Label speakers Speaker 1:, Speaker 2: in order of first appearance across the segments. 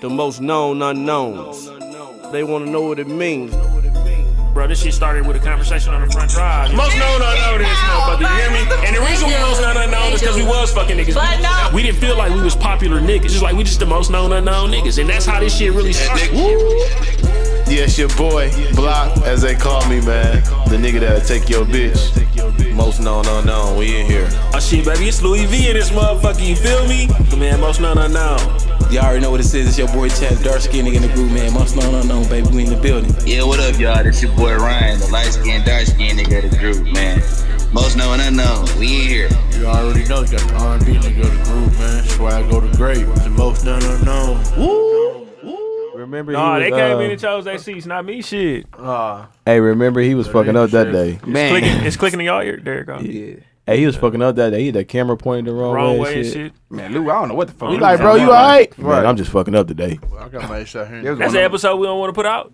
Speaker 1: the most known unknowns. They wanna know what it means.
Speaker 2: Bro, this shit started with a conversation on the front drive. Most known unknown in this motherfucker, you hear me? And the reason we most known unknown is because we was fucking niggas.
Speaker 3: But no.
Speaker 2: We didn't feel like we was popular niggas. Just like we just the most known unknown niggas. And that's how this shit really started.
Speaker 4: Yes, your boy, Block, as they call me, man. The nigga that'll take your bitch. Most known unknown, we in here.
Speaker 2: Oh shit, baby, it's Louis V in this motherfucker, you feel me? Man, most known unknown.
Speaker 5: Y'all already know what this is. It's your boy Chad, dark skinned nigga in the group, man. Most known unknown, baby. We in the building.
Speaker 6: Yeah, what up, y'all? This your boy Ryan, the light skinned, dark skinned nigga of the group, man. Most known unknown, we in here.
Speaker 7: You already know, you got the R&B nigga of the group, man. That's why I go to great. The most known unknown.
Speaker 8: Remember,
Speaker 2: Nah,
Speaker 8: he
Speaker 2: they
Speaker 8: was,
Speaker 2: came
Speaker 8: uh,
Speaker 2: in and chose their seats, not me. Shit,
Speaker 7: Ah,
Speaker 8: Hey, remember he was fucking up that
Speaker 7: shit.
Speaker 8: day.
Speaker 2: it's
Speaker 5: Man.
Speaker 2: clicking, it's clicking in y'all ear. There it goes.
Speaker 5: Yeah.
Speaker 8: Hey, he was fucking up that day. He had that camera pointed the wrong,
Speaker 2: Wrong way and shit.
Speaker 5: Man, Lou, I don't know what the fuck.
Speaker 2: You
Speaker 5: we
Speaker 8: Like,
Speaker 5: was
Speaker 8: bro,
Speaker 5: talking
Speaker 8: you all
Speaker 5: about.
Speaker 8: right?
Speaker 7: Right.
Speaker 8: Man, I'm just fucking up today.
Speaker 7: I got my shit out here.
Speaker 5: There was
Speaker 2: That's
Speaker 5: one
Speaker 2: the
Speaker 5: on-
Speaker 2: episode we don't want to put out.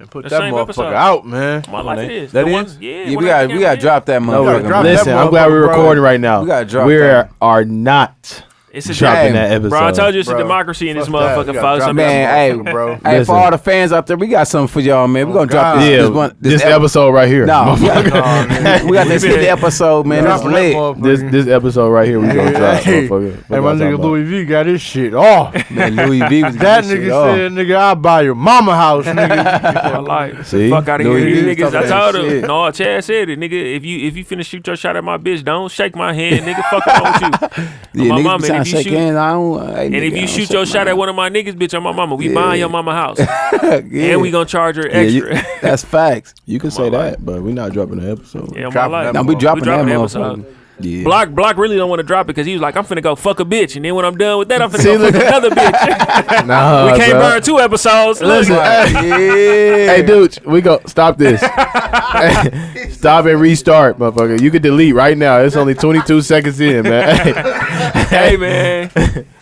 Speaker 7: and put
Speaker 2: the
Speaker 7: that
Speaker 2: same
Speaker 7: motherfucker
Speaker 2: episode.
Speaker 7: out, man.
Speaker 2: My life it is.
Speaker 8: that
Speaker 2: The
Speaker 8: is?
Speaker 2: ones- Yeah,
Speaker 5: Yeah,
Speaker 2: when
Speaker 5: we
Speaker 2: I
Speaker 5: got
Speaker 2: came
Speaker 5: we got
Speaker 2: in,
Speaker 5: to drop that
Speaker 8: No,
Speaker 5: motherfucker.
Speaker 7: drop
Speaker 5: man.
Speaker 8: listen,
Speaker 7: that
Speaker 8: I'm glad we're
Speaker 7: motherfucker, bro.
Speaker 8: recording right now.
Speaker 5: We gotta drop
Speaker 8: We
Speaker 5: that.
Speaker 8: are, are not
Speaker 2: It's a
Speaker 8: dropping
Speaker 5: Hey,
Speaker 8: that episode.
Speaker 2: Bro, I told you it's a
Speaker 7: Bro,
Speaker 2: democracy in this
Speaker 7: fuck that.
Speaker 2: motherfucking
Speaker 7: You gotta
Speaker 2: folks.
Speaker 7: drop
Speaker 2: I'm-
Speaker 5: Man,
Speaker 7: that
Speaker 5: hey,
Speaker 7: motherfucker, bro.
Speaker 5: Hey,
Speaker 8: Listen.
Speaker 5: for all the fans out there, we got something for y'all, man. We're gonna drop
Speaker 8: Yeah,
Speaker 5: this,
Speaker 8: this,
Speaker 5: this one. ep-
Speaker 8: episode right here.
Speaker 5: No.
Speaker 8: Motherfucker.
Speaker 5: we got this hit episode, man.
Speaker 7: Drop
Speaker 5: That's
Speaker 7: that
Speaker 5: lit.
Speaker 7: motherfucker.
Speaker 8: This this episode right here we gonna drop.
Speaker 7: Hey, hey,
Speaker 8: motherfucker. Fuck
Speaker 7: my
Speaker 8: y'all talking
Speaker 7: nigga
Speaker 8: about.
Speaker 7: Louis V got his shit off.
Speaker 5: Man, Louis V was
Speaker 7: That
Speaker 5: getting
Speaker 7: nigga
Speaker 5: shit oh. off.
Speaker 7: said, nigga, I'll buy your mama house, nigga.
Speaker 2: My life.
Speaker 8: See?
Speaker 2: Fuck out of
Speaker 5: No,
Speaker 2: here,
Speaker 5: he
Speaker 2: these
Speaker 5: is
Speaker 2: niggas.
Speaker 5: talking
Speaker 2: I told
Speaker 5: that
Speaker 2: him.
Speaker 5: shit.
Speaker 2: No, Chad said it, nigga. If you if you finna shoot your shot at my bitch, don't shake my hand, nigga. Fuck wrong with you.
Speaker 5: Yeah,
Speaker 2: On my
Speaker 5: nigga,
Speaker 2: mama, and
Speaker 5: be trying
Speaker 2: if
Speaker 5: to
Speaker 2: you
Speaker 5: shake
Speaker 2: shoot.
Speaker 5: hands, I don't. hey,
Speaker 2: And
Speaker 5: nigga,
Speaker 2: if you
Speaker 5: I don't
Speaker 2: shoot
Speaker 5: shake
Speaker 2: your
Speaker 5: my
Speaker 2: shot at
Speaker 5: hand.
Speaker 2: one of my niggas, bitch, on my mama, we
Speaker 5: Yeah.
Speaker 2: buying your mama house,
Speaker 5: Yeah.
Speaker 2: and we gonna charge her
Speaker 5: Yeah, you-
Speaker 2: extra. Yeah,
Speaker 5: That's facts.
Speaker 8: You can say that, but we're not dropping the episode.
Speaker 2: my
Speaker 7: Dropping
Speaker 2: life.
Speaker 7: that
Speaker 5: Now we
Speaker 7: We
Speaker 5: dropping that
Speaker 2: dropping the episode.
Speaker 5: motherfucker.
Speaker 8: Yeah.
Speaker 2: Block Block really don't want to drop it because he was like, I'm finna go fuck a bitch, and then when I'm done with that, I'm finna go fuck another bitch.
Speaker 8: Nah,
Speaker 2: we can't
Speaker 8: bro.
Speaker 2: burn two episodes.
Speaker 8: Listen,
Speaker 2: Look,
Speaker 8: hey, dude, we go stop this. stop and restart, motherfucker. You can delete right now. It's only 22 seconds in, man.
Speaker 2: hey man.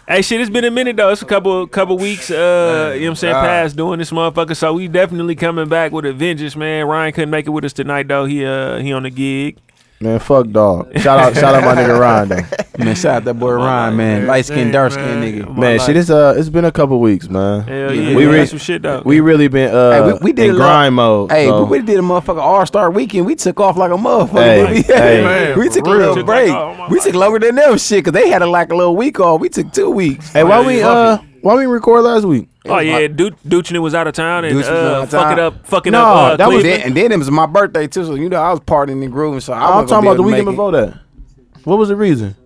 Speaker 2: Hey shit, it's been a minute though. It's a couple couple weeks, uh, you know what I'm saying, past doing this motherfucker. So we definitely coming back with a vengeance, man. Ryan couldn't make it with us tonight though. He uh he on the gig.
Speaker 8: man, fuck dog. Shout out, shout out my nigga Ryan though.
Speaker 5: Man, shout out that boy Ryan, man. Light skinned, dark skinned nigga.
Speaker 2: My
Speaker 8: Man,
Speaker 2: life.
Speaker 8: shit, it's uh, it's been a couple weeks, man.
Speaker 2: Hell yeah, we
Speaker 8: we re-
Speaker 2: got some shit though.
Speaker 8: we really been uh,
Speaker 5: Hey, we- we did
Speaker 8: in
Speaker 5: a lot-
Speaker 8: grind mode.
Speaker 5: Hey,
Speaker 8: so-
Speaker 5: we, we did a motherfucking All Star weekend. We took off like a
Speaker 8: Hey,
Speaker 5: motherfucker. baby.
Speaker 8: hey.
Speaker 7: Man,
Speaker 5: we took
Speaker 7: for
Speaker 5: a
Speaker 7: real.
Speaker 5: little
Speaker 2: Took
Speaker 5: break.
Speaker 2: like, oh, my
Speaker 5: we took longer than them shit because they had a, like a little week off. We took two weeks.
Speaker 8: hey, why
Speaker 2: Hey,
Speaker 8: we
Speaker 2: fuck
Speaker 8: uh, why we record last week?
Speaker 2: oh yeah, Duch- Duchner was out of town and
Speaker 5: Duch was out
Speaker 2: uh,
Speaker 5: of town.
Speaker 2: fucking up fucking
Speaker 8: No,
Speaker 2: up uh,
Speaker 8: that was-
Speaker 5: And
Speaker 2: Cleveland.
Speaker 5: then, and then it was my birthday too, so you know I was partying and grooving. So I
Speaker 8: I'm
Speaker 5: wasn't
Speaker 8: talking about
Speaker 5: gonna
Speaker 8: the
Speaker 5: be
Speaker 8: weekend
Speaker 5: able
Speaker 8: before that. What was the reason?
Speaker 5: to make it.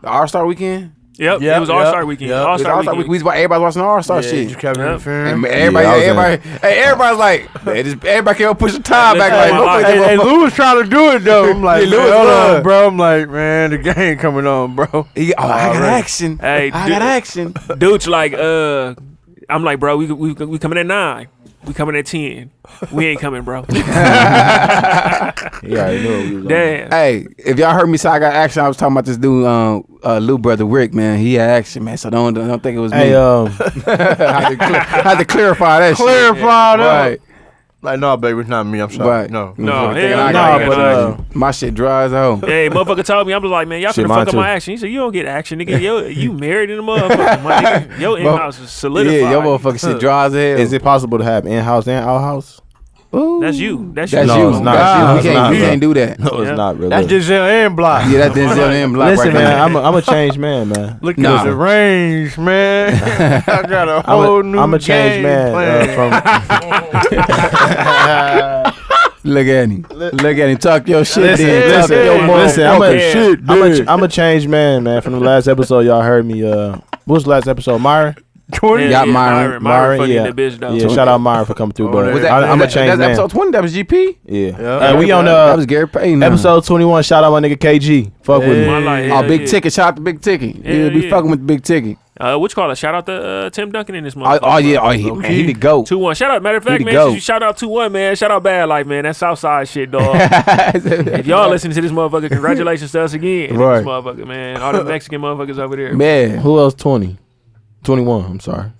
Speaker 5: The All Star weekend.
Speaker 2: Yep,
Speaker 7: Yeah,
Speaker 2: it was
Speaker 7: yeah,
Speaker 2: All Star weekend.
Speaker 7: yeah.
Speaker 2: All
Speaker 5: It's All-Star
Speaker 2: Star
Speaker 5: week.
Speaker 2: weekend.
Speaker 5: We was everybody watching the All Star
Speaker 7: Yeah,
Speaker 5: shit.
Speaker 7: you
Speaker 2: Yep.
Speaker 7: kept
Speaker 5: And
Speaker 7: interfering.
Speaker 5: everybody,
Speaker 8: I was in.
Speaker 5: everybody, hey, everybody's like, man, this, everybody came up push the time back.
Speaker 2: Listen,
Speaker 5: Like,
Speaker 2: my
Speaker 5: motherfucker,
Speaker 2: life.
Speaker 5: they
Speaker 7: Hey,
Speaker 5: motherfucker-
Speaker 7: Lou was trying to do it though. I'm like,
Speaker 5: Yeah, Lou
Speaker 7: man,
Speaker 5: was
Speaker 7: hold
Speaker 5: lying.
Speaker 7: on, bro. I'm like, man, the game coming on, bro.
Speaker 5: He- oh, I got
Speaker 7: Already.
Speaker 5: action.
Speaker 2: Hey,
Speaker 5: I
Speaker 2: dude.
Speaker 5: got action.
Speaker 2: Dudes like, uh, I'm like, bro, we, we we coming at nine, we coming at ten, we ain't coming, bro.
Speaker 8: Yeah, I know. We was on-
Speaker 2: Damn.
Speaker 5: Hey, if y'all heard me say I got action, I was talking about this dude, um, uh, Lou brother Rick, man. He had action, man. So don't don't think it was me.
Speaker 8: Hey, um,
Speaker 5: I, had to clear, I had to clarify that. shit.
Speaker 7: Clarify it up.
Speaker 5: Right.
Speaker 7: Like, no, baby, it's not me. I'm sorry.
Speaker 5: Right.
Speaker 7: No.
Speaker 2: No,
Speaker 5: Mhm.
Speaker 2: hell
Speaker 5: Thinking I
Speaker 2: no, you
Speaker 5: got
Speaker 8: nah,
Speaker 5: action.
Speaker 8: but
Speaker 2: got
Speaker 8: uh,
Speaker 5: my shit dry as hell.
Speaker 2: Hey, motherfucker told me, I was like, man, y'all
Speaker 8: Shit,
Speaker 2: finna
Speaker 8: mine
Speaker 2: fuck up
Speaker 8: too.
Speaker 2: my action. He said, you don't get action, nigga. Yo, you married in a motherfucker. My nigga, your in-house is solidified.
Speaker 5: Yeah, your motherfucking shit dry as hell.
Speaker 8: is it possible to have in house and out house?
Speaker 2: That's you. That's,
Speaker 5: That's
Speaker 2: you.
Speaker 8: No,
Speaker 5: you.
Speaker 8: it's not.
Speaker 5: That's
Speaker 8: It's
Speaker 5: you. We
Speaker 8: not.
Speaker 5: can't, we can't do that.
Speaker 8: No, Oh, it's
Speaker 2: Yeah.
Speaker 8: not really.
Speaker 7: That's Giselle and Block.
Speaker 5: Yeah, that's Denzel and Block
Speaker 8: Listen,
Speaker 5: right
Speaker 8: man,
Speaker 5: there.
Speaker 8: I'm a, I'm a changed man, man.
Speaker 7: Look
Speaker 5: Nah.
Speaker 7: at the range, man. I got a
Speaker 8: I'm
Speaker 7: whole
Speaker 8: a,
Speaker 7: new
Speaker 8: I'm a changed
Speaker 7: game
Speaker 8: man
Speaker 7: plan.
Speaker 8: uh,
Speaker 5: Look at him. Look at him. Talk your shit
Speaker 8: Listen,
Speaker 5: then. Talk
Speaker 8: listen,
Speaker 5: your
Speaker 8: from. listen, I'm a,
Speaker 2: motherfucking
Speaker 8: shit, I'm, a, I'm a changed man, man. From the last episode, y'all heard me. Uh, what was the last episode? Myron,
Speaker 2: Yeah,
Speaker 5: Y'all
Speaker 2: yeah,
Speaker 5: Myron.
Speaker 2: Myron. Myron, fucking
Speaker 8: yeah,
Speaker 2: that bitch though. Oh,
Speaker 8: yeah. Shout out Myron for coming through,
Speaker 7: Was
Speaker 8: but
Speaker 7: that-
Speaker 8: I, I'm a
Speaker 5: that-
Speaker 8: changed
Speaker 5: That's
Speaker 8: man.
Speaker 5: episode 20. That was GP.
Speaker 8: Yeah,
Speaker 7: Yeah.
Speaker 8: Hey, we on uh,
Speaker 5: that was Gary Payton.
Speaker 8: episode 21. Shout out my nigga KG. Fuck with
Speaker 2: My
Speaker 8: me.
Speaker 2: life,
Speaker 5: Oh,
Speaker 2: hell
Speaker 5: Big
Speaker 2: yeah.
Speaker 5: Ticket. Shout out to Big Ticket.
Speaker 2: Hell
Speaker 5: Yeah, be
Speaker 2: yeah.
Speaker 5: fucking with Big Ticket.
Speaker 2: Uh, what you call it? Shout out to uh, Tim Duncan in this
Speaker 5: Oh,
Speaker 2: motherfucker.
Speaker 5: oh yeah. Oh, he, man, he the GOAT.
Speaker 2: Two one. Shout out. Matter of fact,
Speaker 5: to
Speaker 2: man,
Speaker 5: go.
Speaker 2: since you shout out two one, man. Shout out Bad Life, man. That's Southside shit, dog. if y'all listening to this motherfucker, congratulations to us again.
Speaker 8: Right.
Speaker 2: This motherfucker, man. All the Mexican motherfuckers over there.
Speaker 5: Man.
Speaker 8: Who else? 20, 21. I'm sorry.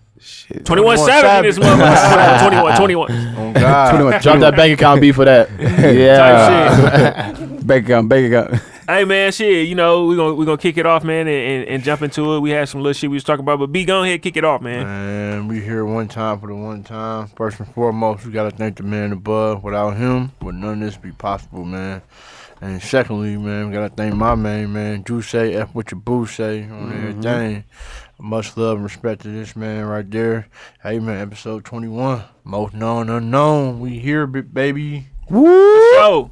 Speaker 2: 21 Savage in this motherfucker. 21, 21.
Speaker 7: Oh, God.
Speaker 5: 21.
Speaker 8: Drop that bank account B for that.
Speaker 2: Type
Speaker 8: yeah.
Speaker 2: shit.
Speaker 5: Back uh, up. Back up.
Speaker 2: Hey man, shit, you know we gonna we gonna kick it off, man, and, and, and jump into it. We had some little shit we was talking about, but B, go ahead, kick it off, man.
Speaker 7: And we here one time for the one time. First and foremost, we gotta thank the man above. Without him, would none of this be possible, man. And secondly, man, we gotta thank my man, man, Juice F with your boo say on
Speaker 5: Mm-hmm.
Speaker 7: everything. Much love and respect to this man right there. Hey man, episode twenty one. Most known unknown. We here, bi- baby.
Speaker 2: So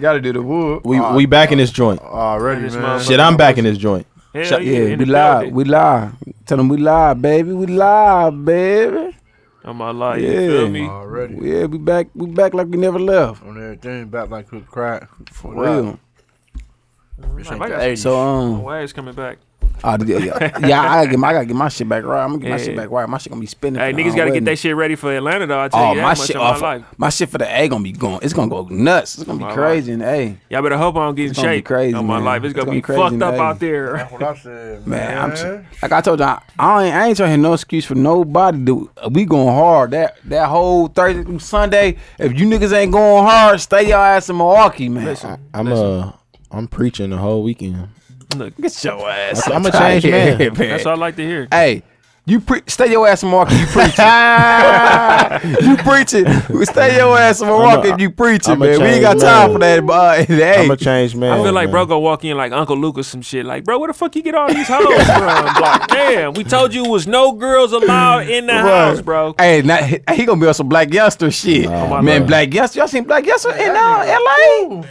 Speaker 9: Gotta do the wood.
Speaker 8: We we back in this joint.
Speaker 9: Already,
Speaker 2: This
Speaker 9: man.
Speaker 8: Shit, I'm back in this joint.
Speaker 2: hell yeah,
Speaker 5: Yeah,
Speaker 2: in
Speaker 5: we
Speaker 2: the
Speaker 5: live.
Speaker 2: building.
Speaker 5: We live. Tell them we live, baby. We live, baby.
Speaker 2: on my life, you
Speaker 5: Yeah.
Speaker 2: feel me?
Speaker 7: Already.
Speaker 5: Yeah, we back. We back like we never left.
Speaker 7: On everything, back like a crack. For
Speaker 5: Real.
Speaker 7: This ain't
Speaker 2: I
Speaker 7: the
Speaker 2: got some
Speaker 7: 80s.
Speaker 5: So um,
Speaker 2: Why is coming back?
Speaker 5: I, yeah, yeah, yeah, I gotta get my I gotta get my shit back right. I'm gonna get my shit
Speaker 2: Yeah.
Speaker 5: back right. My shit gonna be spinning.
Speaker 2: Hey,
Speaker 5: for
Speaker 2: niggas
Speaker 5: the
Speaker 2: gotta get
Speaker 5: wedding.
Speaker 2: that shit ready for Atlanta though. I tell
Speaker 5: Oh,
Speaker 2: you that
Speaker 5: my
Speaker 2: much
Speaker 5: shit
Speaker 2: on my
Speaker 5: off.
Speaker 2: life.
Speaker 5: My shit for the A gonna be going. It's gonna go nuts. It's gonna be
Speaker 2: My
Speaker 5: crazy. And hey,
Speaker 2: Y'all better hope I don't get in
Speaker 5: It's gonna be
Speaker 2: shape.
Speaker 5: crazy,
Speaker 2: on my
Speaker 5: man.
Speaker 2: life, it's
Speaker 5: It's
Speaker 2: gonna,
Speaker 5: gonna
Speaker 2: be
Speaker 5: be crazy,
Speaker 2: fucked up
Speaker 5: baby.
Speaker 2: out there.
Speaker 7: That's what I said,
Speaker 5: man, I'm s- like I told you, I, I ain't, I ain't trying to hear no excuse for nobody. To, we going hard that that whole Thursday through Sunday. If you niggas ain't going hard, stay your ass in Milwaukee, man.
Speaker 8: I'm uh I'm preaching the whole weekend.
Speaker 2: Look,
Speaker 5: Get your ass.
Speaker 8: I'm a changed man.
Speaker 2: that's all I like to hear.
Speaker 5: Hey, you pre- stay your ass in Milwaukee. You preaching. you preaching. Stay your ass in Milwaukee.
Speaker 8: I'm a-
Speaker 5: you preaching,
Speaker 8: I'm a
Speaker 5: man. We ain't got
Speaker 8: changed
Speaker 5: time
Speaker 8: man.
Speaker 5: for that. But uh, hey,
Speaker 8: I'm a changed man.
Speaker 2: I feel like
Speaker 8: man.
Speaker 2: bro gonna walk in like Uncle Luke or some shit. Like, bro, where the fuck you get all these hoes from? Like, damn, we told you was no girls allowed in the house, bro.
Speaker 5: Hey, not, he, he gonna be on some Black Youngster shit,
Speaker 8: Nah,
Speaker 5: man.
Speaker 8: bro.
Speaker 5: Black Youngster, y'all seen Black Youngster in uh, L.A.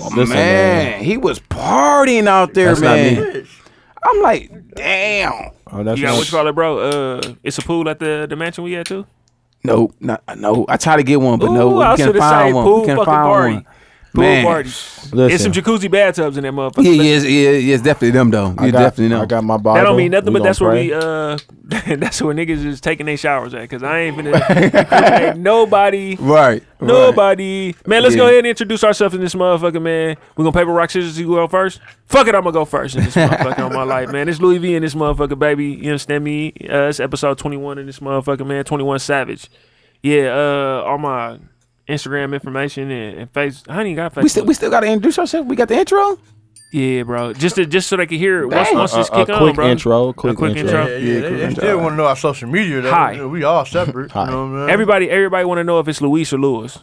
Speaker 8: Listen,
Speaker 5: Man, he was partying out there,
Speaker 8: That's not
Speaker 5: man. I'm like, damn.
Speaker 8: Oh, that's
Speaker 2: You got
Speaker 8: not-
Speaker 2: what you call it, bro? Uh, it's a pool at the the mansion we at too.
Speaker 5: Nope, not, uh, no. I try to get one, but
Speaker 2: Ooh,
Speaker 5: no, we
Speaker 2: I was
Speaker 5: can't
Speaker 2: finna say,
Speaker 5: find one.
Speaker 2: pool
Speaker 5: we can't
Speaker 2: fucking
Speaker 5: find
Speaker 2: party.
Speaker 5: one.
Speaker 2: Pool
Speaker 5: Man.
Speaker 2: party.
Speaker 8: Listen.
Speaker 2: It's some jacuzzi bathtubs in that motherfucker.
Speaker 5: Yeah, yeah, it's- yeah, yeah, it's definitely them though.
Speaker 8: I
Speaker 5: You
Speaker 8: got,
Speaker 5: definitely know.
Speaker 8: I got my Bible.
Speaker 2: That don't mean nothing,
Speaker 8: We
Speaker 2: but that's
Speaker 8: gonna
Speaker 2: where
Speaker 8: pray.
Speaker 2: we uh, that's where niggas is taking their showers at. Cause I ain't finna ain't nobody.
Speaker 5: right, right.
Speaker 2: Nobody. Man, let's go
Speaker 5: Yeah.
Speaker 2: ahead and introduce ourselves in this motherfucker, man. we gonna paper, rock, scissors. You go first? Fuck it, I'm gonna go first in this motherfucker on my life, man. It's Louis V in this motherfucker, baby. You understand me? Uh, it's episode 21 in this motherfucker, man. 21 Savage. Yeah, uh, all my Instagram information and, and face. I ain't even got Facebook.
Speaker 5: We still, we still gotta introduce ourselves. We got the intro.
Speaker 2: yeah, bro. Just to, just so they can hear it once,
Speaker 5: Dang.
Speaker 2: once this
Speaker 8: a, a
Speaker 2: kick
Speaker 8: quick
Speaker 2: on, bro.
Speaker 8: intro. Quick,
Speaker 2: quick
Speaker 8: intro.
Speaker 2: intro.
Speaker 7: Yeah, yeah, they, they still want to know our social media. Though.
Speaker 2: Hi.
Speaker 7: Yeah, We all separate.
Speaker 8: Hi.
Speaker 7: You know what I mean?
Speaker 2: Everybody, everybody want to know if it's Luis or Lewis.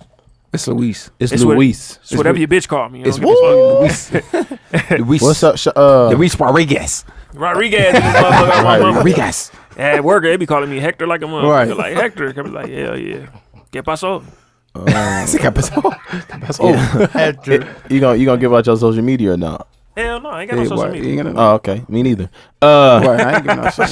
Speaker 5: It's Luis.
Speaker 8: It's,
Speaker 2: It's what-
Speaker 8: Luis.
Speaker 2: It's, whatever your bitch call me. You know
Speaker 5: It's
Speaker 2: what I'm saying?
Speaker 5: Luis. Luis.
Speaker 8: What's up? Sh- uh,
Speaker 5: Luis Rodriguez.
Speaker 2: Rodriguez. in this motherfucker, on my mama.
Speaker 5: Rodriguez.
Speaker 2: At work, they be calling me Hector like a month.
Speaker 5: Right.
Speaker 2: Like Hector. I be like, hell yeah. Que paso?
Speaker 5: Ese capaz- capaz-
Speaker 7: After,
Speaker 8: you gonna you gonna give out your social media or not?
Speaker 2: Hell no, I ain't got no
Speaker 5: Hey,
Speaker 2: social
Speaker 5: what? You
Speaker 2: media.
Speaker 5: ain't gonna-
Speaker 8: Oh, okay. Me neither. Uh,
Speaker 5: Right, I ain't giving no shit.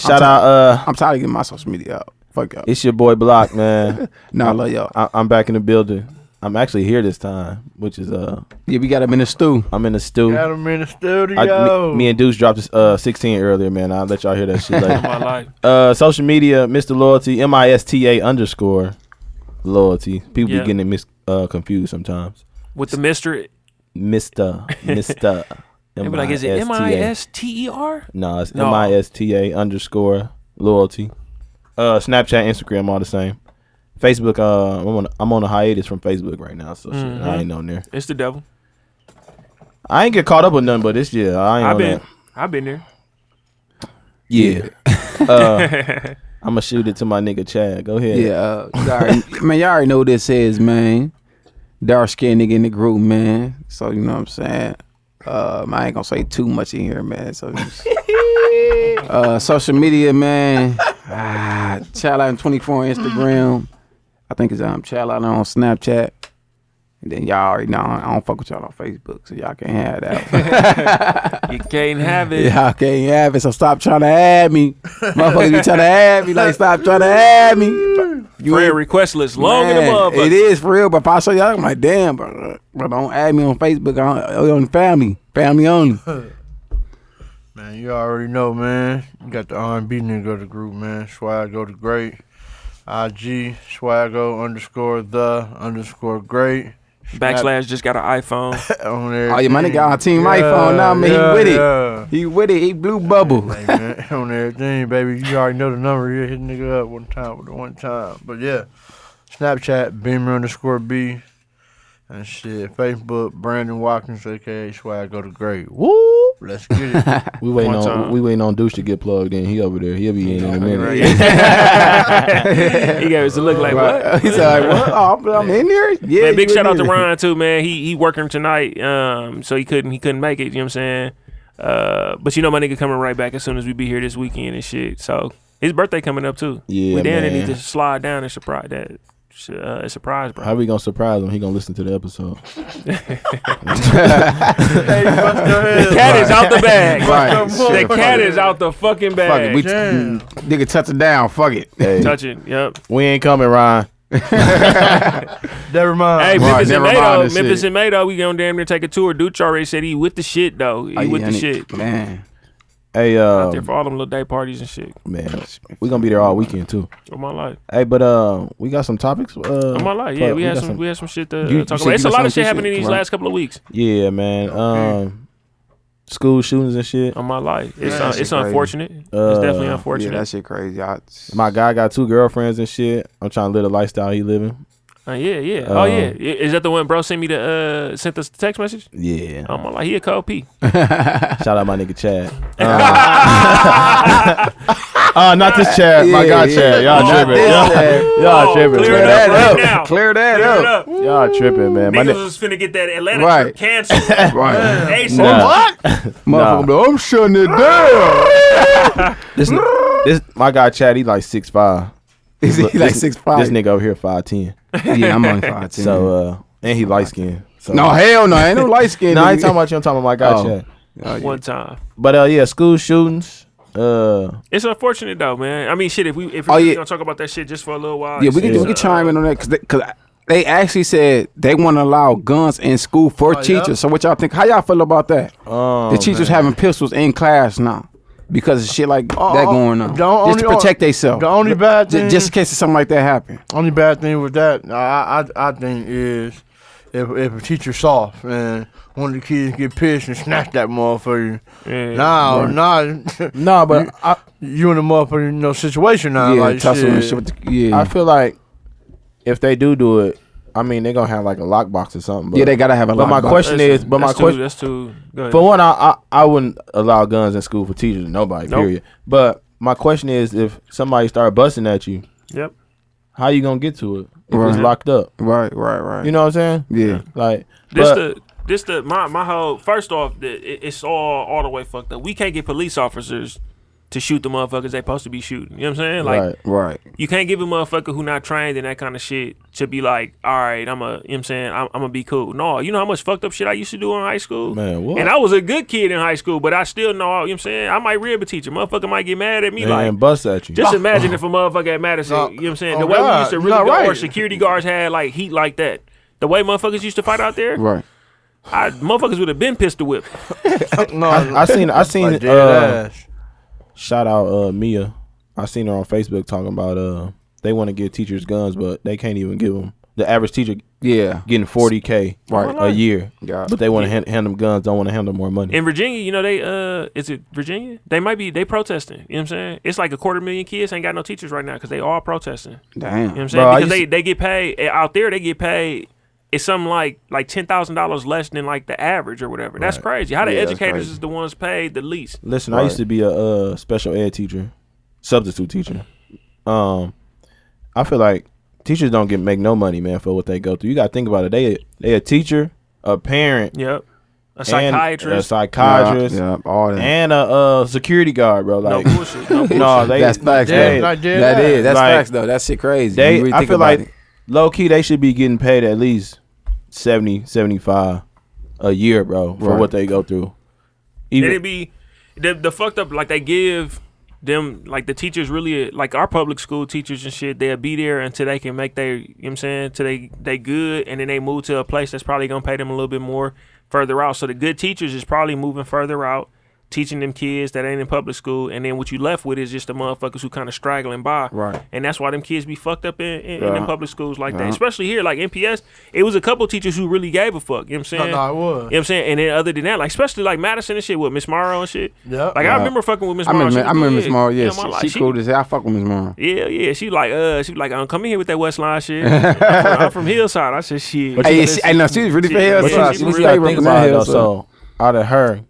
Speaker 8: shout out. Uh,
Speaker 5: I'm tired of getting my social media out. Fuck y'all.
Speaker 8: it's your boy Block, man.
Speaker 5: Nah, I love y'all.
Speaker 8: I, I'm back in the building. I'm actually here this time, which is uh,
Speaker 5: Yeah, we got him in the stew.
Speaker 8: I'm in the stew.
Speaker 7: got him in the studio.
Speaker 8: I, me, me and Deuce dropped uh 16 earlier, man. I'll let y'all hear that shit later.
Speaker 2: My life.
Speaker 8: Uh, social media, Mr. Loyalty, M I S T A underscore loyalty. People
Speaker 2: Yeah.
Speaker 8: be getting it mis- uh, confused sometimes.
Speaker 2: With the mister.
Speaker 8: Mr. Mr.
Speaker 2: They be like, is it M I S T E R?
Speaker 8: No, it's
Speaker 2: No.
Speaker 8: M I S T A underscore loyalty. Uh, Snapchat, Instagram, all the same. Facebook, uh, I'm on I'm on a hiatus from Facebook right now, so shit,
Speaker 2: Mm-hmm.
Speaker 8: I ain't on there.
Speaker 2: It's the devil.
Speaker 8: I ain't get caught up with nothing, but this year I ain't
Speaker 2: I've
Speaker 8: on
Speaker 2: been
Speaker 8: that.
Speaker 2: I've been there.
Speaker 8: Yeah. I'm gonna shoot it to my nigga Chad. Go ahead.
Speaker 5: Uh, Yeah, uh, you already- man, y'all already know what this is, man. Dark skinned nigga in the group, man. So you know what I'm saying. Um, I ain't gonna say too much in here, man. So, uh, social media, man. Ah, Child out in 24 on Instagram. I think it's um Child out on Snapchat. And then y'all already know I don't fuck with y'all on Facebook, so y'all can't have that.
Speaker 2: You can't have it.
Speaker 5: y'all can't have it, so stop trying to add me. Motherfuckers be trying to add me, like stop trying to add me. You
Speaker 2: Prayer
Speaker 5: ain't-
Speaker 2: request list long in the
Speaker 5: Man, It
Speaker 2: motherfucker.
Speaker 5: is for real, but if I show y'all, I'm like, damn, bro, bro don't add me on Facebook. I do on family, family only.
Speaker 7: man, you already know, man. You got the R&B nigga of the group, man. Swag go to great. IG Swago underscore the underscore great.
Speaker 2: Backslash just got an iPhone.
Speaker 7: On
Speaker 5: Oh yeah, my nigga
Speaker 7: everything.
Speaker 5: on team
Speaker 7: Yeah,
Speaker 5: iPhone now, man.
Speaker 7: yeah,
Speaker 5: he with
Speaker 7: yeah.
Speaker 5: it. He with it. He blue bubble.
Speaker 7: Hey, man, on everything, baby. You already know the number. You hit nigga up one time with the one time. But yeah, Snapchat, Beamer underscore B, And shit, Facebook, Brandon Watkins, aka Swag Go to Great. Woo! Let's get it.
Speaker 8: We waiting
Speaker 2: One
Speaker 8: on
Speaker 2: time.
Speaker 8: we waiting on Douche to get plugged in. He over there. He'll be in in a minute.
Speaker 2: he gave us a look like what?
Speaker 5: He's like, what? Oh, I'm, I'm in here. Yeah.
Speaker 2: Man, big
Speaker 5: you
Speaker 2: shout
Speaker 5: in
Speaker 2: out to
Speaker 5: here.
Speaker 2: Ryan too, man. He he working tonight, um, so he couldn't he couldn't make it. You know what I'm saying? Uh, but you know my nigga coming right back as soon as we be here this weekend and shit. So his birthday coming up too.
Speaker 8: Yeah,
Speaker 2: we damn near need
Speaker 8: man.
Speaker 2: to slide down and surprise that uh, surprise, bro.
Speaker 8: How we gonna surprise him? He gonna listen to the episode.
Speaker 2: The cat is out the bag.
Speaker 5: Right.
Speaker 2: The cat is out the fucking
Speaker 5: Fuck
Speaker 2: bag.
Speaker 5: it. We, Oh,
Speaker 7: Damn.
Speaker 5: nigga, touch it down. Fuck it.
Speaker 8: Hey,
Speaker 2: Touch it. Yep.
Speaker 8: we ain't coming, Ryan.
Speaker 7: Never
Speaker 2: Hey,
Speaker 7: mind.
Speaker 5: Right,
Speaker 2: Memphis and
Speaker 5: never mind
Speaker 2: Mado.
Speaker 5: this
Speaker 2: Memphis
Speaker 5: shit.
Speaker 2: and Mado. We gonna damn near take a tour. Dooch already said he with the shit though. He
Speaker 5: Oh,
Speaker 2: with
Speaker 5: yeah,
Speaker 2: the
Speaker 5: nigga.
Speaker 2: shit.
Speaker 5: Man.
Speaker 8: Hey,
Speaker 2: Out there
Speaker 8: uh,
Speaker 2: for all them little day parties and shit.
Speaker 8: man, we gonna be there all weekend too.
Speaker 2: With my life.
Speaker 8: Hey, but uh, we got some topics. Uh,
Speaker 2: On my life, yeah,
Speaker 8: fuck,
Speaker 2: we had
Speaker 8: got
Speaker 2: some, we had some shit to
Speaker 8: You-
Speaker 2: uh,
Speaker 8: you
Speaker 2: talk
Speaker 8: said
Speaker 2: about.
Speaker 8: you
Speaker 2: It's a
Speaker 8: got
Speaker 2: lot of
Speaker 8: something
Speaker 2: shit
Speaker 8: to
Speaker 2: happening
Speaker 8: shit,
Speaker 2: these
Speaker 8: right?
Speaker 2: last couple of weeks.
Speaker 8: yeah, man. Um, school shootings and shit.
Speaker 2: On my life, it's
Speaker 5: Yeah,
Speaker 2: uh,
Speaker 5: that
Speaker 2: it's
Speaker 5: shit crazy.
Speaker 2: unfortunate.
Speaker 8: Uh,
Speaker 2: it's definitely
Speaker 5: Yeah,
Speaker 2: unfortunate.
Speaker 5: that shit crazy. I,
Speaker 8: My guy got two girlfriends and shit. I'm trying to live the lifestyle he living.
Speaker 2: Uh, yeah, yeah. oh
Speaker 8: Um,
Speaker 2: yeah, I- is that the one bro sent me the uh, sent us the text message?
Speaker 8: Yeah.
Speaker 2: On my life, he a cold P.
Speaker 8: Shout out my nigga Chad. Um, Uh, not this Chad. my
Speaker 5: Yeah,
Speaker 8: guy
Speaker 5: yeah.
Speaker 8: Chad. Y'all
Speaker 2: Oh,
Speaker 8: tripping.
Speaker 5: this
Speaker 8: Y'all,
Speaker 5: Chad.
Speaker 8: y'all
Speaker 2: Oh,
Speaker 8: tripping.
Speaker 2: clear it up
Speaker 8: man.
Speaker 2: right now.
Speaker 5: Clear that
Speaker 2: Clear
Speaker 5: up.
Speaker 2: it up.
Speaker 8: Y'all tripping, man. My
Speaker 2: Niggas
Speaker 8: ni-
Speaker 2: was finna get that Atlanta
Speaker 5: Right.
Speaker 2: trip canceled.
Speaker 5: Right.
Speaker 2: ASAP.
Speaker 5: Motherfucker, be like, I'm shutting it down.
Speaker 8: this, this my guy Chad. He like six five.
Speaker 5: He's
Speaker 8: Look,
Speaker 5: like
Speaker 8: this-
Speaker 5: six five.
Speaker 8: This nigga over here five ten.
Speaker 5: Yeah, I'm on five ten.
Speaker 8: So uh, and he light skinned. So.
Speaker 5: no, hell no, ain't no light skin.
Speaker 8: no, I ain't talking about you. I'm talking about my guy
Speaker 5: Oh.
Speaker 8: Chad.
Speaker 2: One time.
Speaker 8: But uh, yeah, school shootings. Uh,
Speaker 2: It's unfortunate though, man. I mean, shit. If we if we
Speaker 5: Oh,
Speaker 2: really
Speaker 5: yeah.
Speaker 2: gonna talk about that shit just for a little while,
Speaker 5: Yeah, we can
Speaker 2: it's,
Speaker 5: we can
Speaker 2: uh,
Speaker 5: chime in on that because they, 'cause they actually said they want to allow guns in school for
Speaker 7: Oh,
Speaker 5: teachers. So what y'all think? How y'all feel about that?
Speaker 8: oh,
Speaker 5: the teachers having pistols in class now because of shit like
Speaker 7: Oh,
Speaker 5: that
Speaker 7: oh,
Speaker 5: going on.
Speaker 7: the only-
Speaker 5: Just to protect themselves.
Speaker 7: The only bad thing,
Speaker 5: J- just in case something like that happened.
Speaker 7: only bad thing with that, I, I, I think is if if a teacher soft and one of the kids get pissed and snatch that motherfucker.
Speaker 2: yeah.
Speaker 7: Nah, nah,
Speaker 8: No, but I,
Speaker 7: you in a motherfucker, you know, situation now.
Speaker 5: yeah,
Speaker 7: like
Speaker 5: tussle and
Speaker 7: shit.
Speaker 5: shit with the, yeah.
Speaker 8: I feel like if they do do it, I mean they're gonna have like a lockbox or something. But,
Speaker 5: yeah, they gotta have a
Speaker 8: But
Speaker 5: lot.
Speaker 8: my question is, but my
Speaker 2: That's too-
Speaker 8: question,
Speaker 2: That's too. Go ahead.
Speaker 8: for one, I, I I wouldn't allow guns in school for teachers. Nobody,
Speaker 2: Nope.
Speaker 8: period. But my question is, if somebody start busting at you,
Speaker 2: Yep.
Speaker 8: how you gonna get to it if it's
Speaker 5: Right.
Speaker 8: locked up?
Speaker 5: Right, right, right.
Speaker 8: You know what I'm saying?
Speaker 5: yeah.
Speaker 8: Like,
Speaker 2: This
Speaker 8: but-
Speaker 2: the this the my my whole first off the, it, it's all all the way fucked up. We can't get police officers to shoot the motherfuckers they supposed to be shooting. You know what I'm saying? Like
Speaker 8: right.
Speaker 5: Right.
Speaker 2: you can't give a motherfucker who not trained in that kind of shit to be like, all right, I'm a, you know what I'm saying, I'm, I'm gonna be cool. No, you know how much fucked up shit I used to do in high school?
Speaker 8: Man, what?
Speaker 2: And I was a good kid in high school, but I still know, you know what I'm saying, I might rib a teacher. Motherfucker might get mad at me
Speaker 8: and
Speaker 2: like,
Speaker 8: bust at you.
Speaker 2: just imagine if a motherfucker at Madison, you know what I'm saying? The
Speaker 7: Oh,
Speaker 2: way we
Speaker 7: God.
Speaker 2: used to
Speaker 7: You
Speaker 2: really
Speaker 7: not
Speaker 2: go, or
Speaker 7: right.
Speaker 2: security guards had like heat like that. The way motherfuckers used to fight out there,
Speaker 5: Right.
Speaker 2: I, motherfuckers would have been pistol whipped.
Speaker 7: No,
Speaker 8: I, I seen I seen
Speaker 7: like dead
Speaker 8: uh,
Speaker 7: ass.
Speaker 8: shout out uh Mia. I seen her on Facebook talking about uh they want to give teachers guns, but they can't even give them. The average teacher
Speaker 5: Yeah.
Speaker 8: getting forty k
Speaker 5: Right.
Speaker 8: a year,
Speaker 5: Yeah.
Speaker 8: but they want to hand, hand them guns. Don't want to hand them more money.
Speaker 2: In Virginia, you know they uh, is it Virginia? They might be they protesting. You know what I'm saying? It's like a quarter million kids ain't got no teachers right now because they all protesting. You know what
Speaker 5: Damn.
Speaker 2: I'm saying?
Speaker 8: Bro, I
Speaker 2: because they,
Speaker 8: used
Speaker 2: they get paid eh, out there, they get paid it's something like like ten thousand dollars less than like the average or whatever. That's crazy. How the
Speaker 5: Yeah, that's
Speaker 2: educators
Speaker 5: crazy.
Speaker 2: is the ones paid the least.
Speaker 8: Listen, I used to be a uh, special ed teacher, substitute teacher. Um, I feel like teachers don't get make no money, man, for what they go through. You got to think about it. They they a teacher, a parent,
Speaker 2: Yep. A
Speaker 8: and a
Speaker 2: psychiatrist.
Speaker 8: psychiatrist,
Speaker 5: Yeah, yeah, all that.
Speaker 8: and a uh, security guard, bro.
Speaker 2: no
Speaker 8: Like, no,
Speaker 2: bullshit. No bullshit.
Speaker 8: Oh, they
Speaker 5: That's facts,
Speaker 8: they,
Speaker 7: though. Like dead
Speaker 5: that
Speaker 7: ass.
Speaker 5: is. That's
Speaker 8: Like,
Speaker 5: facts though. That shit crazy.
Speaker 8: they-
Speaker 5: You really
Speaker 8: I
Speaker 5: think
Speaker 8: feel
Speaker 5: about
Speaker 8: like
Speaker 5: it.
Speaker 8: low key they should be getting paid at least 70, 75 a year, bro, for
Speaker 5: Right.
Speaker 8: what they go through.
Speaker 2: And
Speaker 8: Even
Speaker 2: it be the the fucked up like they give them like the teachers really like our public school teachers and shit they'll be there until they can make their you know what I'm saying till they they good and then they move to a place that's probably gonna pay them a little bit more further out so the good teachers is probably moving further out teaching them kids that ain't in public school, and then what you left with is just the motherfuckers who kind of straggling by.
Speaker 5: Right.
Speaker 2: And that's why them kids be fucked up in, in, in
Speaker 5: Yeah.
Speaker 2: them public schools like
Speaker 5: Yeah.
Speaker 2: that. Especially here, like NPS, it was a couple teachers who really gave a fuck. You know what I'm saying?
Speaker 7: No, no, I would.
Speaker 2: You know what I'm saying? And then other than that, like especially like Madison and shit with Miss Morrow and shit.
Speaker 7: Yeah.
Speaker 2: Like
Speaker 5: Yeah.
Speaker 2: I remember fucking with Miss
Speaker 5: I
Speaker 2: Morrow.
Speaker 5: remember,
Speaker 2: She
Speaker 5: I remember
Speaker 2: was
Speaker 5: Miss
Speaker 2: big.
Speaker 5: Mara.
Speaker 2: Yeah,
Speaker 5: Yeah,
Speaker 2: my life,
Speaker 5: she, she cool to say I fuck with Miss Mara.
Speaker 2: yeah, yeah. She like, uh, she like, um, come in here with that West Line shit. I'm, from, I'm from Hillside. I said, shit.
Speaker 5: Hey, yeah, she, hey, no, she was really for
Speaker 2: Yeah,
Speaker 5: hell.
Speaker 2: but
Speaker 5: so
Speaker 2: you-
Speaker 5: I-
Speaker 2: you
Speaker 5: She was
Speaker 2: really
Speaker 8: gotta
Speaker 5: favorite
Speaker 8: think
Speaker 5: for
Speaker 8: about it
Speaker 5: hell,
Speaker 8: though.
Speaker 5: so.
Speaker 8: So out of her,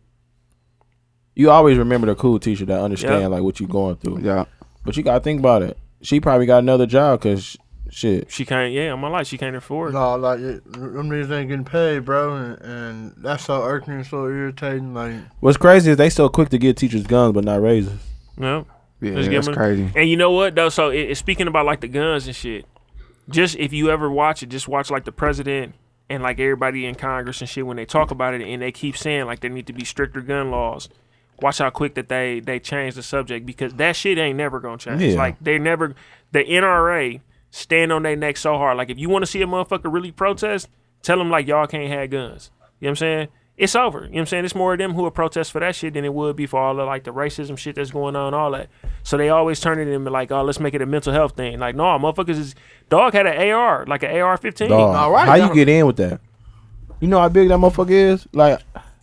Speaker 8: you always remember the cool teacher that understand like what you going through.
Speaker 5: Yeah.
Speaker 8: But you gotta think about it. She probably got another job because shit.
Speaker 2: She can't. Yeah, on my life, she can't afford. it.
Speaker 7: No, uh, like it, them niggas ain't getting paid, bro, and, and that's so irking and so irritating. Like,
Speaker 8: What's crazy is they so quick to give teachers guns but not razors.
Speaker 2: No.
Speaker 5: Yeah,
Speaker 2: Just give
Speaker 5: that's
Speaker 2: them-
Speaker 5: crazy.
Speaker 2: And you know what though? So it, it's speaking about like the guns and shit. Just if you ever watch it, just watch like the president and like everybody in Congress and shit when they talk about it and they keep saying like there need to be stricter gun laws. Watch how quick that they they change the subject because that shit ain't never gonna change.
Speaker 8: Yeah.
Speaker 2: Like they never the NRA stand on their neck so hard. Like if you want to see a motherfucker really protest, tell them like y'all can't have guns. You know what I'm saying? It's over. You know what I'm saying? It's more of them who will protest for that shit than it would be for all the like the racism shit that's going on, all that. So they always turn it into like, oh, let's make it a mental health thing. Like, no, motherfuckers is dog had an AR, like an AR fifteen.
Speaker 8: Dog,
Speaker 7: right,
Speaker 8: how you
Speaker 7: dog.
Speaker 8: get in with that? You know how big that motherfucker is. Like,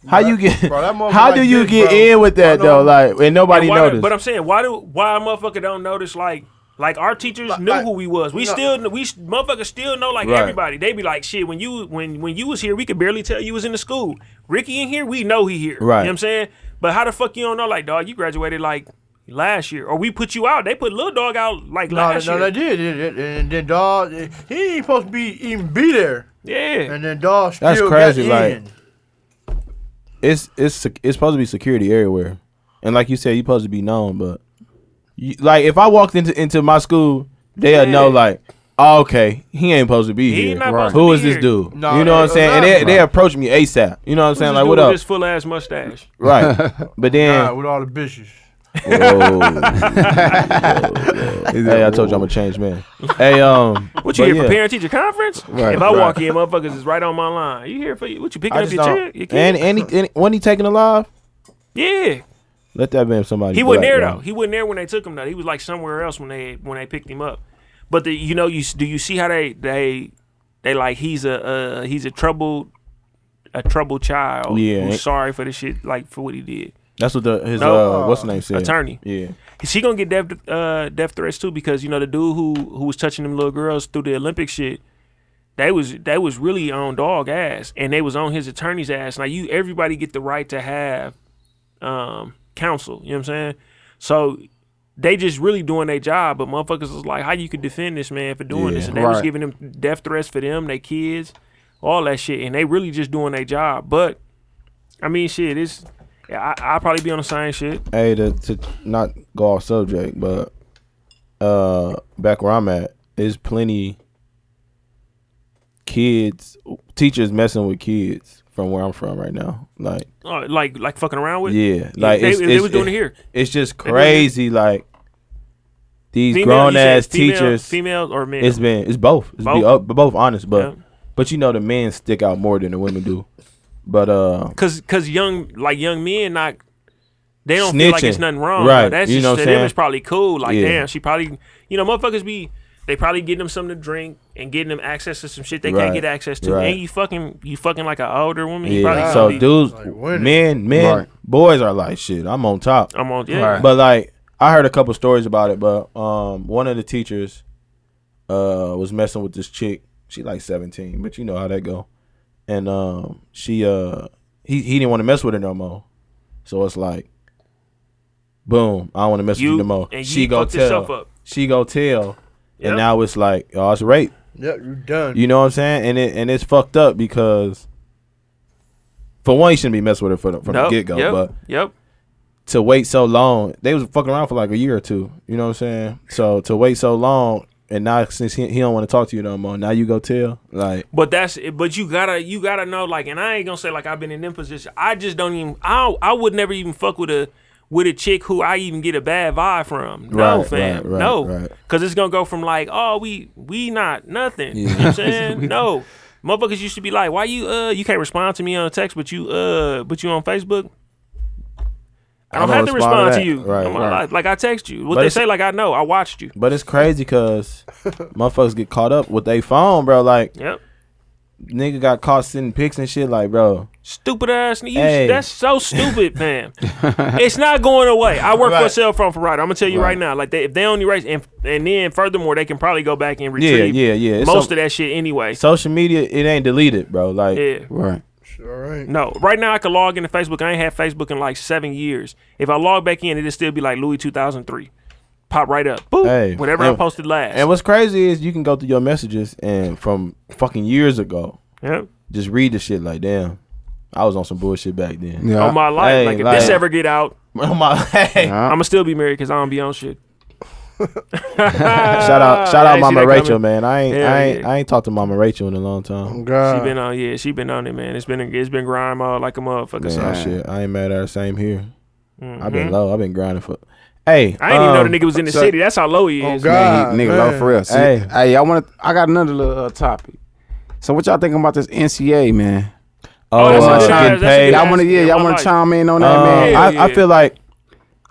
Speaker 8: how you get?
Speaker 7: bro, that motherfucker
Speaker 8: how do
Speaker 7: like
Speaker 8: you
Speaker 7: this,
Speaker 8: get
Speaker 7: bro.
Speaker 8: in with that
Speaker 7: I know.
Speaker 8: though? Like, and nobody
Speaker 2: And why-
Speaker 8: noticed.
Speaker 2: But I'm saying, why do why a motherfucker don't notice like like our teachers knew
Speaker 7: like-
Speaker 2: who we was. We
Speaker 7: No.
Speaker 2: still kn- we s- motherfuckers still know like
Speaker 8: Right.
Speaker 2: everybody. They be like shit when you when when you was here, we could barely tell you was in the school. Ricky in here, we know he here. You know
Speaker 8: Right.
Speaker 2: what I'm saying? But how the fuck you don't know like dog, you graduated like last year or we put you out. They put little dog out like
Speaker 7: no,
Speaker 2: last
Speaker 7: no,
Speaker 2: year.
Speaker 7: they did. It, it, and then dog, he ain't supposed to be even be there.
Speaker 2: yeah.
Speaker 7: And then dog still
Speaker 8: That's crazy,
Speaker 7: got
Speaker 8: like-
Speaker 7: in.
Speaker 8: it's it's sec- it's supposed to be security everywhere, and like you said, you supposed to be known. But you, like, if I walked into into my school, they'll know like, oh, okay, he ain't supposed to be
Speaker 2: He
Speaker 8: here.
Speaker 2: not supposed to
Speaker 8: Who
Speaker 2: be
Speaker 8: is this
Speaker 2: here.
Speaker 8: dude?
Speaker 7: No,
Speaker 8: you know
Speaker 7: no,
Speaker 8: what I'm saying? And they, they approach me ASAP. You know what I'm saying? Like, what up?
Speaker 2: This full ass mustache.
Speaker 8: Right. But
Speaker 7: Nah,
Speaker 8: then,
Speaker 7: with all the bitches.
Speaker 8: Whoa. hey, I told you I'm a changed man. Hey, um,
Speaker 2: What you
Speaker 8: but
Speaker 2: here
Speaker 8: yeah.
Speaker 2: for parent teacher conference?
Speaker 8: Right,
Speaker 2: if I
Speaker 8: right.
Speaker 2: walk in, motherfuckers is right on my line. You here for what you picking
Speaker 8: I
Speaker 2: up
Speaker 8: just
Speaker 2: your
Speaker 8: don't.
Speaker 2: chick? Your kid?
Speaker 8: and and, he, and when he taken alive,
Speaker 2: yeah.
Speaker 8: let that be somebody.
Speaker 2: He wasn't
Speaker 8: black,
Speaker 2: there
Speaker 8: bro.
Speaker 2: though. He wasn't there when they took him though. He was like somewhere else when they when they picked him up. But the you know you s- do you see how they they they like he's a uh, he's a troubled a troubled child.
Speaker 8: Yeah.
Speaker 2: who's sorry for the shit like for what he did.
Speaker 8: That's what the his
Speaker 2: No.
Speaker 8: uh, what's the name said.
Speaker 2: Attorney.
Speaker 8: Yeah.
Speaker 2: Is he gonna get death uh, death threats too? Because you know the dude who who was touching them little girls through the Olympic shit. They was they was really on dog ass, and they was on his attorney's ass. Now you everybody get the right to have um, counsel. You know what I'm saying? So they just really doing their job, but motherfuckers was like, how you could defend this man for doing this?
Speaker 8: Yeah,
Speaker 2: And they was
Speaker 5: right.
Speaker 2: giving them death threats for them, their kids, all that shit, and they really just doing their job. But I mean, shit, it's I I probably be on the same shit.
Speaker 8: Hey, to, to not go off subject, but uh, back where I'm at, there's plenty kids, teachers messing with kids from where I'm from right now. Like,
Speaker 2: Uh, like like fucking around with.
Speaker 8: yeah, like
Speaker 2: they,
Speaker 8: it's,
Speaker 2: they
Speaker 8: it's-
Speaker 2: was doing it here.
Speaker 8: It's just
Speaker 2: doing it here.
Speaker 8: crazy, like these
Speaker 2: Female-
Speaker 8: grown
Speaker 2: you said
Speaker 8: ass
Speaker 2: female-
Speaker 8: teachers.
Speaker 2: females or men.
Speaker 8: It's been it's both. It's both,
Speaker 2: Both?
Speaker 8: be, uh, both honest, but
Speaker 2: Yeah.
Speaker 8: but you know the men stick out more than the women do. But uh,
Speaker 2: cause cause young like young men not they don't feel like it's
Speaker 8: Snitching.
Speaker 2: nothing wrong.
Speaker 8: Right.
Speaker 2: That's
Speaker 8: You
Speaker 2: just
Speaker 8: know what
Speaker 2: to
Speaker 8: I'm
Speaker 2: them
Speaker 8: saying?
Speaker 2: it's probably cool. Like
Speaker 8: Yeah.
Speaker 2: damn, she probably you know motherfuckers be they probably getting them something to drink and getting them access to some shit they
Speaker 8: Right.
Speaker 2: can't get access to.
Speaker 8: Right.
Speaker 2: And you fucking you fucking like an older woman. You probably gonna
Speaker 8: yeah, so
Speaker 2: be-
Speaker 8: dudes,
Speaker 7: winning.
Speaker 8: men, men,
Speaker 5: Right.
Speaker 8: boys are like shit. I'm on top.
Speaker 2: I'm on yeah.
Speaker 5: Right.
Speaker 8: But like I heard a couple stories about it, but um one of the teachers uh was messing with this chick. She like 17, but you know how that go. And um she uh he he didn't want to mess with her no more. So it's like boom, I don't want to mess
Speaker 2: You-
Speaker 8: with you no more.
Speaker 2: and you
Speaker 8: She go
Speaker 2: fucked yourself
Speaker 8: tell.
Speaker 2: up.
Speaker 8: She go tell.
Speaker 2: Yep.
Speaker 8: And now it's like, oh, it's rape.
Speaker 7: Yep, you done.
Speaker 8: You know what I'm saying? And it and it's fucked up because for one, you shouldn't be messing with her for the, from
Speaker 2: Nope.
Speaker 8: the get go.
Speaker 2: Yep.
Speaker 8: But
Speaker 2: yep.
Speaker 8: to wait so long. They was fucking around for like a year or two. You know what I'm saying? So to wait so long and now since he, he don't want to talk to you no more, now you go tell like
Speaker 2: But that's but you gotta you gotta know like and I ain't gonna say like I've been in them position. I just don't even I don't- I would never even fuck with a with a chick who I even get a bad vibe from. No
Speaker 8: Right,
Speaker 2: fam.
Speaker 8: right, right,
Speaker 2: no.
Speaker 8: right.
Speaker 2: Cause it's gonna go from like, oh we we not nothing. You know what I'm saying? no. Motherfuckers used to be like, why you uh you can't respond to me on text but you uh but you on Facebook? I don't, have to respond to, you.
Speaker 8: Right.
Speaker 2: I'm- I-
Speaker 8: right.
Speaker 2: Like I text you. What
Speaker 8: But
Speaker 2: they
Speaker 8: it's-
Speaker 2: say, like I know, I watched you.
Speaker 8: But it's crazy because motherfuckers get caught up with they phone, bro. Like
Speaker 2: Yep.
Speaker 8: nigga got caught sending pics and shit. Like, bro,
Speaker 2: Stupid ass nigga. You-
Speaker 8: Hey.
Speaker 2: That's so stupid, man. it's not going away. I work for a
Speaker 8: Right.
Speaker 2: cell phone provider. I'm gonna tell you right, now. Like they, if they only erase and and then furthermore, they can probably go back and
Speaker 8: yeah,
Speaker 2: retrieve
Speaker 8: yeah, yeah. It's
Speaker 2: most
Speaker 8: so-
Speaker 2: of that shit anyway.
Speaker 8: social media, it ain't deleted, bro. Like,
Speaker 2: yeah.
Speaker 5: Right.
Speaker 2: No, right now I can log into Facebook. I ain't had Facebook in like seven years. If I log back in, it'll still be like Louis 2003. Pop right up. Boop.
Speaker 8: Hey,
Speaker 2: Whatever I
Speaker 8: and-
Speaker 2: posted last.
Speaker 8: and what's crazy is you can go through your messages and from fucking years ago,
Speaker 2: Yep.
Speaker 8: just read the shit. Like, damn, I was on some bullshit back then.
Speaker 5: Yeah.
Speaker 2: on my life.
Speaker 8: Uh, Hey,
Speaker 2: like, if
Speaker 8: like-
Speaker 2: this ever get out,
Speaker 8: Oh my, hey.
Speaker 5: Huh?
Speaker 2: I'm going to still be married because I don't be on shit.
Speaker 8: Shout out, shout
Speaker 2: I ain't
Speaker 8: out,
Speaker 2: see
Speaker 8: Mama
Speaker 2: that
Speaker 8: Rachel,
Speaker 2: coming.
Speaker 8: man. I ain't,
Speaker 2: Hell
Speaker 8: I ain't,
Speaker 2: yeah.
Speaker 8: I ain't talked to Mama Rachel in a long time.
Speaker 7: God.
Speaker 2: She been on, yeah, she been on it, man. It's been it's been grind mode like a motherfucker.
Speaker 8: Man,
Speaker 2: so.
Speaker 8: shit, I ain't mad at her. Same here. I've been low. I've been grinding for. Hey,
Speaker 2: Mm-hmm. I didn't even know the
Speaker 8: um,
Speaker 2: nigga was in the
Speaker 8: so-
Speaker 2: city. That's how low he
Speaker 7: Oh,
Speaker 2: is.
Speaker 7: God.
Speaker 5: Man, he- nigga, love
Speaker 7: man.
Speaker 5: for real. See,
Speaker 8: Hey.
Speaker 5: hey. I want to. I got another little uh, topic. So what y'all thinking about this NCA man?
Speaker 8: Oh,
Speaker 2: that's
Speaker 8: uh,
Speaker 2: a good-
Speaker 8: getting
Speaker 2: that's a
Speaker 8: paid.
Speaker 2: good-
Speaker 5: Y'all want to? Yeah,
Speaker 2: yeah,
Speaker 5: y'all
Speaker 2: my
Speaker 5: want
Speaker 2: life.
Speaker 5: to chime in on that,
Speaker 8: Um,
Speaker 5: man?
Speaker 8: I,
Speaker 2: yeah.
Speaker 8: I feel like,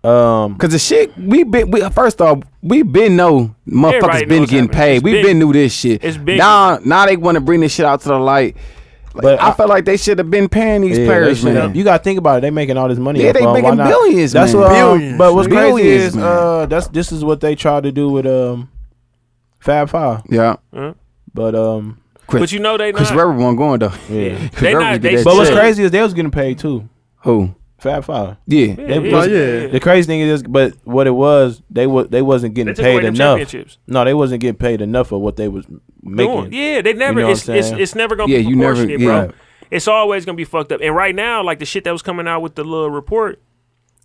Speaker 8: um,
Speaker 5: Cause the shit we been we, first off we been know
Speaker 2: Everybody
Speaker 5: motherfuckers been
Speaker 2: knows
Speaker 5: getting
Speaker 2: that, man.
Speaker 5: paid.
Speaker 2: It's
Speaker 5: we
Speaker 2: big.
Speaker 5: been knew this shit.
Speaker 2: It's big.
Speaker 5: Now now they want to bring this shit out to the light. Like,
Speaker 8: But
Speaker 5: I,
Speaker 8: Uh, I-
Speaker 5: felt like they should have been paying these
Speaker 8: yeah,
Speaker 5: players,
Speaker 8: they should-
Speaker 5: man.
Speaker 8: You gotta think about it. They making all this money.
Speaker 5: Yeah,
Speaker 8: up
Speaker 5: they
Speaker 8: front. Why
Speaker 5: making
Speaker 8: not?
Speaker 5: billions,
Speaker 8: That's
Speaker 5: man.
Speaker 8: what. um,
Speaker 7: Billions,
Speaker 8: but what's
Speaker 5: man.
Speaker 8: crazy
Speaker 5: Billions,
Speaker 8: is,
Speaker 5: man.
Speaker 8: uh, that's this is what they tried to do with um, Fab Five.
Speaker 5: yeah,
Speaker 8: But um,
Speaker 2: But you know they not.
Speaker 5: Chris Webber won't going though.
Speaker 8: yeah.
Speaker 5: Chris
Speaker 2: They
Speaker 5: Webber
Speaker 2: not-
Speaker 5: get
Speaker 2: they
Speaker 5: that
Speaker 8: But what's
Speaker 5: check.
Speaker 8: crazy is they was getting paid too.
Speaker 5: Who?
Speaker 8: Fab Five.
Speaker 5: Yeah,
Speaker 2: Yeah,
Speaker 8: They
Speaker 2: yeah,
Speaker 8: was-
Speaker 2: yeah.
Speaker 8: The crazy thing is, but what it was, they was they wasn't
Speaker 2: They
Speaker 8: getting
Speaker 2: took away
Speaker 8: paid
Speaker 2: them
Speaker 8: enough.
Speaker 2: championships.
Speaker 8: No, they wasn't getting paid enough for what they was making.
Speaker 2: doing. Yeah, they never.
Speaker 8: know what
Speaker 2: it's,
Speaker 8: I'm
Speaker 2: it's
Speaker 8: saying?
Speaker 2: it's never gonna
Speaker 5: Yeah,
Speaker 2: be
Speaker 5: you never-
Speaker 2: proportionate,
Speaker 5: yeah.
Speaker 2: bro. It's always gonna be fucked up. And right now, like the shit that was coming out with the little report,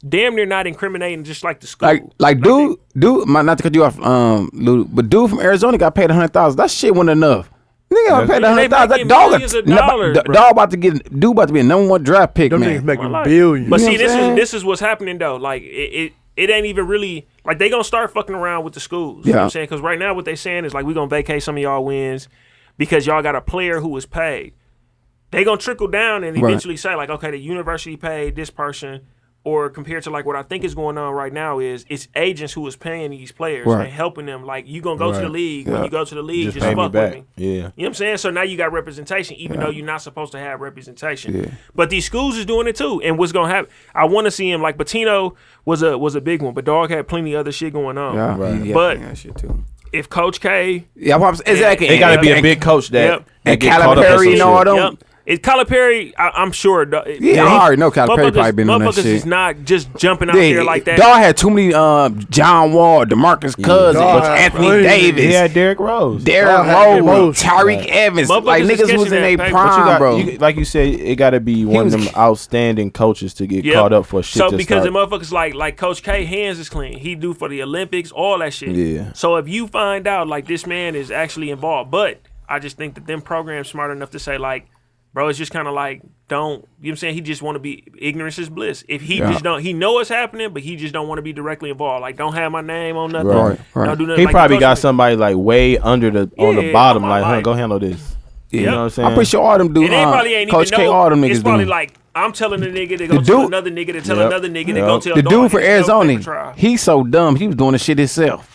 Speaker 2: damn near not incriminating, just like the school.
Speaker 5: Like, like, dude, dude, my, not to cut you off, um, Lou, but dude from Arizona got paid a hundred thousand. That shit wasn't enough. Nigga got paid a
Speaker 2: They
Speaker 5: hundred thousand.
Speaker 2: making
Speaker 5: That dog,
Speaker 2: millions of dollars,
Speaker 5: d-
Speaker 2: bro.
Speaker 5: dog about to get, dude about to be a number one draft pick,
Speaker 7: Them niggas
Speaker 5: man.
Speaker 7: making
Speaker 2: My life.
Speaker 7: billions.
Speaker 2: But
Speaker 5: You know
Speaker 2: see,
Speaker 5: what I'm
Speaker 2: this
Speaker 5: saying?
Speaker 2: is this is what's happening though. Like it, it, it ain't even really like they gonna start fucking around with the schools. You know what
Speaker 5: Yeah.
Speaker 2: I'm saying because right now what they saying is like we gonna vacate some of y'all wins because y'all got a player who was paid. They gonna trickle down and
Speaker 5: Right.
Speaker 2: eventually say like, okay, the university paid this person. Or compared to like what I think is going on right now is it's agents who is paying these players
Speaker 5: Right.
Speaker 2: and helping them. Like you gonna go to the
Speaker 8: Right.
Speaker 2: league
Speaker 5: Yeah.
Speaker 2: when you go to the league, just,
Speaker 8: Just pay me
Speaker 2: fuck with
Speaker 8: back.
Speaker 2: me.
Speaker 8: Yeah.
Speaker 2: You know what I'm saying? So now you got representation, even though you're not supposed to have representation. But these schools is doing it too. And what's gonna happen? I want to see him like Patino was a was a big one, but Dog had plenty other shit going on.
Speaker 5: Yeah,
Speaker 8: Right.
Speaker 5: yeah,
Speaker 2: But-
Speaker 5: yeah, shit too.
Speaker 2: If Coach K,
Speaker 5: Yeah, what I'm saying- exactly.
Speaker 8: It got to be a
Speaker 5: And-
Speaker 8: big coach that
Speaker 2: Yep.
Speaker 8: that
Speaker 5: And
Speaker 8: get
Speaker 5: Calipari
Speaker 8: caught up in some
Speaker 5: and
Speaker 8: shit.
Speaker 5: all them.
Speaker 2: yep, it Calipari, I, I'm sure. do- it-
Speaker 5: Yeah, I already know Calipari
Speaker 2: motherfuckers-
Speaker 5: probably been on that
Speaker 2: motherfuckers
Speaker 5: shit.
Speaker 2: is not just jumping out
Speaker 5: They-
Speaker 2: there like that.
Speaker 5: Dog had too many um, John Wall, Demarcus Cousins,
Speaker 7: Dog had
Speaker 5: Anthony
Speaker 7: plenty.
Speaker 5: Davis,
Speaker 8: He had Derrick Rose.
Speaker 5: Derrick
Speaker 7: had
Speaker 5: Rose,
Speaker 7: Rose.
Speaker 5: Tyreek Evans.
Speaker 2: Motherfuckers
Speaker 5: Like
Speaker 2: is
Speaker 5: niggas
Speaker 2: catching
Speaker 5: was
Speaker 2: that
Speaker 5: in their
Speaker 2: paper.
Speaker 5: prime,
Speaker 8: But you got-
Speaker 5: bro.
Speaker 8: you- like you said, it got to be one
Speaker 5: was-
Speaker 8: of them outstanding coaches to get
Speaker 2: Yep.
Speaker 8: caught up for shit.
Speaker 2: So
Speaker 8: to
Speaker 2: because
Speaker 8: start.
Speaker 2: the motherfuckers like like Coach K hands is clean. He do for the Olympics, all that shit.
Speaker 8: Yeah.
Speaker 2: So if you find out like this man is actually involved, but I just think that them programs smart enough to say like, bro, it's just kind of like don't you know what I'm saying? He just want to be ignorance is bliss. If he
Speaker 5: Yeah.
Speaker 2: just don't, he know it's happening, but he just don't want to be directly involved. Like don't have my name on nothing.
Speaker 8: Right,
Speaker 5: right.
Speaker 2: Don't do nothing.
Speaker 8: he
Speaker 2: like the
Speaker 8: probably
Speaker 2: coach
Speaker 8: got
Speaker 2: said.
Speaker 8: somebody like way under the on
Speaker 2: Yeah,
Speaker 8: the bottom.
Speaker 2: my
Speaker 8: Like, huh,
Speaker 2: life.
Speaker 8: go handle this. You
Speaker 5: Yeah.
Speaker 8: know what I'm saying?
Speaker 5: I'm pretty sure all them dudes.
Speaker 2: And they
Speaker 5: uh,
Speaker 2: probably ain't
Speaker 5: Coach
Speaker 2: even
Speaker 5: K,
Speaker 2: know.
Speaker 5: all them niggas
Speaker 2: it's probably
Speaker 5: doing.
Speaker 2: like I'm telling the nigga to go
Speaker 5: The
Speaker 2: tell
Speaker 5: dude-
Speaker 2: another nigga to tell
Speaker 8: Yep.
Speaker 2: another nigga to
Speaker 8: Yep.
Speaker 2: go tell
Speaker 5: the
Speaker 2: dog,
Speaker 5: dude for
Speaker 2: it's no paper
Speaker 5: Arizona,
Speaker 2: trial.
Speaker 5: he's so dumb. He was doing the shit himself.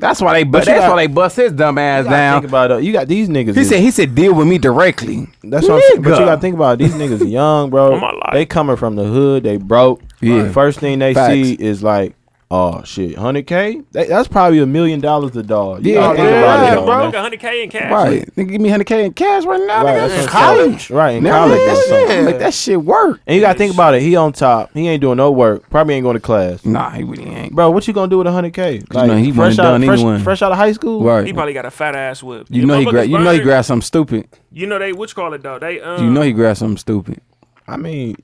Speaker 5: That's why they. But
Speaker 8: you
Speaker 5: that's
Speaker 8: got-
Speaker 5: why they bust his dumb ass
Speaker 8: You gotta think
Speaker 5: down.
Speaker 8: about it. You got these niggas.
Speaker 5: He
Speaker 8: is-
Speaker 5: said. He said, deal with me directly.
Speaker 8: That's what I'm saying. But you
Speaker 5: Nigga.
Speaker 8: gotta think about it. These niggas young, bro.
Speaker 2: On my life.
Speaker 8: They coming from the hood. They broke.
Speaker 5: Yeah.
Speaker 8: First thing they
Speaker 5: Facts.
Speaker 8: see is like, oh shit, hundred k. That's probably a million dollars a dog. You
Speaker 5: Yeah,
Speaker 8: gotta think
Speaker 5: yeah,
Speaker 8: about it,
Speaker 5: yeah,
Speaker 8: though,
Speaker 5: bro.
Speaker 8: man.
Speaker 2: Like 100k in cash.
Speaker 5: Right. Nigga, give me 100K in cash right now,
Speaker 8: Right,
Speaker 5: nigga.
Speaker 8: that's
Speaker 5: That's
Speaker 8: what I'm saying.
Speaker 5: college.
Speaker 8: Right, in
Speaker 5: Nigga,
Speaker 8: college,
Speaker 5: yeah,
Speaker 8: that's something.
Speaker 5: yeah. Make that shit work.
Speaker 8: And you gotta think about it. He on top. He ain't doing no work. Probably ain't going to class.
Speaker 5: Nah, he really ain't.
Speaker 8: Bro, what you gonna do with hundred k?
Speaker 5: know he
Speaker 8: fresh
Speaker 5: wasn't
Speaker 8: out,
Speaker 5: done
Speaker 8: fresh,
Speaker 5: anyway.
Speaker 8: fresh out of high school.
Speaker 5: Right.
Speaker 2: He probably got a fat ass whip.
Speaker 5: You know he
Speaker 2: Motherfuckers
Speaker 5: gra- You know he
Speaker 2: burn-
Speaker 5: grabbed something stupid.
Speaker 2: You know they what you call it though. They um,
Speaker 5: You know he grabbed something stupid.
Speaker 8: I mean,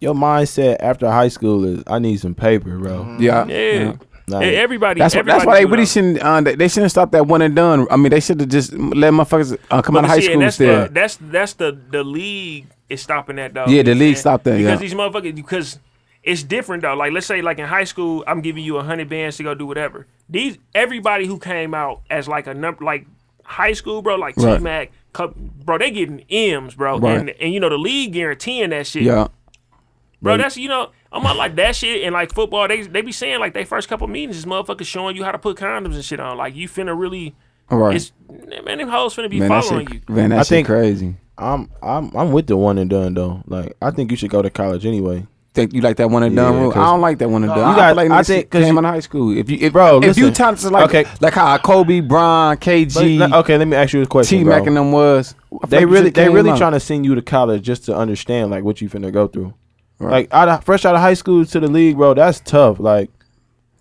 Speaker 8: your mindset after high school is I need some paper, bro.
Speaker 5: Yeah.
Speaker 2: Mm-hmm. yeah.
Speaker 8: Like,
Speaker 2: Hey, everybody.
Speaker 5: That's what,
Speaker 2: everybody
Speaker 5: that's why they
Speaker 2: do
Speaker 5: really
Speaker 2: that.
Speaker 5: shouldn't. Uh, they, they shouldn't stop that one and done. I mean, they should have just let motherfuckers uh, come out
Speaker 2: But
Speaker 5: of high
Speaker 2: see, and
Speaker 5: school
Speaker 2: that's
Speaker 5: instead.
Speaker 2: The, that's that's the the league is stopping that though.
Speaker 5: Yeah,
Speaker 2: You
Speaker 5: the
Speaker 2: know
Speaker 5: league
Speaker 2: what I'm
Speaker 5: stopped that,
Speaker 2: saying?
Speaker 5: yeah.
Speaker 2: because these motherfuckers because it's different though. Like let's say like in high school, I'm giving you a hundred bands to go do whatever. These everybody who came out as like a number like high school bro, like
Speaker 5: Right.
Speaker 2: T Mac, bro, they getting M's bro,
Speaker 5: Right.
Speaker 2: and and you know the league guaranteeing that shit.
Speaker 5: yeah.
Speaker 2: Bro, that's you know, I'm not like that shit and like football, they they be saying like they first couple meetings is motherfuckers showing you how to put condoms and shit on. Like you finna really
Speaker 5: Right.
Speaker 2: it's man, them hoes finna be
Speaker 5: man, that
Speaker 2: following
Speaker 5: shit,
Speaker 2: you.
Speaker 5: man, that
Speaker 8: I
Speaker 5: shit
Speaker 8: think-
Speaker 5: crazy.
Speaker 8: I'm I'm I'm with the one and done though. Like I think you should go to college anyway.
Speaker 5: Think you like that one and done
Speaker 8: Yeah,
Speaker 5: rule? I
Speaker 8: 'cause-
Speaker 5: don't like that one and done.
Speaker 8: you
Speaker 5: I
Speaker 8: got-
Speaker 5: like
Speaker 8: I
Speaker 5: niggas
Speaker 8: think- 'cause
Speaker 5: came
Speaker 8: you-
Speaker 5: out of high school. If you, if,
Speaker 8: Bro,
Speaker 5: if you
Speaker 8: listen.
Speaker 5: talk to like,
Speaker 8: Okay.
Speaker 5: like how Kobe, Bron,
Speaker 8: But,
Speaker 5: KG,
Speaker 8: le- okay, let me ask you a question.
Speaker 5: T
Speaker 8: bro.
Speaker 5: Mac and them was.
Speaker 8: they really they really trying to send you to college just to understand like what you finna go through. Like out of, fresh out of high school to the league, bro, that's tough. Like,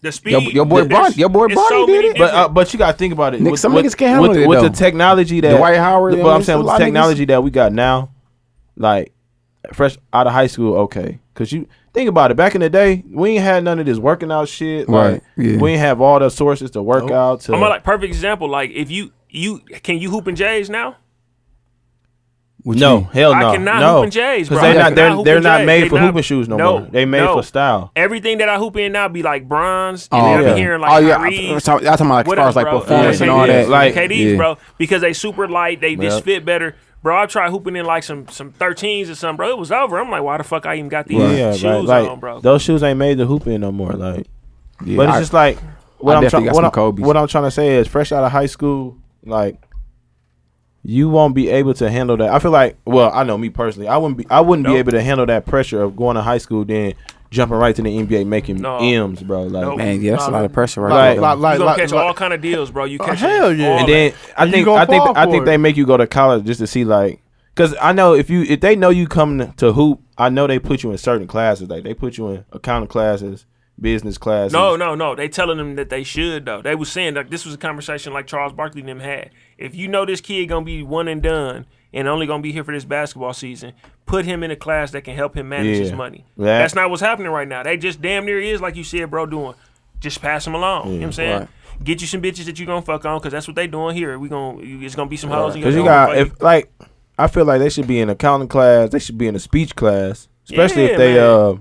Speaker 2: The speed
Speaker 5: Your- your boy
Speaker 2: there's-
Speaker 5: Bron- your boy
Speaker 2: it's
Speaker 5: Bronny
Speaker 2: so
Speaker 5: did
Speaker 2: many
Speaker 5: it.
Speaker 8: but uh,
Speaker 2: different-
Speaker 8: but you gotta think about it.
Speaker 5: Nigga, some niggas can't
Speaker 8: with,
Speaker 5: handle it,
Speaker 8: with the
Speaker 5: though.
Speaker 8: technology that
Speaker 5: Dwight Howard,
Speaker 8: But
Speaker 5: I mean,
Speaker 8: I'm saying with
Speaker 5: it's a
Speaker 8: the
Speaker 5: lot of
Speaker 8: technology that we got now, like fresh out of high school, okay. Cause you think about it, back in the day, we ain't had none of this working out shit. Like,
Speaker 5: Right, yeah.
Speaker 8: We ain't have all the sources to work out. To
Speaker 5: uh,
Speaker 2: I'm like perfect example. Like if you you can you hoop in J's now?
Speaker 8: no, hell no,
Speaker 2: I cannot
Speaker 8: no.
Speaker 2: hoop in J's, bro.
Speaker 8: they're
Speaker 2: I
Speaker 8: not
Speaker 2: cannot
Speaker 8: they're,
Speaker 2: hoop
Speaker 8: they're
Speaker 2: in
Speaker 8: not
Speaker 2: J's.
Speaker 8: made
Speaker 2: They
Speaker 8: for
Speaker 2: not-
Speaker 8: hooping shoes no,
Speaker 2: no,
Speaker 8: more. They made
Speaker 2: no.
Speaker 8: for style.
Speaker 2: Everything that I hoop in now be like bronze, and
Speaker 5: Oh,
Speaker 2: then I
Speaker 8: yeah.
Speaker 2: be hearing
Speaker 5: oh
Speaker 2: like
Speaker 5: yeah,
Speaker 2: Kyrie.
Speaker 5: I- I'm talking, I'm talking about like, as
Speaker 2: What
Speaker 5: far
Speaker 2: up,
Speaker 5: as like
Speaker 2: bro?
Speaker 5: performance
Speaker 8: Yeah,
Speaker 5: and all
Speaker 8: yeah,
Speaker 5: that.
Speaker 8: like-
Speaker 2: KD's,
Speaker 5: yeah.
Speaker 2: bro, because they super light, they just
Speaker 8: Yep.
Speaker 2: fit better. Bro, I tried hooping in like some some 13s or something, bro. It was over. I'm like, why the fuck I even got these
Speaker 8: Yeah,
Speaker 2: shoes
Speaker 8: right. Like
Speaker 2: on, bro?
Speaker 8: those shoes ain't made to hoop in no more. Like,
Speaker 5: Yeah,
Speaker 8: but it's
Speaker 5: I-
Speaker 8: just like what
Speaker 5: I
Speaker 8: I'm
Speaker 5: definitely
Speaker 8: trying. What,
Speaker 5: got some
Speaker 8: I'm-
Speaker 5: Kobe's.
Speaker 8: what I'm trying to say is, fresh out of high school, like you won't be able to handle that. I feel like, well, I know me personally, I wouldn't be, I wouldn't be
Speaker 2: Nope.
Speaker 8: able to handle that pressure of going to high school then jumping right to the NBA making
Speaker 2: No.
Speaker 8: M's, bro. Like,
Speaker 2: Nope.
Speaker 5: man, yeah, that's a lot of pressure
Speaker 8: Like-
Speaker 5: right there.
Speaker 8: like-
Speaker 2: you gonna catch all kind of deals, bro. You catch
Speaker 7: hell yeah.
Speaker 2: all
Speaker 8: and then I
Speaker 7: You
Speaker 8: think
Speaker 7: gonna
Speaker 8: I think
Speaker 7: fall
Speaker 8: I
Speaker 7: for
Speaker 8: think
Speaker 7: it.
Speaker 8: they make you go to college just to see like because I know if you if they know you come to hoop, I know they put you in certain classes. Like they put you in accounting classes, business classes.
Speaker 2: No, no, no. They telling them that they should though. They was saying like this was a conversation like Charles Barkley and them had. If you know this kid gonna be one and done and only gonna be here for this basketball season, put him in a class that can help him manage his
Speaker 8: Yeah.
Speaker 2: money.
Speaker 8: That-
Speaker 2: That's not what's happening right now. They just damn near is like you said, bro. Doing just pass him along. you know what I'm saying.
Speaker 5: right.
Speaker 2: Get you some bitches that you gonna fuck on, cause that's what they doing here. We gonna you- it's gonna be some hoes. and
Speaker 8: Because you
Speaker 2: gonna
Speaker 8: got
Speaker 2: fuck you.
Speaker 8: if like I feel like they should be in accounting class. They should be in a speech class, especially
Speaker 2: Yeah,
Speaker 8: if they
Speaker 2: man.
Speaker 8: uh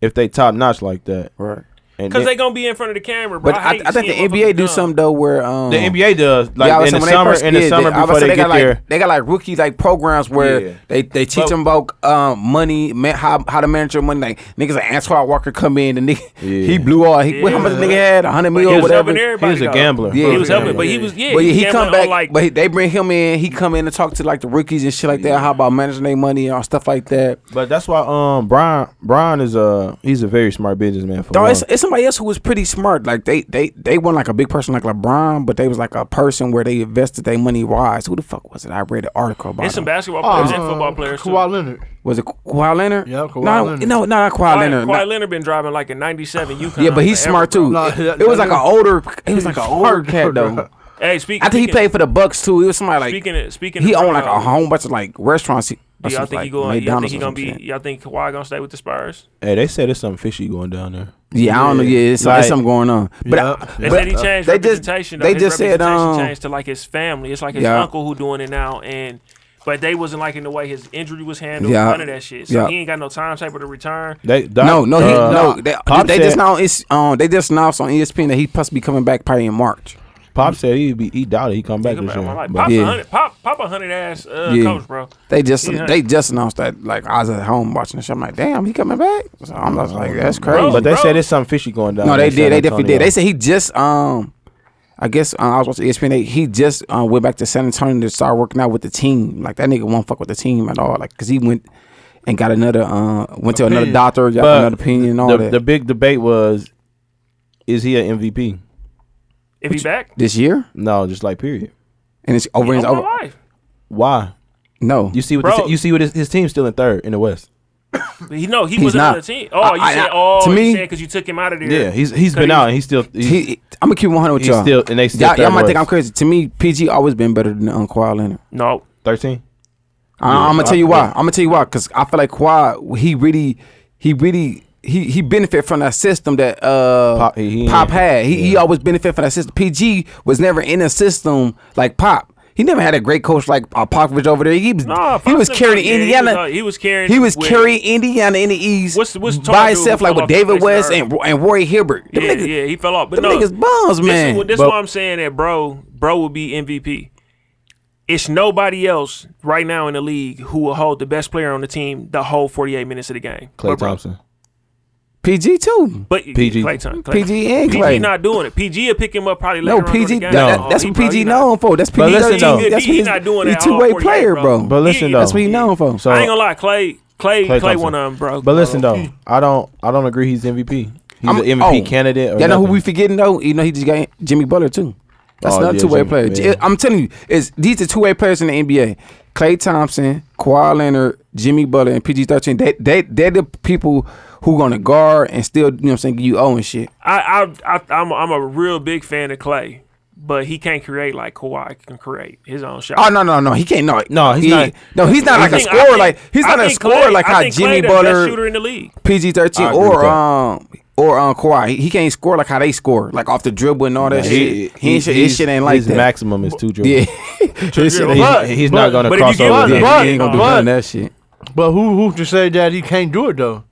Speaker 8: if they top notch like that.
Speaker 5: Right.
Speaker 8: And
Speaker 2: cause
Speaker 8: then-
Speaker 2: they gonna be in front of the camera, bro.
Speaker 5: But I,
Speaker 2: hate
Speaker 5: I think the
Speaker 2: seeing
Speaker 5: NBA
Speaker 2: motherfuckers
Speaker 5: do
Speaker 2: dumb.
Speaker 5: something though where um
Speaker 8: the NBA does like
Speaker 5: Yeah, I was
Speaker 8: in the
Speaker 5: saying, when
Speaker 8: summer
Speaker 5: they first
Speaker 8: in the
Speaker 5: did,
Speaker 8: summer
Speaker 5: I was
Speaker 8: before
Speaker 5: saying
Speaker 8: they get
Speaker 5: got like,
Speaker 8: there.
Speaker 5: They got like rookie like programs where
Speaker 8: Yeah.
Speaker 5: they, they teach
Speaker 8: But-
Speaker 5: them about um, money, man, how how to manage your money. Like niggas like Antoine Walker come in and nigga, he blew all he, what, how much the nigga had hundred
Speaker 2: He
Speaker 5: mil or
Speaker 2: was
Speaker 5: whatever.
Speaker 2: helping everybody.
Speaker 8: was a
Speaker 2: though.
Speaker 8: gambler.
Speaker 5: Yeah,
Speaker 2: he was
Speaker 5: yeah,
Speaker 2: helping, but
Speaker 8: yeah.
Speaker 2: he was yeah.
Speaker 5: but yeah, he
Speaker 2: gambling
Speaker 5: come
Speaker 2: on,
Speaker 5: back.
Speaker 2: like
Speaker 5: but he, they bring him in. He come in and talk to like the rookies and shit like that. How about managing their money and all stuff like that.
Speaker 8: But that's why um Brian Brian is a he's a very smart businessman. For
Speaker 5: No,
Speaker 8: one.
Speaker 5: it's, it's somebody else who was pretty smart. Like they they they weren't like a big person like LeBron, but they was like a person where they invested their money wise. Who the fuck was it? I read an article about.
Speaker 2: It's some
Speaker 5: him.
Speaker 2: basketball players and football players too.
Speaker 7: uh, Kawhi Leonard.
Speaker 5: Was it Kawhi Leonard?
Speaker 7: Yeah, Kawhi
Speaker 5: no,
Speaker 7: Leonard.
Speaker 5: No, no, not Kawhi,
Speaker 2: Kawhi
Speaker 5: Leonard.
Speaker 2: Leonard,
Speaker 5: not-
Speaker 2: been driving like a '97 UConn.
Speaker 5: yeah, but he's
Speaker 2: forever,
Speaker 5: smart
Speaker 2: bro.
Speaker 5: too.
Speaker 7: No,
Speaker 5: it was like an older. It was like an older cat though.
Speaker 2: Hey, speak,
Speaker 5: I think he
Speaker 2: speaking-
Speaker 5: played for the Bucks too. It was somebody like
Speaker 2: Speaking of, speaking,
Speaker 5: he
Speaker 2: of,
Speaker 5: owned like
Speaker 2: uh,
Speaker 5: a whole bunch of like restaurants. He,
Speaker 2: Do y'all think
Speaker 5: like
Speaker 2: he going? Y'all think
Speaker 5: McDonald's
Speaker 2: he
Speaker 5: or
Speaker 2: gonna
Speaker 5: some
Speaker 2: be?
Speaker 5: shit.
Speaker 2: Y'all think Kawhi gonna stay with the Spurs?
Speaker 8: hey, they said there's something fishy going down there.
Speaker 5: Yeah, I don't know. Yeah, it's,
Speaker 8: Like-
Speaker 5: it's something going on. But I-
Speaker 2: They
Speaker 5: but uh,
Speaker 2: said he changed
Speaker 5: they just
Speaker 2: representation. though.
Speaker 5: they
Speaker 2: His
Speaker 5: just said
Speaker 2: representation
Speaker 5: um
Speaker 2: changed to like his family. It's like his
Speaker 5: yeah.
Speaker 2: uncle who doing it now, and but they wasn't liking the way his injury was handled.
Speaker 5: Yeah.
Speaker 2: None of that shit. So
Speaker 5: Yeah.
Speaker 2: he ain't got no timetable to return.
Speaker 8: They, Doc-
Speaker 5: no no he
Speaker 8: uh,
Speaker 5: no they,
Speaker 8: Pop
Speaker 5: they
Speaker 8: said,
Speaker 5: just now it's um they just announced on ESPN that he supposed to be coming back probably in March.
Speaker 8: Pop said he'd be he doubted he come back
Speaker 2: Think
Speaker 8: this
Speaker 2: about my
Speaker 8: year.
Speaker 2: life.
Speaker 8: But
Speaker 2: Pop's
Speaker 5: Yeah.
Speaker 2: a hundred, pop, pop a hundred ass uh,
Speaker 5: Yeah.
Speaker 2: coach, bro.
Speaker 5: They just
Speaker 2: Yeah.
Speaker 5: they just announced that like I was at home watching the show. I'm like, damn, he coming back. So I'm just like, that's crazy.
Speaker 8: but they
Speaker 2: Bro.
Speaker 8: said there's something fishy going down.
Speaker 5: no,
Speaker 8: there
Speaker 5: they
Speaker 8: in
Speaker 5: did.
Speaker 8: San
Speaker 5: They definitely did.
Speaker 8: Antonio.
Speaker 5: They said he just um, I guess uh, I was watching ESPN. They, he just uh, went back to San Antonio to start working out with the team. Like that nigga won't fuck with the team at all. Like because he went and got another uh went to another
Speaker 7: Opinion.
Speaker 5: doctor, got
Speaker 8: But
Speaker 5: another opinion, and all
Speaker 8: the,
Speaker 5: that.
Speaker 8: the big debate was is he an MVP?
Speaker 2: If he back,
Speaker 5: this year
Speaker 8: No, just like period.
Speaker 5: and it's over. and
Speaker 2: over
Speaker 5: it's
Speaker 2: my
Speaker 5: over.
Speaker 2: life.
Speaker 8: Why?
Speaker 5: No,
Speaker 8: You see what
Speaker 2: Bro.
Speaker 8: the, you see what his, his team's still in third in the West.
Speaker 2: He no, he
Speaker 5: He's
Speaker 2: was
Speaker 5: not.
Speaker 2: on the team. Oh,
Speaker 5: I-
Speaker 2: you
Speaker 5: I-
Speaker 2: said
Speaker 5: I-
Speaker 2: oh,
Speaker 5: to
Speaker 2: you
Speaker 5: me-
Speaker 2: said because you took him out of there.
Speaker 8: Yeah, he's he's been
Speaker 2: So
Speaker 8: out and he's still he's,
Speaker 5: he, I'm gonna keep 100 with
Speaker 8: he's
Speaker 5: y'all.
Speaker 8: still and they still
Speaker 5: y'all,
Speaker 8: 3rd
Speaker 5: y'all might think
Speaker 8: worst.
Speaker 5: I'm crazy. To me, PG always been better than um, Kawhi Leonard.
Speaker 2: no.
Speaker 8: thirteen.
Speaker 5: I, I'm gonna tell you why. I'm gonna tell you why because I feel like Kawhi, he really, he really, he he benefit from that system that uh
Speaker 8: Pop-
Speaker 5: Pop,
Speaker 8: he- he-
Speaker 5: had. He, he always benefit from that system. PG was never in a system like Pop. He never had a great coach like uh, Popovich over there. He was
Speaker 2: Nah,
Speaker 5: he was
Speaker 2: Fox-
Speaker 5: carrying
Speaker 2: yeah, he was,
Speaker 5: Indiana.
Speaker 2: uh, he was carrying
Speaker 5: He was
Speaker 2: with-
Speaker 5: carrying Indiana in the East
Speaker 2: What's- what's Tar
Speaker 5: by
Speaker 2: dude who
Speaker 5: himself, like
Speaker 2: fell
Speaker 5: with
Speaker 2: off the
Speaker 5: David
Speaker 2: face of the
Speaker 5: West
Speaker 2: earth?
Speaker 5: and and Roy Hibbert. Them
Speaker 2: Yeah,
Speaker 5: niggas-
Speaker 2: yeah, he fell off. But
Speaker 5: them
Speaker 2: no,
Speaker 5: niggas bums,
Speaker 2: this
Speaker 5: man.
Speaker 2: Is, what- this is
Speaker 8: But-
Speaker 2: why I'm saying that, bro. Bro will be MVP. it's nobody else right now in the league who will hold the best player on the team the whole 48 minutes of the game.
Speaker 8: Clay
Speaker 2: But bro-
Speaker 8: Thompson.
Speaker 5: PG too.
Speaker 2: But
Speaker 8: PG.
Speaker 2: Clay Thompson. Clay Thompson.
Speaker 5: PG and
Speaker 2: PG
Speaker 5: Clay.
Speaker 2: not doing it. PG will pick him up probably later.
Speaker 5: No,
Speaker 2: on during
Speaker 5: PG.
Speaker 2: The game. oh,
Speaker 5: that- that-
Speaker 8: No.
Speaker 5: that's
Speaker 2: he
Speaker 5: what
Speaker 2: probably
Speaker 5: PG
Speaker 2: not.
Speaker 5: known for. That's PG.
Speaker 8: But listen,
Speaker 5: that's
Speaker 8: though.
Speaker 5: his- That's
Speaker 2: He- he
Speaker 5: his-
Speaker 2: not doing
Speaker 5: he
Speaker 2: that all
Speaker 5: two way
Speaker 2: 48,
Speaker 5: player,
Speaker 2: bro.
Speaker 5: bro.
Speaker 8: But listen
Speaker 2: Yeah,
Speaker 8: though,
Speaker 5: That's what he known for.
Speaker 8: So
Speaker 2: I ain't gonna lie, Clay. Clay. Clay,
Speaker 8: Clay Thompson.
Speaker 2: one of them, bro.
Speaker 8: But listen though, I don't I don't agree he's MVP. He's
Speaker 5: I'm-
Speaker 8: an MVP
Speaker 5: oh,
Speaker 8: candidate. Or
Speaker 5: Y'all know who
Speaker 8: nothing.
Speaker 5: we forgetting though? You know he just got Jimmy Butler too. That's
Speaker 8: Oh,
Speaker 5: another
Speaker 8: yeah,
Speaker 5: two way
Speaker 8: Jimmy,
Speaker 5: player.
Speaker 8: yeah.
Speaker 5: I'm telling you, it's these are two way players in the NBA. Clay Thompson, Kawhi Leonard, Jimmy Butler, and PG thirteen. They they they're the people who gonna guard and still you know what I'm saying give you owe and shit.
Speaker 2: I, I, I, I'm, I'm a real big fan of Clay, but he can't create like Kawhi can create his own shot.
Speaker 5: Oh no no no he can't no
Speaker 8: No, he's
Speaker 5: he-
Speaker 8: not-
Speaker 5: no he's not
Speaker 2: I
Speaker 5: like a
Speaker 2: think- I
Speaker 5: scorer
Speaker 2: think-
Speaker 5: like he's
Speaker 2: I
Speaker 5: not a
Speaker 2: think
Speaker 5: scorer
Speaker 2: Klay-
Speaker 5: like
Speaker 2: I
Speaker 5: how
Speaker 2: think
Speaker 5: Jimmy
Speaker 2: Klay the best shooter
Speaker 5: Butler
Speaker 2: in the league.
Speaker 5: PG thirteen
Speaker 8: I agree with
Speaker 5: or
Speaker 8: that.
Speaker 5: um or um Kawhi he, he can't score like how they score like off the dribble and all that shit. He, ain't shit his shit ain't like
Speaker 8: his
Speaker 5: that.
Speaker 8: maximum is two dribbles.
Speaker 5: yeah.
Speaker 8: His shit- he's,
Speaker 7: But-
Speaker 8: he's not gonna
Speaker 2: but if you
Speaker 8: cross
Speaker 2: give
Speaker 8: over.
Speaker 2: up-
Speaker 8: that.
Speaker 7: but-
Speaker 5: he ain't gonna do
Speaker 7: but-
Speaker 5: none of that shit.
Speaker 7: But who who's to say that he can't do it though?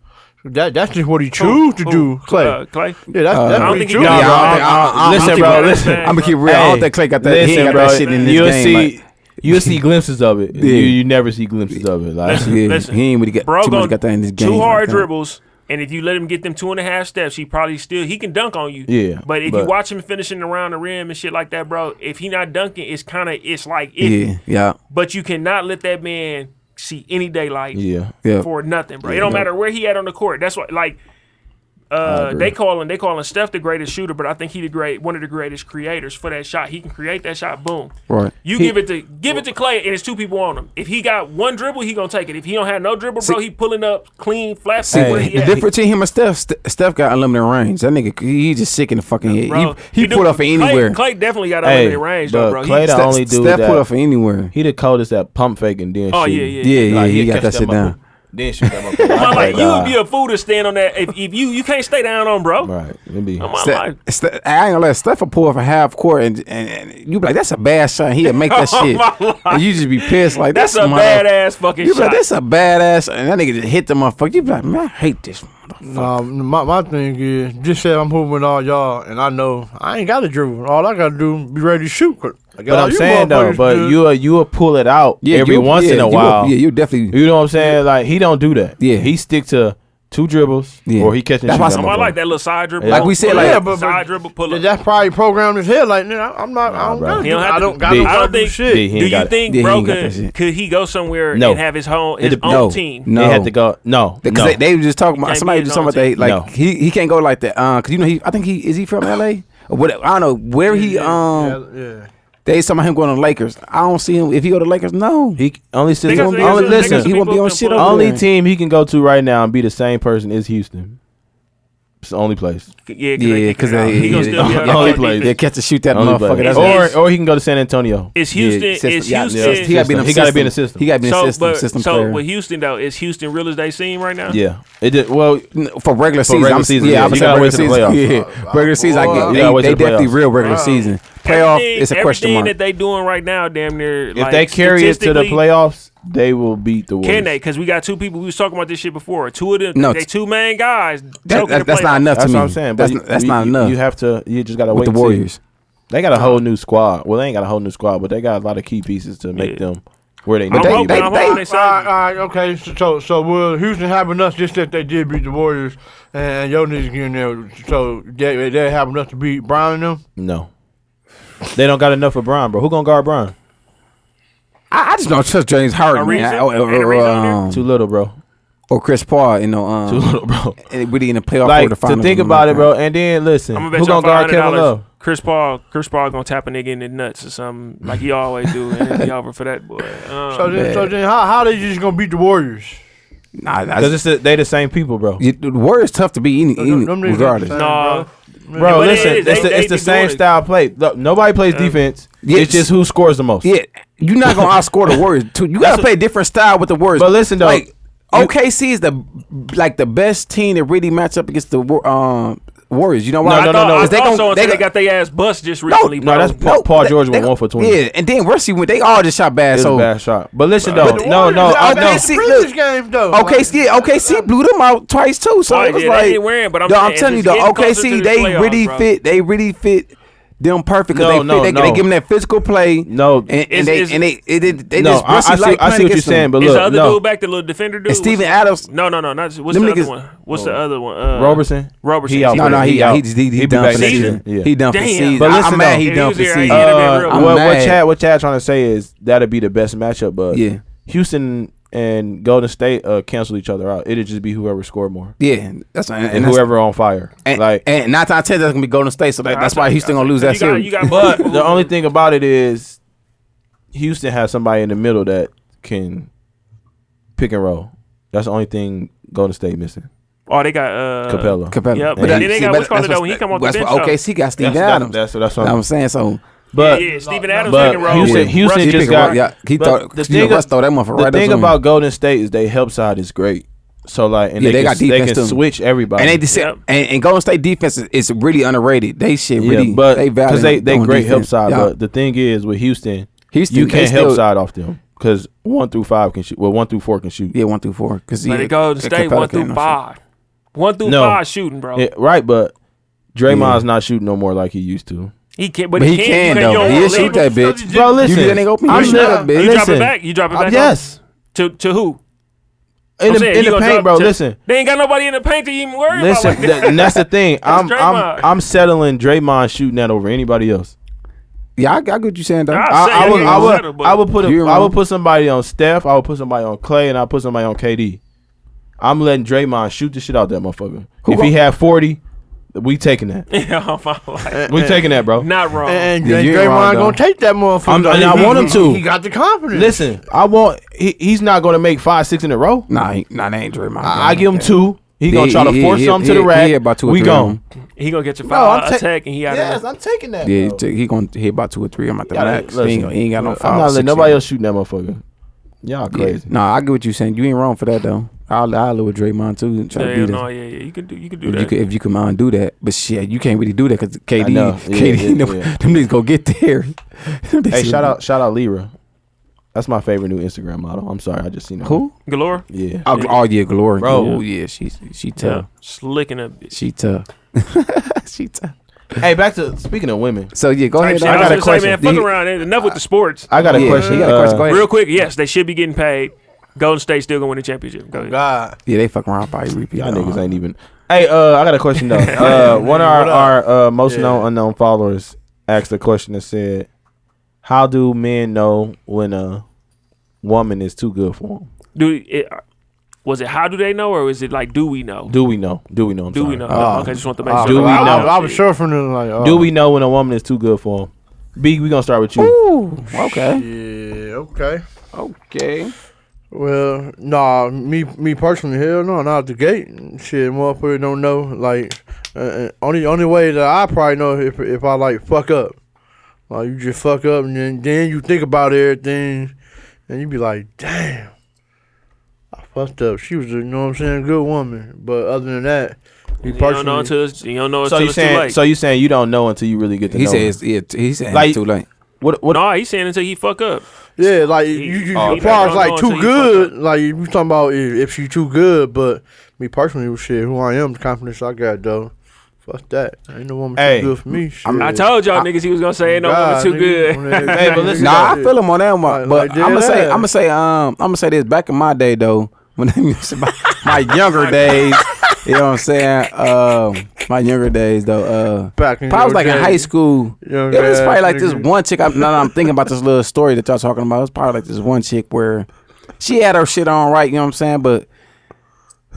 Speaker 7: That that's just what he choose to
Speaker 2: Who?
Speaker 7: do, Clay.
Speaker 2: Uh, Clay.
Speaker 7: yeah, that's,
Speaker 5: I
Speaker 7: that's
Speaker 5: don't
Speaker 7: what he
Speaker 2: think he
Speaker 7: choose.
Speaker 2: got
Speaker 7: to
Speaker 2: it.
Speaker 7: do.
Speaker 2: Yeah, I
Speaker 8: Listen,
Speaker 2: keep
Speaker 8: bro,
Speaker 2: it
Speaker 8: listen.
Speaker 2: at that,
Speaker 5: I'm gonna keep
Speaker 2: bro.
Speaker 5: real. I don't
Speaker 8: Hey,
Speaker 5: think Clay got that. he ain't got that shit in this
Speaker 8: you'll
Speaker 5: game.
Speaker 8: see,
Speaker 5: like,
Speaker 8: you'll see glimpses of it. You, you never see glimpses of it. Like,
Speaker 5: yeah,
Speaker 2: Listen,
Speaker 5: he ain't really got
Speaker 2: Bro
Speaker 5: too
Speaker 2: gonna-
Speaker 5: much got that in this game.
Speaker 2: Two
Speaker 5: like
Speaker 2: hard
Speaker 5: that.
Speaker 2: dribbles, and if you let him get them two and a half steps, he probably still he can dunk on you.
Speaker 8: Yeah,
Speaker 2: But if you
Speaker 8: but-
Speaker 2: watch him finishing around the rim and shit like that, bro, if he not dunking, it's kind of it's like iffy.
Speaker 5: Yeah, yeah,
Speaker 2: But you cannot let that man see any daylight
Speaker 8: yeah,
Speaker 5: yeah.
Speaker 2: for nothing, bro. It don't matter where he at on the court. That's what like uh,
Speaker 8: agree.
Speaker 2: they calling they calling Steph the greatest shooter, but I think he the great one of the greatest creators for that shot. He can create that shot, boom.
Speaker 5: Right.
Speaker 2: You give it to give it to Clay, and it's two people on him. If he got one dribble, he gonna take it. If he don't have no dribble, bro, he pulling up clean, flat. See,
Speaker 5: Hey, the difference between him and Steph, St- Steph got unlimited range. That nigga, he just sick in the fucking head.
Speaker 2: bro,
Speaker 5: he he
Speaker 2: do-
Speaker 5: pulled up for
Speaker 2: Clay-
Speaker 5: anywhere.
Speaker 2: Clay, definitely got
Speaker 8: Hey,
Speaker 2: unlimited range, though,
Speaker 8: but
Speaker 2: bro. He-
Speaker 8: Clay the
Speaker 5: Steph,
Speaker 8: only dude
Speaker 5: Steph
Speaker 8: that-
Speaker 5: pulled up for anywhere.
Speaker 8: He the coldest at pump fake and then
Speaker 2: Oh,
Speaker 8: shoot.
Speaker 2: yeah, yeah,
Speaker 5: Yeah, yeah,
Speaker 8: Like,
Speaker 5: he
Speaker 8: he'll
Speaker 5: got
Speaker 8: catch
Speaker 5: that shit
Speaker 8: motherfucker,
Speaker 5: down.
Speaker 8: Then shoot that motherfucker.
Speaker 2: I'm like, you would be
Speaker 8: Nah.
Speaker 2: a fool to stand on that. If, if you you can't stay down on, bro.
Speaker 8: right. It'd be-
Speaker 2: I'm like,
Speaker 5: Steph, Steph, I ain't gonna let Steph will pull up a half court and, and, and you be like, that's a bad shot. He'll make that
Speaker 2: Oh,
Speaker 5: shit.
Speaker 2: my
Speaker 5: And you just be pissed like
Speaker 2: that's a
Speaker 5: this mother-
Speaker 2: badass fucking
Speaker 5: You be
Speaker 2: shot.
Speaker 5: like, that's a badass. And that nigga just hit the motherfucker. You be like, man, I hate this. motherfucker.
Speaker 7: Nah, my, my thing is, just say I'm hooping with all y'all, and I know I ain't got to dribble. All I got to do is be ready to shoot. 'cause I got
Speaker 8: But
Speaker 7: all
Speaker 8: I'm
Speaker 7: you
Speaker 8: saying though,
Speaker 7: motherfuckers
Speaker 8: but
Speaker 7: good.
Speaker 8: you you will pull it out every
Speaker 5: you-
Speaker 8: once
Speaker 5: yeah,
Speaker 8: in a
Speaker 5: you-
Speaker 8: while.
Speaker 5: yeah, you definitely.
Speaker 8: You know what I'm saying? Like he don't do that.
Speaker 5: Yeah.
Speaker 8: he stick to two dribbles
Speaker 5: Yeah.
Speaker 8: or he catching.
Speaker 5: That's why
Speaker 2: Um,
Speaker 5: some-
Speaker 2: I like that little side dribble.
Speaker 5: Like we said, like-
Speaker 7: Yeah, but-
Speaker 2: side
Speaker 7: but-
Speaker 2: dribble pull
Speaker 7: Yeah,
Speaker 2: up.
Speaker 7: that's probably programmed as hell. Like, nah, I'm not. I don't
Speaker 8: bro.
Speaker 7: got.
Speaker 2: He don't have
Speaker 7: I
Speaker 2: to
Speaker 7: don't
Speaker 2: do-
Speaker 7: got.
Speaker 2: Big.
Speaker 7: I don't do shit.
Speaker 8: Big. He
Speaker 2: Do
Speaker 8: ain't
Speaker 2: you
Speaker 8: got it.
Speaker 2: think
Speaker 5: Yeah, he
Speaker 2: bro
Speaker 5: ain't got that
Speaker 2: could,
Speaker 5: shit.
Speaker 2: could he go somewhere
Speaker 8: No.
Speaker 2: and have his home
Speaker 8: It
Speaker 2: his
Speaker 8: dep-
Speaker 2: own
Speaker 5: no,
Speaker 2: team?
Speaker 5: no.
Speaker 8: They had to go. No,
Speaker 5: Because
Speaker 8: no.
Speaker 5: they, they was just talking
Speaker 2: Can't
Speaker 5: about
Speaker 2: be
Speaker 5: somebody
Speaker 2: his
Speaker 5: was
Speaker 2: own
Speaker 5: talking about they
Speaker 2: team.
Speaker 5: like
Speaker 8: No.
Speaker 5: he he can't go like that uh because you know he I think he is he from L.A. or what I don't know where he um
Speaker 7: Yeah, yeah.
Speaker 5: they talking about him going to Lakers I don't see him if he go to Lakers no
Speaker 8: he only
Speaker 2: They
Speaker 8: sits.
Speaker 2: got-
Speaker 8: on-
Speaker 2: they got
Speaker 8: Only
Speaker 2: some- they got
Speaker 8: listen.
Speaker 2: some
Speaker 5: he won't be
Speaker 2: people
Speaker 5: on
Speaker 2: that
Speaker 5: shit
Speaker 2: pull
Speaker 5: over
Speaker 2: up.
Speaker 8: Only
Speaker 5: there.
Speaker 8: team he can go to right now and be the same person is Houston. It's the only place.
Speaker 2: Yeah, cause
Speaker 5: yeah
Speaker 2: they kick
Speaker 5: because
Speaker 2: it out.
Speaker 5: they
Speaker 2: he gonna
Speaker 5: yeah,
Speaker 2: still be
Speaker 5: yeah,
Speaker 2: out
Speaker 8: the
Speaker 5: yeah,
Speaker 8: only
Speaker 2: there.
Speaker 5: yeah,
Speaker 8: place.
Speaker 5: they catch to shoot that
Speaker 8: Only
Speaker 5: motherfucker
Speaker 8: place.
Speaker 5: that's
Speaker 2: That's-
Speaker 8: Or or he can go to San Antonio.
Speaker 2: It's
Speaker 5: yeah,
Speaker 2: Houston.
Speaker 5: system-
Speaker 2: It's
Speaker 5: yeah,
Speaker 2: Houston.
Speaker 5: he gotta be in the
Speaker 8: He gotta be in the system.
Speaker 5: he gotta be in the
Speaker 2: so,
Speaker 5: system
Speaker 2: but,
Speaker 5: system
Speaker 2: so
Speaker 5: player
Speaker 2: with Houston though, is Houston real as they seem right now?
Speaker 8: Yeah. It did, well.
Speaker 5: N- for regular season
Speaker 8: regular
Speaker 5: I'm,
Speaker 8: season, yeah.
Speaker 5: yeah, I'm
Speaker 8: You
Speaker 5: saying
Speaker 8: gotta
Speaker 5: regular
Speaker 8: wait till
Speaker 5: season
Speaker 8: the
Speaker 5: yeah regular season I
Speaker 7: You
Speaker 5: get
Speaker 7: gotta
Speaker 5: they,
Speaker 8: wait
Speaker 5: they
Speaker 8: till the
Speaker 5: definitely
Speaker 8: playoffs.
Speaker 5: real regular season playoff
Speaker 2: Everything-
Speaker 5: is a question
Speaker 2: everything
Speaker 5: mark
Speaker 2: that they doing right now, damn near.
Speaker 8: If they carry it to the playoffs, they will beat the Warriors.
Speaker 2: can they? Because we got two people. We was talking about this shit before. Two of them,
Speaker 5: No,
Speaker 2: they
Speaker 5: t-
Speaker 2: two main guys.
Speaker 5: That-
Speaker 2: choking
Speaker 5: that-
Speaker 2: the
Speaker 5: that's not
Speaker 2: playoffs.
Speaker 5: enough
Speaker 8: That's
Speaker 5: to
Speaker 8: what
Speaker 5: me
Speaker 8: I'm saying.
Speaker 5: that's
Speaker 8: but
Speaker 5: that's
Speaker 8: you-
Speaker 5: not
Speaker 8: you-
Speaker 5: enough
Speaker 8: You have to. You just gotta
Speaker 5: with
Speaker 8: wait.
Speaker 5: the
Speaker 8: and see.
Speaker 5: Warriors
Speaker 8: They got a whole new squad. Well, they ain't got a whole new squad, but they got a lot of key pieces to make
Speaker 2: Yeah.
Speaker 8: them where they
Speaker 2: I'm
Speaker 8: need to
Speaker 2: hoping.
Speaker 8: be.
Speaker 2: I'm
Speaker 5: they-
Speaker 2: hoping they
Speaker 7: All right,
Speaker 2: sign.
Speaker 7: all right, okay. So, so, so will Houston have enough just if they did beat the Warriors and your niggas get in there? So they they have enough to beat Brown and them.
Speaker 8: No. They don't got enough for Brian, bro. Who gonna guard Brian?
Speaker 5: I, I just don't trust James Harden man.
Speaker 2: Ariza?
Speaker 5: Or, or,
Speaker 2: Ain't
Speaker 5: or,
Speaker 2: Ariza on there?
Speaker 5: um,
Speaker 8: Too little, bro.
Speaker 5: or Chris Paul you know
Speaker 8: Too
Speaker 5: um,
Speaker 8: little, bro.
Speaker 5: and really in the playoff or
Speaker 8: Like
Speaker 5: the
Speaker 8: to
Speaker 5: finals or
Speaker 8: think
Speaker 5: something
Speaker 8: about it,
Speaker 5: like that.
Speaker 8: bro. And then listen,
Speaker 2: I'm gonna bet
Speaker 8: who
Speaker 2: y'all
Speaker 8: gonna
Speaker 2: five hundred
Speaker 8: guard Kevin
Speaker 2: dollars.
Speaker 8: Love?
Speaker 2: Chris Paul, Chris Paul gonna tap a nigga in the nuts or something like he always do, and it'll be over for that boy. Um,
Speaker 7: So then, so then, how how they just gonna beat the Warriors?
Speaker 5: Nah, that's,
Speaker 8: Because it's the, they the same people, bro.
Speaker 5: You, the Warriors tough to beat any, any
Speaker 7: Them niggas
Speaker 5: regardless.
Speaker 7: ain't the
Speaker 2: Nah.
Speaker 7: same,
Speaker 8: Bro,
Speaker 2: But it
Speaker 8: listen,
Speaker 2: is. They-
Speaker 8: it's the,
Speaker 2: they
Speaker 8: it's the
Speaker 2: be
Speaker 8: same
Speaker 2: doing it.
Speaker 8: style play. Look, nobody plays defense.
Speaker 5: Yeah,
Speaker 8: It's just who scores the most.
Speaker 5: Yeah, you're not gonna outscore the Warriors. Too. You gotta play different style with the Warriors.
Speaker 8: But listen, though,
Speaker 5: like OKC is the like the best team that really match up against the Wa- um, Warriors. You know why?
Speaker 2: I
Speaker 8: No, no,
Speaker 2: thought,
Speaker 8: no.
Speaker 2: I
Speaker 5: Is they
Speaker 2: thought
Speaker 5: gon-
Speaker 2: so until
Speaker 5: they
Speaker 2: they
Speaker 5: gon-
Speaker 2: got their ass bust just recently.
Speaker 8: no,
Speaker 2: bro.
Speaker 8: that's Paul- Paul George
Speaker 5: they
Speaker 8: went
Speaker 5: gon-
Speaker 8: one for 20.
Speaker 5: Yeah, and then Rusty went. They all just shot bad.
Speaker 8: It's
Speaker 5: So
Speaker 8: a bad shot. But listen, though,
Speaker 5: But the
Speaker 8: no, no,
Speaker 5: Warriors-
Speaker 8: no.
Speaker 5: okay,
Speaker 7: That's
Speaker 5: see,
Speaker 7: the
Speaker 5: look.
Speaker 7: previous game though.
Speaker 5: OKC, yeah, OKC blew them out twice too. So
Speaker 2: Right,
Speaker 5: it was
Speaker 2: Oh, yeah, they
Speaker 5: like,
Speaker 2: didn't win, but I'm
Speaker 5: Yo,
Speaker 2: saying
Speaker 5: telling you,
Speaker 2: it's
Speaker 5: the
Speaker 2: getting closer to
Speaker 5: OKC
Speaker 2: the
Speaker 5: they
Speaker 2: playoffs,
Speaker 5: really
Speaker 2: bro.
Speaker 5: fit. They really fit them perfect because
Speaker 8: No,
Speaker 5: they,
Speaker 8: no,
Speaker 5: they,
Speaker 8: no.
Speaker 5: they give them that physical play.
Speaker 8: No.
Speaker 5: and, and
Speaker 2: It's-
Speaker 5: they
Speaker 2: it's-
Speaker 5: and they it, it, they
Speaker 8: no,
Speaker 5: just
Speaker 8: I, I
Speaker 5: Brucey
Speaker 8: see, I
Speaker 5: like
Speaker 8: see
Speaker 5: playing
Speaker 8: what you're
Speaker 5: against
Speaker 8: saying,
Speaker 5: them.
Speaker 8: but
Speaker 2: Is
Speaker 8: look,
Speaker 2: the other
Speaker 8: no.
Speaker 2: dude back the little defender dude?
Speaker 5: And Steven Adams,
Speaker 2: No, no, no, not what's
Speaker 5: Them
Speaker 2: the other
Speaker 5: niggas-
Speaker 2: one? What's the other one? Uh,
Speaker 8: Robertson?
Speaker 2: Robertson.
Speaker 8: He out.
Speaker 5: no, no, he,
Speaker 8: He out.
Speaker 5: he just he,
Speaker 8: He
Speaker 5: he
Speaker 8: be
Speaker 5: done
Speaker 8: back
Speaker 5: for the
Speaker 2: season?
Speaker 5: season.
Speaker 8: Yeah.
Speaker 5: He done for
Speaker 2: Damn.
Speaker 5: the season.
Speaker 2: But
Speaker 5: I-
Speaker 8: listen
Speaker 5: I'm mad
Speaker 8: though.
Speaker 5: he
Speaker 2: If
Speaker 5: done
Speaker 2: he
Speaker 5: for the
Speaker 2: was there, he
Speaker 5: season.
Speaker 2: had a-
Speaker 8: Uh,
Speaker 2: real-
Speaker 5: I'm
Speaker 8: what, what
Speaker 5: mad.
Speaker 8: Chad what Chad trying to say is that'd be the best matchup, but
Speaker 5: Yeah.
Speaker 8: Houston and Golden State uh, cancel each other out. It'd just be whoever scored more
Speaker 5: yeah, that's and,
Speaker 8: and,
Speaker 5: and that's-
Speaker 8: whoever on fire.
Speaker 5: And,
Speaker 8: like
Speaker 5: and nine times ten, that's gonna be Golden State. So that, that's why Houston gonna lose that
Speaker 2: you got,
Speaker 5: series.
Speaker 2: you got
Speaker 8: But
Speaker 2: who-
Speaker 8: the only thing about it is Houston has somebody in the middle that can pick and roll. That's the only thing Golden State missing.
Speaker 2: Oh, they got uh,
Speaker 8: Capella.
Speaker 5: Capella.
Speaker 2: Yeah, but
Speaker 5: And
Speaker 2: then
Speaker 5: that-
Speaker 2: they
Speaker 5: see,
Speaker 2: got
Speaker 5: but
Speaker 2: what's called
Speaker 5: that's
Speaker 2: it though when he come off the
Speaker 5: that's
Speaker 2: bench.
Speaker 5: what
Speaker 2: though.
Speaker 5: OKC got Steven
Speaker 8: That's, that's,
Speaker 5: Adams.
Speaker 8: that's, that's, what
Speaker 5: Know what
Speaker 8: I'm
Speaker 5: I'm saying so.
Speaker 8: But
Speaker 2: yeah, yeah, Stephen Adams
Speaker 8: but
Speaker 2: taking roll.
Speaker 8: Houston-
Speaker 2: with
Speaker 8: Houston
Speaker 2: Russell
Speaker 8: just
Speaker 5: pick
Speaker 2: Westbrook.
Speaker 5: and roll.
Speaker 8: got-
Speaker 5: yeah, he
Speaker 8: but
Speaker 5: thought
Speaker 8: the
Speaker 5: the
Speaker 8: thing-
Speaker 5: thing, Russ throw that motherfucker
Speaker 8: the
Speaker 5: right
Speaker 8: thing
Speaker 5: up to him.
Speaker 8: about Golden State is they help side is great. So like and
Speaker 5: Yeah,
Speaker 8: they,
Speaker 5: they
Speaker 8: can,
Speaker 5: got
Speaker 8: they
Speaker 5: defense
Speaker 8: can
Speaker 5: too.
Speaker 8: switch everybody.
Speaker 5: and they just
Speaker 2: Yep.
Speaker 5: and, and Golden State defense is, is really underrated. They shit
Speaker 8: yeah,
Speaker 5: really
Speaker 8: but
Speaker 5: they valid
Speaker 8: because they they
Speaker 5: on
Speaker 8: great help
Speaker 5: defense.
Speaker 8: side.
Speaker 5: Yeah.
Speaker 8: But the thing is with Houston,
Speaker 5: Houston,
Speaker 8: you
Speaker 5: they
Speaker 8: can't help
Speaker 5: still-
Speaker 8: side off them because one through five can shoot. Well, one through four can shoot.
Speaker 5: Yeah, one through four. Because
Speaker 2: Let it go to state one through five. One through
Speaker 8: No.
Speaker 2: five shooting, bro.
Speaker 8: Yeah, right, but Draymond's not shooting no more like he used to.
Speaker 2: He can, but,
Speaker 5: But
Speaker 2: he,
Speaker 5: he
Speaker 2: can,
Speaker 5: can,
Speaker 2: you
Speaker 5: though.
Speaker 2: don't
Speaker 5: He
Speaker 2: wanna
Speaker 5: is
Speaker 2: let
Speaker 5: shoot
Speaker 2: him-
Speaker 5: that bitch.
Speaker 2: You
Speaker 8: Bro, listen,
Speaker 5: You let that nigga open?
Speaker 8: I'm
Speaker 5: You
Speaker 8: not-
Speaker 5: shut up, bitch.
Speaker 2: drop it
Speaker 8: listen.
Speaker 2: back. You drop it
Speaker 8: Uh,
Speaker 2: back.
Speaker 8: yes,
Speaker 2: To to who?
Speaker 8: in
Speaker 2: I'm saying,
Speaker 8: the, in
Speaker 2: you
Speaker 8: the
Speaker 2: gonna
Speaker 8: paint,
Speaker 2: drop
Speaker 8: bro.
Speaker 2: to-
Speaker 8: Listen,
Speaker 2: They ain't got nobody in the paint to even worry about
Speaker 8: listen,
Speaker 2: like that.
Speaker 8: th- and that's the thing. I'm I'm
Speaker 2: Draymond.
Speaker 8: I'm settling Draymond shooting that over anybody else.
Speaker 5: Yeah, I, I get what you saying. Though.
Speaker 2: Nah,
Speaker 8: I,
Speaker 2: say
Speaker 8: I
Speaker 2: it
Speaker 8: would
Speaker 2: ain't
Speaker 8: I would
Speaker 2: settled, but-
Speaker 8: I would put a,
Speaker 5: You're
Speaker 8: I would
Speaker 5: wrong.
Speaker 8: put somebody on Steph. I would put somebody on Clay, and I would put somebody on KD. I'm letting Draymond shoot the shit out that motherfucker. if he
Speaker 5: gon-
Speaker 8: had 40, we taking that. Eh,
Speaker 2: Yeah, I'm fine, like,
Speaker 8: We taking that, bro.
Speaker 2: not wrong.
Speaker 7: And,
Speaker 5: Yeah,
Speaker 7: and
Speaker 5: you ain't wrong,
Speaker 7: Draymond
Speaker 5: though.
Speaker 7: gonna take that motherfucker.
Speaker 8: I'm- and I
Speaker 7: He-
Speaker 8: want him
Speaker 7: he-
Speaker 8: to.
Speaker 7: He got the confidence.
Speaker 8: Listen, I want he, he's not going to make five six in a row.
Speaker 5: Nah, he, nah, that ain't Draymond.
Speaker 8: I, I give him two. He gonna
Speaker 5: Yeah,
Speaker 8: try to
Speaker 5: he-
Speaker 8: force
Speaker 5: he-
Speaker 8: something to
Speaker 5: he-
Speaker 8: the rack.
Speaker 5: he about two or
Speaker 8: we
Speaker 5: three of
Speaker 8: gone.
Speaker 2: he gonna get your
Speaker 8: Bro, I'm
Speaker 2: foul
Speaker 8: ta-
Speaker 2: attack and he out
Speaker 8: Yes,
Speaker 2: of there.
Speaker 8: I'm taking that.
Speaker 5: Yeah,
Speaker 8: bro.
Speaker 5: he, he gonna hit about two or three. I'm at the
Speaker 8: Yeah,
Speaker 5: max. He
Speaker 8: listen,
Speaker 5: ain't, gonna- he ain't got no foul.
Speaker 8: I'm not letting nobody else shoot that motherfucker. Y'all crazy.
Speaker 5: Yeah. Nah, I get what you saying. You ain't wrong for that though. I'll I'll live with Draymond too. and Try
Speaker 2: Yeah,
Speaker 5: to beat
Speaker 2: no,
Speaker 5: him.
Speaker 2: yeah, yeah. You can do, you can do
Speaker 5: If you
Speaker 2: that.
Speaker 5: could, if you can mind do that, but shit, you can't really do that because
Speaker 8: I
Speaker 5: KD,
Speaker 8: know. Yeah,
Speaker 5: KD,
Speaker 8: yeah,
Speaker 5: them,
Speaker 8: yeah.
Speaker 5: them niggas gonna get there. Them
Speaker 8: Hey,
Speaker 5: niggas-
Speaker 8: shout out, shout out, Lyra. That's my favorite new Instagram model. I'm sorry, I just seen her.
Speaker 5: who?
Speaker 2: Galore,
Speaker 8: Yeah.
Speaker 5: Oh, oh yeah, Glory.
Speaker 8: Bro.
Speaker 5: Oh yeah, she she
Speaker 2: yeah,
Speaker 5: tough.
Speaker 2: slicking
Speaker 8: Oh,
Speaker 2: up. bitch.
Speaker 5: She tough. she tough.
Speaker 8: hey, back to speaking of women.
Speaker 5: So yeah, go
Speaker 2: Type
Speaker 5: ahead.
Speaker 2: shit.
Speaker 8: I
Speaker 2: was
Speaker 8: got a
Speaker 2: gonna
Speaker 8: question.
Speaker 2: Say, man, fuck
Speaker 5: You-
Speaker 2: around. Enough with the sports.
Speaker 8: I got a
Speaker 5: Yeah,
Speaker 8: question.
Speaker 5: you got a question.
Speaker 8: uh,
Speaker 5: Go ahead.
Speaker 2: Real quick, yes, they should be getting paid. Golden State still gonna win the championship. Go ahead.
Speaker 7: God.
Speaker 5: Yeah, they fuck around by repeat.
Speaker 8: Y'all
Speaker 5: it
Speaker 8: Uh, niggas
Speaker 5: on.
Speaker 8: ain't even. Hey, uh, I got a question though. Uh, one of our, our uh, most known unknown followers asked a question that said, "How do men know when a woman is too good for them?
Speaker 2: Do it, was it how do they know or is it like do we know?
Speaker 8: Do we know? Do we know? I'm
Speaker 2: Do we
Speaker 8: sorry.
Speaker 2: know?
Speaker 5: Oh.
Speaker 2: okay, just want to make
Speaker 5: Oh,
Speaker 2: sure.
Speaker 8: do we
Speaker 7: I,
Speaker 8: know?
Speaker 7: I, I was sure from the like. Oh,
Speaker 8: Do we know when a woman is too good for them? B, we gonna start with you.
Speaker 5: Ooh, okay,
Speaker 7: Yeah. Okay.
Speaker 5: okay.
Speaker 7: Well, nah, me me personally, hell no, not the gate. Shit, motherfucker don't know. Like, uh, uh, only only way that I probably know if if I like fuck up, like you just fuck up and then then you think about everything, and you be like, damn, I fucked up. She was, a, you know what I'm saying, good woman. But other than that,
Speaker 2: You
Speaker 7: me
Speaker 2: don't know
Speaker 7: personally,
Speaker 2: until it's, you don't know
Speaker 8: So
Speaker 2: until
Speaker 8: you
Speaker 2: it's too
Speaker 8: saying?
Speaker 2: late.
Speaker 8: So you saying you don't know until you really get to
Speaker 5: He
Speaker 8: know?
Speaker 5: says
Speaker 8: her.
Speaker 5: yeah. t- He said
Speaker 8: Like-
Speaker 5: it's too late.
Speaker 8: What? What?
Speaker 2: no, he's saying until he fuck up.
Speaker 7: yeah, like you,
Speaker 2: He-
Speaker 7: you
Speaker 2: oh,
Speaker 7: as
Speaker 2: okay. Don't
Speaker 7: far as
Speaker 2: know
Speaker 7: like
Speaker 2: until
Speaker 7: too
Speaker 2: you
Speaker 7: good,
Speaker 2: fuck
Speaker 7: like you talking about if, if she too good. But me personally, shit, who I am, the confidence I got though. Fuck that. Ain't no woman
Speaker 8: Hey,
Speaker 7: too good for me. Shit.
Speaker 2: I told y'all niggas he was gonna say ain't no woman
Speaker 7: God,
Speaker 2: too
Speaker 7: nigga.
Speaker 2: good.
Speaker 8: Hey, but listen,
Speaker 5: Nah, I
Speaker 7: Yeah.
Speaker 5: feel him on that one.
Speaker 7: Like-
Speaker 5: But
Speaker 7: like
Speaker 5: I'm gonna
Speaker 7: dead
Speaker 5: say,
Speaker 7: ass.
Speaker 5: I'm gonna say, um, I'm gonna say this. Back in my day, though, when I used to- my, my younger days, you know what I'm saying? Um, my younger days, though, uh,
Speaker 7: Back in
Speaker 5: probably was
Speaker 7: your
Speaker 5: like in
Speaker 7: day.
Speaker 5: high school.
Speaker 7: Young
Speaker 5: it was
Speaker 7: ass
Speaker 5: probably like this
Speaker 7: nigga.
Speaker 5: one chick. I'm, now that I'm thinking about this little story that y'all talking about. It was probably like this one chick where she had her shit on right. You know what I'm saying? But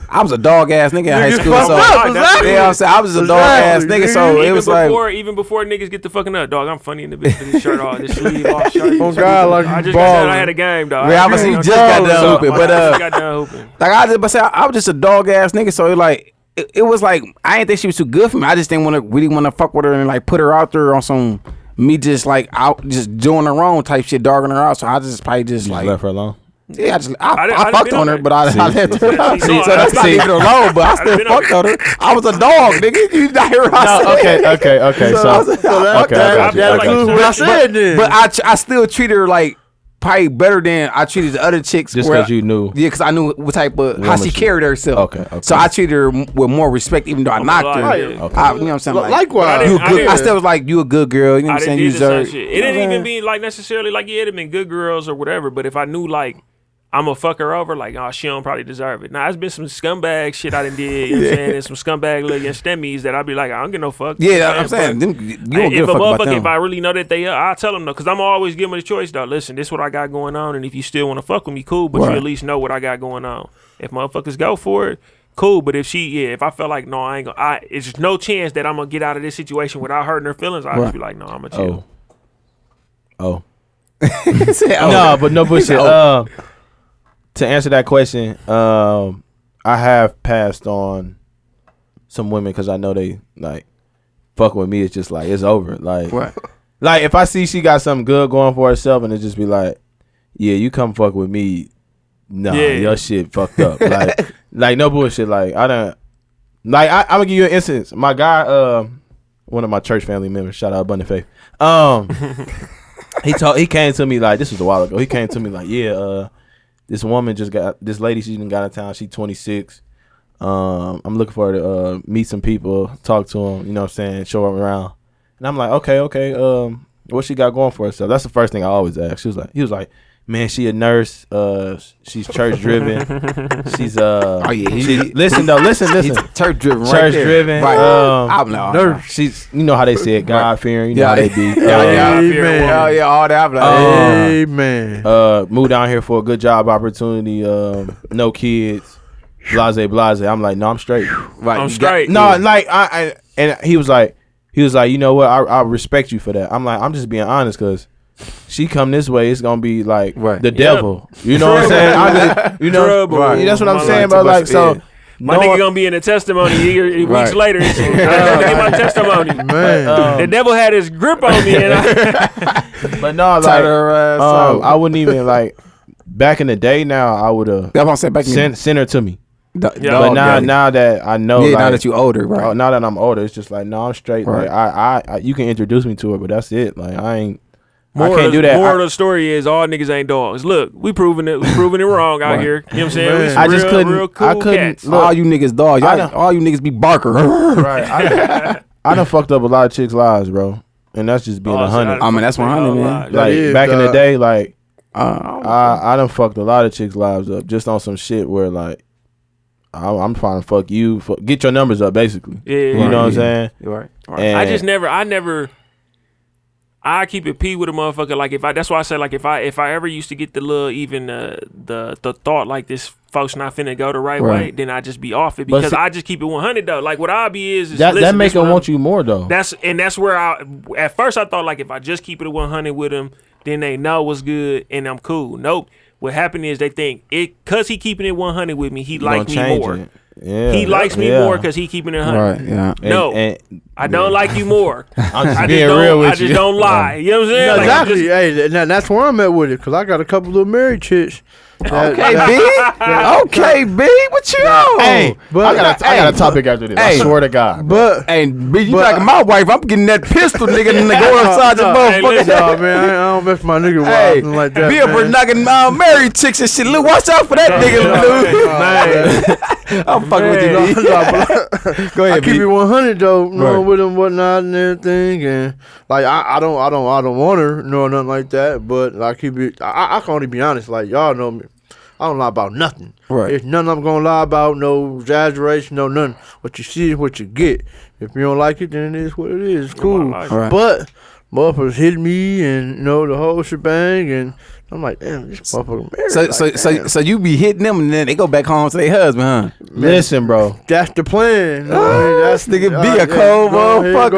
Speaker 5: I was a dog ass nigga in high
Speaker 7: You
Speaker 5: school,
Speaker 7: fucked
Speaker 5: so
Speaker 7: up,
Speaker 5: you know what I'm saying? I was a dog ass
Speaker 7: Exactly.
Speaker 5: nigga, so it
Speaker 2: even
Speaker 5: was like.
Speaker 2: before, even before niggas get the fucking up, dog. I'm funny in the bitch with this shirt off, this sleeve off shirt.
Speaker 7: Oh, God, like
Speaker 2: I
Speaker 7: you
Speaker 2: just got said I
Speaker 7: balling.
Speaker 2: had a game, dog.
Speaker 5: Yeah, I was- you just got done
Speaker 2: So,
Speaker 5: hooping, but
Speaker 2: I
Speaker 5: uh,
Speaker 2: just got done hooping.
Speaker 5: Like I just but say I, I was just a dog ass nigga, so it like it, it was like I didn't think she was too good for me. I just didn't want to really want to fuck with her and like put her out there on some me just like out just doing her own type shit, dogging her out. So I just probably just
Speaker 8: You
Speaker 5: like
Speaker 8: left her alone.
Speaker 5: yeah, I just I,
Speaker 2: I
Speaker 5: I,
Speaker 2: didn't- I didn't
Speaker 5: fucked
Speaker 2: been
Speaker 5: on
Speaker 2: on
Speaker 5: her,
Speaker 2: that.
Speaker 5: but I, I left her. out.
Speaker 2: see,
Speaker 5: so that's not
Speaker 2: see.
Speaker 5: even alone, but I still
Speaker 2: been on
Speaker 5: fucked on her. I was a dog, nigga. You not hear what I
Speaker 8: No,
Speaker 5: said.
Speaker 8: Uh, okay, okay, okay. So,
Speaker 5: So I was-
Speaker 8: okay,
Speaker 5: so
Speaker 8: I got
Speaker 5: that-
Speaker 8: you, I
Speaker 7: That
Speaker 8: got you.
Speaker 7: includes what I said then.
Speaker 5: But I, tr- I still treat her like probably better than I treated the other chicks.
Speaker 8: Just
Speaker 5: where-
Speaker 8: 'cause you knew.
Speaker 5: Yeah, because I knew what type of how
Speaker 8: Woman
Speaker 5: she
Speaker 8: she-
Speaker 5: carried herself.
Speaker 8: Okay, okay.
Speaker 5: So I treated her m- with more respect, even though I knocked her.
Speaker 2: Right. Okay.
Speaker 5: I, you know what I'm saying? Like,
Speaker 2: I
Speaker 9: Likewise.
Speaker 2: didn't-
Speaker 5: you a
Speaker 2: I
Speaker 5: good.
Speaker 2: didn't-
Speaker 5: I, still was like, you a good girl. You know
Speaker 2: I
Speaker 5: what I'm
Speaker 2: didn't
Speaker 5: saying?
Speaker 2: do
Speaker 5: You
Speaker 2: the same
Speaker 5: deserve.
Speaker 2: shit.
Speaker 5: you
Speaker 2: It
Speaker 5: know
Speaker 2: didn't
Speaker 5: what
Speaker 2: even
Speaker 5: I'm
Speaker 2: be
Speaker 5: saying?
Speaker 2: like necessarily like yeah, it'd been good girls or whatever. But if I knew like I'm gonna fuck her over, like oh she don't probably deserve it. Now it's been some scumbag shit I done did. You know what I'm saying? And some scumbag little young stemmies that I'd be like I don't give no fuck.
Speaker 5: Yeah,
Speaker 2: You know
Speaker 5: that's what
Speaker 2: what
Speaker 5: I'm saying.
Speaker 2: But
Speaker 5: Them, you don't
Speaker 2: if
Speaker 5: give a
Speaker 2: a
Speaker 5: fuck about
Speaker 2: motherfucker,
Speaker 5: them.
Speaker 2: if I really know that they are, I tell them though, because I'm always giving them the choice though. Listen, this what I got going on, and if you still want to fuck with me, cool. But you
Speaker 5: Right.
Speaker 2: at least know what I got going on. If motherfuckers go for it, cool. But if she, yeah, if I felt like no, I ain't gonna, I, it's just no chance that I'm gonna get out of this situation without hurting her feelings. I'd
Speaker 5: Right.
Speaker 2: just be like, no, I'm gonna chill.
Speaker 8: Oh. Oh.
Speaker 5: Say, oh,
Speaker 8: No, but no bullshit. Um, to answer that question, um, I have passed on some women because I know they like fucking with me. It's just like it's over. Like,
Speaker 5: Right.
Speaker 8: like if I see she got something good going for herself, and it just be like, yeah, you come fuck with me. Nah,
Speaker 2: Yeah.
Speaker 8: your shit fucked up. like, like no bullshit. Like I don't. Like I, I'm gonna give you an instance. My guy, um, one of my church family members, shout out Bunny Faith. Um, he told he came to me like this was a while ago. He came to me like, yeah, uh, this woman just got this lady. She didn't got out of town. She 26. Um, I'm looking for her to uh, meet some people, talk to them. You know what I'm saying? Show them around. And I'm like, okay, okay. Um, what she got going for herself? That's the first thing I always ask. She was like, he was like, man, she a nurse. Uh, she's church driven. she's uh,
Speaker 5: Oh, yeah, he-
Speaker 8: she- listen though, listen, listen.
Speaker 5: Church driven, right
Speaker 8: Church
Speaker 5: there.
Speaker 8: driven,
Speaker 5: Right.
Speaker 8: um,
Speaker 5: I'm oh, not.
Speaker 8: They're- she's you know how they say it, God fearing. You know how
Speaker 5: Yeah.
Speaker 8: they be.
Speaker 2: Oh,
Speaker 5: Yeah,
Speaker 8: Uh,
Speaker 5: yeah,
Speaker 7: Amen.
Speaker 5: yeah, yeah, all that. I'm like,
Speaker 8: Um,
Speaker 7: Amen.
Speaker 8: uh, moved down here for a good job opportunity. Um, no kids, blase blase. I'm like, no, I'm straight.
Speaker 5: right,
Speaker 2: I'm
Speaker 5: you got-
Speaker 2: straight.
Speaker 8: No, like I, I and he was like, he was like, you know what? I, I respect you for that. I'm like, I'm just being honest because she come this way, it's gonna be like
Speaker 5: Right.
Speaker 8: the devil. You know what I'm saying? I just, you know,
Speaker 2: Trouble.
Speaker 8: Right. that's what I'm
Speaker 2: My life
Speaker 8: saying, bro.
Speaker 5: too much
Speaker 8: Like so.
Speaker 5: fear.
Speaker 2: My
Speaker 8: no- um,
Speaker 2: nigga gonna be in a testimony year, weeks
Speaker 5: Right.
Speaker 2: later. I have to get my testimony.
Speaker 7: Man.
Speaker 2: The devil had his grip on me, and I,
Speaker 8: but no,
Speaker 5: tired
Speaker 8: like
Speaker 5: of her ass
Speaker 8: um,
Speaker 5: out.
Speaker 8: I wouldn't even like back in the day. Now I would have
Speaker 5: That's what I'm saying. Back in
Speaker 8: sent sent her to me,
Speaker 5: the,
Speaker 2: Yeah.
Speaker 8: but
Speaker 2: Oh,
Speaker 8: now
Speaker 5: yeah.
Speaker 8: now that I know,
Speaker 5: yeah,
Speaker 8: like,
Speaker 5: now that you older, right?
Speaker 8: Oh, now that I'm older, it's just like no, I'm straight.
Speaker 5: Right.
Speaker 8: Like I, I, I, you can introduce me to her, but that's it. Like I ain't,
Speaker 2: Moral
Speaker 8: I can't
Speaker 2: of-
Speaker 8: do that.
Speaker 2: Moral
Speaker 8: I,
Speaker 2: of the story is all niggas ain't dogs. Look, we proving it. We proving it wrong out here. You know what I'm saying? We
Speaker 7: Man.
Speaker 2: some
Speaker 8: I just
Speaker 2: real-
Speaker 8: couldn't-
Speaker 2: real cool
Speaker 8: I couldn't-
Speaker 2: cats.
Speaker 8: look,
Speaker 5: all you niggas dogs.
Speaker 8: I
Speaker 5: Y'all,
Speaker 8: done-
Speaker 5: all you niggas be barker. I
Speaker 8: right, I, done- I done fucked up a lot of chicks' lives, bro, and that's just being
Speaker 2: Oh,
Speaker 8: a
Speaker 2: so
Speaker 8: hundred.
Speaker 2: I-
Speaker 5: mean, that's 100,
Speaker 2: Lies.
Speaker 5: man.
Speaker 7: that
Speaker 8: Like
Speaker 7: is,
Speaker 8: back in the
Speaker 7: uh,
Speaker 8: day, like
Speaker 5: Uh,
Speaker 8: I, I done fucked a lot of chicks' lives up just on some shit where like I'm, I'm trying to fuck you, fuck, get your numbers up, basically.
Speaker 2: Yeah,
Speaker 8: you
Speaker 2: yeah,
Speaker 8: know what I'm
Speaker 5: yeah.
Speaker 8: saying.
Speaker 5: right.
Speaker 8: And
Speaker 2: I just never, I never, I keep it p with a motherfucker. Like if I, that's why I say like if I, if I ever used to get the little even uh, the the thought like this folks not finna go the right, way,
Speaker 5: Right.
Speaker 2: then I just be off it
Speaker 8: But
Speaker 2: because
Speaker 8: see-
Speaker 2: I just keep it one hundred though. Like what I be is, is
Speaker 8: that
Speaker 2: listen,
Speaker 8: that make
Speaker 2: this
Speaker 8: her
Speaker 2: what I'm-
Speaker 8: want you more though.
Speaker 2: That's and that's where I at first I thought like if I just keep it at 100 with him, then they know what's good and I'm cool. Nope. What happened is they think it cuz he keeping it 100 with me, he
Speaker 8: You gonna
Speaker 2: likes me
Speaker 8: change
Speaker 2: more.
Speaker 8: it. Yeah,
Speaker 2: He likes me
Speaker 8: yeah.
Speaker 2: more cuz he keeping it 100.
Speaker 5: Right. Yeah.
Speaker 8: And-
Speaker 2: No.
Speaker 8: and-
Speaker 2: I don't like you more.
Speaker 8: I'm just
Speaker 2: I just
Speaker 8: being
Speaker 2: don't,
Speaker 8: real with
Speaker 2: I just
Speaker 8: you.
Speaker 2: don't lie. You know what I'm saying? Like, I'm
Speaker 7: exactly. hey, th- now that's where I'm at with it, cause I got a couple little married chicks. That-
Speaker 5: Okay,
Speaker 7: that-
Speaker 5: B. Okay, B. What you on?
Speaker 8: Hey,
Speaker 7: But-
Speaker 8: I got a, I got a topic after this. I
Speaker 5: Hey.
Speaker 8: swear to God.
Speaker 7: but
Speaker 5: Hey, B, you
Speaker 7: But-
Speaker 5: like my wife? I'm getting that pistol, nigga, and go outside your
Speaker 2: Hey,
Speaker 5: motherfucker.
Speaker 2: listen.
Speaker 7: nah, man, I, ain't- I don't mess my nigga
Speaker 5: Hey,
Speaker 7: wild like that.
Speaker 5: be a
Speaker 7: man.
Speaker 5: Bernanke, uh, married chicks and shit. Look, watch out for that nigga, Lou.
Speaker 7: Man,
Speaker 5: I'm fucking with you, B. Go
Speaker 7: I
Speaker 5: ahead,
Speaker 7: keep it
Speaker 5: B.
Speaker 7: 100 though, you know,
Speaker 5: Right.
Speaker 7: with him, whatnot, and everything, and like I, I don't, I don't, I don't want her, no, nothing like that. But like, keep it. I- I, I can only be honest. Like y'all know me, I don't lie about nothing.
Speaker 5: Right.
Speaker 7: There's nothing I'm gonna lie about. No exaggeration. No nothing. What you see is what you get. If you don't like it, then it is what it is. It's cool.
Speaker 2: life.
Speaker 5: Right.
Speaker 7: But motherfuckers hit me, and you know the whole shebang, and I'm like, damn, this motherfucker married.
Speaker 5: So,
Speaker 7: like,
Speaker 5: so, so,
Speaker 7: damn.
Speaker 5: so you be hitting them, and then they go back home to their husband, huh?
Speaker 8: Listen, bro.
Speaker 7: that's the plan. you know what I mean?
Speaker 5: This
Speaker 7: That's
Speaker 5: nigga
Speaker 7: uh,
Speaker 5: be
Speaker 7: yeah,
Speaker 5: a cold
Speaker 7: go ahead,
Speaker 5: motherfucker,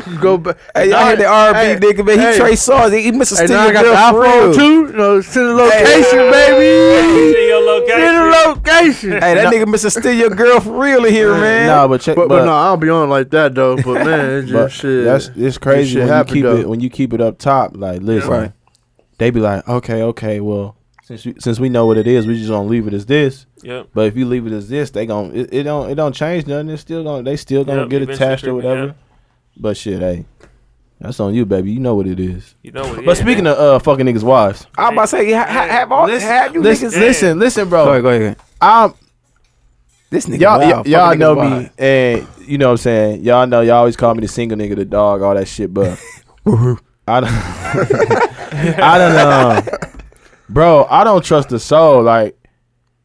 Speaker 7: go-
Speaker 5: man.
Speaker 7: Go back.
Speaker 5: Hey, y'all hear that R&B nigga, man? He Trey Songz. He Mr.
Speaker 7: Hey,
Speaker 5: Steal
Speaker 7: now I
Speaker 5: Your
Speaker 7: got the
Speaker 5: Girl
Speaker 7: iPhone
Speaker 5: for real.
Speaker 7: too. No, send a location,
Speaker 2: just-
Speaker 7: baby.
Speaker 2: in your
Speaker 7: Send a
Speaker 2: location.
Speaker 7: location.
Speaker 5: Hey, that nigga Mr. Steal Your Girl for real in here, man.
Speaker 8: Nah, but check.
Speaker 7: but, but no, I'll be on like that though. But man, it's
Speaker 8: but
Speaker 7: just shit.
Speaker 8: that's it's crazy
Speaker 7: shit
Speaker 8: when you
Speaker 7: happen,
Speaker 8: keep
Speaker 7: though.
Speaker 8: it when you keep it up top. Like, listen,
Speaker 5: Right.
Speaker 8: they be like, okay, okay, well, since we, since we know what it is, we just gonna leave it as this.
Speaker 2: Yep.
Speaker 8: But if you leave it as this, they gon' it, it don't it don't change nothing. It's still gonna they still gonna
Speaker 2: Yep,
Speaker 8: get
Speaker 2: eventually,
Speaker 8: attached or whatever.
Speaker 2: yep.
Speaker 8: But shit, hey, That's on you, baby. You know what it is.
Speaker 2: You know what? it
Speaker 8: But
Speaker 2: is,
Speaker 8: speaking
Speaker 2: man.
Speaker 8: of uh, fucking niggas' wives,
Speaker 5: I'm about to say, ha- ha- have all
Speaker 8: listen-
Speaker 5: have you
Speaker 8: listen,
Speaker 5: niggas?
Speaker 8: listen, listen, bro.
Speaker 5: Go ahead, go ahead.
Speaker 8: I'm
Speaker 5: This nigga,
Speaker 8: y'all,
Speaker 5: wild.
Speaker 8: y- y'all
Speaker 5: Fucking
Speaker 8: know
Speaker 5: niggas
Speaker 8: me, and you know what I'm saying. Y'all know y'all always call me the single nigga, the dog, all that shit. But I don't, I don't know, bro. I don't trust the soul. Like,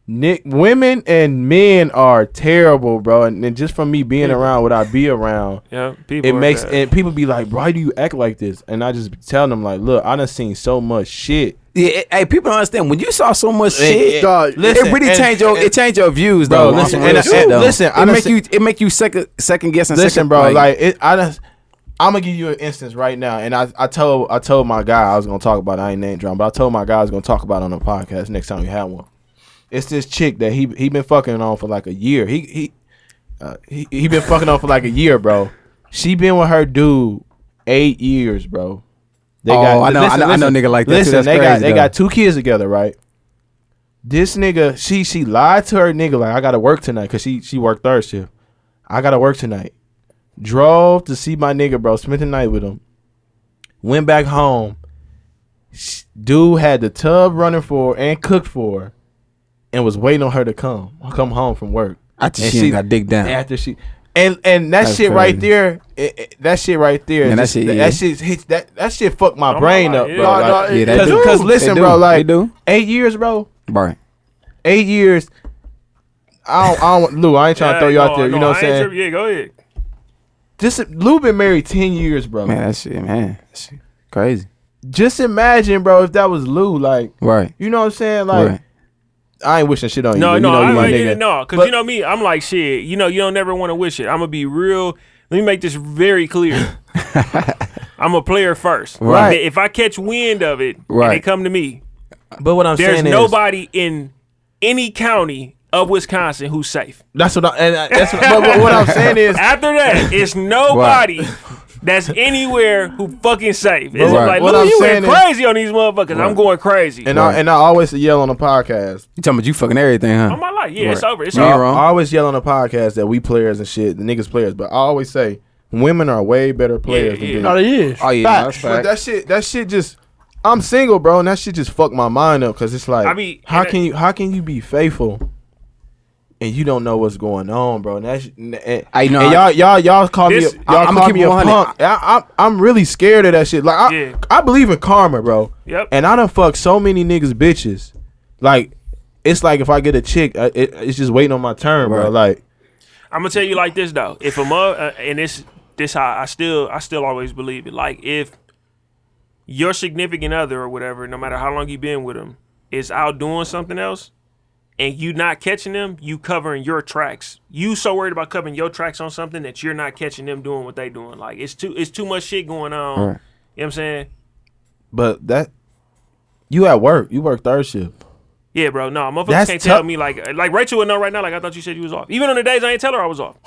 Speaker 8: Nick, women and men are terrible, bro. And, and just from me being around what I be around,
Speaker 2: yeah, people
Speaker 8: it
Speaker 2: are
Speaker 8: makes
Speaker 2: bad.
Speaker 8: and people be like, why do you act like this? And I just tell them like, look, I done seen so much shit.
Speaker 5: Yeah, it- hey, people don't understand when you saw so much shit.
Speaker 8: dog, listen,
Speaker 5: it really
Speaker 8: and-
Speaker 5: changed your
Speaker 8: and-
Speaker 5: it changed your views,
Speaker 8: Bro,
Speaker 5: though. on
Speaker 8: listen,
Speaker 5: some
Speaker 8: and
Speaker 5: real
Speaker 8: I-
Speaker 5: shit,
Speaker 8: and
Speaker 5: though.
Speaker 8: listen, I
Speaker 5: it
Speaker 8: done
Speaker 5: make
Speaker 8: se-
Speaker 5: you it make you second second guessing.
Speaker 8: Listen, bro, like, it, I done, I'm gonna give you an instance right now, and I, I told I told my guy I was gonna talk about. It. I ain't name dropping, but I told my guy I was gonna talk about it on the podcast next time we had one. It's this chick that he he been fucking on for like a year. He he uh, he, he been fucking on for like a year, bro. She been with her dude eight years, bro. They
Speaker 5: Oh, I know- I know- I know nigga like that, too.
Speaker 8: Listen,
Speaker 5: That's
Speaker 8: they got
Speaker 5: crazy,
Speaker 8: they
Speaker 5: though.
Speaker 8: got two kids together, right? This nigga, she she lied to her nigga like I gotta work tonight because she she worked third shift. I gotta work tonight. Drove to see my nigga, bro. Spent the night with him. Went back home. Sh- Dude had the tub running for her and cooked for, her, and was waiting on her to come come home from work
Speaker 5: after
Speaker 8: and
Speaker 5: she,
Speaker 8: she-
Speaker 5: got dick down.
Speaker 8: after she and and that
Speaker 5: That's
Speaker 8: shit right
Speaker 5: crazy.
Speaker 8: there, it, it- that shit right there,
Speaker 5: Man, that
Speaker 8: just-
Speaker 5: shit,
Speaker 8: that,
Speaker 5: yeah.
Speaker 8: shit hits that that shit fucked my
Speaker 2: I'm
Speaker 8: brain
Speaker 2: like,
Speaker 8: up,
Speaker 2: yeah.
Speaker 8: bro.
Speaker 2: Nah,
Speaker 8: Like,
Speaker 5: yeah, they
Speaker 8: Cause,
Speaker 5: do.
Speaker 8: 'cause listen,
Speaker 5: They do.
Speaker 8: bro, like
Speaker 5: They do.
Speaker 8: eight years, bro,
Speaker 5: Right.
Speaker 8: eight years. I don't, I don't, Lou, I ain't trying to
Speaker 2: Yeah,
Speaker 8: throw you out
Speaker 2: no,
Speaker 8: there.
Speaker 2: no,
Speaker 8: you know what
Speaker 2: I
Speaker 8: I'm
Speaker 2: ain't
Speaker 8: saying?
Speaker 2: tripping. Yeah, go ahead.
Speaker 8: Just Lou been married ten years, bro.
Speaker 5: Man, that shit, man. That shit crazy.
Speaker 8: Just imagine, bro, if that was Lou, like,
Speaker 5: Right.
Speaker 8: you know what I'm saying? Like,
Speaker 5: right.
Speaker 8: I ain't wishing shit on
Speaker 2: No,
Speaker 8: you.
Speaker 2: no,
Speaker 8: but you know,
Speaker 2: I
Speaker 8: you my
Speaker 2: ain't
Speaker 8: nigga.
Speaker 2: no, because
Speaker 8: But-
Speaker 2: you know me, I'm like shit. You know, you don't never want to wish it. I'm gonna be real. Let me make this very clear. I'm a player first.
Speaker 5: Right.
Speaker 2: If I catch wind of it, and they
Speaker 5: Right.
Speaker 2: come to me,
Speaker 8: But what I'm
Speaker 2: there's
Speaker 8: saying is,
Speaker 2: nobody in any county of Wisconsin who's safe.
Speaker 8: That's what I. And I that's what, but, but what I'm saying is,
Speaker 2: After that, it's nobody that's anywhere who fucking safe. It's
Speaker 8: Right.
Speaker 2: like,
Speaker 8: What
Speaker 2: Lou,
Speaker 8: I'm
Speaker 2: you
Speaker 8: saying
Speaker 2: went
Speaker 8: is-
Speaker 2: crazy on these motherfuckers. I'm going crazy.
Speaker 8: and I and I always yell on the podcast.
Speaker 5: You talking about you fucking everything,
Speaker 2: on
Speaker 5: huh?
Speaker 2: my life, yeah, it's
Speaker 5: Right.
Speaker 2: over. It's
Speaker 5: You ain't
Speaker 2: over.
Speaker 5: wrong.
Speaker 8: I always yell on the podcast that we players and shit, the niggas players, but I always say women are way better players
Speaker 2: yeah.
Speaker 8: than
Speaker 7: No,
Speaker 8: dudes.
Speaker 7: it is.
Speaker 5: Oh yeah,
Speaker 8: Facts,
Speaker 5: no,
Speaker 8: but
Speaker 5: that's fact.
Speaker 8: that shit, that shit just. I'm single, bro, and that shit just fucked my mind up because it's like,
Speaker 2: I mean,
Speaker 8: how
Speaker 2: and
Speaker 8: can
Speaker 2: I-
Speaker 8: you, how can you be faithful, and you don't know what's going on, bro? And that's, and, and,
Speaker 5: I know,
Speaker 8: and
Speaker 5: I-
Speaker 8: y'all, y'all, y'all call
Speaker 2: This-
Speaker 8: me, a,
Speaker 5: I-
Speaker 8: y'all
Speaker 5: I'ma
Speaker 8: call
Speaker 5: keep
Speaker 8: me
Speaker 5: it
Speaker 8: a
Speaker 5: 100.
Speaker 8: punk. I, I, I'm really scared of that shit. Like, I,
Speaker 2: Yeah.
Speaker 8: I believe in karma, bro.
Speaker 2: Yep.
Speaker 8: And I done fucked so many niggas, bitches. Like, it's like if I get a chick, I, it, it's just waiting on my turn, bro.
Speaker 5: Right.
Speaker 8: Like.
Speaker 2: I'm gonna tell you like this though. If a mother, uh, and this this how I still I still always believe it. Like if your significant other or whatever, no matter how long you been with them, is out doing something else, and you not catching them, you covering your tracks. You so worried about covering your tracks on something that you're not catching them doing what they doing. Like it's too it's too much shit going on.
Speaker 5: Right.
Speaker 2: You know what I'm saying?
Speaker 8: But that you at work, you work third shift.
Speaker 2: Yeah, bro. No, motherfuckers
Speaker 8: That's
Speaker 2: can't tell
Speaker 8: tough.
Speaker 2: me like like Rachel would know right now. Like I thought you said you was off. Even on the days I ain't tell her I was off.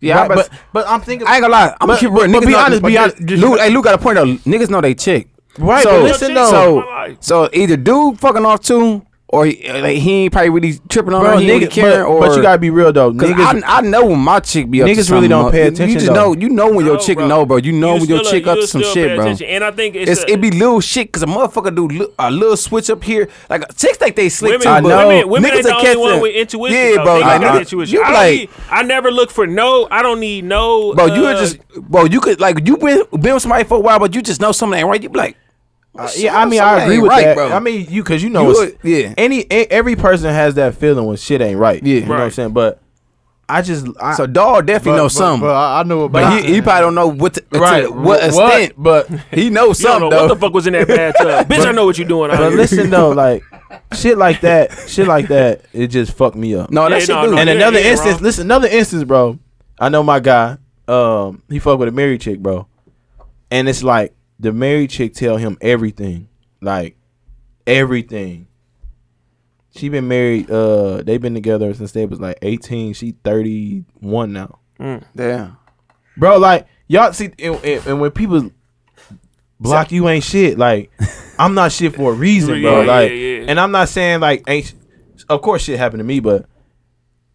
Speaker 5: Yeah, I
Speaker 8: Right,
Speaker 5: but
Speaker 8: but but I'm thinking.
Speaker 5: I ain't gonna lie. I'm
Speaker 8: But-
Speaker 5: gonna keep real.
Speaker 8: but-
Speaker 5: Niggas
Speaker 8: but be
Speaker 5: know-
Speaker 8: honest, be honest.
Speaker 5: Lou, hey, Lou got a point though. Niggas know they chick.
Speaker 8: Right,
Speaker 5: So
Speaker 8: but
Speaker 2: listen,
Speaker 5: listen
Speaker 2: though.
Speaker 5: So, so either dude fucking off too, or he, like, he ain't probably really tripping on her.
Speaker 8: bro,
Speaker 5: He ain't really
Speaker 8: nigga,
Speaker 5: caring,
Speaker 8: but,
Speaker 5: or
Speaker 8: but you gotta be real though,
Speaker 5: Cause
Speaker 8: niggas.
Speaker 5: I, I know when my chick be up to
Speaker 8: Niggas really
Speaker 5: something,
Speaker 8: don't
Speaker 5: bro.
Speaker 8: pay
Speaker 5: You- You
Speaker 8: attention,
Speaker 5: just
Speaker 8: though.
Speaker 5: know, you know when your
Speaker 2: No,
Speaker 5: chick
Speaker 2: bro.
Speaker 5: know, bro. You know
Speaker 2: You
Speaker 5: when your
Speaker 2: still-
Speaker 5: chick up
Speaker 2: you
Speaker 5: to some
Speaker 2: still
Speaker 5: shit,
Speaker 2: pay
Speaker 5: bro.
Speaker 2: attention. And I think it's,
Speaker 5: It's,
Speaker 2: a-
Speaker 5: it be little shit because a motherfucker do li- a little switch up here. Like chicks think they slick
Speaker 2: Women,
Speaker 5: too, but
Speaker 2: women, women
Speaker 5: niggas
Speaker 2: ain't the
Speaker 5: are
Speaker 2: only one
Speaker 5: catching-
Speaker 2: with intuition.
Speaker 5: Yeah,
Speaker 2: though.
Speaker 5: bro.
Speaker 2: They
Speaker 5: Like,
Speaker 2: got
Speaker 5: nigga,
Speaker 2: intuition.
Speaker 5: You
Speaker 2: I don't
Speaker 5: like,
Speaker 2: need- I never look for no. I don't need no.
Speaker 5: bro, you
Speaker 2: uh,
Speaker 5: were just, bro. You could like, you been been with somebody for a while, but you just know something ain't right. You be like,
Speaker 8: Uh, yeah, I mean, I
Speaker 5: something
Speaker 8: agree
Speaker 5: ain't
Speaker 8: with
Speaker 5: right,
Speaker 8: that.
Speaker 5: bro.
Speaker 8: I mean, you because you know,
Speaker 5: You
Speaker 8: it's-
Speaker 5: would- yeah.
Speaker 8: Any a, every person has that feeling when shit ain't right.
Speaker 5: Yeah.
Speaker 8: you know what I'm
Speaker 2: Right.
Speaker 8: saying. But I just I,
Speaker 5: so dog definitely
Speaker 7: But-
Speaker 5: know
Speaker 7: but-
Speaker 5: something,
Speaker 7: But I, I know
Speaker 5: but
Speaker 7: about
Speaker 5: he, he probably don't know what to,
Speaker 8: right
Speaker 5: to what extent.
Speaker 8: what, but
Speaker 2: You
Speaker 5: He knows
Speaker 2: don't know
Speaker 5: something
Speaker 2: what
Speaker 5: though.
Speaker 2: the fuck was in that bathtub, bitch. I know what you're doing. out
Speaker 8: but
Speaker 2: here.
Speaker 8: listen though, like shit like that, shit like that, it just fucked me up.
Speaker 5: No, that
Speaker 2: Yeah,
Speaker 5: shit
Speaker 2: no,
Speaker 5: do.
Speaker 2: no,
Speaker 8: And
Speaker 2: yeah,
Speaker 8: another
Speaker 2: yeah,
Speaker 8: instance,
Speaker 2: wrong.
Speaker 8: listen, another instance, bro. I know my guy. Um, he fuck with a married chick, bro. And it's like the married chick tell him everything, like everything. She been married. Uh, they been together since they was like eighteen. She thirty one now,
Speaker 5: Damn.
Speaker 8: bro. Like y'all see, and, and- and when people block you, ain't shit. Like I'm not shit for a reason, bro.
Speaker 2: Yeah, yeah,
Speaker 8: like,
Speaker 2: yeah.
Speaker 8: and I'm not saying like ain't. sh- Of course, shit happened to me, but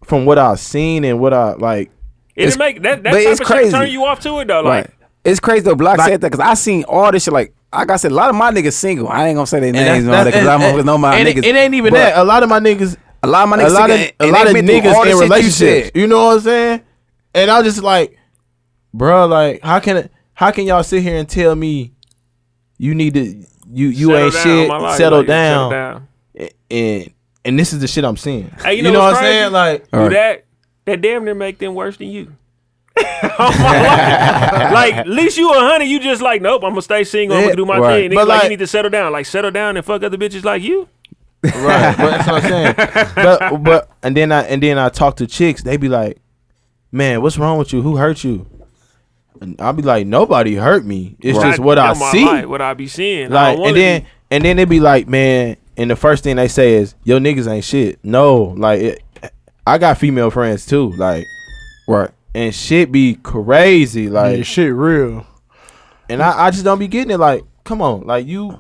Speaker 8: from what I've seen and what I like,
Speaker 2: It
Speaker 5: It's-
Speaker 2: make that that
Speaker 5: but
Speaker 2: type
Speaker 5: it's
Speaker 2: of shit
Speaker 5: crazy.
Speaker 2: turn you off to it though. Like
Speaker 5: Right. It's crazy though. Block
Speaker 8: Like-
Speaker 5: said that because I seen all this shit. Like, like I said, a lot of my niggas single. I ain't gonna say their names
Speaker 8: that's-
Speaker 5: and all that
Speaker 8: that's-
Speaker 5: because I don't
Speaker 8: and-
Speaker 5: know my
Speaker 8: and
Speaker 5: niggas.
Speaker 8: It, it ain't even
Speaker 5: but
Speaker 8: that. A lot of my niggas,
Speaker 5: A lot of my
Speaker 8: a
Speaker 5: niggas.
Speaker 8: lot of
Speaker 5: single, and-
Speaker 8: a
Speaker 5: and
Speaker 8: lot
Speaker 5: they
Speaker 8: of
Speaker 5: been through
Speaker 8: niggas in
Speaker 5: all the shit you
Speaker 8: relationships.
Speaker 5: said.
Speaker 8: You, know what I'm saying? And I'm just like, bro, like how can how can y'all sit here and tell me you need to you you
Speaker 2: Settle
Speaker 8: ain't
Speaker 2: down,
Speaker 8: shit,
Speaker 2: my life,
Speaker 8: settle,
Speaker 2: like,
Speaker 8: down,
Speaker 2: settle down.
Speaker 8: and and this is the shit I'm seeing.
Speaker 2: Hey, you know
Speaker 8: what
Speaker 2: what's
Speaker 8: I'm
Speaker 2: crazy?
Speaker 8: saying? Like
Speaker 2: Do that. That damn near make them worse than you. Oh my like, at least you a hundred, you just like, nope, I'm gonna stay single, I'm
Speaker 8: Yeah,
Speaker 2: gonna do my
Speaker 8: right.
Speaker 2: thing. Niggas
Speaker 8: But
Speaker 2: like, you
Speaker 8: like-
Speaker 2: need to settle down, like settle down and fuck other bitches like you.
Speaker 8: Right, but that's what I'm saying. But but and then I and then I talk to chicks. They be like, "Man, what's wrong with you? Who hurt you?" And I'll be like, "Nobody hurt me. It's
Speaker 2: Right.
Speaker 8: just what I
Speaker 2: That's my
Speaker 8: see."
Speaker 2: life, what I be seeing. I
Speaker 8: Like
Speaker 2: don't wanna
Speaker 8: and then
Speaker 2: be-
Speaker 8: and then they be like, "Man," and the first thing they say is, "Yo, niggas ain't shit." No, like it, I got female friends too. Like
Speaker 5: Right.
Speaker 8: and shit be crazy. Like
Speaker 7: Yeah, shit real.
Speaker 8: and I, I just don't be getting it. Like come on, like you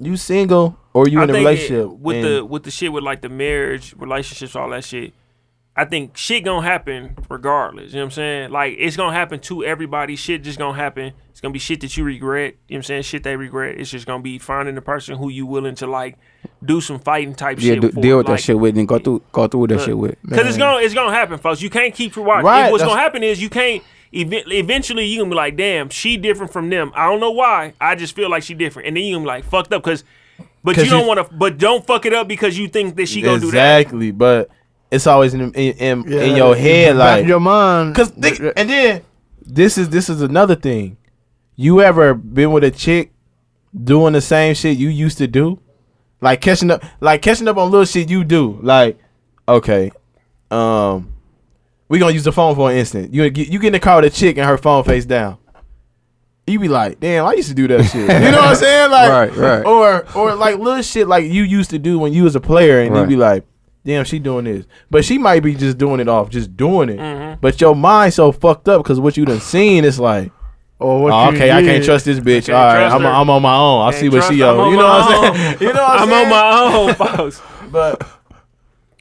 Speaker 8: you single or you
Speaker 2: I
Speaker 8: in a
Speaker 2: think it-
Speaker 8: relationship
Speaker 2: with
Speaker 8: and-
Speaker 2: the with the shit with like the marriage, relationships, all that shit. I think shit gonna happen regardless. You know what I'm saying? Like it's gonna happen to everybody. Shit just gonna happen. It's gonna be shit that you regret. You know what I'm saying? Shit they regret. It's just gonna be finding the person who you willing to like do some fighting type
Speaker 5: Yeah,
Speaker 2: shit.
Speaker 5: do,
Speaker 2: for,
Speaker 5: deal with
Speaker 2: like,
Speaker 5: that shit with and go through go through with that shit with.
Speaker 2: Because it's gonna it's gonna happen, folks. You can't keep your watch.
Speaker 8: Right,
Speaker 2: what's
Speaker 8: that's-
Speaker 2: gonna happen is you can't. ev- Eventually, you gonna be like, "Damn, she different from them." I don't know why. I just feel like she different, and then you gonna be like, "Fucked up," because. But you
Speaker 8: 'Cause
Speaker 2: don't
Speaker 8: you-
Speaker 2: want to. But don't fuck it up because you think that she gonna do that.
Speaker 8: Exactly, but it's always in in, in,
Speaker 7: Yeah,
Speaker 8: in your head,
Speaker 7: back
Speaker 8: like
Speaker 7: of your mind.
Speaker 8: Cause think, and then this is this is another thing. You ever been with a chick doing the same shit you used to do, like catching up, like catching up on little shit you do. Like, okay, um, we gonna use the phone for an instant. You get you get in the car with a chick and her phone face down. You be like, damn, I used to do that shit. You know what I'm saying? Like,
Speaker 5: Right, right.
Speaker 8: Or or like little shit like you used to do when you was a player, and you
Speaker 5: Right.
Speaker 8: be like, damn, she doing this, but she might be just doing it off, just doing it.
Speaker 2: Mm-hmm.
Speaker 8: But your mind so fucked up because what you done seen is like,
Speaker 7: Or what
Speaker 8: oh,
Speaker 7: you
Speaker 8: okay, I can't
Speaker 7: did.
Speaker 8: trust this bitch.
Speaker 2: can't
Speaker 8: All right,
Speaker 2: trust
Speaker 8: I'm,
Speaker 2: her.
Speaker 8: I'm on my own. I
Speaker 2: Can't
Speaker 8: see what
Speaker 2: trust
Speaker 8: she
Speaker 2: her. I'm
Speaker 8: on. You
Speaker 2: on
Speaker 8: know
Speaker 2: my
Speaker 8: what I'm
Speaker 2: own.
Speaker 8: saying? You know what I'm,
Speaker 2: I'm
Speaker 8: saying?
Speaker 2: on my own, folks.
Speaker 8: But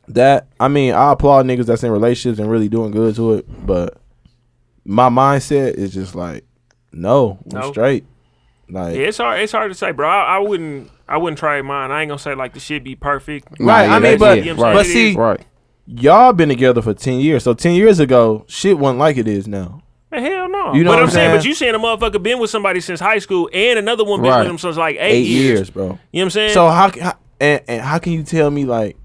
Speaker 8: that I mean, I applaud niggas that's in relationships and really doing good to it. But my mindset is just like, no, I'm
Speaker 2: No.
Speaker 8: straight. Like,
Speaker 2: Yeah, it's hard. It's hard to say, bro. I, I wouldn't. I wouldn't try mine. I ain't gonna say like the shit be perfect.
Speaker 8: right?
Speaker 5: Nah,
Speaker 8: I
Speaker 5: yeah,
Speaker 8: mean,
Speaker 5: that-
Speaker 8: but
Speaker 5: yeah,
Speaker 8: but
Speaker 2: right.
Speaker 8: see,
Speaker 5: Right.
Speaker 8: y'all been together for ten years. So ten years ago, shit wasn't like it is now.
Speaker 2: Man, hell no.
Speaker 8: You know
Speaker 2: but
Speaker 8: what
Speaker 2: I'm
Speaker 8: I'm
Speaker 2: saying, but
Speaker 8: saying?
Speaker 2: you saying a motherfucker been with somebody since high school, and another one been
Speaker 5: Right.
Speaker 2: with him since like eight,
Speaker 8: Eight years, bro.
Speaker 2: You know what I'm saying?
Speaker 8: So how, ca- how and, and how can you tell me like,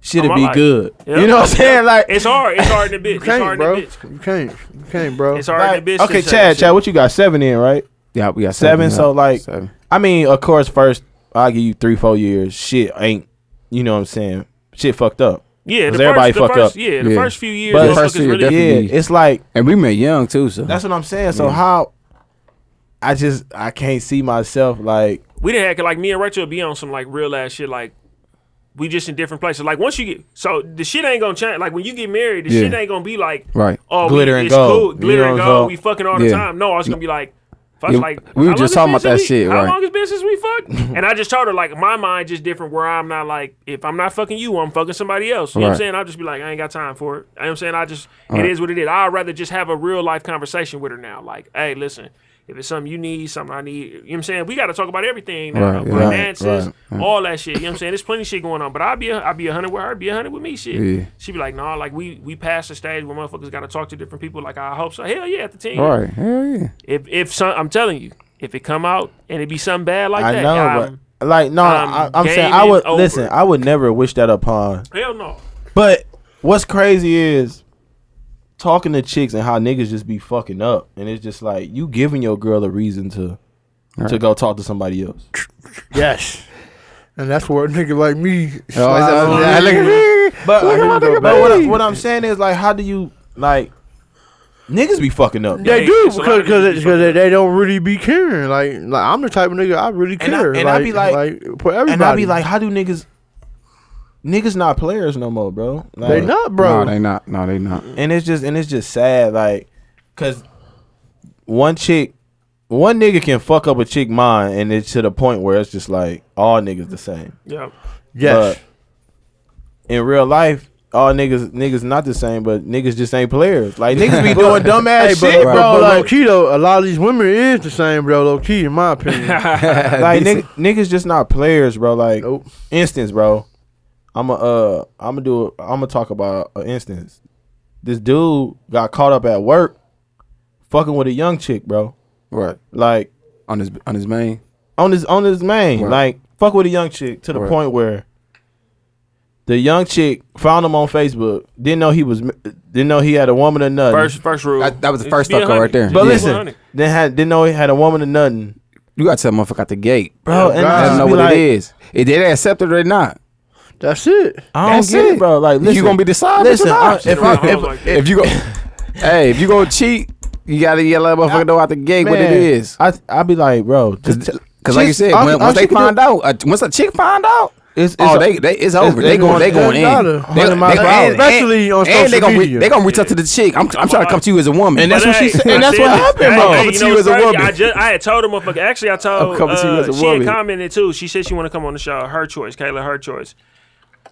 Speaker 8: shit, it
Speaker 2: my
Speaker 8: be
Speaker 2: life.
Speaker 8: good?
Speaker 2: Yep.
Speaker 8: You know what I'm saying? Like,
Speaker 2: it's hard. It's hard to bitch. It's
Speaker 7: You can't,
Speaker 2: hard to
Speaker 7: bro.
Speaker 2: bitch.
Speaker 7: You can't. You can't, bro.
Speaker 2: It's hard
Speaker 8: like
Speaker 2: to bitch. to
Speaker 8: okay,
Speaker 2: say
Speaker 8: Chad,
Speaker 2: shit.
Speaker 8: Chad, what you got? Seven in, right?
Speaker 5: Yeah, we got
Speaker 8: seven.
Speaker 5: yeah.
Speaker 8: So like,
Speaker 5: Seven.
Speaker 8: I mean, of course, first I give you three, four years. Shit ain't, you know what I'm saying? Shit fucked up.
Speaker 2: Yeah,
Speaker 8: 'Cause
Speaker 2: the
Speaker 8: everybody
Speaker 2: first,
Speaker 8: fucked
Speaker 2: the first,
Speaker 8: up.
Speaker 2: Yeah, the
Speaker 5: Yeah.
Speaker 2: first few years,
Speaker 8: But-
Speaker 2: motherfuckers
Speaker 5: First year,
Speaker 2: really
Speaker 5: definitely.
Speaker 8: Yeah, it's like
Speaker 5: and we met young too. So
Speaker 8: that's what I'm saying. So how? I just I can't see myself like
Speaker 2: we didn't have like me and Rachel be on some like real ass shit like we just in different places. Like once you get so the shit ain't gonna change. Like when you get married, the
Speaker 5: Yeah.
Speaker 2: shit ain't gonna be like
Speaker 5: Right.
Speaker 2: Oh,
Speaker 8: Glitter
Speaker 2: we,
Speaker 8: and
Speaker 2: it's
Speaker 8: gold.
Speaker 2: Cool.
Speaker 8: You
Speaker 2: Glitter
Speaker 8: know
Speaker 2: and
Speaker 8: what I'm
Speaker 2: gold.
Speaker 8: saying?
Speaker 2: We fucking all the
Speaker 5: Yeah.
Speaker 2: time. No, I was gonna be like, fuck,
Speaker 5: Yeah,
Speaker 2: like
Speaker 5: we were
Speaker 2: how
Speaker 5: just
Speaker 2: long
Speaker 5: talking
Speaker 2: it's
Speaker 5: about
Speaker 2: been
Speaker 5: that
Speaker 2: since
Speaker 5: shit,
Speaker 2: we- How
Speaker 5: right.
Speaker 2: long it's been since we fucked? and I just told her like my mind just different where I'm not like if I'm not fucking you, I'm fucking somebody else. You know what I'm
Speaker 5: Right.
Speaker 2: saying? I'll just be like, I ain't got time for it. You know what I'm saying? I just it is what it is. I'd rather just have a real life conversation with her now. Like, hey, listen. If it's something you need, something I need, you know what I'm saying? We got to talk about everything now.
Speaker 5: Right, right,
Speaker 2: finances,
Speaker 8: right,
Speaker 2: all that shit. You know what I'm saying? There's plenty of shit going on, but I'll be a, I'll be a hundred with her, be a hundred with me. Shit,
Speaker 5: Yeah.
Speaker 2: she be like, nah, like we we passed the stage where motherfuckers got to talk to different people. Like I hope so. Hell yeah, at the team.
Speaker 5: All right. Hell yeah.
Speaker 2: If if some, I'm telling you, if it come out and it be something bad like
Speaker 8: I
Speaker 2: that,
Speaker 8: know,
Speaker 2: um,
Speaker 8: but like no,
Speaker 2: um,
Speaker 8: I, I'm
Speaker 2: game
Speaker 8: saying I would
Speaker 2: is over.
Speaker 8: listen. I would never wish that upon.
Speaker 2: hell no.
Speaker 8: But what's crazy is talking to chicks and how niggas just be fucking up, and it's just like you giving your girl a reason to to go talk to somebody else.
Speaker 7: Yes. And that's where a nigga like me.
Speaker 5: Oh, is
Speaker 7: slides
Speaker 5: that-
Speaker 7: on
Speaker 5: yeah,
Speaker 7: in.
Speaker 5: look at me.
Speaker 8: But,
Speaker 5: Look at my nigga
Speaker 8: but what, I,
Speaker 5: Bobby.
Speaker 8: what I'm saying is like, how do you like niggas be fucking up?
Speaker 7: They
Speaker 2: Yeah,
Speaker 7: do
Speaker 2: it's a lot
Speaker 7: because
Speaker 2: of
Speaker 7: cause
Speaker 2: niggas
Speaker 7: it, cause they, they don't really be caring. Like, like I'm the type of nigga I really
Speaker 8: And I-
Speaker 7: care.
Speaker 8: and I be like-
Speaker 7: for everybody.
Speaker 8: And I be like, how do niggas? Niggas not players no more, bro. Like,
Speaker 7: they not, bro.
Speaker 5: No, they not. No, they not.
Speaker 8: and it's just and it's just sad, like, cause one chick, one nigga can fuck up a chick mind, and it's to the point where it's just like all niggas the same.
Speaker 2: Yeah,
Speaker 7: yes,
Speaker 8: But in real life, all niggas niggas not the same, but niggas just ain't players. Like niggas be doing dumb
Speaker 7: Hey,
Speaker 8: ass
Speaker 7: but,
Speaker 8: shit, bro.
Speaker 7: but, but low
Speaker 8: Like,
Speaker 7: key though, a lot of these women is the same, bro. Low key, in my opinion.
Speaker 8: like nigg- niggas just not players, bro. Like
Speaker 7: Nope.
Speaker 8: instance, bro. I'm a uh I'm gonna do I'm gonna talk about an instance. This dude got caught up at work fucking with a young chick, bro.
Speaker 5: Right.
Speaker 8: Like
Speaker 5: On his on his main.
Speaker 8: on his on his main.
Speaker 5: Right.
Speaker 8: Like fuck with a young chick to the
Speaker 5: Right.
Speaker 8: point where the young chick found him on Facebook. Didn't know he was m- didn't know he had a woman or nothing.
Speaker 2: First, first rule.
Speaker 5: That- that was the
Speaker 2: Just
Speaker 5: first
Speaker 2: be a
Speaker 5: sucker
Speaker 2: hundred.
Speaker 5: right there.
Speaker 2: Just
Speaker 8: but
Speaker 2: be a
Speaker 8: listen,
Speaker 2: hundred.
Speaker 8: then had didn't know he had a woman or nothing.
Speaker 5: You got to tell motherfucker out the gate.
Speaker 8: Bro, and I
Speaker 5: I
Speaker 8: just
Speaker 5: don't know
Speaker 8: be
Speaker 5: what
Speaker 8: like,
Speaker 5: it is. If they accept it or not,
Speaker 7: That's it.
Speaker 8: I don't
Speaker 5: That's
Speaker 8: get it.
Speaker 5: it.
Speaker 8: bro. Like, listen,
Speaker 5: you gonna be decided.
Speaker 8: listen. I, if I,
Speaker 2: I don't
Speaker 8: if,
Speaker 2: like that.
Speaker 5: if you go, hey, if you gonna cheat, you gotta yell that motherfucker know out the gate what it
Speaker 8: man,
Speaker 5: is.
Speaker 8: I I be like, bro, just
Speaker 5: Because, like you
Speaker 8: Chicks-
Speaker 5: said,
Speaker 8: all-
Speaker 5: when,
Speaker 8: all
Speaker 5: once
Speaker 8: she
Speaker 5: they
Speaker 8: can do-
Speaker 5: find out, uh, once a chick find out,
Speaker 8: it's, it's
Speaker 5: oh, they, they it's over. They going, they going in.
Speaker 7: dollar.
Speaker 5: They,
Speaker 8: Hundred miles per hour.
Speaker 7: Especially
Speaker 5: and
Speaker 7: on
Speaker 5: they
Speaker 7: social
Speaker 5: gonna re-
Speaker 7: media.
Speaker 5: they gonna reach out to the chick. I'm, I'm trying to come to you as a woman.
Speaker 8: And that's
Speaker 2: But
Speaker 8: what she
Speaker 2: hey,
Speaker 8: said-
Speaker 2: I
Speaker 8: and that's
Speaker 2: said
Speaker 8: what
Speaker 2: this.
Speaker 8: happened,
Speaker 2: Hey,
Speaker 8: bro.
Speaker 2: hey,
Speaker 8: Coming
Speaker 2: you
Speaker 5: to
Speaker 2: know
Speaker 5: you
Speaker 2: what's
Speaker 5: as a
Speaker 2: crazy?
Speaker 5: woman.
Speaker 2: I just I had told her motherfucker. Actually, I told
Speaker 5: I'm coming to you
Speaker 2: uh,
Speaker 5: as a
Speaker 2: she had
Speaker 5: woman.
Speaker 2: commented too. She said she want to come on the show. Her choice, Kayla. Her choice.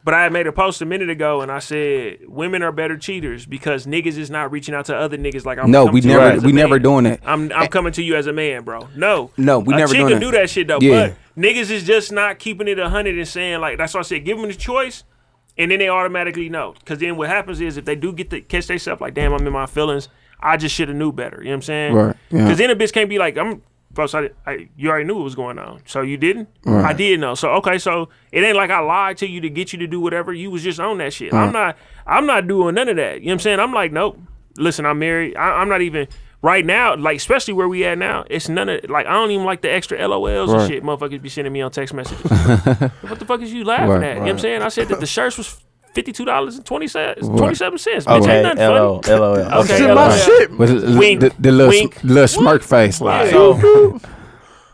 Speaker 2: But I had made a post a minute ago, and I said women are better cheaters because niggas is not reaching out to other niggas like I'm.
Speaker 5: No,
Speaker 2: coming
Speaker 5: we
Speaker 2: to you
Speaker 5: never-
Speaker 2: as a
Speaker 5: we
Speaker 2: man.
Speaker 5: never doing that.
Speaker 2: I'm I'm coming to you as a man, bro. No,
Speaker 5: No, we
Speaker 2: a
Speaker 5: never
Speaker 2: She
Speaker 5: doing
Speaker 2: can
Speaker 5: that.
Speaker 2: do that shit though,
Speaker 5: Yeah.
Speaker 2: but niggas is just not keeping it hundred and saying like that's why I said give them the choice. and then they automatically know. Cause then what happens is if they do get to catch themselves like, damn, I'm in my feelings. I just should have knew better. You know what I'm saying?
Speaker 5: Right, yeah.
Speaker 2: Cause then a bitch can't be like, I'm, bro, so I, I, you already knew what was going on. So you didn't? I did know. So okay, so it ain't like I lied to you to get you to do whatever. You was just on that shit. I'm not, I'm not doing none of that. You know what I'm saying? I'm like, nope. Listen, I'm married. I, I'm not even. Right now, like especially where we at now, it's none of like I don't even like the extra LOLs and shit motherfuckers be sending me on text messages. What the fuck is you laughing
Speaker 5: Right,
Speaker 2: at? You know what I'm saying? I said that the shirts was fifty two dollars and twenty cents, twenty seven cents. Bitch,
Speaker 8: okay,
Speaker 2: ain't nothing
Speaker 8: lol,
Speaker 2: funny.
Speaker 8: lol.
Speaker 2: Okay,
Speaker 8: Okay,
Speaker 2: LOL.
Speaker 8: LOL.
Speaker 5: With the,
Speaker 2: Wink,
Speaker 5: the, the little,
Speaker 2: wink.
Speaker 5: sm- little smirk face, like
Speaker 8: So,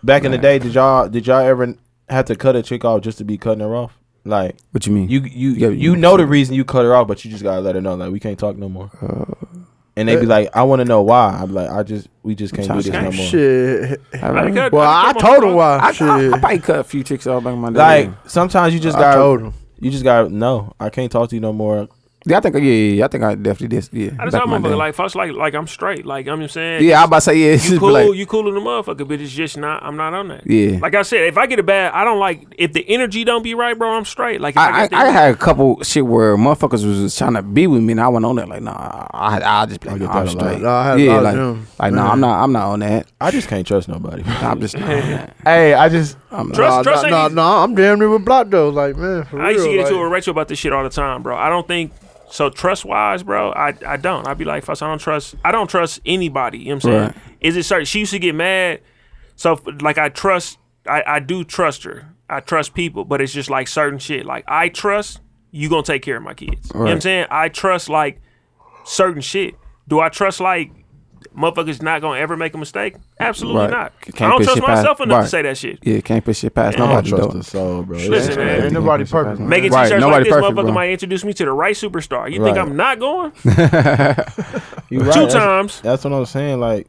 Speaker 8: back in the day, did y'all did y'all ever have to cut a chick off just to be cutting her off? Like,
Speaker 5: what you mean?
Speaker 8: you you
Speaker 5: Yeah,
Speaker 8: you know the reason you cut her off, but you just gotta let her know. Like, we can't talk no more. Uh, and they be like, I want to know why. I'm like, I just we just can't do this no more.
Speaker 7: Shit.
Speaker 5: I,
Speaker 2: I
Speaker 8: uh,
Speaker 2: cut-
Speaker 7: Well, I
Speaker 2: cut my
Speaker 7: told
Speaker 2: phone.
Speaker 7: him why.
Speaker 5: I,
Speaker 7: shit.
Speaker 5: I, I probably cut a few chicks off back in my day.
Speaker 8: Like, sometimes you just
Speaker 7: I
Speaker 8: gotta
Speaker 7: told him.
Speaker 8: you just gotta no, I can't talk to you no more.
Speaker 5: yeah, I think, yeah, yeah, yeah, I think I definitely did. Yeah,
Speaker 2: I just
Speaker 5: back
Speaker 2: told
Speaker 5: in my
Speaker 2: motherfucker
Speaker 5: day.
Speaker 2: like first like like I'm straight. Like I'm just saying.
Speaker 5: yeah, I about to say yeah. It's
Speaker 2: You
Speaker 5: just be
Speaker 2: cool,
Speaker 5: like,
Speaker 2: you cool in the motherfucker, but it's just not. I'm not on that.
Speaker 5: Yeah.
Speaker 2: Like I said, if I get a bad, I don't like. If the energy don't be right, bro, I'm straight. Like if I,
Speaker 5: I,
Speaker 2: get
Speaker 5: I, I
Speaker 2: that-
Speaker 5: had a couple shit where motherfuckers was just trying to be with me, and I went on that like, nah, I I just play.
Speaker 8: get
Speaker 5: Nah,
Speaker 8: that
Speaker 5: I'm
Speaker 8: a lot.
Speaker 5: straight.
Speaker 7: Nah, I had a
Speaker 5: yeah,
Speaker 7: lot of
Speaker 5: like,
Speaker 7: them.
Speaker 5: like nah, I'm not, I'm not on that.
Speaker 8: I just can't trust nobody.
Speaker 5: I'm just not on that.
Speaker 8: hey, I just
Speaker 5: I'm not.
Speaker 2: Trust-
Speaker 7: Nah,
Speaker 2: trust
Speaker 7: nah,
Speaker 2: ain't
Speaker 7: nah,
Speaker 2: easy.
Speaker 7: nah, I'm damn near with block though. Like man, for
Speaker 2: I used to
Speaker 7: real,
Speaker 2: get into it
Speaker 7: like-
Speaker 2: with Rachel about this shit all the time, bro. I don't think so. Trust wise, bro, I, I don't. I'd be like, first, I don't trust. I don't trust anybody. You know what I'm saying?
Speaker 5: Right.
Speaker 2: Is it certain? She used to get mad. So like, I trust. I, I do trust her. I trust people, but it's just like certain shit. Like I trust you gonna take care of my kids. You know what I'm
Speaker 5: Right.
Speaker 2: saying? I trust like certain shit. Do I trust like motherfuckers not gonna ever make a mistake? Absolutely
Speaker 5: Right.
Speaker 2: not.
Speaker 5: Can't
Speaker 2: I don't
Speaker 5: put
Speaker 2: trust
Speaker 5: shit past-
Speaker 2: myself enough to
Speaker 5: right.
Speaker 2: say that shit.
Speaker 5: Yeah, can't put shit past
Speaker 2: I don't
Speaker 5: nobody.
Speaker 8: trust
Speaker 5: though.
Speaker 8: the soul, bro.
Speaker 2: Listen, man.
Speaker 7: Ain't nobody perfect. man.
Speaker 2: Making
Speaker 5: Right,
Speaker 2: t-shirts like
Speaker 5: nobody
Speaker 2: this
Speaker 5: perfect,
Speaker 2: motherfucker
Speaker 5: bro.
Speaker 2: might introduce me to the right superstar. You think
Speaker 8: Right.
Speaker 2: I'm not going?
Speaker 8: You
Speaker 2: Two
Speaker 8: right. That's-
Speaker 2: times.
Speaker 8: That's what I'm saying. Like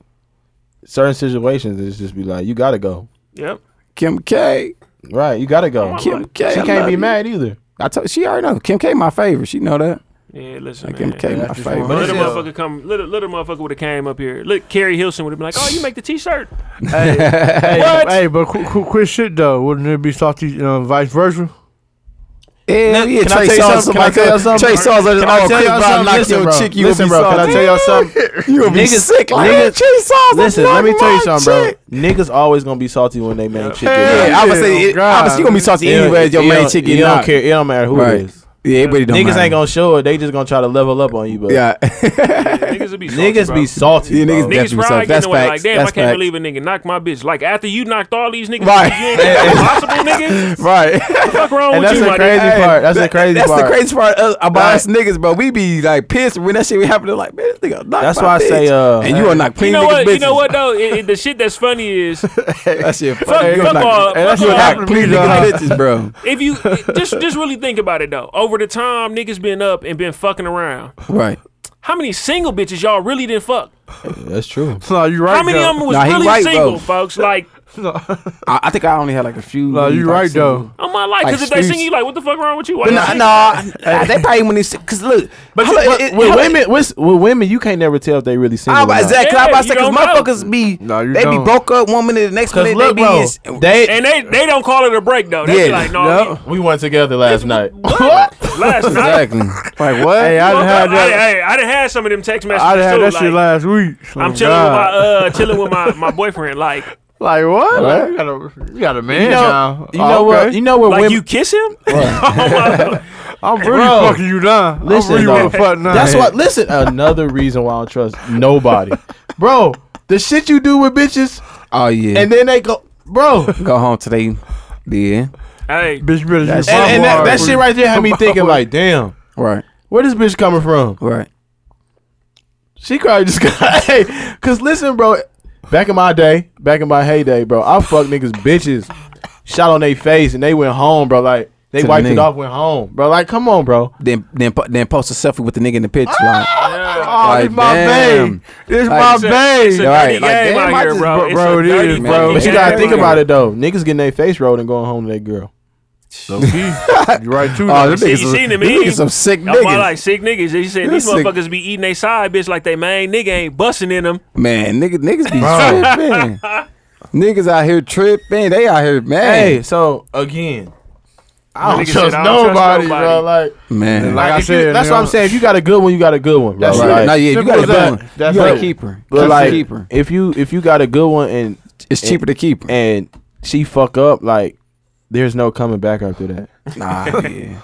Speaker 8: certain situations, it's just be like, you gotta go.
Speaker 2: Yep.
Speaker 5: Kim K,
Speaker 8: Right, you gotta go.
Speaker 2: Come
Speaker 8: She
Speaker 2: on.
Speaker 5: Kim K, I
Speaker 8: can't
Speaker 5: love
Speaker 8: be
Speaker 5: you.
Speaker 8: mad either.
Speaker 5: I told she already know Kim K my favorite. She know that.
Speaker 2: Yeah, listen,
Speaker 5: Like
Speaker 2: man.
Speaker 5: Kim K my
Speaker 2: But
Speaker 5: favorite.
Speaker 2: little
Speaker 7: Yeah.
Speaker 2: motherfucker come, little, little motherfucker would have came up here. Look, Carrie Hilson would have been like, "Oh, you make the T-shirt."
Speaker 7: Hey, hey, but qu- qu- quit shit though. Wouldn't it be salty uh, vice versa?
Speaker 5: Hell yeah,
Speaker 8: Can I
Speaker 5: Trey
Speaker 8: tell you
Speaker 5: Songz.
Speaker 8: something? Can I
Speaker 5: somebody
Speaker 8: tell you
Speaker 5: could-
Speaker 8: something?
Speaker 5: Trey Songz is
Speaker 8: Oh, Can I tell
Speaker 5: all Chris
Speaker 8: y'all
Speaker 5: Brown
Speaker 8: something?
Speaker 5: knock
Speaker 8: Listen,
Speaker 5: your
Speaker 8: bro.
Speaker 5: chick. You
Speaker 8: Listen,
Speaker 5: would be
Speaker 8: bro. Can I
Speaker 5: salty.
Speaker 8: tell y'all something?
Speaker 5: You would be
Speaker 8: Niggas-
Speaker 5: sick like
Speaker 8: niggas-
Speaker 5: Trey Songz. is
Speaker 8: Listen, let me
Speaker 5: knocking
Speaker 8: tell you
Speaker 5: my
Speaker 8: something, bro.
Speaker 5: chick.
Speaker 8: Niggas always gonna be salty when they main chick.
Speaker 7: Hell
Speaker 5: Yeah, oh,
Speaker 8: Yeah,
Speaker 5: I would say
Speaker 7: yeah,
Speaker 5: it,
Speaker 7: God.
Speaker 5: obviously you gonna be salty anyway. if Your main chick
Speaker 8: You
Speaker 5: get
Speaker 8: don't
Speaker 5: knocked.
Speaker 8: care. It don't matter who
Speaker 5: Right.
Speaker 8: it is.
Speaker 5: Yeah, everybody don't
Speaker 8: Niggas
Speaker 5: mind.
Speaker 8: ain't gonna show it. They just gonna try to level up on you, but
Speaker 5: Yeah,
Speaker 2: Niggas would be salty,
Speaker 8: niggas
Speaker 2: bro.
Speaker 8: be salty.
Speaker 5: Yeah,
Speaker 8: bro.
Speaker 5: niggas
Speaker 2: Niggas
Speaker 5: Definitely
Speaker 2: probably
Speaker 5: salty.
Speaker 2: getting
Speaker 5: That's
Speaker 2: away like,
Speaker 5: facts.
Speaker 2: "Damn, I
Speaker 5: That's
Speaker 2: can't
Speaker 5: facts.
Speaker 2: believe a nigga knocked my bitch." Like after you knocked all these niggas,
Speaker 5: Right.
Speaker 2: you ain't impossible, nigga.
Speaker 5: right.
Speaker 2: What the fuck wrong
Speaker 8: And
Speaker 2: with
Speaker 8: that's
Speaker 2: you,
Speaker 8: the
Speaker 2: my
Speaker 8: crazy
Speaker 2: nigga?
Speaker 8: part. That's the
Speaker 5: That-
Speaker 8: crazy
Speaker 5: that's
Speaker 8: part.
Speaker 5: the crazy part uh, about
Speaker 8: Like-
Speaker 5: us niggas, bro. We be like pissed when that shit be happening. Like, man, this nigga knock
Speaker 8: That's
Speaker 5: my
Speaker 8: why I
Speaker 5: bitch.
Speaker 8: say, uh,
Speaker 5: and you gonna knock
Speaker 2: You
Speaker 5: clean
Speaker 2: know
Speaker 5: niggas'
Speaker 2: what?
Speaker 5: bitches.
Speaker 2: You know what though? It- it- the shit that's funny is
Speaker 5: That shit. Fuck,
Speaker 2: fuck
Speaker 5: you gonna knock-
Speaker 2: all-
Speaker 5: Hey,
Speaker 2: fuck
Speaker 5: that shit
Speaker 2: all-
Speaker 5: knock clean niggas' bitches, bro.
Speaker 2: if you just just really think about it though. Over the time, niggas been up and been fucking around.
Speaker 5: Right.
Speaker 2: How many single bitches y'all really didn't fuck?
Speaker 8: That's true.
Speaker 7: No, you right.
Speaker 2: How many
Speaker 7: though.
Speaker 2: of them was
Speaker 5: Nah, he
Speaker 2: really
Speaker 5: right,
Speaker 2: single,
Speaker 5: bro.
Speaker 2: folks? Like,
Speaker 5: I, I think I only had like a few.
Speaker 7: No, you
Speaker 5: like,
Speaker 7: right
Speaker 5: singles.
Speaker 7: though.
Speaker 2: I'm not like,
Speaker 5: Like
Speaker 2: because if they sing
Speaker 5: streets.
Speaker 2: you, like, what the fuck wrong with you? Why
Speaker 5: But
Speaker 2: you
Speaker 5: no,
Speaker 2: sing?
Speaker 5: no, they probably when they because look,
Speaker 8: But,
Speaker 5: how
Speaker 8: you,
Speaker 5: about-
Speaker 8: but
Speaker 5: it-
Speaker 8: with
Speaker 5: how about-
Speaker 8: women, with, with women, you can't never tell if they really single. or
Speaker 5: I
Speaker 8: not.
Speaker 5: about exactly. I'm
Speaker 2: Yeah,
Speaker 5: about to say
Speaker 2: you
Speaker 5: because
Speaker 2: don't know.
Speaker 5: motherfuckers be
Speaker 7: No, you
Speaker 5: they be
Speaker 7: don't.
Speaker 5: broke up one minute, the next
Speaker 8: Cause
Speaker 5: minute they
Speaker 8: look,
Speaker 5: be
Speaker 8: bro,
Speaker 5: in-
Speaker 8: they
Speaker 2: And they, they don't call it a break, though. They be
Speaker 5: Yeah.
Speaker 2: like, no,
Speaker 7: No.
Speaker 2: we-
Speaker 8: we went together last night.
Speaker 2: what? Last night.
Speaker 5: exactly like what?
Speaker 7: Hey, I
Speaker 2: I
Speaker 7: done had
Speaker 2: done
Speaker 7: that.
Speaker 2: I, I, done had some of them text messages.
Speaker 7: I done had
Speaker 2: too,
Speaker 7: that
Speaker 2: like,
Speaker 7: shit last week.
Speaker 2: I'm
Speaker 7: Oh,
Speaker 2: chilling with my
Speaker 7: God.
Speaker 2: uh chilling with my, my boyfriend. Like
Speaker 7: Like what? Like, you, got a, you got a man
Speaker 8: You know,
Speaker 7: now.
Speaker 8: you
Speaker 7: Oh,
Speaker 8: know what?
Speaker 7: okay.
Speaker 8: You know what?
Speaker 2: like
Speaker 8: women,
Speaker 2: you kiss him? Oh,
Speaker 7: I'm really
Speaker 8: Bro.
Speaker 7: fucking you down.
Speaker 8: Listen,
Speaker 7: I'm really
Speaker 8: though.
Speaker 7: fucking down.
Speaker 8: That's what. Listen, another reason why I don't trust nobody, bro. The shit you do with bitches,
Speaker 5: oh yeah,
Speaker 8: and then they go, bro. And,
Speaker 5: go home today. Yeah,
Speaker 2: hey,
Speaker 7: Bitch, better
Speaker 5: That's-
Speaker 7: you
Speaker 5: And-
Speaker 8: and that,
Speaker 7: fuck
Speaker 8: that
Speaker 7: hard.
Speaker 8: shit right there had me thinking like, damn,
Speaker 5: right,
Speaker 8: where this bitch coming from?
Speaker 5: right.
Speaker 8: She probably just got, hey, cause listen, bro. Back in my day, back in my heyday, bro, I fuck niggas bitches, shot on their face, and they went home, bro. Like they
Speaker 5: To the
Speaker 8: wiped it
Speaker 5: nigga.
Speaker 8: off, went home, bro. Like come on, bro.
Speaker 5: Then then po- then post a selfie with the nigga in the picture. Like,
Speaker 7: Oh,
Speaker 5: Like,
Speaker 7: it's my
Speaker 5: damn.
Speaker 7: babe. It's
Speaker 5: Like,
Speaker 7: my
Speaker 5: it's
Speaker 2: it's a-
Speaker 7: babe.
Speaker 2: It's a
Speaker 5: Right,
Speaker 2: dirty
Speaker 5: like,
Speaker 2: game
Speaker 5: damn, I
Speaker 2: out here,
Speaker 5: just-
Speaker 2: bro.
Speaker 7: bro,
Speaker 2: It's
Speaker 7: bro,
Speaker 2: a
Speaker 7: it
Speaker 2: dirty
Speaker 7: is,
Speaker 2: fucking
Speaker 7: bro.
Speaker 5: But
Speaker 8: But you gotta
Speaker 2: game
Speaker 8: think
Speaker 2: out
Speaker 8: about
Speaker 2: here.
Speaker 8: it though. Niggas getting their face rolled and going home to that girl.
Speaker 7: So he- you right too. though.
Speaker 5: this
Speaker 2: see-
Speaker 5: Oh, nigga's
Speaker 2: you
Speaker 5: some-
Speaker 2: seen the
Speaker 5: this
Speaker 2: meme?
Speaker 5: nigga's some sick
Speaker 2: I'm all
Speaker 5: niggas.
Speaker 2: like sick niggas. He said these
Speaker 5: This sick-
Speaker 2: motherfuckers be eating they side bitch like they main nigga ain't busting in them.
Speaker 5: Man, niggas, niggas be tripping. niggas out here tripping. They out here
Speaker 8: Hey,
Speaker 5: man.
Speaker 8: so again, I don't
Speaker 2: Nigga said,
Speaker 8: trust
Speaker 2: "I don't trust
Speaker 8: nobody,
Speaker 2: nobody."
Speaker 8: bro. Like,
Speaker 5: man.
Speaker 7: Like I
Speaker 8: if you-
Speaker 7: said,
Speaker 8: that's
Speaker 7: nigga,
Speaker 8: what I'm
Speaker 7: I'm-
Speaker 8: saying. If you got a good one, you got a good one, bro.
Speaker 7: That's
Speaker 8: Like,
Speaker 5: right. No, yeah, you
Speaker 7: Simple
Speaker 5: got
Speaker 7: as
Speaker 5: a
Speaker 7: that.
Speaker 5: good one.
Speaker 7: That's
Speaker 5: you got
Speaker 7: it.
Speaker 5: a keeper.
Speaker 8: But
Speaker 5: That's
Speaker 8: like,
Speaker 5: a keeper.
Speaker 8: if you if you got a good one and
Speaker 5: It's cheaper to keep.
Speaker 8: and she fuck up, like, there's no coming back after that.
Speaker 5: Nah, yeah.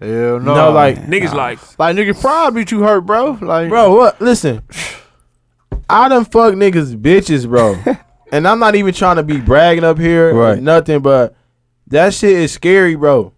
Speaker 7: Hell no.
Speaker 8: No, like,
Speaker 2: Niggas like
Speaker 7: like nigga, probably too hurt, bro. Like,
Speaker 8: bro, what? Listen, I done fuck niggas bitches, bro, and I'm not even trying to be bragging up here, or
Speaker 5: Right.
Speaker 8: Nothing, but that shit is scary, bro.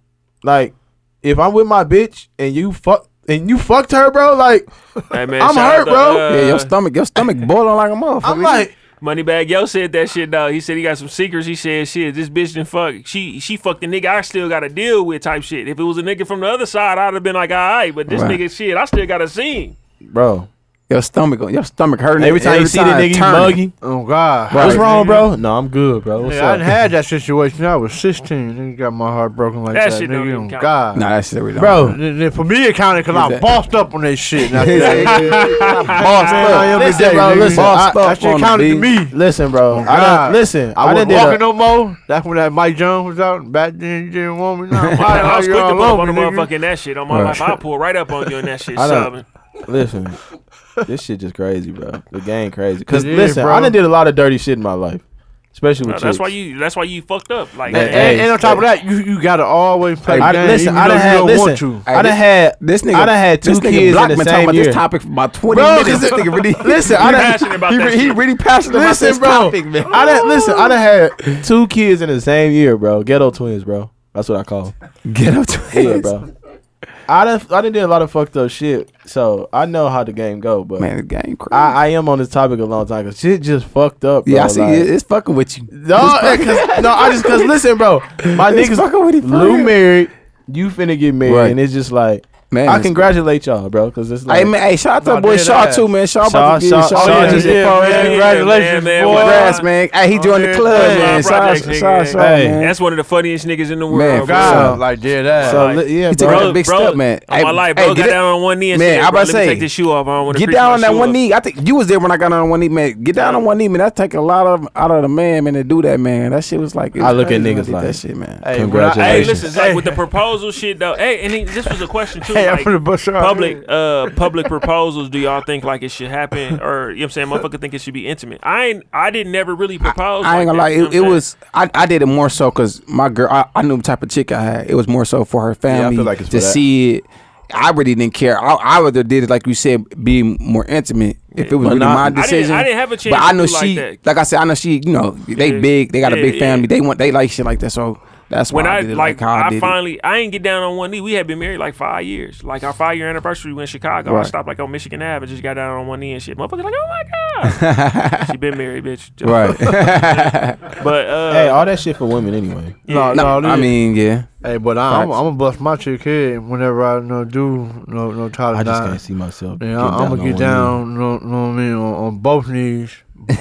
Speaker 8: Like, if I'm with my bitch and you fuck and you fucked her, bro, like,
Speaker 2: Hey man,
Speaker 8: I'm
Speaker 2: shout out
Speaker 8: hurt,
Speaker 2: to,
Speaker 8: bro.
Speaker 2: uh,
Speaker 5: yeah, your stomach, your stomach boiling like a motherfucker.
Speaker 8: I'm like,
Speaker 2: Moneybag Yo said that shit though. He said he got some secrets. He said shit, this bitch didn't fuck. She she fucked a nigga I still gotta deal with type shit. If it was a nigga from the other side, I'd have been like, all right, but this
Speaker 5: Right.
Speaker 2: nigga shit, I still gotta see him.
Speaker 8: bro.
Speaker 5: your stomach, your stomach hurting.
Speaker 8: Every time you see that
Speaker 5: time
Speaker 8: nigga, you
Speaker 5: turning.
Speaker 8: muggy.
Speaker 7: oh god.
Speaker 8: What's
Speaker 5: Right,
Speaker 8: wrong, bro? No, I'm good, bro. What's
Speaker 7: Yeah, I
Speaker 8: up?
Speaker 7: done had that situation. I was 16. Nigga got my heart broken like
Speaker 2: That
Speaker 7: that.
Speaker 2: shit don't even
Speaker 7: nigga, oh
Speaker 2: count.
Speaker 7: god.
Speaker 5: Nah, that shit really don't.
Speaker 8: Bro,
Speaker 7: Th- th- For me, it counted because I
Speaker 5: Exactly.
Speaker 7: bossed up on that shit. Now, that
Speaker 8: boss,
Speaker 7: I am
Speaker 8: listen,
Speaker 7: today,
Speaker 8: bro,
Speaker 7: nigga.
Speaker 8: listen, I-
Speaker 7: Bossed
Speaker 8: I-
Speaker 7: that shit counted to me.
Speaker 8: listen, bro. I
Speaker 7: God.
Speaker 8: done, listen,
Speaker 7: I,
Speaker 8: Oh, I, done
Speaker 7: wasn't
Speaker 8: did
Speaker 7: walking
Speaker 8: a,
Speaker 7: no more. That's when that Mike Jones was out. and Back then, you didn't want me. Now, I'm out
Speaker 2: I was
Speaker 7: here
Speaker 2: quick to
Speaker 7: all
Speaker 2: pull up on
Speaker 7: over,
Speaker 2: the
Speaker 7: nigga.
Speaker 2: motherfucking that shit on my life. I pull right up on you and that shit
Speaker 8: I don't-
Speaker 2: subbing.
Speaker 8: Listen, this shit just crazy, bro. The game crazy. Cause
Speaker 7: It is,
Speaker 8: listen,
Speaker 7: bro.
Speaker 8: I done did a lot of dirty shit in my life, especially
Speaker 2: No,
Speaker 8: with
Speaker 2: Uh, that's
Speaker 8: chicks.
Speaker 2: why you that's why you fucked up. Like
Speaker 8: Hey,
Speaker 2: damn.
Speaker 7: And, and on top of that, you, you gotta always play.
Speaker 8: I,
Speaker 7: the game,
Speaker 8: listen,
Speaker 7: even
Speaker 8: I
Speaker 7: though
Speaker 8: done
Speaker 7: you
Speaker 8: had
Speaker 7: don't want
Speaker 8: listen,
Speaker 7: to.
Speaker 8: I done had
Speaker 5: This nigga,
Speaker 8: I done had two
Speaker 5: this nigga
Speaker 8: kids
Speaker 5: Block
Speaker 8: in the
Speaker 5: been
Speaker 8: same
Speaker 5: talking about
Speaker 8: year.
Speaker 5: this topic for about twenty
Speaker 8: Bro,
Speaker 5: minutes.
Speaker 8: this
Speaker 5: This nigga really,
Speaker 8: Listen, I
Speaker 2: You
Speaker 8: done,
Speaker 2: passionate about
Speaker 5: he,
Speaker 2: that
Speaker 5: re- he
Speaker 2: shit.
Speaker 5: really passionate
Speaker 8: listen,
Speaker 5: about this
Speaker 8: bro.
Speaker 5: topic, man.
Speaker 8: I done listen. I done had two kids in the same year, bro. Ghetto twins, bro. That's what I call. 'em.
Speaker 5: Get up to
Speaker 8: Yeah, bro. I done, I done did a lot of fucked up shit, so I know how the game go. But
Speaker 5: Man, the game crazy.
Speaker 8: I, I am on this topic a long time because shit just fucked up. Bro.
Speaker 5: yeah, I see
Speaker 8: like-
Speaker 5: it, it's fucking with you.
Speaker 8: No, eh, 'cause- no, I just cause listen, bro. My
Speaker 5: It's
Speaker 8: niggas
Speaker 5: fucking with you, for
Speaker 8: Lou
Speaker 5: real.
Speaker 8: married, you finna get married,
Speaker 5: Right.
Speaker 8: and it's just like
Speaker 5: Man,
Speaker 8: I
Speaker 5: it's-
Speaker 8: congratulate y'all, bro, cause it's like
Speaker 5: Hey man, hey, shout out to
Speaker 7: Nah,
Speaker 5: the boy
Speaker 7: dead
Speaker 5: Shaw
Speaker 7: ass.
Speaker 5: too, man. Shaw
Speaker 8: Shaw-
Speaker 5: about to get
Speaker 8: Shaw-
Speaker 5: Shaw.
Speaker 8: Shaw
Speaker 5: Shaw
Speaker 8: just
Speaker 5: just
Speaker 8: hit-
Speaker 5: hit
Speaker 2: yeah, yeah,
Speaker 7: Congratulations,
Speaker 2: man,
Speaker 7: boy.
Speaker 5: congrats, man. Hey, he joined the
Speaker 7: yeah,
Speaker 5: club,
Speaker 7: that's
Speaker 5: man.
Speaker 2: my
Speaker 5: Shaw,
Speaker 2: project,
Speaker 5: Shaw,
Speaker 2: nigga.
Speaker 5: Shaw,
Speaker 8: Hey.
Speaker 5: man.
Speaker 2: That's one of the funniest niggas in the world.
Speaker 5: Man,
Speaker 2: bro.
Speaker 5: for
Speaker 7: God,
Speaker 5: sure.
Speaker 7: like did that.
Speaker 8: so
Speaker 2: like-
Speaker 8: li- yeah,
Speaker 5: He took
Speaker 8: bro.
Speaker 5: a big
Speaker 2: bro,
Speaker 5: step, man.
Speaker 2: on my life, bro.
Speaker 5: hey,
Speaker 2: got
Speaker 5: get
Speaker 2: down on one knee and
Speaker 5: Man,
Speaker 2: said,
Speaker 5: I
Speaker 2: bro,
Speaker 5: about
Speaker 2: let
Speaker 5: to
Speaker 2: me
Speaker 5: say,
Speaker 2: take this shoe off. I don't want to
Speaker 5: Get down on that one knee. I think you was there when I got on one knee, man. Get down on one knee, man. That take a lot of out of the man, man, to do that, man. That shit was like it
Speaker 8: I
Speaker 5: was
Speaker 8: look at
Speaker 5: crazy when I
Speaker 8: niggas
Speaker 5: did
Speaker 8: like-
Speaker 5: that shit, man.
Speaker 7: Hey, when I-
Speaker 2: Hey,
Speaker 8: Congratulations.
Speaker 2: listen, it's like with the proposal shit though. Hey, and he, this was a question too.
Speaker 7: Hey, I'm
Speaker 2: like,
Speaker 7: finna bust your ass.
Speaker 2: public, uh, public proposals. Do y'all think like it should happen, or you know what I'm saying, motherfucker think it should be intimate? I ain't, I didn't never really propose.
Speaker 5: I ain't gonna
Speaker 2: that,
Speaker 5: lie,
Speaker 2: you know what
Speaker 5: it, it
Speaker 2: I'm saying?
Speaker 5: was I, I did it more so because my girl I, I knew the type of chick I had. It was more so for her
Speaker 8: I
Speaker 5: family
Speaker 8: feel like it's for
Speaker 5: to
Speaker 8: that.
Speaker 5: see it. I really didn't care. I, I rather did it like you said, be more intimate. If it was really
Speaker 8: not- I
Speaker 5: my
Speaker 8: didn't-
Speaker 2: I
Speaker 5: decision,
Speaker 2: didn't have a chance
Speaker 5: But I
Speaker 2: to
Speaker 5: know
Speaker 2: do like
Speaker 5: she,
Speaker 2: that.
Speaker 5: I said, I know she. You know, they
Speaker 2: Yeah.
Speaker 5: big. They got
Speaker 2: Yeah,
Speaker 5: a big
Speaker 2: yeah.
Speaker 5: family. They want. They like shit like that. So that's
Speaker 2: when
Speaker 5: why I,
Speaker 2: I,
Speaker 5: did it
Speaker 2: like,
Speaker 5: how I,
Speaker 2: I,
Speaker 5: did it.
Speaker 2: finally, I ain't get down on one knee. We had been married like five years. Like our five year anniversary, we in Chicago. I
Speaker 5: Right.
Speaker 2: stopped like on Michigan Ave and just got down on one knee and shit. Motherfucker, like, oh my god, she been married, bitch.
Speaker 5: Right.
Speaker 2: But uh,
Speaker 8: hey, all that shit for women anyway.
Speaker 7: no, no,
Speaker 5: I mean, yeah.
Speaker 7: Hey, but I'm, I'm gonna bust my chick head whenever I no do no no try to
Speaker 8: I just
Speaker 7: die.
Speaker 8: can't see myself.
Speaker 7: Yeah, I'm
Speaker 8: on
Speaker 7: gonna get
Speaker 8: one
Speaker 7: down, no, no, I mean, on, on both knees.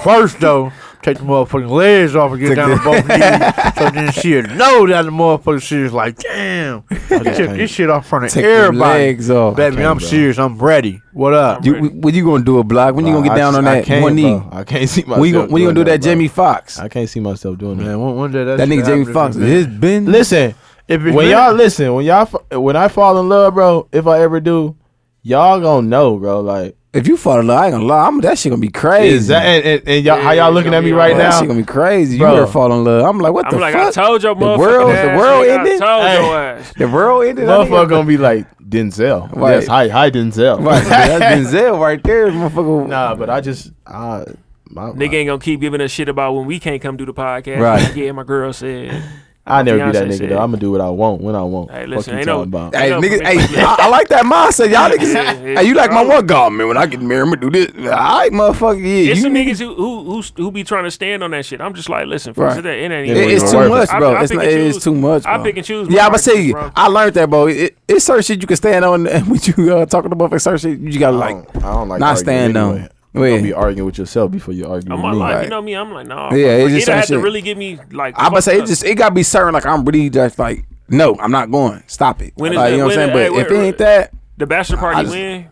Speaker 7: First though, take the motherfucking legs off and get down the both knees. So then she'll know that the motherfucking shit is like, damn, he took this shit off in front of
Speaker 5: Take your
Speaker 7: everybody.
Speaker 5: legs off.
Speaker 7: Baby, I'm serious. I'm ready. What up?
Speaker 5: You, when you gonna do a block? When you gonna get down on that one knee?
Speaker 8: Bro. I can't see myself.
Speaker 5: When you gonna, when you gonna do
Speaker 8: doing
Speaker 5: that, Jimmy Fox?
Speaker 8: bro. I can't see myself doing that.
Speaker 7: Man, one, one day
Speaker 5: That nigga Jamie Foxx, his been
Speaker 8: Listen, when y'all listen, when y'all fa- when I fall in love, bro, if I ever do, y'all gonna know, bro. Like
Speaker 5: If you fall in love, I ain't gonna lie, I'm, that shit gonna be crazy.
Speaker 8: is that and, and, and y'all how
Speaker 2: Yeah,
Speaker 8: y'all looking
Speaker 2: it's
Speaker 8: at me
Speaker 2: gonna
Speaker 8: right
Speaker 2: be
Speaker 5: that
Speaker 8: now?
Speaker 5: shit gonna be crazy.
Speaker 8: Bro.
Speaker 5: You ever fall in love? I'm like, what
Speaker 2: I'm
Speaker 5: the
Speaker 2: like,
Speaker 5: fuck?
Speaker 2: I told your
Speaker 5: The
Speaker 2: motherfucking
Speaker 5: world- the
Speaker 2: ass,
Speaker 5: world
Speaker 2: nigga,
Speaker 5: ended?
Speaker 2: I told your ass.
Speaker 5: the world ended. I
Speaker 8: Motherfucker
Speaker 5: think-
Speaker 8: gonna be like Denzel.
Speaker 5: Right.
Speaker 8: Yes, hi, hi Denzel.
Speaker 5: Right, that's Denzel right there, motherfucker.
Speaker 8: Nah, but I just I my,
Speaker 2: Nigga ain't gonna keep giving us shit about when we can't come do the podcast.
Speaker 5: Right.
Speaker 2: Yeah, my girl said.
Speaker 8: I, I never be that
Speaker 2: Beyonce
Speaker 8: nigga
Speaker 2: said.
Speaker 8: though. I'm gonna do what I want when I want.
Speaker 2: Hey,
Speaker 8: Fuck
Speaker 2: listen,
Speaker 8: you
Speaker 2: ain't
Speaker 8: talking
Speaker 2: no-
Speaker 8: about.
Speaker 5: Hey,
Speaker 2: No,
Speaker 5: nigga,
Speaker 2: but-
Speaker 5: hey, I, I like that mindset. Y'all niggas, hey, you like my one God, man. When I get married, I'm gonna do this. All right, motherfucker, yeah.
Speaker 2: It's
Speaker 5: You
Speaker 2: some
Speaker 5: niggas,
Speaker 2: niggas who, who who st- who be trying to stand on that shit. I'm just like, listen,
Speaker 5: Right.
Speaker 2: folks, it ain't it ain't
Speaker 8: It-
Speaker 2: even
Speaker 5: it's
Speaker 2: worth
Speaker 5: too
Speaker 2: it.
Speaker 5: much,
Speaker 2: I-
Speaker 5: bro.
Speaker 2: I
Speaker 5: it's
Speaker 2: pick
Speaker 5: not,
Speaker 2: and
Speaker 5: it is
Speaker 2: choose.
Speaker 5: too much. Bro.
Speaker 2: I pick and choose. my
Speaker 5: Yeah, I'm gonna
Speaker 2: arguments,
Speaker 5: say
Speaker 2: bro.
Speaker 5: I learned that, bro. It, it's certain shit you can stand on, and when you uh, talking about certain shit, you just gotta
Speaker 8: I
Speaker 5: like
Speaker 2: Oh.
Speaker 8: don't, I don't like
Speaker 5: not
Speaker 8: arguing
Speaker 5: stand
Speaker 8: anyway.
Speaker 5: on.
Speaker 8: You gonna be
Speaker 5: Yeah,
Speaker 8: arguing with yourself before you argue
Speaker 2: I'm
Speaker 8: with me.
Speaker 2: like,
Speaker 5: Right.
Speaker 2: you know me. I'm like, nah.
Speaker 5: Yeah, it's
Speaker 2: Yeah,
Speaker 5: just
Speaker 2: it
Speaker 5: some
Speaker 2: have to
Speaker 5: shit.
Speaker 2: really give me like.
Speaker 5: I'm gonna
Speaker 2: fucked
Speaker 5: say it
Speaker 2: up.
Speaker 5: just it gotta be certain. Like I'm really just like, no, I'm not going. Stop it.
Speaker 2: When is
Speaker 5: like,
Speaker 2: that-
Speaker 5: you know what I'm
Speaker 2: when-
Speaker 5: saying? But
Speaker 2: hey,
Speaker 5: if
Speaker 2: wait,
Speaker 5: it ain't
Speaker 2: wait.
Speaker 5: that,
Speaker 2: the bachelor party
Speaker 5: just-
Speaker 2: when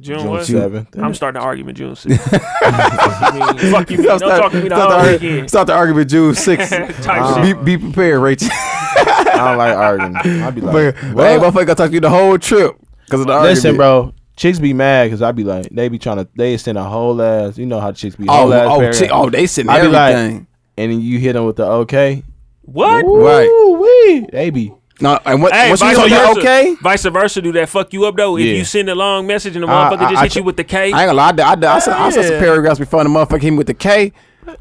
Speaker 2: June,
Speaker 8: June
Speaker 2: what?
Speaker 8: 7th.
Speaker 2: I'm starting an argument June 6th. Fuck you. Don't
Speaker 5: stop,
Speaker 2: talk to me the
Speaker 5: stop
Speaker 2: whole
Speaker 5: argu-
Speaker 2: weekend.
Speaker 5: stop the argument, June six.
Speaker 2: Type
Speaker 5: be,
Speaker 2: shit.
Speaker 5: be prepared, Rachel.
Speaker 8: I don't like arguing. I'd be like,
Speaker 5: But, hey, motherfucker, gonna talk to you the whole trip because of the argument.
Speaker 8: Listen, bro. Chicks be mad because I be like, they be trying to, they send a whole ass, you know how chicks be
Speaker 5: Oh,
Speaker 8: whole ass.
Speaker 5: oh,
Speaker 8: paragraph.
Speaker 5: chick, oh, they sitting
Speaker 8: I be like-
Speaker 5: everything.
Speaker 8: and then you hit them with the okay.
Speaker 2: What?
Speaker 5: Right.
Speaker 8: Ooh-wee. They be.
Speaker 5: no, and what?
Speaker 2: Hey,
Speaker 5: once you
Speaker 2: vice
Speaker 5: hit
Speaker 2: versa.
Speaker 5: the okay,
Speaker 2: Vice versa, do that fuck you up though. If
Speaker 8: Yeah.
Speaker 2: you send a long message and the
Speaker 8: I-
Speaker 2: motherfucker
Speaker 8: I-
Speaker 2: just
Speaker 8: I
Speaker 2: hit
Speaker 8: ca-
Speaker 2: you with the K,
Speaker 5: I ain't gonna lie. I, did, I, did, I, saw, I saw some paragraphs before the motherfucker hit me with the K.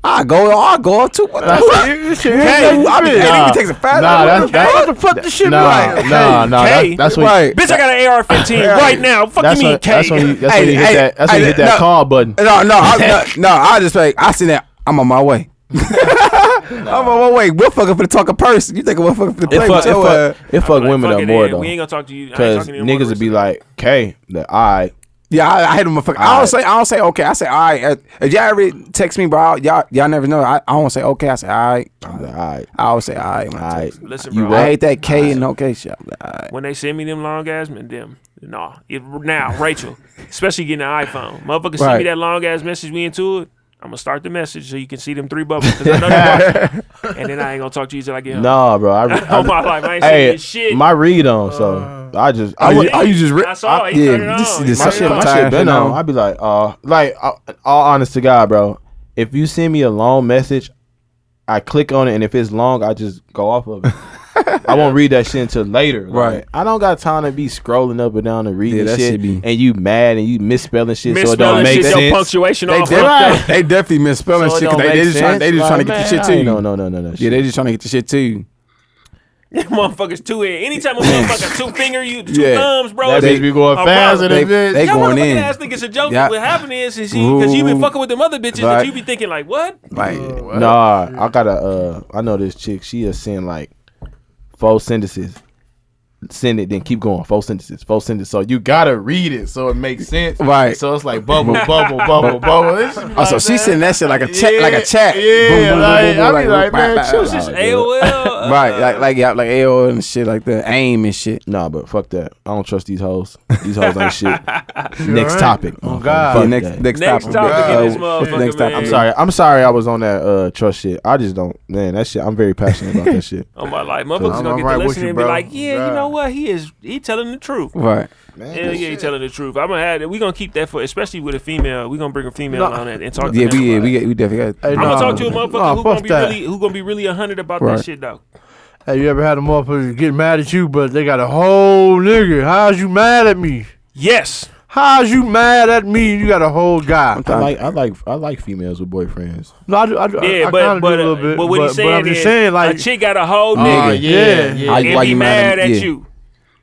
Speaker 5: I go, I go up too. What the fuck? Hey, I mean,
Speaker 8: Nah.
Speaker 5: nigga takes a fat
Speaker 8: Nah,
Speaker 5: nah,
Speaker 8: that's, that's,
Speaker 7: the fuck this shit
Speaker 8: nah, nah, nah,
Speaker 2: Hey.
Speaker 8: that- that's when
Speaker 5: Right.
Speaker 2: bitch, I got an AR-15 right now. Fuck
Speaker 8: That's
Speaker 2: you mean
Speaker 8: when,
Speaker 2: K?
Speaker 8: that's when you, that's when
Speaker 5: Hey,
Speaker 8: you hit
Speaker 5: hey,
Speaker 8: that, that's when you
Speaker 5: hey,
Speaker 8: hit that
Speaker 5: no.
Speaker 8: call button.
Speaker 5: No, no, I, no, no. I just like I seen that. I'm on my way. I'm on my way. We're fucking for the talk a person. You think I'm fucking for the
Speaker 8: It
Speaker 5: play
Speaker 8: fuck,
Speaker 5: with
Speaker 8: it
Speaker 5: your uh,
Speaker 8: fuck, it fuck
Speaker 2: Like,
Speaker 8: women
Speaker 2: fuck
Speaker 8: up
Speaker 2: it
Speaker 8: more
Speaker 2: then.
Speaker 8: though.
Speaker 2: We ain't gonna talk to you. I ain't
Speaker 8: Because
Speaker 2: talking to you no more
Speaker 8: niggas would
Speaker 2: recently.
Speaker 8: be like, okay, the I,
Speaker 5: Yeah, I, I hit him. a fuck- I don't
Speaker 8: Alright.
Speaker 5: say. I don't say okay. I say all right. If y'all ever text me, bro, I'll- y'all y'all never know. I, I don't say okay. I say all right.
Speaker 8: the I,
Speaker 5: I always say all right. When I,
Speaker 8: I.
Speaker 5: text.
Speaker 2: listen,
Speaker 8: you
Speaker 2: bro.
Speaker 5: I
Speaker 8: up.
Speaker 5: hate that K and okay shit. I'm like, all right.
Speaker 2: when they send me them long ass men, them nah. It, now Rachel, especially getting an iPhone, motherfucker send
Speaker 5: Right.
Speaker 2: me that long ass message. We into it. I'm gonna start the message so you can see them three bubbles. 'cause I know they watching. and then I ain't gonna talk to you till I get home.
Speaker 8: Nah, bro. I,
Speaker 2: Oh my
Speaker 8: I,
Speaker 2: life, I ain't
Speaker 8: hey,
Speaker 2: seen shit.
Speaker 8: my read on,
Speaker 5: Uh,
Speaker 8: so I just, I,
Speaker 5: I
Speaker 8: was-
Speaker 5: was- oh, you just re-
Speaker 2: I saw it.
Speaker 5: I-
Speaker 2: He
Speaker 5: yeah,
Speaker 2: turned it
Speaker 5: you just
Speaker 2: on.
Speaker 5: see this
Speaker 2: He
Speaker 8: my
Speaker 2: turned
Speaker 8: shit,
Speaker 2: it
Speaker 8: my
Speaker 2: on.
Speaker 5: tired,
Speaker 8: shit been
Speaker 5: you
Speaker 8: on.
Speaker 5: know?
Speaker 8: I'd be like, uh, like, uh, all honest to God, bro. If you send me a long message, I click on it, and if it's long, I just go off of it. I won't read that shit until later. Like,
Speaker 5: Right.
Speaker 8: I don't got time to be scrolling up and down and reading
Speaker 5: Yeah, that
Speaker 8: shit,
Speaker 5: shit be-
Speaker 8: and you mad and you misspelling shit, so it don't
Speaker 2: Misspelling
Speaker 8: make
Speaker 2: shit, your
Speaker 8: sense.
Speaker 2: punctuation
Speaker 8: They
Speaker 2: all
Speaker 8: did
Speaker 2: fucked up.
Speaker 8: right.
Speaker 5: They definitely misspelling
Speaker 8: So it
Speaker 5: shit. 'cause
Speaker 8: don't
Speaker 5: They,
Speaker 8: make
Speaker 5: they just trying.
Speaker 8: sense.
Speaker 5: They just trying to
Speaker 8: Like,
Speaker 5: get the
Speaker 8: man,
Speaker 5: shit
Speaker 8: I
Speaker 5: to you.
Speaker 8: ain't No, no, no, no, no.
Speaker 5: Yeah, they just trying to get the shit to you.
Speaker 2: Motherfuckers two in. Anytime a motherfucker two finger you, two
Speaker 5: Yeah.
Speaker 2: thumbs, bro.
Speaker 8: That
Speaker 2: it's-
Speaker 8: bitch be going
Speaker 2: a
Speaker 8: faster
Speaker 2: problem.
Speaker 5: Oh, They,
Speaker 8: than bitch.
Speaker 5: they
Speaker 2: Y'all
Speaker 5: going
Speaker 2: motherfucking
Speaker 5: in.
Speaker 2: ass think it's a joke.
Speaker 5: Yeah.
Speaker 2: What happened is, is because you been
Speaker 5: Ooh.
Speaker 2: fucking with them other bitches
Speaker 5: Right.
Speaker 2: that you be thinking like, what?
Speaker 5: Like,
Speaker 8: Nah, I got a. Uh, I know this chick. She has send like four sentences. Send it, then keep going. Four sentences, four sentences. So you gotta read it so it makes sense.
Speaker 5: Right.
Speaker 8: So it's like bubble, bubble, bubble, bubble. This is
Speaker 5: oh, so she sending that shit like a check, like a chat.
Speaker 8: Yeah, like, I be like, man,
Speaker 5: bah,
Speaker 8: chill,
Speaker 5: bah,
Speaker 8: sis.
Speaker 5: bah.
Speaker 2: AOL. uh,
Speaker 5: Right, like like yeah, like AOL and shit, like the aim and shit.
Speaker 8: Nah, but fuck that. I don't trust these hoes. These hoes ain't shit. next topic. Oh
Speaker 7: God.
Speaker 5: Yeah,
Speaker 8: Fuck
Speaker 5: next,
Speaker 8: that.
Speaker 5: next
Speaker 2: Next
Speaker 5: topic.
Speaker 2: topic in
Speaker 5: Uh,
Speaker 2: this motherfucker,
Speaker 5: next topic.
Speaker 2: man.
Speaker 8: I'm sorry. I'm sorry. I was on that uh, trust shit. I just don't. Man, that shit. I'm very passionate about that shit.
Speaker 2: on my life. Motherfuckers
Speaker 7: I'm
Speaker 2: gonna get
Speaker 7: alright
Speaker 2: to
Speaker 7: with
Speaker 2: listening
Speaker 7: you,
Speaker 2: and be
Speaker 7: bro.
Speaker 2: like, yeah, you
Speaker 7: Yeah.
Speaker 2: know what? He is he telling the truth.
Speaker 5: Right.
Speaker 2: Hell yeah, he telling the truth. I'm gonna have that. We gonna keep that for especially with a female. We gonna bring a female on that and talk.
Speaker 5: Yeah,
Speaker 2: to
Speaker 5: we yeah, we we definitely got.
Speaker 7: Hey,
Speaker 2: I'm gonna
Speaker 7: Nah.
Speaker 2: talk to a motherfucker
Speaker 7: Nah,
Speaker 2: who
Speaker 7: fuck
Speaker 2: gonna be
Speaker 7: that.
Speaker 2: really who gonna be really hundred about
Speaker 5: Right.
Speaker 2: that shit though.
Speaker 7: Have you ever had a motherfucker get mad at you, but they got a whole nigga? How's you mad at me?
Speaker 2: Yes,
Speaker 7: How's you mad at me? You got a whole guy.
Speaker 8: I like. I like. I like females with boyfriends.
Speaker 7: No, I do. I do. I-
Speaker 2: yeah,
Speaker 7: I,
Speaker 2: but
Speaker 7: kinda
Speaker 2: but,
Speaker 7: do a
Speaker 2: uh,
Speaker 7: little
Speaker 2: but
Speaker 7: bit. But,
Speaker 2: what he's
Speaker 7: but
Speaker 2: saying
Speaker 7: I'm just
Speaker 2: is
Speaker 7: saying,
Speaker 2: a
Speaker 7: like,
Speaker 2: chick got a whole
Speaker 7: yeah,
Speaker 8: Oh,
Speaker 2: nigga
Speaker 7: yeah,
Speaker 5: How
Speaker 2: and
Speaker 5: you- why
Speaker 2: be
Speaker 5: you
Speaker 2: mad
Speaker 5: mad
Speaker 2: at
Speaker 5: yeah.
Speaker 2: you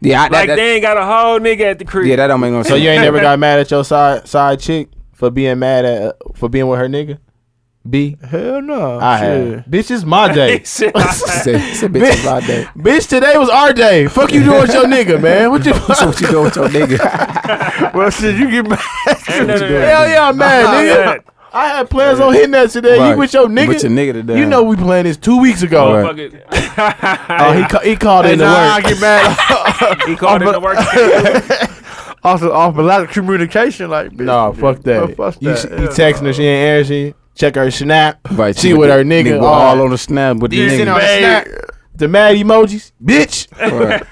Speaker 5: Yeah, I, that,
Speaker 2: like
Speaker 5: that,
Speaker 2: they ain't got a whole nigga at the crib.
Speaker 5: yeah, that don't make no sense.
Speaker 8: So you ain't never got mad at your side side chick for being mad at uh, for being with her nigga? B.
Speaker 7: hell no.
Speaker 8: I
Speaker 7: shit.
Speaker 8: have. Bitch, it's my day.
Speaker 2: Shit.
Speaker 5: Say- say bitch about that.
Speaker 8: Bitch, today was our day. Fuck you doing with your nigga, man. What you?
Speaker 5: So what you doing with your nigga?
Speaker 7: Well, shit, you get mad.
Speaker 2: Ain't none of that.
Speaker 8: Hell yeah, I'm mad,
Speaker 2: None of
Speaker 8: nigga.
Speaker 2: that.
Speaker 8: I had plans on hitting that today. You
Speaker 5: Right.
Speaker 8: with your nigga?
Speaker 5: With your nigga today.
Speaker 8: You know we planned this two weeks ago.
Speaker 5: Right.
Speaker 2: Fuck it.
Speaker 8: Oh, he ca- he called in to
Speaker 7: Oh, nah, I
Speaker 8: work.
Speaker 7: get mad.
Speaker 2: he called in the work.
Speaker 7: also, off a lot of communication, like bitch.
Speaker 8: Nah, fuck that.
Speaker 7: Fuck- fuck
Speaker 8: You,
Speaker 7: that,
Speaker 8: s- you
Speaker 7: yeah.
Speaker 8: texting her, she ain't answer. She check her snap.
Speaker 5: Right,
Speaker 8: She with her nigga,
Speaker 5: nigga all on the snap with the
Speaker 8: You sitting on
Speaker 5: nigga.
Speaker 8: the snap. The mad emojis, bitch.
Speaker 5: Right.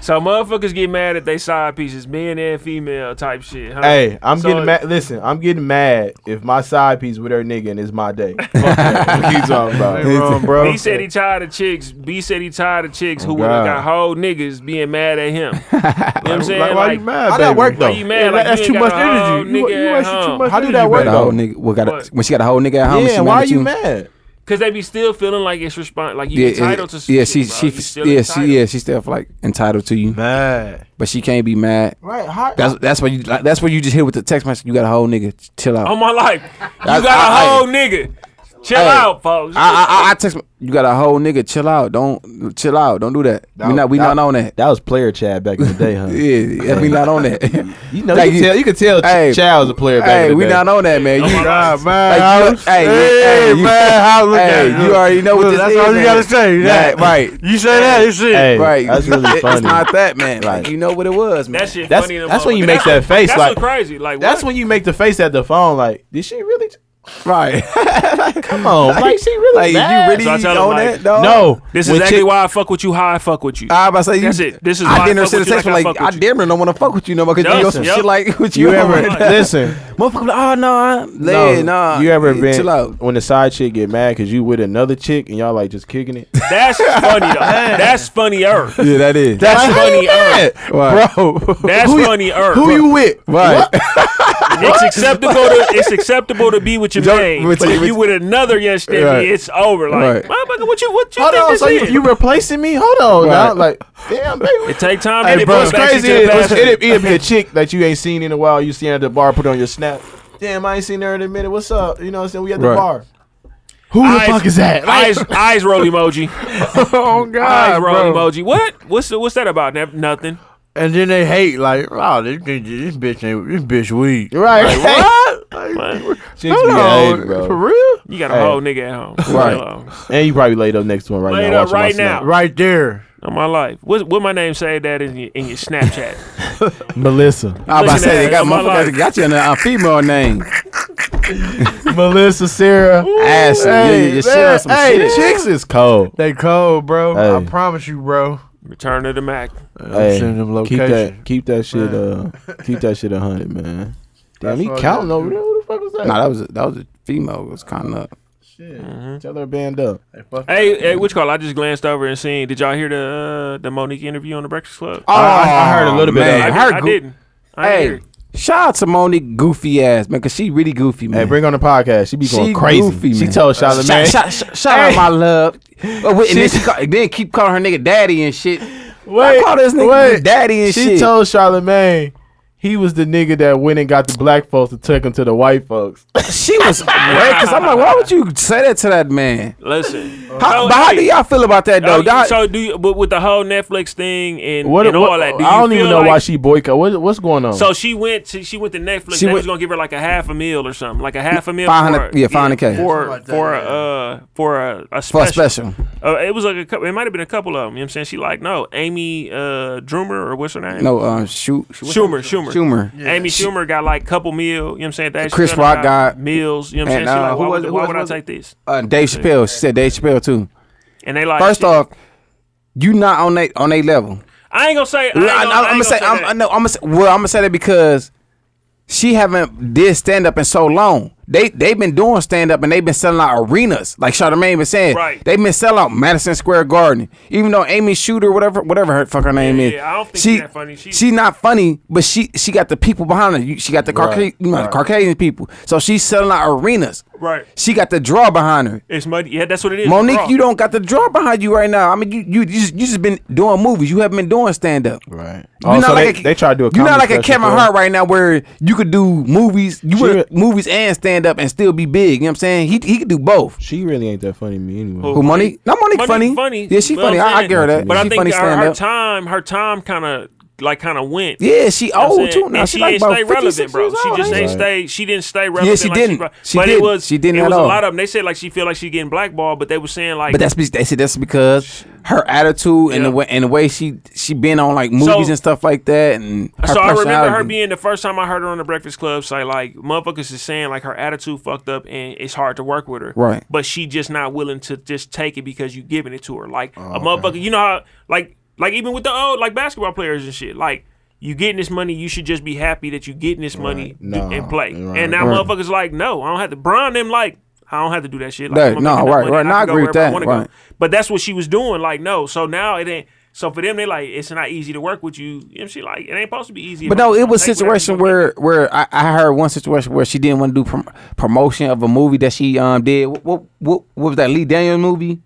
Speaker 2: so motherfuckers get mad at they side pieces, men and female type shit. Huh?
Speaker 8: Hey, I'm
Speaker 2: So-
Speaker 8: getting mad. Listen, I'm getting mad if my side piece with her nigga and it's my day. Fuck that. what you talking about?
Speaker 7: Ain't wrong, bro.
Speaker 2: B said he tired of chicks. B said he tired of chicks who would
Speaker 5: Oh, God.
Speaker 2: have got whole niggas being mad at him. you know what I'm saying?
Speaker 7: Like, why you mad?
Speaker 8: I got
Speaker 7: baby?
Speaker 8: work
Speaker 2: Why
Speaker 8: though.
Speaker 2: you mad? like
Speaker 7: that's
Speaker 2: you
Speaker 7: too
Speaker 2: ain't
Speaker 7: much
Speaker 2: got a whole
Speaker 7: energy. You,
Speaker 2: nigga
Speaker 7: you
Speaker 2: at
Speaker 7: wasted too
Speaker 2: home.
Speaker 7: much.
Speaker 8: How do
Speaker 7: energy,
Speaker 8: that work,
Speaker 5: Got a
Speaker 7: baby.
Speaker 8: though?
Speaker 5: whole nigga. Well, got a,
Speaker 2: What?
Speaker 5: when she got a whole nigga at home,
Speaker 8: Yeah,
Speaker 5: she
Speaker 8: why
Speaker 5: mad
Speaker 8: are
Speaker 5: at
Speaker 8: you mad?
Speaker 2: Cause they be still feeling like it's respons like you
Speaker 5: Yeah,
Speaker 2: entitled
Speaker 5: it-
Speaker 2: to some
Speaker 5: yeah,
Speaker 2: shit,
Speaker 5: she,
Speaker 2: bro.
Speaker 5: she,
Speaker 2: You still
Speaker 5: yeah,
Speaker 2: entitled.
Speaker 5: she, yeah, she still like entitled to you,
Speaker 8: Mad.
Speaker 5: but she can't be mad.
Speaker 8: Right. How,
Speaker 5: That's that's why you like, that's where you just hit with the text message. You got a whole nigga, chill out.
Speaker 2: On my life, you got a
Speaker 5: I- I-
Speaker 2: whole nigga. Chill
Speaker 5: Hey,
Speaker 2: out, folks.
Speaker 5: I, I, I, I text. my- You got a whole nigga. Chill out. Don't chill out. Don't do that. we not. We
Speaker 8: that-
Speaker 5: not on that.
Speaker 8: that was player Chad back in the day, huh?
Speaker 5: Yeah, yeah, we not on that.
Speaker 8: You know,
Speaker 5: Like,
Speaker 8: you, can tell, you could tell Ch-
Speaker 5: Hey,
Speaker 8: Chad was a player back in
Speaker 5: hey,
Speaker 8: the
Speaker 5: we
Speaker 8: day.
Speaker 5: not on that, man. You,
Speaker 2: my
Speaker 5: like,
Speaker 2: God.
Speaker 7: God, man.
Speaker 5: you,
Speaker 7: how-
Speaker 5: hey,
Speaker 7: hey,
Speaker 5: hey, you,
Speaker 7: man, how look
Speaker 5: hey,
Speaker 7: at
Speaker 5: you already know what
Speaker 7: Look,
Speaker 5: this
Speaker 7: that's
Speaker 5: is.
Speaker 7: all you
Speaker 5: man.
Speaker 7: gotta say.
Speaker 5: Yeah,
Speaker 7: That,
Speaker 5: right,
Speaker 7: You say that, it's it.
Speaker 8: Hey,
Speaker 5: right.
Speaker 8: That's really funny.
Speaker 5: It's not that, man. Like
Speaker 8: Right.
Speaker 5: you know what it was, man.
Speaker 2: that shit
Speaker 8: that's-
Speaker 2: funny. than
Speaker 8: that's when you
Speaker 2: motherfucker.
Speaker 8: make that face,
Speaker 2: That's
Speaker 8: like-
Speaker 2: what crazy. Like
Speaker 8: That's
Speaker 2: what?
Speaker 8: when you make the face at the phone, like, did she really?
Speaker 5: right.
Speaker 8: Come on, like she really?
Speaker 5: like
Speaker 8: mad?
Speaker 5: you really
Speaker 2: So I tell him,
Speaker 5: on
Speaker 2: like,
Speaker 5: that, dog?
Speaker 2: Oh,
Speaker 8: No,
Speaker 2: This is
Speaker 8: When
Speaker 2: exactly
Speaker 8: chick-
Speaker 2: why I fuck with you. How I fuck with you.
Speaker 5: I about to say you.
Speaker 2: That's it. This is why I
Speaker 5: I didn't
Speaker 2: fuck
Speaker 5: understand the
Speaker 2: with
Speaker 5: text.
Speaker 2: you
Speaker 5: Like,
Speaker 2: like I
Speaker 5: like
Speaker 2: fuck
Speaker 5: I
Speaker 2: with you.
Speaker 5: damn near don't want to fuck with you no more because you
Speaker 2: Yup,
Speaker 5: know some
Speaker 2: yup.
Speaker 5: shit like what you,
Speaker 8: You
Speaker 5: on
Speaker 8: ever
Speaker 5: right now.
Speaker 8: listen?
Speaker 5: Motherfucker, like, oh no, I- lay, nah.
Speaker 8: you ever
Speaker 5: Yeah,
Speaker 8: been
Speaker 5: Chill out.
Speaker 8: when the side chick get mad because you with another chick and y'all like just kicking it?
Speaker 2: That's funny though. That's funnier.
Speaker 5: Yeah, that is.
Speaker 2: That's funnier.
Speaker 8: bro.
Speaker 2: That's
Speaker 8: who,
Speaker 2: funnier.
Speaker 8: who you with?
Speaker 5: Right.
Speaker 2: It's acceptable to it's acceptable to be with your
Speaker 5: Don't-
Speaker 2: man,
Speaker 5: with
Speaker 2: but
Speaker 5: your-
Speaker 2: if you with another yes, then
Speaker 5: Right.
Speaker 2: it's over. Like
Speaker 5: Right.
Speaker 2: motherfucker, what you what you
Speaker 8: Hold
Speaker 2: think
Speaker 8: on,
Speaker 2: this
Speaker 8: so you,
Speaker 2: is?
Speaker 8: you replacing me? Hold on,
Speaker 5: Right.
Speaker 8: now. like damn, baby.
Speaker 2: it take time.
Speaker 8: Hey,
Speaker 2: and
Speaker 8: bro,
Speaker 2: it
Speaker 8: it's
Speaker 2: goes back
Speaker 8: crazy.
Speaker 2: to the
Speaker 8: It,
Speaker 2: past.
Speaker 8: it, it'd be a chick that you ain't seen in a while. You see her at the bar, put on your snap. Damn, I ain't seen her in a minute. What's up? You know what I'm saying? We at the
Speaker 5: Right.
Speaker 8: bar. Who
Speaker 2: Eyes- Eyes, eyes roll emoji.
Speaker 7: oh
Speaker 2: Eyes
Speaker 8: Ah,
Speaker 7: God,
Speaker 2: roll
Speaker 7: bro.
Speaker 2: emoji. What? What's the, what's that about? Nev- Nothing.
Speaker 7: And then they hate like, oh, this, bitch- this bitch ain't this bitch weak.
Speaker 8: Right.
Speaker 7: What? Like,
Speaker 2: What?
Speaker 8: Chicks
Speaker 7: hold
Speaker 8: behave,
Speaker 7: on,
Speaker 8: bro.
Speaker 7: for real?
Speaker 2: You got a
Speaker 8: Hey.
Speaker 2: whole nigga at home.
Speaker 5: Right.
Speaker 2: Hello.
Speaker 8: And you probably laid up next to him right
Speaker 2: Laid
Speaker 8: now.
Speaker 2: up
Speaker 8: watching my
Speaker 2: right
Speaker 8: snap.
Speaker 2: now.
Speaker 7: Right there.
Speaker 2: On my life. What what my name say that in your in your Snapchat?
Speaker 8: Melissa.
Speaker 5: I was about to
Speaker 2: Listen to
Speaker 5: say they got
Speaker 2: that. My
Speaker 5: motherfuckers that
Speaker 2: life.
Speaker 5: got you in a, a female name.
Speaker 8: Melissa, Sarah.
Speaker 5: Ass.
Speaker 7: Hey,
Speaker 5: you, you
Speaker 7: man,
Speaker 5: sharing some
Speaker 7: hey,
Speaker 5: shit.
Speaker 8: Chicks is cold.
Speaker 7: They cold, bro. I
Speaker 8: Hey.
Speaker 7: promise you, bro.
Speaker 2: Return of the Mac.
Speaker 8: Hey,
Speaker 7: I'm sending them
Speaker 8: keep
Speaker 7: location.
Speaker 8: that, keep that shit, uh, keep that shit a hundred, man. Damn,
Speaker 7: That's
Speaker 8: he
Speaker 7: all I
Speaker 8: counting
Speaker 7: got,
Speaker 8: over
Speaker 7: dude.
Speaker 8: there. Who the fuck is that?
Speaker 5: Nah, that was a, that was a female. It was kind of Mm-hmm.
Speaker 8: Tell her band up.
Speaker 2: Hey, hey, which call? I just glanced over and seen. Did y'all hear the uh, the Monique interview on the Breakfast Club?
Speaker 8: I, I- I heard a little
Speaker 5: man.
Speaker 8: bit.
Speaker 2: I,
Speaker 8: Of
Speaker 5: Hey,
Speaker 2: did,
Speaker 8: it.
Speaker 5: Oh, her
Speaker 2: I
Speaker 5: goo-
Speaker 2: didn't. I didn't hear
Speaker 5: Hey,
Speaker 2: it.
Speaker 5: shout out to Monique goofy ass man, cause she really goofy man.
Speaker 8: Hey, bring on the podcast. She be going
Speaker 5: She
Speaker 8: crazy.
Speaker 5: goofy,
Speaker 8: she
Speaker 5: man.
Speaker 8: told
Speaker 5: shout,
Speaker 8: Charlamagne.
Speaker 5: shout, shout, shout out my love. But wait, and then, she call, then keep calling her nigga daddy and shit.
Speaker 8: Wait,
Speaker 5: I call this nigga
Speaker 8: wait.
Speaker 5: daddy and
Speaker 8: she
Speaker 5: shit.
Speaker 8: told Charlamagne he was the nigga that went and got the black folks and took him to the white folks.
Speaker 5: she was wait, cause I'm like, why would you say that to that man?
Speaker 2: Listen.
Speaker 5: How, but how do y'all feel about that
Speaker 2: Oh,
Speaker 5: though? Y'all-
Speaker 2: so do you, but with the whole Netflix thing and,
Speaker 8: What?
Speaker 2: and
Speaker 8: what-
Speaker 2: all that. Do you
Speaker 8: I don't even
Speaker 2: feel
Speaker 8: know
Speaker 2: like,
Speaker 8: why she boycott. What, what's going on?
Speaker 2: So she went to she went to Netflix. they
Speaker 5: She went-
Speaker 2: was gonna give her like a half a meal or something, like a half a meal.
Speaker 5: 500
Speaker 2: for-
Speaker 5: yeah,
Speaker 2: for
Speaker 5: 500K.
Speaker 7: Something like that,
Speaker 2: for a,
Speaker 7: yeah.
Speaker 2: uh for a, a
Speaker 5: for
Speaker 2: special.
Speaker 5: a special.
Speaker 2: Uh, it was like a couple. It might have been a couple of them. You know what I'm saying? She like no, Amy uh Droomer or what's her name?
Speaker 5: No, um, shoot.
Speaker 2: Schumer, Schumer,
Speaker 5: Schumer.
Speaker 2: Amy Schumer got like couple meal. You know what I'm saying? They actually
Speaker 5: Chris
Speaker 2: done
Speaker 5: Rock
Speaker 2: about
Speaker 5: got-
Speaker 2: meals. You know what I'm
Speaker 5: and,
Speaker 2: saying? She
Speaker 5: uh,
Speaker 2: like,
Speaker 5: who
Speaker 2: why
Speaker 5: was
Speaker 2: would,
Speaker 5: it- who
Speaker 2: why
Speaker 5: was-
Speaker 2: would I
Speaker 5: was it?
Speaker 2: take this?
Speaker 5: Uh, Dave Chappelle. She said Dave Chappelle too.
Speaker 2: And they like
Speaker 5: First
Speaker 2: shit.
Speaker 5: off, you not on they on they level.
Speaker 2: I ain't gonna say. I ain't
Speaker 5: I,
Speaker 2: gonna, I ain't
Speaker 5: am gonna say,
Speaker 2: that.
Speaker 5: I'm, I know, I'm gonna say, well, I'm gonna say that because she haven't did stand up in so long. They they've been doing stand up and they've been selling out arenas, like Charlamagne been saying.
Speaker 2: Right.
Speaker 5: They've been selling out Madison Square Garden. Even though Amy Shooter, whatever, whatever her fuck her name
Speaker 2: yeah,
Speaker 5: is,
Speaker 2: yeah, I don't think she that funny. She-
Speaker 5: She, not funny, but she she got the people behind her. You- She got the Cauca- you know, the Caucasian people, so she's selling out arenas.
Speaker 2: Right.
Speaker 5: She got the draw behind her.
Speaker 2: It's money. Yeah, that's what it is.
Speaker 5: Monique,
Speaker 2: Raw.
Speaker 5: you don't got the draw behind you right now. I mean, you you you just, you just been doing movies. You haven't been doing stand up.
Speaker 8: right.
Speaker 5: You're
Speaker 8: Oh,
Speaker 5: not
Speaker 8: so
Speaker 5: like
Speaker 8: they,
Speaker 5: a,
Speaker 8: they try to do a.
Speaker 5: You're not
Speaker 8: comedy
Speaker 5: like a
Speaker 8: special
Speaker 5: Kevin
Speaker 8: for her.
Speaker 5: Hart right now where you could do movies, you
Speaker 8: She re-
Speaker 5: would movies and stand up and still be big. You know what I'm saying? He he could do both.
Speaker 8: She really ain't that funny to me anyway.
Speaker 5: Who Monique? Not Monique,
Speaker 2: Monique
Speaker 5: funny.
Speaker 2: funny.
Speaker 5: Yeah, she
Speaker 2: but I'm
Speaker 5: funny. I, I
Speaker 2: saying-
Speaker 5: get her that.
Speaker 2: But
Speaker 5: she
Speaker 2: I think
Speaker 5: funny
Speaker 2: her,
Speaker 5: stand
Speaker 2: her
Speaker 5: up.
Speaker 2: time, her time, kind of like kind of went.
Speaker 5: Yeah, she
Speaker 2: You know what I'm
Speaker 5: old
Speaker 2: saying?
Speaker 5: too now.
Speaker 2: And
Speaker 5: She,
Speaker 2: she
Speaker 5: like
Speaker 2: didn't
Speaker 5: about
Speaker 2: stay
Speaker 5: 56
Speaker 2: relevant, bro.
Speaker 5: years
Speaker 2: She
Speaker 5: old,
Speaker 2: just
Speaker 5: ain't
Speaker 2: ain't
Speaker 5: she?
Speaker 2: stay. She didn't stay relevant.
Speaker 5: she
Speaker 2: like
Speaker 5: didn't.
Speaker 2: pro-
Speaker 5: She
Speaker 2: but it
Speaker 5: didn't.
Speaker 2: was.
Speaker 5: She didn't
Speaker 2: It
Speaker 5: at
Speaker 2: was a
Speaker 5: all.
Speaker 2: lot of them. They said like she feel like she getting blackballed, but they were saying like.
Speaker 5: But that's be- they said that's because her attitude and
Speaker 2: Yeah.
Speaker 5: the way and the way she she been on like movies and stuff like that and her
Speaker 2: so I remember her
Speaker 5: personality.
Speaker 2: being the first time I heard her on the Breakfast Club say like motherfuckers is saying like her attitude fucked up and it's hard to work with her.
Speaker 5: Right.
Speaker 2: But she just not willing to just take it because you giving it to her. Like
Speaker 5: Oh,
Speaker 2: a motherfucker, you know how like like even with the old like basketball players and shit, like you getting this money, you should just be happy that you getting this money
Speaker 8: No.
Speaker 2: and play.
Speaker 8: Right.
Speaker 2: And now motherfuckers like, no, I don't have to Brian them like I don't have to do that shit. Like,
Speaker 5: Right.
Speaker 2: I'm gonna
Speaker 5: No,
Speaker 2: make enough
Speaker 5: right,
Speaker 2: money.
Speaker 5: right. No,
Speaker 2: can
Speaker 5: I
Speaker 2: go
Speaker 5: agree with
Speaker 2: wherever I wanna
Speaker 5: that.
Speaker 2: go.
Speaker 5: Right.
Speaker 2: But that's what she was doing. Like, no. So now it ain't. So for them, they like it's not easy to work with you. And she like it ain't supposed to be easy.
Speaker 5: But no, it was a situation where where I, I heard one situation where she didn't want to do prom- promotion of a movie that she um did. What what what, what was that Lee Daniels movie? It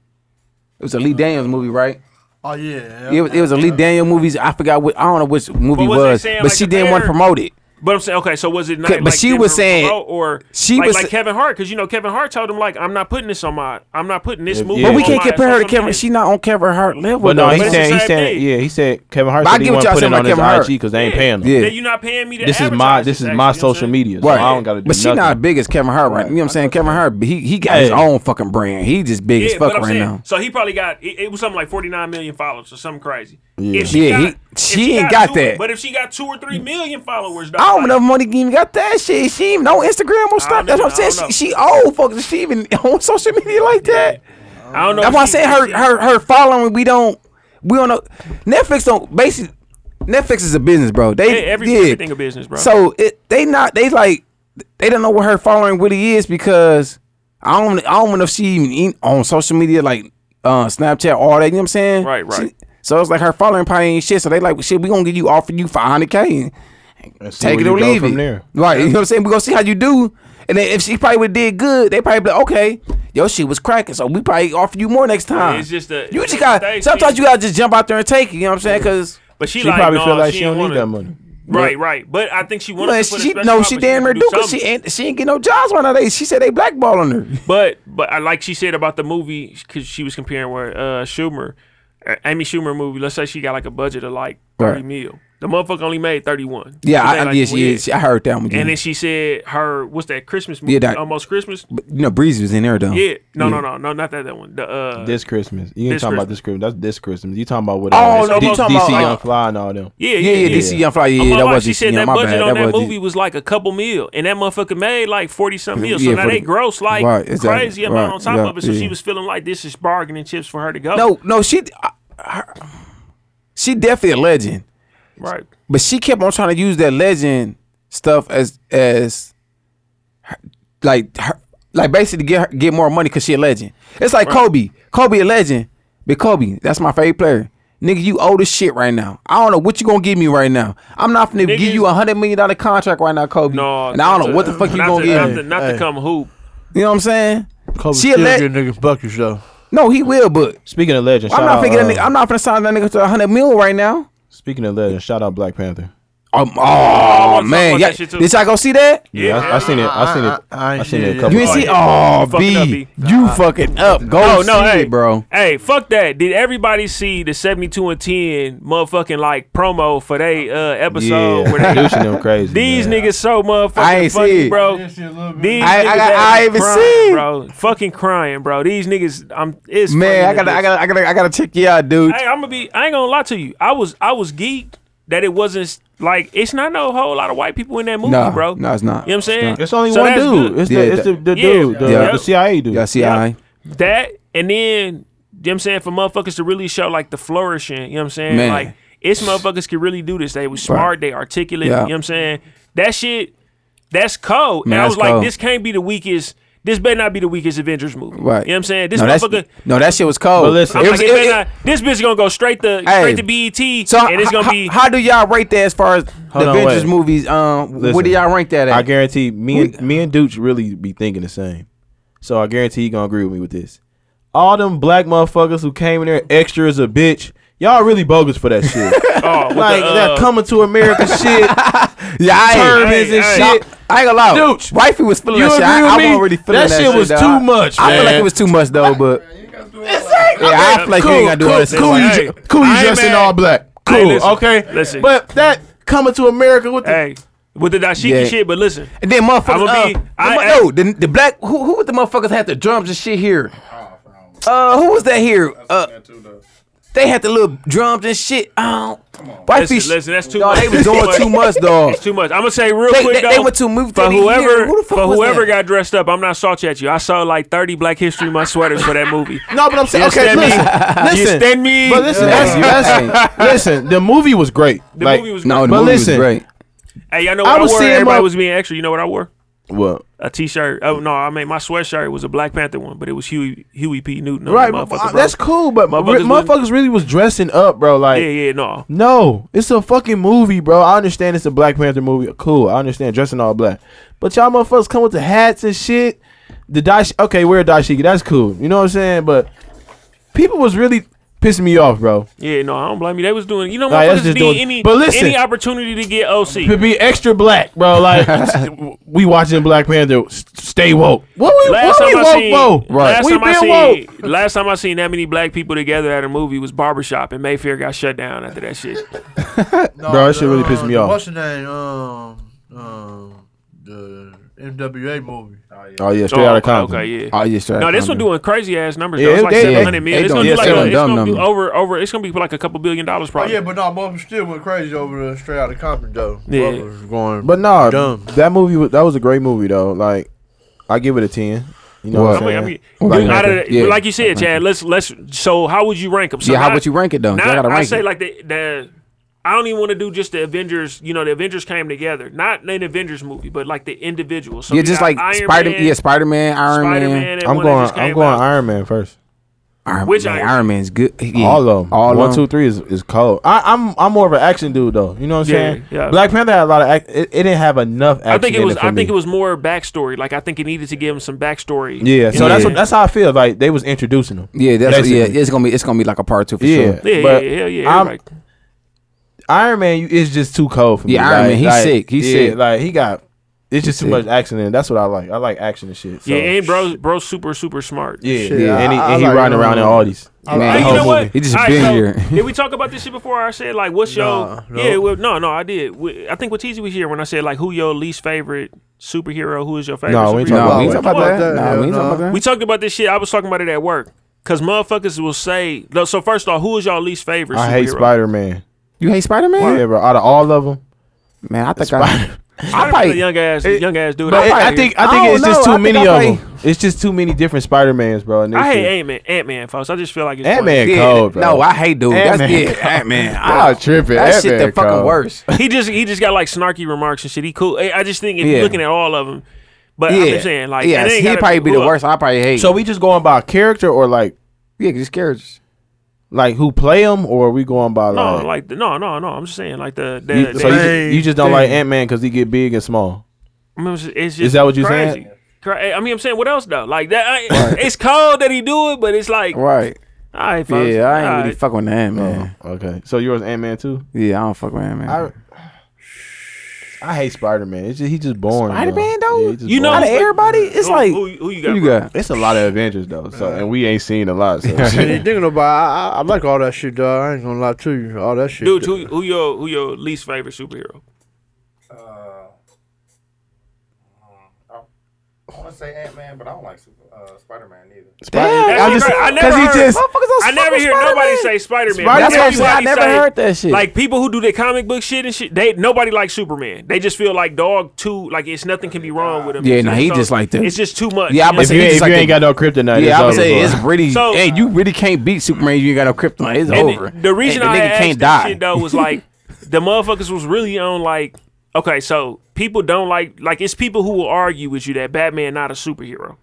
Speaker 5: was a Lee Daniels movie, right?
Speaker 7: Oh yeah.
Speaker 5: It was, it was a Lee Daniels movie. I forgot what I don't know which movie
Speaker 2: But was
Speaker 5: was,
Speaker 2: they
Speaker 5: was
Speaker 2: saying,
Speaker 5: but
Speaker 2: like,
Speaker 5: she
Speaker 2: the
Speaker 5: didn't want to
Speaker 2: parent-
Speaker 5: promote it.
Speaker 2: But I'm saying okay. So was it not?
Speaker 5: Okay, but
Speaker 2: like,
Speaker 5: she
Speaker 2: them
Speaker 5: was
Speaker 2: to
Speaker 5: saying-
Speaker 2: promote, or
Speaker 5: she
Speaker 2: like,
Speaker 5: was
Speaker 2: like
Speaker 5: sa-
Speaker 2: Kevin Hart because you know Kevin Hart told him like I'm not putting this on my I'm not putting this movie.
Speaker 8: yeah.
Speaker 5: But we
Speaker 2: on
Speaker 5: can't
Speaker 2: my
Speaker 5: compare her to
Speaker 2: social
Speaker 5: Kevin.
Speaker 2: media.
Speaker 5: She not on Kevin Hart level.
Speaker 8: But no,
Speaker 5: though.
Speaker 8: he
Speaker 2: But it's
Speaker 8: said
Speaker 2: the
Speaker 8: he
Speaker 2: same
Speaker 8: said
Speaker 2: thing.
Speaker 8: yeah, he said Kevin Hart
Speaker 5: But I
Speaker 8: said he
Speaker 5: get what
Speaker 8: want to
Speaker 5: y'all
Speaker 8: put it
Speaker 5: saying
Speaker 8: on
Speaker 5: about Kevin Hart.
Speaker 8: his IG because they ain't
Speaker 2: Yeah.
Speaker 8: paying him.
Speaker 5: Yeah.
Speaker 2: Then you're not paying me to.
Speaker 8: This is my
Speaker 2: advertise
Speaker 8: this is
Speaker 2: actually,
Speaker 8: my
Speaker 2: you know what I'm
Speaker 8: social
Speaker 2: saying?
Speaker 8: media, so
Speaker 5: Right.
Speaker 8: I don't gotta do
Speaker 5: but she
Speaker 8: nothing.
Speaker 5: not big as Kevin Hart right, You know what I'm saying? Kevin Hart, he, he got his
Speaker 8: Hey.
Speaker 5: own fucking brand. He just big as
Speaker 2: Yeah,
Speaker 5: fuck
Speaker 2: but I'm
Speaker 5: right
Speaker 2: saying,
Speaker 5: now.
Speaker 2: So he probably got it, it was something like 49 million followers or something crazy. Yeah,
Speaker 5: Yeah, he- she ain't got that.
Speaker 2: But if she got two or three million followers, dog,
Speaker 5: I don't
Speaker 2: like,
Speaker 5: know if money even got that shit. She even on Instagram or stuff. That's what
Speaker 2: know, I
Speaker 5: I'm
Speaker 2: don't
Speaker 5: saying. She, she old fuck. She even on social media like that.
Speaker 2: I don't know.
Speaker 5: That's
Speaker 2: if
Speaker 5: why I
Speaker 2: she-
Speaker 5: said her her her following. We don't we don't know. Netflix don't basically. Netflix is a business, bro. They
Speaker 2: Hey, every,
Speaker 5: yeah.
Speaker 2: everything a business, bro.
Speaker 5: So it they not they like they don't know what her following really is because I don't I don't know if she even in- on social media like uh Snapchat all that. You know what I'm saying?
Speaker 2: Right,
Speaker 5: She-
Speaker 2: right.
Speaker 5: so it's like her following probably ain't shit. So they like shit. We gonna get you offer you five hundred k. Take it or leave it.
Speaker 8: from there.
Speaker 5: Right. You know what I'm saying? We gonna see how you do. And then if she probably would did good, they probably be like, okay, yo, she was cracking, so we probably offer you more next time.
Speaker 2: It's just a-
Speaker 5: uh, you
Speaker 2: it's
Speaker 5: just
Speaker 2: just
Speaker 5: got.
Speaker 2: a thing,
Speaker 5: to Sometimes
Speaker 2: she-
Speaker 5: you gotta just jump out there and take it. You know what I'm saying? Because
Speaker 2: but she,
Speaker 8: She
Speaker 2: like,
Speaker 8: probably
Speaker 2: nah,
Speaker 8: feel like she don't
Speaker 2: ain't wanna-
Speaker 8: need that money.
Speaker 2: Right, right. But I think she wanted
Speaker 5: Man,
Speaker 2: to put
Speaker 5: she
Speaker 2: a special
Speaker 5: no,
Speaker 2: out,
Speaker 5: she
Speaker 2: but had
Speaker 5: damn
Speaker 2: to
Speaker 5: near do because
Speaker 2: something.
Speaker 5: she ain't she ain't get no jobs right now. They she said they blackballing her.
Speaker 2: But but I like she said about the movie because she was comparing where uh, Schumer, uh, Amy Schumer movie. Let's say she got like a budget of like thirty
Speaker 5: Right.
Speaker 2: mil. The motherfucker only made thirty one.
Speaker 5: Yeah, I, I, yeah, she, yeah, she, I heard that one.
Speaker 2: And
Speaker 5: yeah.
Speaker 2: then she said her what's that Christmas movie?
Speaker 5: Yeah, that-
Speaker 2: Almost Christmas.
Speaker 5: you know, Breezy was in there though.
Speaker 2: Yeah. No, no, no, no, not that that one. The uh,
Speaker 8: This Christmas, you ain't
Speaker 2: This
Speaker 8: talking about
Speaker 2: Christmas.
Speaker 8: this Christmas. That's this Christmas. You talking about what?
Speaker 5: Oh,
Speaker 8: Uh,
Speaker 5: no,
Speaker 8: D-
Speaker 5: you talking
Speaker 8: DC
Speaker 5: about,
Speaker 8: Young
Speaker 5: like-
Speaker 8: Fly and all them.
Speaker 2: yeah,
Speaker 5: yeah, yeah, DC Young Fly. Yeah,
Speaker 2: I'm
Speaker 5: yeah, that
Speaker 2: like,
Speaker 5: was
Speaker 2: she
Speaker 5: DC
Speaker 2: said
Speaker 5: Young.
Speaker 2: that
Speaker 5: My
Speaker 2: budget
Speaker 5: bad.
Speaker 2: on that,
Speaker 5: That was
Speaker 2: movie was like a couple mil, and that motherfucker made like forty some mil. So
Speaker 5: Yeah,
Speaker 2: now
Speaker 5: 40.
Speaker 2: they gross like
Speaker 5: Right, exactly.
Speaker 2: crazy amount
Speaker 5: Right,
Speaker 2: on top
Speaker 5: yeah,
Speaker 2: of it. So
Speaker 5: yeah.
Speaker 2: she was feeling like this is bargaining chips for her to go.
Speaker 5: No, no, she, I, her, she definitely a legend,
Speaker 2: right.
Speaker 5: but she kept on trying to use that legend stuff as as her- like her, like basically get her, get more money because she a legend. It's like Kobe, Kobe a legend, but Kobe that's my favorite player. Nigga, you owe this shit right now. I don't know what you gonna give me right now. I'm not finna give you a hundred million dollar contract right now, Kobe.
Speaker 2: No,
Speaker 5: and I don't know what the fuck you
Speaker 2: not
Speaker 5: gonna
Speaker 2: to,
Speaker 5: give
Speaker 2: not
Speaker 5: me.
Speaker 2: To, not to
Speaker 7: Hey.
Speaker 2: come hoop.
Speaker 5: You know what I'm saying?
Speaker 7: Kobe
Speaker 5: She
Speaker 7: still
Speaker 5: elect-
Speaker 7: get niggas buck yourself.
Speaker 5: No, he will, but
Speaker 8: Speaking of legend,
Speaker 5: I'm
Speaker 8: shout
Speaker 5: not
Speaker 8: out,
Speaker 5: thinking.
Speaker 8: uh,
Speaker 5: that nigga, I'm not finna sign that nigga to a hundred mil right now.
Speaker 8: Speaking of legend, shout out Black Panther.
Speaker 5: Um, oh
Speaker 2: wanna talk
Speaker 5: man,
Speaker 2: about
Speaker 5: yeah,
Speaker 2: that shit too.
Speaker 5: did y'all go see that?
Speaker 8: Yeah, I, I seen it. I seen it.
Speaker 7: I- I-
Speaker 8: I seen it a
Speaker 7: yeah.
Speaker 8: couple.
Speaker 5: You ain't see?
Speaker 8: times.
Speaker 5: Oh,
Speaker 2: Fucking
Speaker 5: B,
Speaker 2: up, B.
Speaker 5: you fucking up. Go
Speaker 2: Oh no,
Speaker 5: see
Speaker 2: hey,
Speaker 5: it, bro.
Speaker 2: Hey, fuck that. Did everybody see the seventy-two and ten motherfucking like promo for they uh, episode?
Speaker 8: Yeah,
Speaker 2: Where they,
Speaker 8: producing them crazy.
Speaker 2: these
Speaker 8: man.
Speaker 2: niggas so motherfucking
Speaker 5: I ain't
Speaker 2: funny,
Speaker 5: see it.
Speaker 2: bro.
Speaker 7: That shit a little bit.
Speaker 2: These
Speaker 5: I-
Speaker 2: niggas
Speaker 5: I got-
Speaker 2: had
Speaker 5: I
Speaker 2: me
Speaker 5: even
Speaker 2: crying,
Speaker 5: seen.
Speaker 2: bro. Fucking crying, bro. These niggas, I'm. It's
Speaker 5: Man, I
Speaker 2: funny to
Speaker 5: gotta, I
Speaker 2: this.
Speaker 5: gotta, I gotta, I gotta check you out, dude.
Speaker 2: Hey, I'm gonna be. I ain't gonna lie to you. I was, I was geeked that it wasn't like it's not no whole lot of white people in that movie,
Speaker 5: Nah,
Speaker 2: bro.
Speaker 5: no, it's not.
Speaker 2: You know what I'm saying?
Speaker 8: It's only
Speaker 2: So
Speaker 8: one
Speaker 2: that's
Speaker 8: dude.
Speaker 2: good.
Speaker 8: It's
Speaker 5: Yeah,
Speaker 8: the it's the, the
Speaker 2: yeah,
Speaker 8: dude, the,
Speaker 5: yeah.
Speaker 8: the CIA dude.
Speaker 5: Y'all see, I
Speaker 2: That and then you know what I'm saying for motherfuckers to really show like the flourishing, you know what I'm saying?
Speaker 5: Man.
Speaker 2: Like it's motherfuckers can really do this. They was smart,
Speaker 5: Right.
Speaker 2: they articulate, you
Speaker 5: Yeah.
Speaker 2: know what I'm saying? That shit that's cold.
Speaker 5: Man,
Speaker 2: and I was
Speaker 5: that's
Speaker 2: like,
Speaker 5: cold.
Speaker 2: this can't be the weakest this better not be the weakest Avengers movie.
Speaker 5: right.
Speaker 2: You know what I'm saying? This
Speaker 5: no, that's-
Speaker 2: motherfucker
Speaker 5: no, that shit was cold.
Speaker 8: But listen-
Speaker 2: I'm
Speaker 5: It
Speaker 2: like,
Speaker 5: was-
Speaker 2: it
Speaker 5: it-
Speaker 2: better
Speaker 5: it-
Speaker 2: not- this bitch gonna go straight to
Speaker 5: Hey.
Speaker 2: straight to BET
Speaker 5: so,
Speaker 2: and it's gonna
Speaker 5: how,
Speaker 2: be
Speaker 5: how do y'all rate that as far as
Speaker 8: Hold
Speaker 5: the
Speaker 8: on,
Speaker 5: Avengers
Speaker 8: wait.
Speaker 5: movies? Um,
Speaker 8: Listen,
Speaker 5: what do y'all rank that at?
Speaker 8: I guarantee me and me and Dooch really be thinking the same. So I guarantee you gonna agree with me with this. All them black motherfuckers who came in there extra as a bitch, y'all really bogus for that shit.
Speaker 2: oh, with
Speaker 8: like
Speaker 2: the, uh,
Speaker 8: that coming to America shit,
Speaker 5: yeah, I ain't,
Speaker 8: turbans and
Speaker 2: hey.
Speaker 8: shit.
Speaker 5: I ain't gonna lie.
Speaker 8: Dude,
Speaker 5: wifey was feeling
Speaker 8: You
Speaker 5: that
Speaker 8: agree
Speaker 5: shit. I,
Speaker 8: with
Speaker 5: I
Speaker 8: me?
Speaker 5: wasn't really feeling that,
Speaker 8: that, shit was
Speaker 5: dog.
Speaker 8: too much.
Speaker 5: I
Speaker 8: man.
Speaker 5: feel like it was too much though, but yeah, I feel like you ain't gotta do all this.
Speaker 2: Cool,
Speaker 9: Cool, you,
Speaker 2: Hey,
Speaker 9: ju- cool, you
Speaker 2: I ain't
Speaker 9: dressed in
Speaker 2: mad.
Speaker 9: all black.
Speaker 2: Hey,
Speaker 8: Cool.
Speaker 2: listen,
Speaker 8: okay.
Speaker 2: listen.
Speaker 8: But that coming to America with the
Speaker 2: Hey, with the dashiki
Speaker 5: Yeah.
Speaker 2: shit, but listen,
Speaker 5: And then motherfuckers.
Speaker 2: I'ma
Speaker 5: Uh,
Speaker 2: be-
Speaker 5: the
Speaker 2: I-
Speaker 5: mo-
Speaker 2: I-
Speaker 5: no, the, the black. Who who was the motherfuckers had the drums and shit here? Uh, who was that here? Uh, they had the little drums and shit. I don't. White
Speaker 2: listen,
Speaker 5: people-
Speaker 2: listen, that's too
Speaker 5: dog,
Speaker 2: much.
Speaker 5: They was doing too much, dog.
Speaker 2: It's too much. I'm gonna say real
Speaker 5: They-
Speaker 2: quick
Speaker 5: they-
Speaker 2: though.
Speaker 5: they went to a movie
Speaker 2: for
Speaker 5: theater here.
Speaker 2: whoever
Speaker 5: Who the fuck
Speaker 2: for
Speaker 5: was
Speaker 2: whoever
Speaker 5: that?
Speaker 2: got dressed up. I'm not salty at you. I saw like 30 Black History Month sweaters for that movie.
Speaker 8: No, but I'm saying
Speaker 2: You
Speaker 8: okay.
Speaker 2: understand
Speaker 8: Listen,
Speaker 2: me? You understand
Speaker 8: listen,
Speaker 2: me?
Speaker 8: but listen,
Speaker 5: Yeah, you
Speaker 8: that's,
Speaker 5: right.
Speaker 8: that's, listen. The movie was great.
Speaker 2: the
Speaker 8: like,
Speaker 2: movie was
Speaker 5: No, the
Speaker 2: great.
Speaker 8: But
Speaker 5: movie
Speaker 8: listen,
Speaker 5: was great.
Speaker 2: Hey, y'all know
Speaker 8: I
Speaker 2: what I,
Speaker 8: was
Speaker 2: wore?
Speaker 8: seeing
Speaker 2: Everybody
Speaker 8: my-
Speaker 2: was being extra. You know what I wore?
Speaker 8: what?
Speaker 2: A t-shirt. Oh no, I mean my sweatshirt was a Black Panther one, but it was Huey Huey P. Newton. on
Speaker 8: Right,
Speaker 2: the
Speaker 8: but- uh,
Speaker 2: motherfucker, bro.
Speaker 8: that's cool, but re-
Speaker 2: Motherfuckers
Speaker 8: motherfuckers,
Speaker 2: was-
Speaker 8: really was dressing up, bro. Like,
Speaker 2: Yeah, yeah, no.
Speaker 8: no, it's a fucking movie, bro. I understand it's a Black Panther movie. Cool, I understand dressing all black, but y'all motherfuckers come with the hats and shit. The dash, okay, we're a dashiki. That's cool. You know what I'm saying? But people was really pissing me off, bro.
Speaker 2: Yeah, no, I don't blame you. They was doing, you know,
Speaker 8: Nah, that's
Speaker 2: motherfuckers
Speaker 8: just
Speaker 2: need
Speaker 8: doing-
Speaker 2: any,
Speaker 8: but listen.
Speaker 2: any opportunity to get
Speaker 8: To
Speaker 2: OC.
Speaker 8: be extra black, bro. Like we watching Black Panther. s- Stay woke. What we?
Speaker 2: Last
Speaker 8: what
Speaker 2: time
Speaker 8: we
Speaker 2: I
Speaker 8: woke?
Speaker 2: seen,
Speaker 8: for?
Speaker 2: last
Speaker 8: We
Speaker 2: time I
Speaker 8: been
Speaker 2: seen,
Speaker 8: woke.
Speaker 2: last time I seen that many black people together at a movie was Barbershop, and Mayfair got shut down after that shit.
Speaker 8: Bro, that shit really pissed me off.
Speaker 2: Oh,
Speaker 7: uh, What's the name? Um, um, the MWA movie.
Speaker 8: Oh yeah, straight
Speaker 2: Oh,
Speaker 8: out of
Speaker 2: okay,
Speaker 8: Compton.
Speaker 2: okay, yeah.
Speaker 5: Oh, yeah, straight
Speaker 2: No,
Speaker 5: out
Speaker 2: this one
Speaker 5: Compton.
Speaker 2: doing crazy ass numbers.
Speaker 8: Yeah,
Speaker 2: though. It's
Speaker 8: it-
Speaker 2: like
Speaker 8: they-
Speaker 2: seven
Speaker 8: they-
Speaker 2: hundred million.
Speaker 5: they
Speaker 2: It's gonna
Speaker 5: doing-
Speaker 2: be
Speaker 5: yeah,
Speaker 2: like
Speaker 5: they
Speaker 2: a,
Speaker 5: doing
Speaker 2: it's
Speaker 5: dumb
Speaker 2: gonna be
Speaker 5: numbers.
Speaker 2: over over. It's gonna be like a couple billion
Speaker 8: Oh,
Speaker 2: dollars probably.
Speaker 7: Oh, Yeah, but no, Bubba still went crazy over there, straight out of Compton, though.
Speaker 2: Yeah.
Speaker 7: Bubba was going.
Speaker 8: But nah,
Speaker 7: Dumb.
Speaker 8: that movie was, that was a great movie though. Like, I give it a ten. You know what,
Speaker 2: I mean,
Speaker 8: I'm saying?
Speaker 2: I mean,
Speaker 5: Black
Speaker 2: you- out of
Speaker 5: Panther,
Speaker 2: the-
Speaker 5: yeah.
Speaker 2: like you said, Chad. Let's let's. So, how would you rank them? So
Speaker 5: yeah, how
Speaker 2: not-
Speaker 5: would you rank it though? I
Speaker 2: Not,
Speaker 5: gotta rank
Speaker 2: I say
Speaker 5: it.
Speaker 2: like the, the I don't even want to do just the Avengers. You know, the Avengers came together, not an Avengers movie, but like the individual. So
Speaker 5: yeah,
Speaker 2: we
Speaker 5: just
Speaker 2: got
Speaker 5: like
Speaker 2: Iron
Speaker 5: Spider,
Speaker 2: Man,
Speaker 5: yeah, Spider Man, Iron Man,
Speaker 2: Spider-Man, and
Speaker 8: I'm
Speaker 2: one that
Speaker 8: going.
Speaker 2: just
Speaker 8: I'm
Speaker 2: came
Speaker 8: going
Speaker 2: out.
Speaker 8: Iron Man first.
Speaker 5: Iron,
Speaker 2: Which
Speaker 5: Man,
Speaker 2: Iron-
Speaker 5: Iron Man's good. Yeah.
Speaker 8: All of them.
Speaker 5: all
Speaker 8: One,
Speaker 5: of
Speaker 8: two,
Speaker 5: them.
Speaker 8: three is, is cold. I, I'm I'm more of an action dude though. You know what I'm
Speaker 2: Yeah,
Speaker 8: saying?
Speaker 2: yeah.
Speaker 8: Black Panther had a lot of. Act, it, it didn't have enough action.
Speaker 2: I think it was.
Speaker 8: In it for
Speaker 2: I think
Speaker 8: me.
Speaker 2: it was more backstory. Like I think it needed to give him some backstory.
Speaker 8: Yeah. So
Speaker 2: You know what
Speaker 8: that's what, that's how I feel. Like they was introducing them.
Speaker 5: Yeah, that's yeah.
Speaker 8: Basically.
Speaker 5: It's gonna be it's gonna be like a part two for
Speaker 8: Yeah.
Speaker 5: sure.
Speaker 2: I'm saying? yeah,
Speaker 8: but
Speaker 2: yeah, yeah, yeah.
Speaker 8: I'm-
Speaker 2: you're right.
Speaker 8: Iron Man you- is just too cold for me.
Speaker 5: Yeah, Iron
Speaker 8: Like-
Speaker 5: Man, he's
Speaker 8: like,
Speaker 5: sick. He's
Speaker 8: yeah,
Speaker 5: sick.
Speaker 8: Like he got. It's just too
Speaker 5: sick.
Speaker 8: much action in. it. That's what I like. I like action and shit. So.
Speaker 2: yeah, and bro, bro's super, super smart.
Speaker 8: Yeah, Oh,
Speaker 7: Shit,
Speaker 8: yeah,
Speaker 7: I-
Speaker 8: and he,
Speaker 7: I
Speaker 8: and he
Speaker 7: like
Speaker 8: riding
Speaker 7: him.
Speaker 8: around in Audis.
Speaker 5: Man,
Speaker 2: Hey,
Speaker 5: the
Speaker 2: you
Speaker 5: whole
Speaker 2: know what?
Speaker 5: movie. He just
Speaker 2: All
Speaker 5: been
Speaker 2: so,
Speaker 5: here.
Speaker 2: did we talk about this shit before? I said like, what's
Speaker 7: Nah,
Speaker 2: your? Yeah,
Speaker 7: no.
Speaker 2: well, no, no, I did. We, I think what was here when I said like, who your least favorite superhero? Who is your favorite?
Speaker 8: No, we ain't
Speaker 2: superhero?
Speaker 8: talking
Speaker 5: No,
Speaker 8: about
Speaker 5: we ain't
Speaker 8: that.
Speaker 5: talking about that.
Speaker 7: Hell
Speaker 5: Nah, we ain't
Speaker 7: no.
Speaker 5: talking about
Speaker 2: We
Speaker 5: that.
Speaker 2: talked about this shit. I was talking about it at work. Cause motherfuckers will say no, so. First off, who is y'all least favorite?
Speaker 8: I hate
Speaker 2: superhero?
Speaker 8: Spider Man.
Speaker 5: You hate Spider Man?
Speaker 8: Yeah, bro. Out of all of them,
Speaker 5: Man, I think I.
Speaker 2: Spider-Man's
Speaker 5: probably-
Speaker 2: a young ass, young ass dude.
Speaker 8: But
Speaker 2: I,
Speaker 8: it- I
Speaker 2: probably-
Speaker 8: think
Speaker 5: I
Speaker 8: I think
Speaker 5: don't
Speaker 8: it's just
Speaker 5: know.
Speaker 8: too
Speaker 5: I think
Speaker 8: many
Speaker 5: I
Speaker 8: of
Speaker 5: probably-
Speaker 8: them. It's just too many different Spider Mans, bro. And
Speaker 2: I hate Ant Man. Ant Man, folks. I just feel like it's
Speaker 8: Ant Man
Speaker 5: Yeah,
Speaker 8: cold, bro.
Speaker 5: No, I hate dude. That's
Speaker 8: Ant-Man.
Speaker 5: it. Ah, Ant Man.
Speaker 8: Y'all tripping.
Speaker 5: That shit the
Speaker 8: Ant-Man
Speaker 5: fucking
Speaker 8: cold.
Speaker 5: worst.
Speaker 2: He just he just got like snarky remarks and shit. He cool. I I just think if
Speaker 5: Yeah.
Speaker 2: you're looking at all of them, but I'm
Speaker 5: Yeah,
Speaker 2: just saying like,
Speaker 5: yeah,
Speaker 2: and it ain't
Speaker 5: he'd
Speaker 2: gotta
Speaker 5: probably be the
Speaker 2: who-
Speaker 5: worst. I probably hate.
Speaker 8: So we just going by character or like
Speaker 5: yeah, just characters.
Speaker 8: like who play them, or we going by
Speaker 2: No,
Speaker 8: like?
Speaker 2: like no, no, no. I'm just saying like the, the,
Speaker 8: you,
Speaker 2: the-
Speaker 8: so you
Speaker 7: Same
Speaker 8: just, you just don't like
Speaker 7: thing.
Speaker 8: Ant Man because he get big and small.
Speaker 2: I mean, it's just, it's
Speaker 8: Is
Speaker 2: just
Speaker 8: that what you
Speaker 2: crazy.
Speaker 8: saying?
Speaker 2: Cra- I mean, I'm saying what else though? Like that, I, it's cold that he do it, but it's like, all
Speaker 5: Right.
Speaker 2: right,
Speaker 5: Yeah, I
Speaker 2: folks,
Speaker 5: ain't
Speaker 2: all
Speaker 5: really
Speaker 2: right.
Speaker 5: fuck with that man.
Speaker 8: Okay, so yours Ant Man too.
Speaker 5: Yeah, Oh. I don't fuck with that man.
Speaker 8: I I hate Spider Man. It's just he's just boring. bro.
Speaker 5: Spider-Man, though?
Speaker 8: Yeah, he just
Speaker 2: You know-
Speaker 5: Out of
Speaker 8: boring.
Speaker 5: everybody, it's
Speaker 2: Who-
Speaker 5: like
Speaker 2: who,
Speaker 5: who
Speaker 2: who you got?
Speaker 5: you
Speaker 2: bro?
Speaker 5: got?
Speaker 8: it's a lot of Avengers though, so and we ain't seen a lot. So
Speaker 7: ain't thinking about. I, I, I like all that shit, dog. I ain't gonna lie to you. All that shit,
Speaker 2: Dude, who, who your who your least favorite superhero?
Speaker 10: I want to say Ant Man, but I don't like Super, uh, Spider Man either.
Speaker 2: That's
Speaker 8: I'm
Speaker 2: what
Speaker 8: just
Speaker 2: cra- I never
Speaker 8: because he
Speaker 2: heard-
Speaker 8: just
Speaker 2: I never hear nobody say Spider Man.
Speaker 5: That's what I'm saying. I never heard that shit.
Speaker 2: Like people who do the comic book shit and shit, they nobody likes Superman. They just feel like dog too. Like it's nothing can be wrong with him.
Speaker 5: Yeah,
Speaker 2: It's
Speaker 5: nah,
Speaker 2: just
Speaker 5: he
Speaker 2: so-
Speaker 5: just like that.
Speaker 2: It's just too much.
Speaker 5: Yeah, I'ma
Speaker 2: You know
Speaker 8: if
Speaker 5: say
Speaker 8: you,
Speaker 5: he
Speaker 8: ain't-
Speaker 5: just
Speaker 8: if
Speaker 5: like
Speaker 8: you
Speaker 5: the-
Speaker 8: ain't got no kryptonite,
Speaker 5: Yeah,
Speaker 8: it's
Speaker 5: I would
Speaker 8: over
Speaker 5: say
Speaker 8: for.
Speaker 5: it's really.
Speaker 2: So-
Speaker 5: hey, you really can't beat Superman. if You ain't got no kryptonite. It's
Speaker 2: And
Speaker 5: over.
Speaker 2: The, the reason
Speaker 5: Hey, the
Speaker 2: I
Speaker 5: nigga
Speaker 2: asked
Speaker 5: can't
Speaker 2: can't
Speaker 5: die.
Speaker 2: shit though was like the motherfuckers was really on like okay, so people don't like like it's people who will argue with you that Batman not a superhero.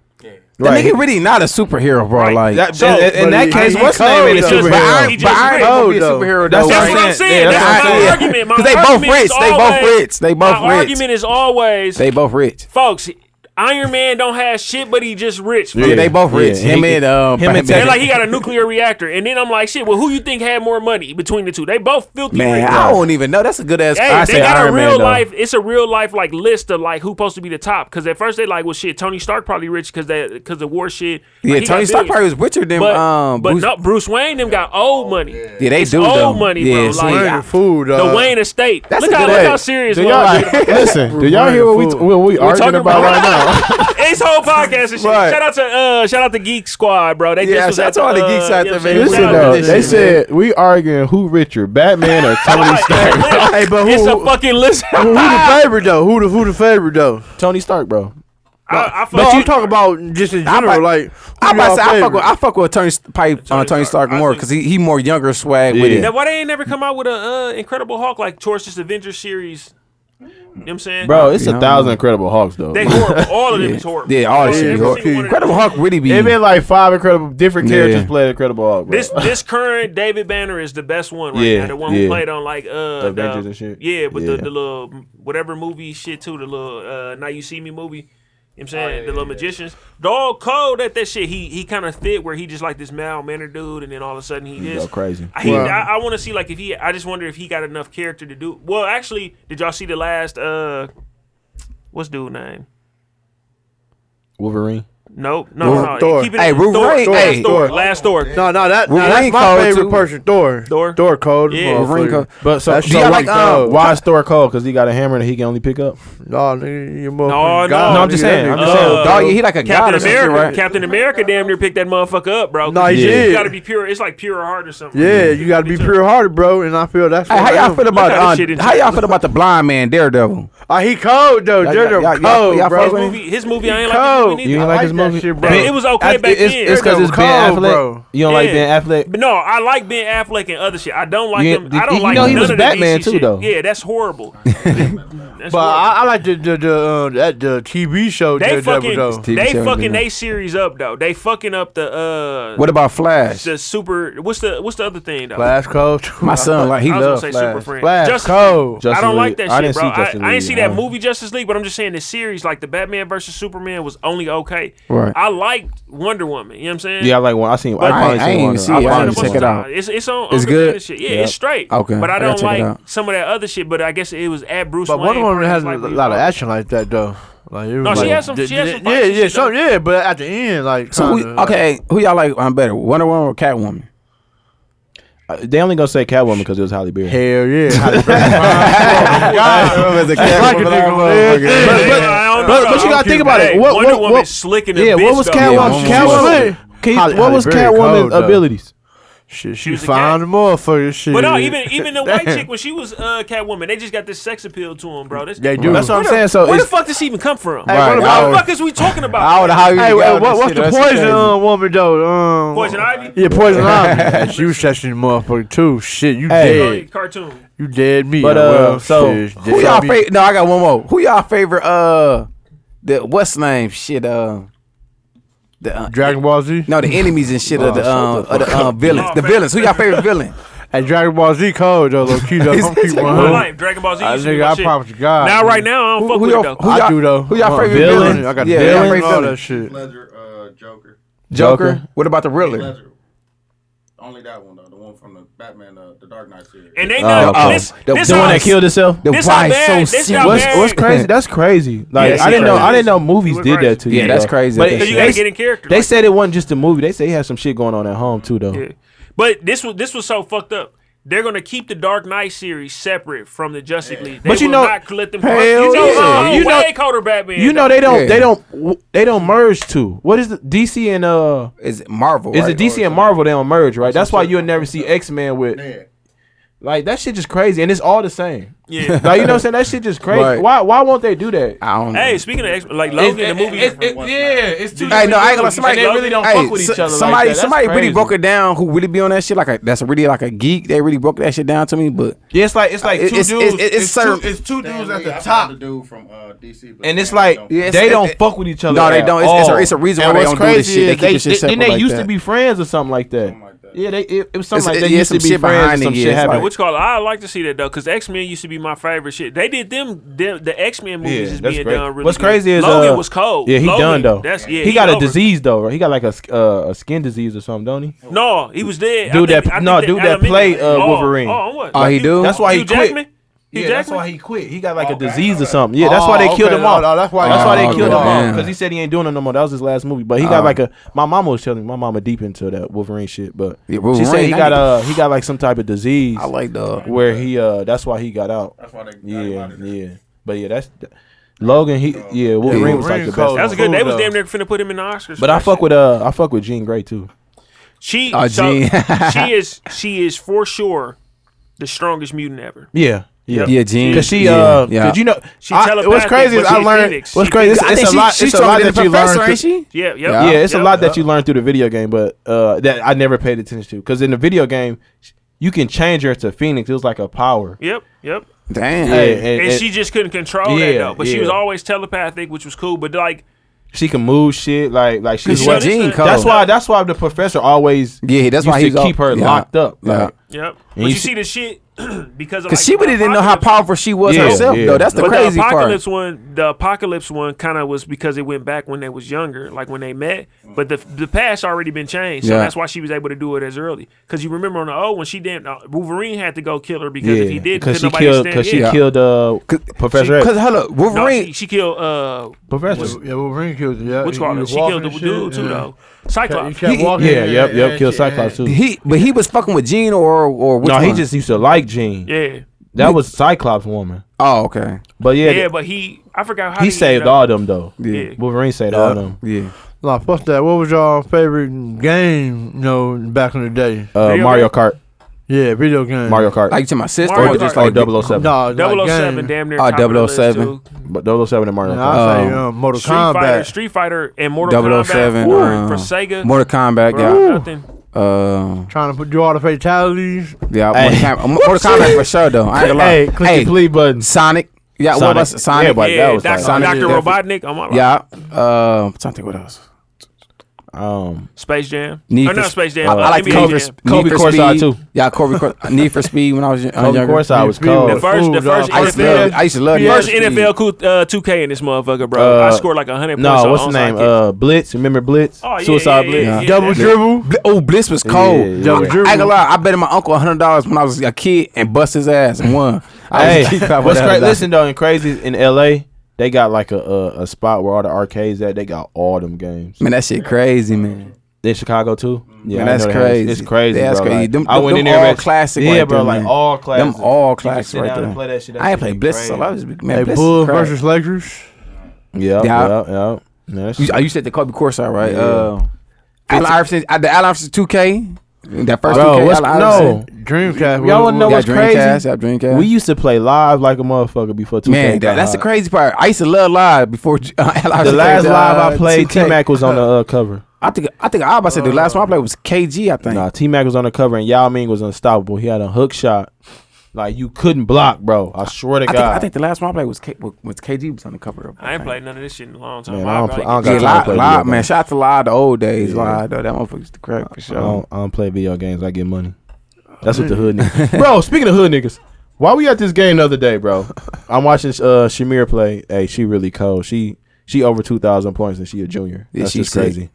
Speaker 5: The nigga really not a superhero, bro.
Speaker 2: Right.
Speaker 5: Like,
Speaker 8: That,
Speaker 2: So-
Speaker 8: in- in,
Speaker 7: but
Speaker 8: that
Speaker 7: he-
Speaker 8: case,
Speaker 7: he
Speaker 8: what's
Speaker 7: cold,
Speaker 8: name is
Speaker 2: though.
Speaker 8: a
Speaker 2: Just-
Speaker 5: but
Speaker 8: superhero?
Speaker 5: Iron,
Speaker 2: He
Speaker 5: but
Speaker 2: just
Speaker 5: Iron
Speaker 2: rich.
Speaker 5: Man would be a
Speaker 8: Though.
Speaker 5: superhero.
Speaker 8: That's
Speaker 5: though,
Speaker 8: what
Speaker 2: That's
Speaker 5: Oh, right?
Speaker 2: what I'm saying.
Speaker 5: Yeah,
Speaker 2: That's
Speaker 5: what I'm
Speaker 2: my
Speaker 5: saying.
Speaker 2: argument. My
Speaker 5: 'Cause they both
Speaker 2: argument is
Speaker 5: rich. They both
Speaker 2: always-
Speaker 5: rich. They both
Speaker 2: my
Speaker 5: rich.
Speaker 2: argument is always
Speaker 5: They both rich.
Speaker 2: folks. Iron Man don't have shit, but he just rich.
Speaker 5: Yeah, they both rich.
Speaker 8: Yeah,
Speaker 5: him
Speaker 8: he-
Speaker 5: and um,
Speaker 8: him and
Speaker 5: Batman.
Speaker 2: And like he got a nuclear reactor, and then I'm like, shit. Well, who you think had more money between the two? They both filthy
Speaker 5: man,
Speaker 2: rich.
Speaker 5: I don't even know. That's a good ass.
Speaker 2: Hey,
Speaker 5: I
Speaker 2: they
Speaker 5: say
Speaker 2: got
Speaker 5: Iron
Speaker 2: a
Speaker 5: Man,
Speaker 2: real
Speaker 5: though.
Speaker 2: life. It's a real life like list of like who's supposed to be the top. Because at first they like, well, shit, Tony Stark probably rich because they because the war shit.
Speaker 5: Yeah,
Speaker 2: Like, he
Speaker 5: Tony
Speaker 2: got
Speaker 5: Stark
Speaker 2: billions.
Speaker 5: probably was richer than
Speaker 2: But,
Speaker 5: um.
Speaker 2: but
Speaker 5: Bruce,
Speaker 2: no, Bruce Wayne them got old money.
Speaker 5: Oh, yeah, they
Speaker 2: It's
Speaker 5: do
Speaker 2: old
Speaker 5: though.
Speaker 2: money,
Speaker 5: yeah,
Speaker 2: bro,
Speaker 5: see,
Speaker 2: like-
Speaker 5: I-
Speaker 7: Food,
Speaker 2: The
Speaker 7: uh,
Speaker 2: Wayne estate.
Speaker 5: That's
Speaker 2: look
Speaker 5: a
Speaker 2: how
Speaker 5: good
Speaker 2: look
Speaker 5: ad.
Speaker 2: how serious.
Speaker 8: Do
Speaker 2: we are.
Speaker 8: y'all listen? Do y'all hear what we what we arguing
Speaker 2: talking
Speaker 8: about
Speaker 2: about-
Speaker 8: right now?
Speaker 2: It's whole podcast and shit.
Speaker 5: Right.
Speaker 2: Shout out to uh, shout out to Geek Squad, bro. They
Speaker 5: Yeah,
Speaker 2: just was
Speaker 5: shout
Speaker 2: at
Speaker 5: out to all the
Speaker 2: uh,
Speaker 5: geeks out
Speaker 2: you know
Speaker 5: there,
Speaker 2: what I'm saying?
Speaker 5: man.
Speaker 8: Listen
Speaker 5: Shout
Speaker 2: Shout out
Speaker 8: though,
Speaker 5: to
Speaker 2: to
Speaker 8: they
Speaker 5: this shit,
Speaker 8: said we arguing who richer, Batman or Tony Stark.
Speaker 2: hey, but it's a fucking list.
Speaker 7: who the favorite though? Who the who the favorite though?
Speaker 8: Tony Stark, bro.
Speaker 2: I, I fuck
Speaker 7: No, I'm
Speaker 2: you.
Speaker 7: talking about just in general,
Speaker 5: about-
Speaker 7: like who
Speaker 5: I'm about to
Speaker 7: y'all
Speaker 5: say, I fuck
Speaker 7: favorite?
Speaker 5: with I fuck with Tony Pipe Tony, uh, Tony Stark,
Speaker 2: Stark. I
Speaker 5: more
Speaker 2: think-
Speaker 5: because he he more younger swag with
Speaker 8: Yeah.
Speaker 5: it.
Speaker 2: Now, why they ain't never come out with a uh, Incredible Hulk like towards this Avengers series? You know what I'm saying?
Speaker 8: Bro, it's
Speaker 5: Yeah.
Speaker 8: a thousand Incredible Hawks though.
Speaker 2: they horrible. All of them
Speaker 5: Yeah.
Speaker 2: is horrible.
Speaker 5: Yeah, all that
Speaker 2: Every
Speaker 5: shit. is
Speaker 2: single
Speaker 5: hard.
Speaker 2: one of them.
Speaker 5: Incredible Hulk really be.
Speaker 8: It been like five incredible different
Speaker 5: Yeah.
Speaker 8: characters played Incredible Hulk, bro.
Speaker 2: This this current David Banner is the best one right
Speaker 8: Yeah,
Speaker 2: now. The one
Speaker 8: yeah.
Speaker 2: who played on like uh the-
Speaker 8: Avengers and shit?
Speaker 2: Yeah, but The,
Speaker 8: Yeah.
Speaker 2: the little whatever movie shit too, the little uh Now You See Me movie. You know what I'm saying? the little magicians. Dog cold at that shit. He he kind of fit where he just like this mild mannered dude and then all of a sudden he
Speaker 8: He
Speaker 2: is
Speaker 8: go crazy.
Speaker 2: I, I, I want to see like if he. I just wonder if he got enough character to do. Well, actually, did y'all see the last? uh What's dude name?
Speaker 8: Wolverine.
Speaker 2: Nope. No, no, no.
Speaker 7: Thor.
Speaker 2: Keep it
Speaker 5: Hey,
Speaker 2: in-
Speaker 5: Wolverine-
Speaker 2: Thor, Thor,
Speaker 5: hey.
Speaker 2: Thor, last Thor.
Speaker 7: No, no, that no,
Speaker 5: Wolverine
Speaker 7: that's my
Speaker 5: cold,
Speaker 7: favorite
Speaker 5: too.
Speaker 7: person. Thor.
Speaker 2: Thor?
Speaker 7: Thor cold.
Speaker 2: Yeah.
Speaker 5: Wolverine cold.
Speaker 8: But so,
Speaker 7: That's
Speaker 8: so
Speaker 7: so
Speaker 8: why-
Speaker 7: like, uh,
Speaker 8: why is Thor cold? Because he got a hammer that he can only pick up.
Speaker 7: No, nigga, your motherfucking
Speaker 2: No, no.
Speaker 7: god,
Speaker 2: No,
Speaker 8: I'm just
Speaker 7: nigga, that
Speaker 8: saying, I'm
Speaker 7: nigga
Speaker 8: just
Speaker 7: cold,
Speaker 8: saying,
Speaker 2: Uh,
Speaker 7: dog.
Speaker 5: Dog, yeah, he like a god
Speaker 2: Captain
Speaker 5: or something,
Speaker 2: America.
Speaker 5: right?
Speaker 2: Captain America damn near picked that motherfucker up, bro.
Speaker 7: No, he
Speaker 2: You
Speaker 7: did.
Speaker 2: gotta be pure. It's like pure heart or something.
Speaker 7: Yeah, you gotta be pure hearted, bro. And I feel that's
Speaker 5: Hey,
Speaker 7: what
Speaker 5: how
Speaker 7: I
Speaker 5: y'all
Speaker 7: am.
Speaker 5: feel about
Speaker 2: Look how this
Speaker 5: uh,
Speaker 2: shit is-
Speaker 5: how y'all feel about the blind man Daredevil?
Speaker 7: Ah, he cold though.
Speaker 5: Y'all-
Speaker 7: Daredevil
Speaker 5: y'all- y'all-
Speaker 7: cold,
Speaker 5: y'all
Speaker 7: bro.
Speaker 2: His
Speaker 5: fuck with
Speaker 2: movie, his movie, I ain't
Speaker 7: Cold.
Speaker 2: like this movie
Speaker 8: You
Speaker 2: neither.
Speaker 8: ain't
Speaker 7: I
Speaker 8: like
Speaker 7: like
Speaker 8: this
Speaker 7: that
Speaker 8: movie?
Speaker 7: shit, bro.
Speaker 8: Bro,
Speaker 2: It was okay back
Speaker 8: it's,
Speaker 2: then.
Speaker 8: It's because it's Ben
Speaker 7: Cold,
Speaker 8: Affleck.
Speaker 7: bro.
Speaker 8: You don't like Ben
Speaker 2: Yeah.
Speaker 8: Affleck?
Speaker 2: But no, I like Ben Affleck and other shit. I don't like
Speaker 8: You-
Speaker 2: him. I
Speaker 8: you
Speaker 2: don't like
Speaker 8: know
Speaker 2: none
Speaker 8: he was
Speaker 2: of the
Speaker 8: Batman
Speaker 2: DC
Speaker 8: too,
Speaker 2: shit.
Speaker 8: though.
Speaker 2: Yeah, that's horrible. That's horrible.
Speaker 7: But I, I like the the the, uh, that, the TV show
Speaker 2: They
Speaker 7: Daredevil
Speaker 2: fucking,
Speaker 7: though.
Speaker 5: TV
Speaker 2: they
Speaker 5: show,
Speaker 2: fucking,
Speaker 5: yeah.
Speaker 2: they series up though. They fucking up the uh,
Speaker 5: What about Flash?
Speaker 2: the super. What's the what's the other thing though?
Speaker 7: Flash cold.
Speaker 5: My son, like he
Speaker 2: I was gonna
Speaker 5: loves
Speaker 2: say Super
Speaker 5: Flash.
Speaker 2: Friends.
Speaker 7: Flash
Speaker 2: Justice
Speaker 7: cold.
Speaker 2: I
Speaker 8: Justice
Speaker 2: don't like
Speaker 8: League.
Speaker 2: that shit,
Speaker 8: I didn't
Speaker 2: bro.
Speaker 8: see
Speaker 2: I,
Speaker 8: Justice
Speaker 2: I didn't
Speaker 8: League,
Speaker 2: see that
Speaker 8: huh?
Speaker 2: movie Justice League, but I'm just saying the series, like the Batman versus Superman, was only okay.
Speaker 5: Right.
Speaker 2: I liked Wonder Woman. You know what I'm saying?
Speaker 8: Yeah, I like one. I seen. I
Speaker 2: I-
Speaker 8: finally
Speaker 5: I
Speaker 8: seen
Speaker 5: ain't
Speaker 8: one.
Speaker 5: even see
Speaker 8: I
Speaker 5: it. I
Speaker 2: Watched
Speaker 5: need
Speaker 8: finally
Speaker 5: to
Speaker 2: a
Speaker 5: check
Speaker 2: bunch
Speaker 5: it
Speaker 2: of
Speaker 5: out.
Speaker 2: times. It's, it's on.
Speaker 5: It's
Speaker 2: on the
Speaker 5: good?
Speaker 2: internet Shit. Yeah,
Speaker 8: Yep.
Speaker 2: it's straight.
Speaker 5: Okay,
Speaker 2: but
Speaker 5: I
Speaker 2: I
Speaker 5: gotta
Speaker 2: don't
Speaker 5: check it
Speaker 2: like
Speaker 5: out.
Speaker 2: some of that other shit. But I guess it was at Bruce.
Speaker 7: But Wonder
Speaker 2: Wayne
Speaker 7: Woman
Speaker 2: parties,
Speaker 7: has
Speaker 2: like,
Speaker 7: a
Speaker 2: we
Speaker 7: lot of
Speaker 2: all-
Speaker 7: action like that though. Like, it was
Speaker 2: No, she
Speaker 7: like,
Speaker 2: had some- she had some
Speaker 7: Yeah,
Speaker 2: fights and
Speaker 7: yeah,
Speaker 2: shit,
Speaker 7: some,
Speaker 2: though.
Speaker 7: yeah. But at the end, like, uh,
Speaker 5: So we,
Speaker 7: kinda, like-
Speaker 5: okay, who y'all like? I'm better, Wonder Woman or Catwoman?
Speaker 8: Uh, They only gonna say Catwoman because it was Halle Berry.
Speaker 7: Hell yeah.
Speaker 5: Oh Like a nigga,
Speaker 2: Yeah,
Speaker 8: But-
Speaker 2: yeah,
Speaker 8: but-
Speaker 2: I don't know,
Speaker 8: but- but you
Speaker 2: I don't
Speaker 8: gotta think
Speaker 2: care.
Speaker 8: about it.
Speaker 2: Hey,
Speaker 8: What-
Speaker 2: Wonder
Speaker 8: what-
Speaker 2: Woman
Speaker 8: what-
Speaker 2: slick in the
Speaker 8: Yeah, what
Speaker 2: bitch,
Speaker 8: was
Speaker 2: though.
Speaker 8: Catwoman?
Speaker 5: Yeah,
Speaker 8: Catwoman. Can you-
Speaker 7: Halle-
Speaker 8: What was
Speaker 7: Halle Berry cold,
Speaker 8: Catwoman's
Speaker 7: though.
Speaker 8: abilities?
Speaker 7: Shit,
Speaker 2: She
Speaker 7: she
Speaker 2: was a
Speaker 7: fine the motherfucker. Shit.
Speaker 2: But no, even even the white
Speaker 7: Damn.
Speaker 2: chick when she was uh, Catwoman, they just got this sex appeal to them, bro. This,
Speaker 7: They do.
Speaker 8: That's what
Speaker 2: Where
Speaker 8: I'm
Speaker 2: the-
Speaker 8: saying. So
Speaker 2: where the
Speaker 8: it's
Speaker 2: fuck does she even come from?
Speaker 5: Right,
Speaker 2: what
Speaker 5: I
Speaker 2: the
Speaker 5: would-
Speaker 2: fuck is we talking about?
Speaker 5: I would how you
Speaker 7: Hey,
Speaker 5: got
Speaker 7: well,
Speaker 5: on
Speaker 7: what,
Speaker 5: this
Speaker 7: what's
Speaker 5: shit,
Speaker 7: the
Speaker 5: that's
Speaker 7: poison
Speaker 5: crazy.
Speaker 7: uh, woman though? Um,
Speaker 2: Poison Ivy.
Speaker 7: Yeah, poison ivy. she was sexy the motherfucker too. Shit, you
Speaker 2: Like,
Speaker 7: dead.
Speaker 2: Cartoon.
Speaker 7: You dead me.
Speaker 8: But,
Speaker 7: Oh,
Speaker 8: uh,
Speaker 7: well,
Speaker 8: so,
Speaker 7: shit,
Speaker 5: Who
Speaker 7: dead
Speaker 5: y'all
Speaker 7: me.
Speaker 5: favorite? No, I got one more. Who y'all favorite? Uh, the what's name? Shit. Uh, the uh,
Speaker 7: Dragon Ball Z.
Speaker 5: no, the enemies and shit
Speaker 8: Oh,
Speaker 5: of the um of the um, villains. The villains. Who y'all favorite villain?
Speaker 7: Hey, Dragon Ball Z code though, low key though. I'm keep
Speaker 5: like,
Speaker 7: one.
Speaker 8: Uh-huh.
Speaker 2: My
Speaker 5: Huh?
Speaker 2: life, Dragon Ball
Speaker 8: Uh,
Speaker 2: Z.
Speaker 7: I
Speaker 2: used to be
Speaker 7: nigga,
Speaker 2: my
Speaker 7: I
Speaker 2: shit.
Speaker 7: promise to God.
Speaker 2: Now, right now, I don't fuck
Speaker 5: Who
Speaker 2: with it
Speaker 5: y'all?
Speaker 2: though.
Speaker 5: Who
Speaker 7: I
Speaker 5: y'all?
Speaker 7: do, though.
Speaker 5: Who y'all
Speaker 7: Uh,
Speaker 5: favorite
Speaker 8: villain.
Speaker 5: villain?
Speaker 7: I got
Speaker 5: yeah,
Speaker 7: villain
Speaker 5: y'all
Speaker 7: and
Speaker 5: favorite
Speaker 7: all
Speaker 5: villain.
Speaker 7: that shit.
Speaker 3: Ledger, uh, Joker.
Speaker 5: Joker. What about the Riddler?
Speaker 3: Ledger. Only that one though, the one from the Batman, uh, the Dark Knight series.
Speaker 2: And they know
Speaker 8: Oh,
Speaker 2: this.
Speaker 5: the-
Speaker 2: this
Speaker 5: the
Speaker 8: the one
Speaker 2: how-
Speaker 8: that killed itself.
Speaker 5: The
Speaker 2: This how
Speaker 5: why
Speaker 2: bad-
Speaker 5: so
Speaker 2: this how
Speaker 5: serious?
Speaker 8: What's
Speaker 2: bad-
Speaker 8: what's crazy? That's crazy. Like
Speaker 2: Yeah,
Speaker 8: I didn't know. I
Speaker 2: crazy.
Speaker 8: didn't know
Speaker 2: It
Speaker 8: movies
Speaker 2: was
Speaker 8: did that to
Speaker 2: crazy.
Speaker 8: you.
Speaker 5: Yeah, that's
Speaker 8: though.
Speaker 5: crazy.
Speaker 8: But
Speaker 5: Because
Speaker 2: you gotta
Speaker 8: they-
Speaker 2: get in character.
Speaker 8: They
Speaker 2: like
Speaker 8: said it wasn't just a movie. They say he had some shit going on at home too, though.
Speaker 2: that. But this was this was so fucked up. They're gonna keep the Dark Knight series separate from the Justice League. They
Speaker 8: But you
Speaker 2: will
Speaker 8: know-
Speaker 2: not let them.
Speaker 8: Hell
Speaker 2: you know,
Speaker 8: yeah.
Speaker 2: uh,
Speaker 8: You know-
Speaker 2: way colder Batman.
Speaker 8: You know they don't.
Speaker 5: Yeah.
Speaker 8: They don't. w- They don't merge two. What is the DC and uh?
Speaker 5: Is it Marvel?
Speaker 8: Is
Speaker 5: right?
Speaker 8: it DC and Marvel? They don't merge, right? That's why you'll never see X Men with.
Speaker 3: Yeah.
Speaker 8: Like that shit just crazy, and it's all the same.
Speaker 2: Yeah.
Speaker 8: Like you know what I'm saying? That shit just crazy.
Speaker 5: Right.
Speaker 8: Why? Why won't they do that?
Speaker 5: I don't know.
Speaker 2: Hey, speaking of X- like Logan, the movie.
Speaker 8: yeah, it's two.
Speaker 5: Hey, no, I ain't gonna. Somebody
Speaker 8: Somebody they really don't
Speaker 5: hey,
Speaker 8: fuck with
Speaker 5: so-
Speaker 8: each other.
Speaker 5: Somebody, somebody really broke it down. Who really be on that shit? Like a, that's really like a geek. They really broke that shit down to me. But
Speaker 8: Yeah, it's like it's like
Speaker 5: It-
Speaker 8: two
Speaker 5: it's-
Speaker 8: dudes.
Speaker 5: it's- it's certain-
Speaker 8: two, it's two
Speaker 3: Stan
Speaker 8: dudes
Speaker 3: Lee,
Speaker 8: at the
Speaker 3: I found
Speaker 8: top,
Speaker 3: The dude from uh, DC, but
Speaker 8: and it's
Speaker 3: Stan Lee
Speaker 8: like
Speaker 3: don't.
Speaker 5: Yeah, it's-
Speaker 8: they
Speaker 5: it-
Speaker 8: don't
Speaker 5: it-
Speaker 8: fuck with each other.
Speaker 5: No, they
Speaker 8: at
Speaker 5: don't. It's- it's a-
Speaker 8: all.
Speaker 5: it's a reason
Speaker 8: And
Speaker 5: why they
Speaker 8: what's
Speaker 5: don't do this
Speaker 8: crazy
Speaker 5: shit. They
Speaker 8: is
Speaker 5: keep this shit
Speaker 8: Then they
Speaker 5: separate like
Speaker 8: used to
Speaker 5: that.
Speaker 8: be friends or something like that.
Speaker 3: Something like that.
Speaker 8: Yeah, they it, it was something
Speaker 5: It's-
Speaker 8: like
Speaker 5: yeah,
Speaker 8: they used
Speaker 5: some
Speaker 8: to be
Speaker 5: shit
Speaker 8: friends.
Speaker 5: behind
Speaker 8: and
Speaker 5: it,
Speaker 8: Some
Speaker 5: yeah,
Speaker 8: shit
Speaker 5: it's
Speaker 8: happened.
Speaker 5: like-
Speaker 2: Which call I like to see that though, because X Men used to be my favorite shit. They did them, them the X Men movies
Speaker 8: Yeah,
Speaker 2: is
Speaker 8: that's
Speaker 2: being
Speaker 8: great.
Speaker 2: done really.
Speaker 8: What's
Speaker 2: good.
Speaker 8: crazy is,
Speaker 2: Logan
Speaker 8: uh,
Speaker 2: was cold.
Speaker 8: Yeah, he
Speaker 2: Logan,
Speaker 8: done though.
Speaker 2: That's yeah.
Speaker 8: he, got a
Speaker 2: over.
Speaker 8: disease though, right? He got like a sk- uh, a skin disease or something, don't he?
Speaker 2: No, he was dead.
Speaker 8: Dude
Speaker 2: I think-
Speaker 8: that-
Speaker 2: I think
Speaker 8: no, dude that
Speaker 2: Adam
Speaker 8: played,
Speaker 2: England-
Speaker 8: uh,
Speaker 2: oh,
Speaker 8: Wolverine.
Speaker 2: Oh, what?
Speaker 5: Oh, he do?
Speaker 8: That's why he
Speaker 2: Hugh
Speaker 8: quit.
Speaker 2: Jackman? Hugh
Speaker 8: Yeah, that's
Speaker 2: Jackman?
Speaker 8: why he quit. He got like
Speaker 2: Oh,
Speaker 8: a disease or something. Yeah, that's
Speaker 7: Oh,
Speaker 8: why they killed
Speaker 7: okay,
Speaker 8: him
Speaker 7: no,
Speaker 8: off.
Speaker 7: no, that's why-
Speaker 8: that's why they
Speaker 5: Oh,
Speaker 8: killed him
Speaker 5: okay,
Speaker 8: off
Speaker 5: damn.
Speaker 8: because he said he ain't doing it no more. That was his last movie. But he got like a. My mama was telling me. My mama deep into that Wolverine shit, but
Speaker 5: Yeah,
Speaker 8: she said
Speaker 5: Wolverine,
Speaker 8: he
Speaker 5: I
Speaker 8: got
Speaker 5: need to-
Speaker 8: uh he got like some type of disease
Speaker 5: I like the
Speaker 8: where he uh that's why he got out.
Speaker 3: That's why they got him
Speaker 8: Yeah,
Speaker 3: out of there.
Speaker 8: yeah. But yeah, that's Logan. He yeah Wolverine was like the
Speaker 7: Wolverine's
Speaker 8: best.
Speaker 7: cold.
Speaker 2: That was good. They was
Speaker 7: Cool,
Speaker 2: damn near finna put him in the Oscars.
Speaker 8: But
Speaker 2: for
Speaker 8: I
Speaker 2: that
Speaker 8: fuck
Speaker 2: shit.
Speaker 8: with uh I fuck with Jean Grey too.
Speaker 2: she.
Speaker 5: Oh,
Speaker 2: so,
Speaker 5: Jean.
Speaker 2: she is she is for sure the strongest mutant ever.
Speaker 8: Yeah. Yeah.
Speaker 5: yeah, Jean.
Speaker 8: Cause she,
Speaker 5: yeah,
Speaker 8: uh,
Speaker 5: yeah.
Speaker 8: cause you know,
Speaker 2: She
Speaker 8: I,
Speaker 2: telepathic,
Speaker 8: what's crazy is
Speaker 2: but
Speaker 8: I
Speaker 2: she
Speaker 8: learned.
Speaker 2: Phoenix.
Speaker 8: What's
Speaker 2: She
Speaker 8: crazy is
Speaker 5: I
Speaker 8: it's
Speaker 5: think
Speaker 8: a
Speaker 5: she,
Speaker 8: lot.
Speaker 5: she's
Speaker 8: It's a lot
Speaker 5: stronger than
Speaker 8: that
Speaker 5: the
Speaker 8: you learn.
Speaker 5: professor,
Speaker 8: through-
Speaker 5: ain't she?
Speaker 2: Yeah, yep.
Speaker 5: Yeah.
Speaker 8: Yeah, it's a
Speaker 2: Yep.
Speaker 8: lot that you learn through the video game, but uh, that I never paid attention to. Cause in the video game, you can change her to Phoenix. It was like a power.
Speaker 2: Yep, yep.
Speaker 5: Damn.
Speaker 8: Hey,
Speaker 2: And,
Speaker 8: and, and
Speaker 2: she just couldn't control that
Speaker 8: Yeah,
Speaker 2: though. But she was
Speaker 8: yeah.
Speaker 2: always telepathic, which was cool. But like,
Speaker 8: she can move shit. Like like she's.
Speaker 5: she
Speaker 8: what-
Speaker 5: Jean
Speaker 2: understood-
Speaker 5: Cole.
Speaker 8: That's why. That's why the professor always.
Speaker 5: Yeah, that's
Speaker 8: used
Speaker 5: why
Speaker 8: to
Speaker 5: he was all-
Speaker 8: keep her
Speaker 5: yeah,
Speaker 8: locked up.
Speaker 5: yeah.
Speaker 8: Like,
Speaker 2: yep. But
Speaker 8: And
Speaker 2: you
Speaker 8: you
Speaker 2: see the shit because of, like,
Speaker 5: Cause she
Speaker 2: the
Speaker 5: really didn't know how
Speaker 2: apocalypse.
Speaker 5: powerful she was
Speaker 8: Yeah,
Speaker 5: herself,
Speaker 8: yeah.
Speaker 5: though. That's the
Speaker 2: but
Speaker 5: crazy
Speaker 2: the
Speaker 5: part.
Speaker 2: apocalypse one, the apocalypse one, kind of was because it went back when they was younger, like when they met. But the the past already been changed, so
Speaker 5: Yeah.
Speaker 2: that's why she was able to do it as early. Because you remember on the old one, she didn't. Uh, Wolverine had to go kill her because if he did, because
Speaker 8: because she
Speaker 2: nobody
Speaker 8: killed.
Speaker 2: stand-
Speaker 8: Because she
Speaker 2: yeah.
Speaker 8: killed uh, Professor. X.
Speaker 5: Cause hello,
Speaker 2: No, she,
Speaker 5: Wolverine.
Speaker 2: she killed uh,
Speaker 8: Professor.
Speaker 7: Yeah, Wolverine killed her. Yeah,
Speaker 2: which
Speaker 7: he
Speaker 2: one?
Speaker 7: was
Speaker 2: She killed
Speaker 7: walking
Speaker 2: the
Speaker 7: and
Speaker 2: dude
Speaker 7: shit,
Speaker 2: too
Speaker 7: yeah.
Speaker 2: though.
Speaker 7: He
Speaker 2: Cyclops.
Speaker 7: kept walking.
Speaker 8: Yeah. Yep.
Speaker 7: and-
Speaker 8: Yep.
Speaker 7: and
Speaker 8: Killed
Speaker 7: shit, and-
Speaker 8: Cyclops too.
Speaker 5: He, but he was fucking with Jean or or which
Speaker 8: No, he
Speaker 5: one?
Speaker 8: just used to like Jean.
Speaker 2: yeah,
Speaker 8: That was Cyclops woman.
Speaker 5: Oh, okay.
Speaker 8: But yeah,
Speaker 2: yeah, But he, uh, I forgot how
Speaker 8: he
Speaker 2: ended
Speaker 8: saved
Speaker 2: up-
Speaker 8: all them though.
Speaker 5: Yeah. Uh,
Speaker 8: Wolverine saved all them.
Speaker 5: Yeah.
Speaker 7: Nah, fuck that. What was y'all favorite game? You know, back in the day.
Speaker 8: Uh,
Speaker 2: Video
Speaker 8: Mario Kart.
Speaker 7: Yeah, video game.
Speaker 8: Mario Kart.
Speaker 5: Like to my sister
Speaker 2: Mario
Speaker 5: or just
Speaker 2: Kart.
Speaker 5: like
Speaker 8: oh, 007.
Speaker 7: Nah, like
Speaker 2: 007,
Speaker 7: game.
Speaker 2: damn near.
Speaker 5: Oh,
Speaker 2: top of the list,
Speaker 5: 007.
Speaker 2: too.
Speaker 8: But 007 and Mario Kart.
Speaker 7: Nah, I say
Speaker 5: Um,
Speaker 7: um, Mortal
Speaker 2: Street Fighter,
Speaker 7: Kombat.
Speaker 2: Street Fighter, and Mortal Kombat
Speaker 5: 007
Speaker 2: for,
Speaker 5: uh,
Speaker 2: for Sega.
Speaker 5: Mortal Kombat,
Speaker 2: Bro,
Speaker 5: yeah.
Speaker 2: nothing.
Speaker 5: Uh,
Speaker 7: Trying to put do all the fatalities.
Speaker 5: yeah, Mortal
Speaker 8: Hey.
Speaker 5: Kombat, Mortal Kombat for sure though. I ain't gonna lie.
Speaker 8: Hey, click the play button.
Speaker 5: Sonic. Yeah, what
Speaker 8: Sonic.
Speaker 5: about Sonic?
Speaker 8: Yeah, but-
Speaker 2: yeah,
Speaker 8: that was
Speaker 2: Doc-
Speaker 8: like-
Speaker 2: Dr.
Speaker 5: Sonic is
Speaker 2: Robotnik. I'm all-
Speaker 5: Yeah. Uh, I'm trying to think what else.
Speaker 8: Um,
Speaker 2: Space Jam. or
Speaker 5: Need for
Speaker 2: not
Speaker 5: Sp-
Speaker 2: Space Jam.
Speaker 5: I, I like
Speaker 2: NBA
Speaker 5: Kobe,
Speaker 2: Jam.
Speaker 8: Kobe
Speaker 5: Need for
Speaker 8: Corsair,
Speaker 5: Speed.
Speaker 8: too.
Speaker 5: Yeah, Kobe Cor- Need for Speed when I was, y- I was
Speaker 8: of
Speaker 5: younger.
Speaker 8: course, I was
Speaker 2: The first,
Speaker 8: cold.
Speaker 2: the
Speaker 7: Food,
Speaker 2: first,
Speaker 7: dog.
Speaker 5: I used to
Speaker 2: NFL,
Speaker 5: love. I used to love.
Speaker 2: first
Speaker 5: Need for Speed.
Speaker 2: NFL cool, uh, 2K in this motherfucker, bro. I
Speaker 8: Uh,
Speaker 2: scored like 100 points.
Speaker 8: No,
Speaker 2: on
Speaker 8: what's the
Speaker 2: onside
Speaker 8: name?
Speaker 2: kick.
Speaker 8: Uh, Blitz. Remember Blitz?
Speaker 2: Oh, yeah,
Speaker 8: Suicide
Speaker 2: yeah,
Speaker 8: Blitz.
Speaker 2: yeah, yeah.
Speaker 7: Double dribble.
Speaker 5: Bl- Oh, Blitz was cold.
Speaker 8: yeah,
Speaker 7: Double
Speaker 8: yeah.
Speaker 7: dribble.
Speaker 5: I ain't gonna lie, I bet my uncle hundred dollars when I was a kid and bust his ass and won. I was a
Speaker 8: Hey,
Speaker 5: kid, I
Speaker 8: what's
Speaker 5: won
Speaker 8: crazy?
Speaker 5: $100.
Speaker 8: Listen though, and crazy in L.A. They got like a, a a spot where all the arcades at. They got all them games
Speaker 5: man, that shit crazy, man.
Speaker 8: in Chicago too. Yeah,
Speaker 5: Mm. Man,
Speaker 8: I
Speaker 5: that's
Speaker 8: know they had-
Speaker 5: crazy.
Speaker 8: It's crazy.
Speaker 5: That's
Speaker 8: bro.
Speaker 5: crazy.
Speaker 8: Like,
Speaker 5: Them-
Speaker 8: I
Speaker 5: them-
Speaker 8: went in
Speaker 5: them
Speaker 8: there.
Speaker 5: all
Speaker 8: man.
Speaker 5: classic
Speaker 8: Yeah,
Speaker 5: right
Speaker 8: bro.
Speaker 5: there,
Speaker 8: like
Speaker 5: man.
Speaker 8: all classics.
Speaker 5: all
Speaker 8: You can
Speaker 5: classics
Speaker 8: sit
Speaker 5: right
Speaker 8: down
Speaker 5: there.
Speaker 8: and play that shit. That
Speaker 5: I
Speaker 8: shit
Speaker 5: ain't played
Speaker 8: is
Speaker 5: Blitz. So
Speaker 8: crazy.
Speaker 5: I was man.
Speaker 7: Hey,
Speaker 5: Blitz
Speaker 7: Bull
Speaker 5: is crazy.
Speaker 7: versus Lakers.
Speaker 8: Yeah,
Speaker 5: Yeah.
Speaker 8: yeah, yeah. yeah. that's-
Speaker 5: You, oh, you said the Kobe Corsair, right?
Speaker 8: Yeah.
Speaker 5: Uh, Allen Iverson, uh, the Allen Iverson 2K, that first
Speaker 8: Bro,
Speaker 5: 2K.
Speaker 8: what's-
Speaker 5: Allen
Speaker 8: no.
Speaker 5: Iverson.
Speaker 7: Dreamcast.
Speaker 8: Y'all
Speaker 7: what-
Speaker 8: wanna know
Speaker 5: yeah,
Speaker 8: what's crazy?
Speaker 5: Dreamcast, yeah, Dreamcast.
Speaker 8: We used to play live like a motherfucker before 2K.
Speaker 5: man, that,
Speaker 8: got
Speaker 5: that's the
Speaker 8: hot.
Speaker 5: crazy part. I used to love live before uh, Allen
Speaker 8: The
Speaker 5: Iverson
Speaker 8: last
Speaker 5: came to,
Speaker 8: live I
Speaker 5: uh,
Speaker 8: played,
Speaker 5: 2K.
Speaker 8: T Mac was on the uh, cover.
Speaker 5: I think I think I about said the last one I played was KG. I think.
Speaker 8: Nah, T Mac was on the cover, and Yao Ming was unstoppable. He had a hook shot, like you couldn't block, bro. I swear to
Speaker 5: I
Speaker 8: God.
Speaker 5: think, I think the last one I played was K, was KG was on the cover. Of,
Speaker 2: I ain't
Speaker 5: think.
Speaker 2: played none of this shit in a long time.
Speaker 8: Man,
Speaker 2: I
Speaker 8: I don't
Speaker 2: probably
Speaker 8: play- I don't
Speaker 2: get-
Speaker 5: Yeah,
Speaker 8: got time
Speaker 5: live,
Speaker 8: to play video
Speaker 5: live, man.
Speaker 8: games.
Speaker 5: Shout out to live the old days.
Speaker 8: Yeah.
Speaker 5: Live though, that motherfucker's the crack for
Speaker 8: I don't,
Speaker 5: sure.
Speaker 8: I don't play video games. I get money. That's what the hood niggas. bro, speaking of hood niggas, why we at this game the other day, bro? I'm watching uh Shamir play. Hey, she really cold. She she over two thousand points and she a junior.
Speaker 5: Yeah,
Speaker 8: That's
Speaker 5: she
Speaker 8: just
Speaker 5: sick.
Speaker 8: crazy.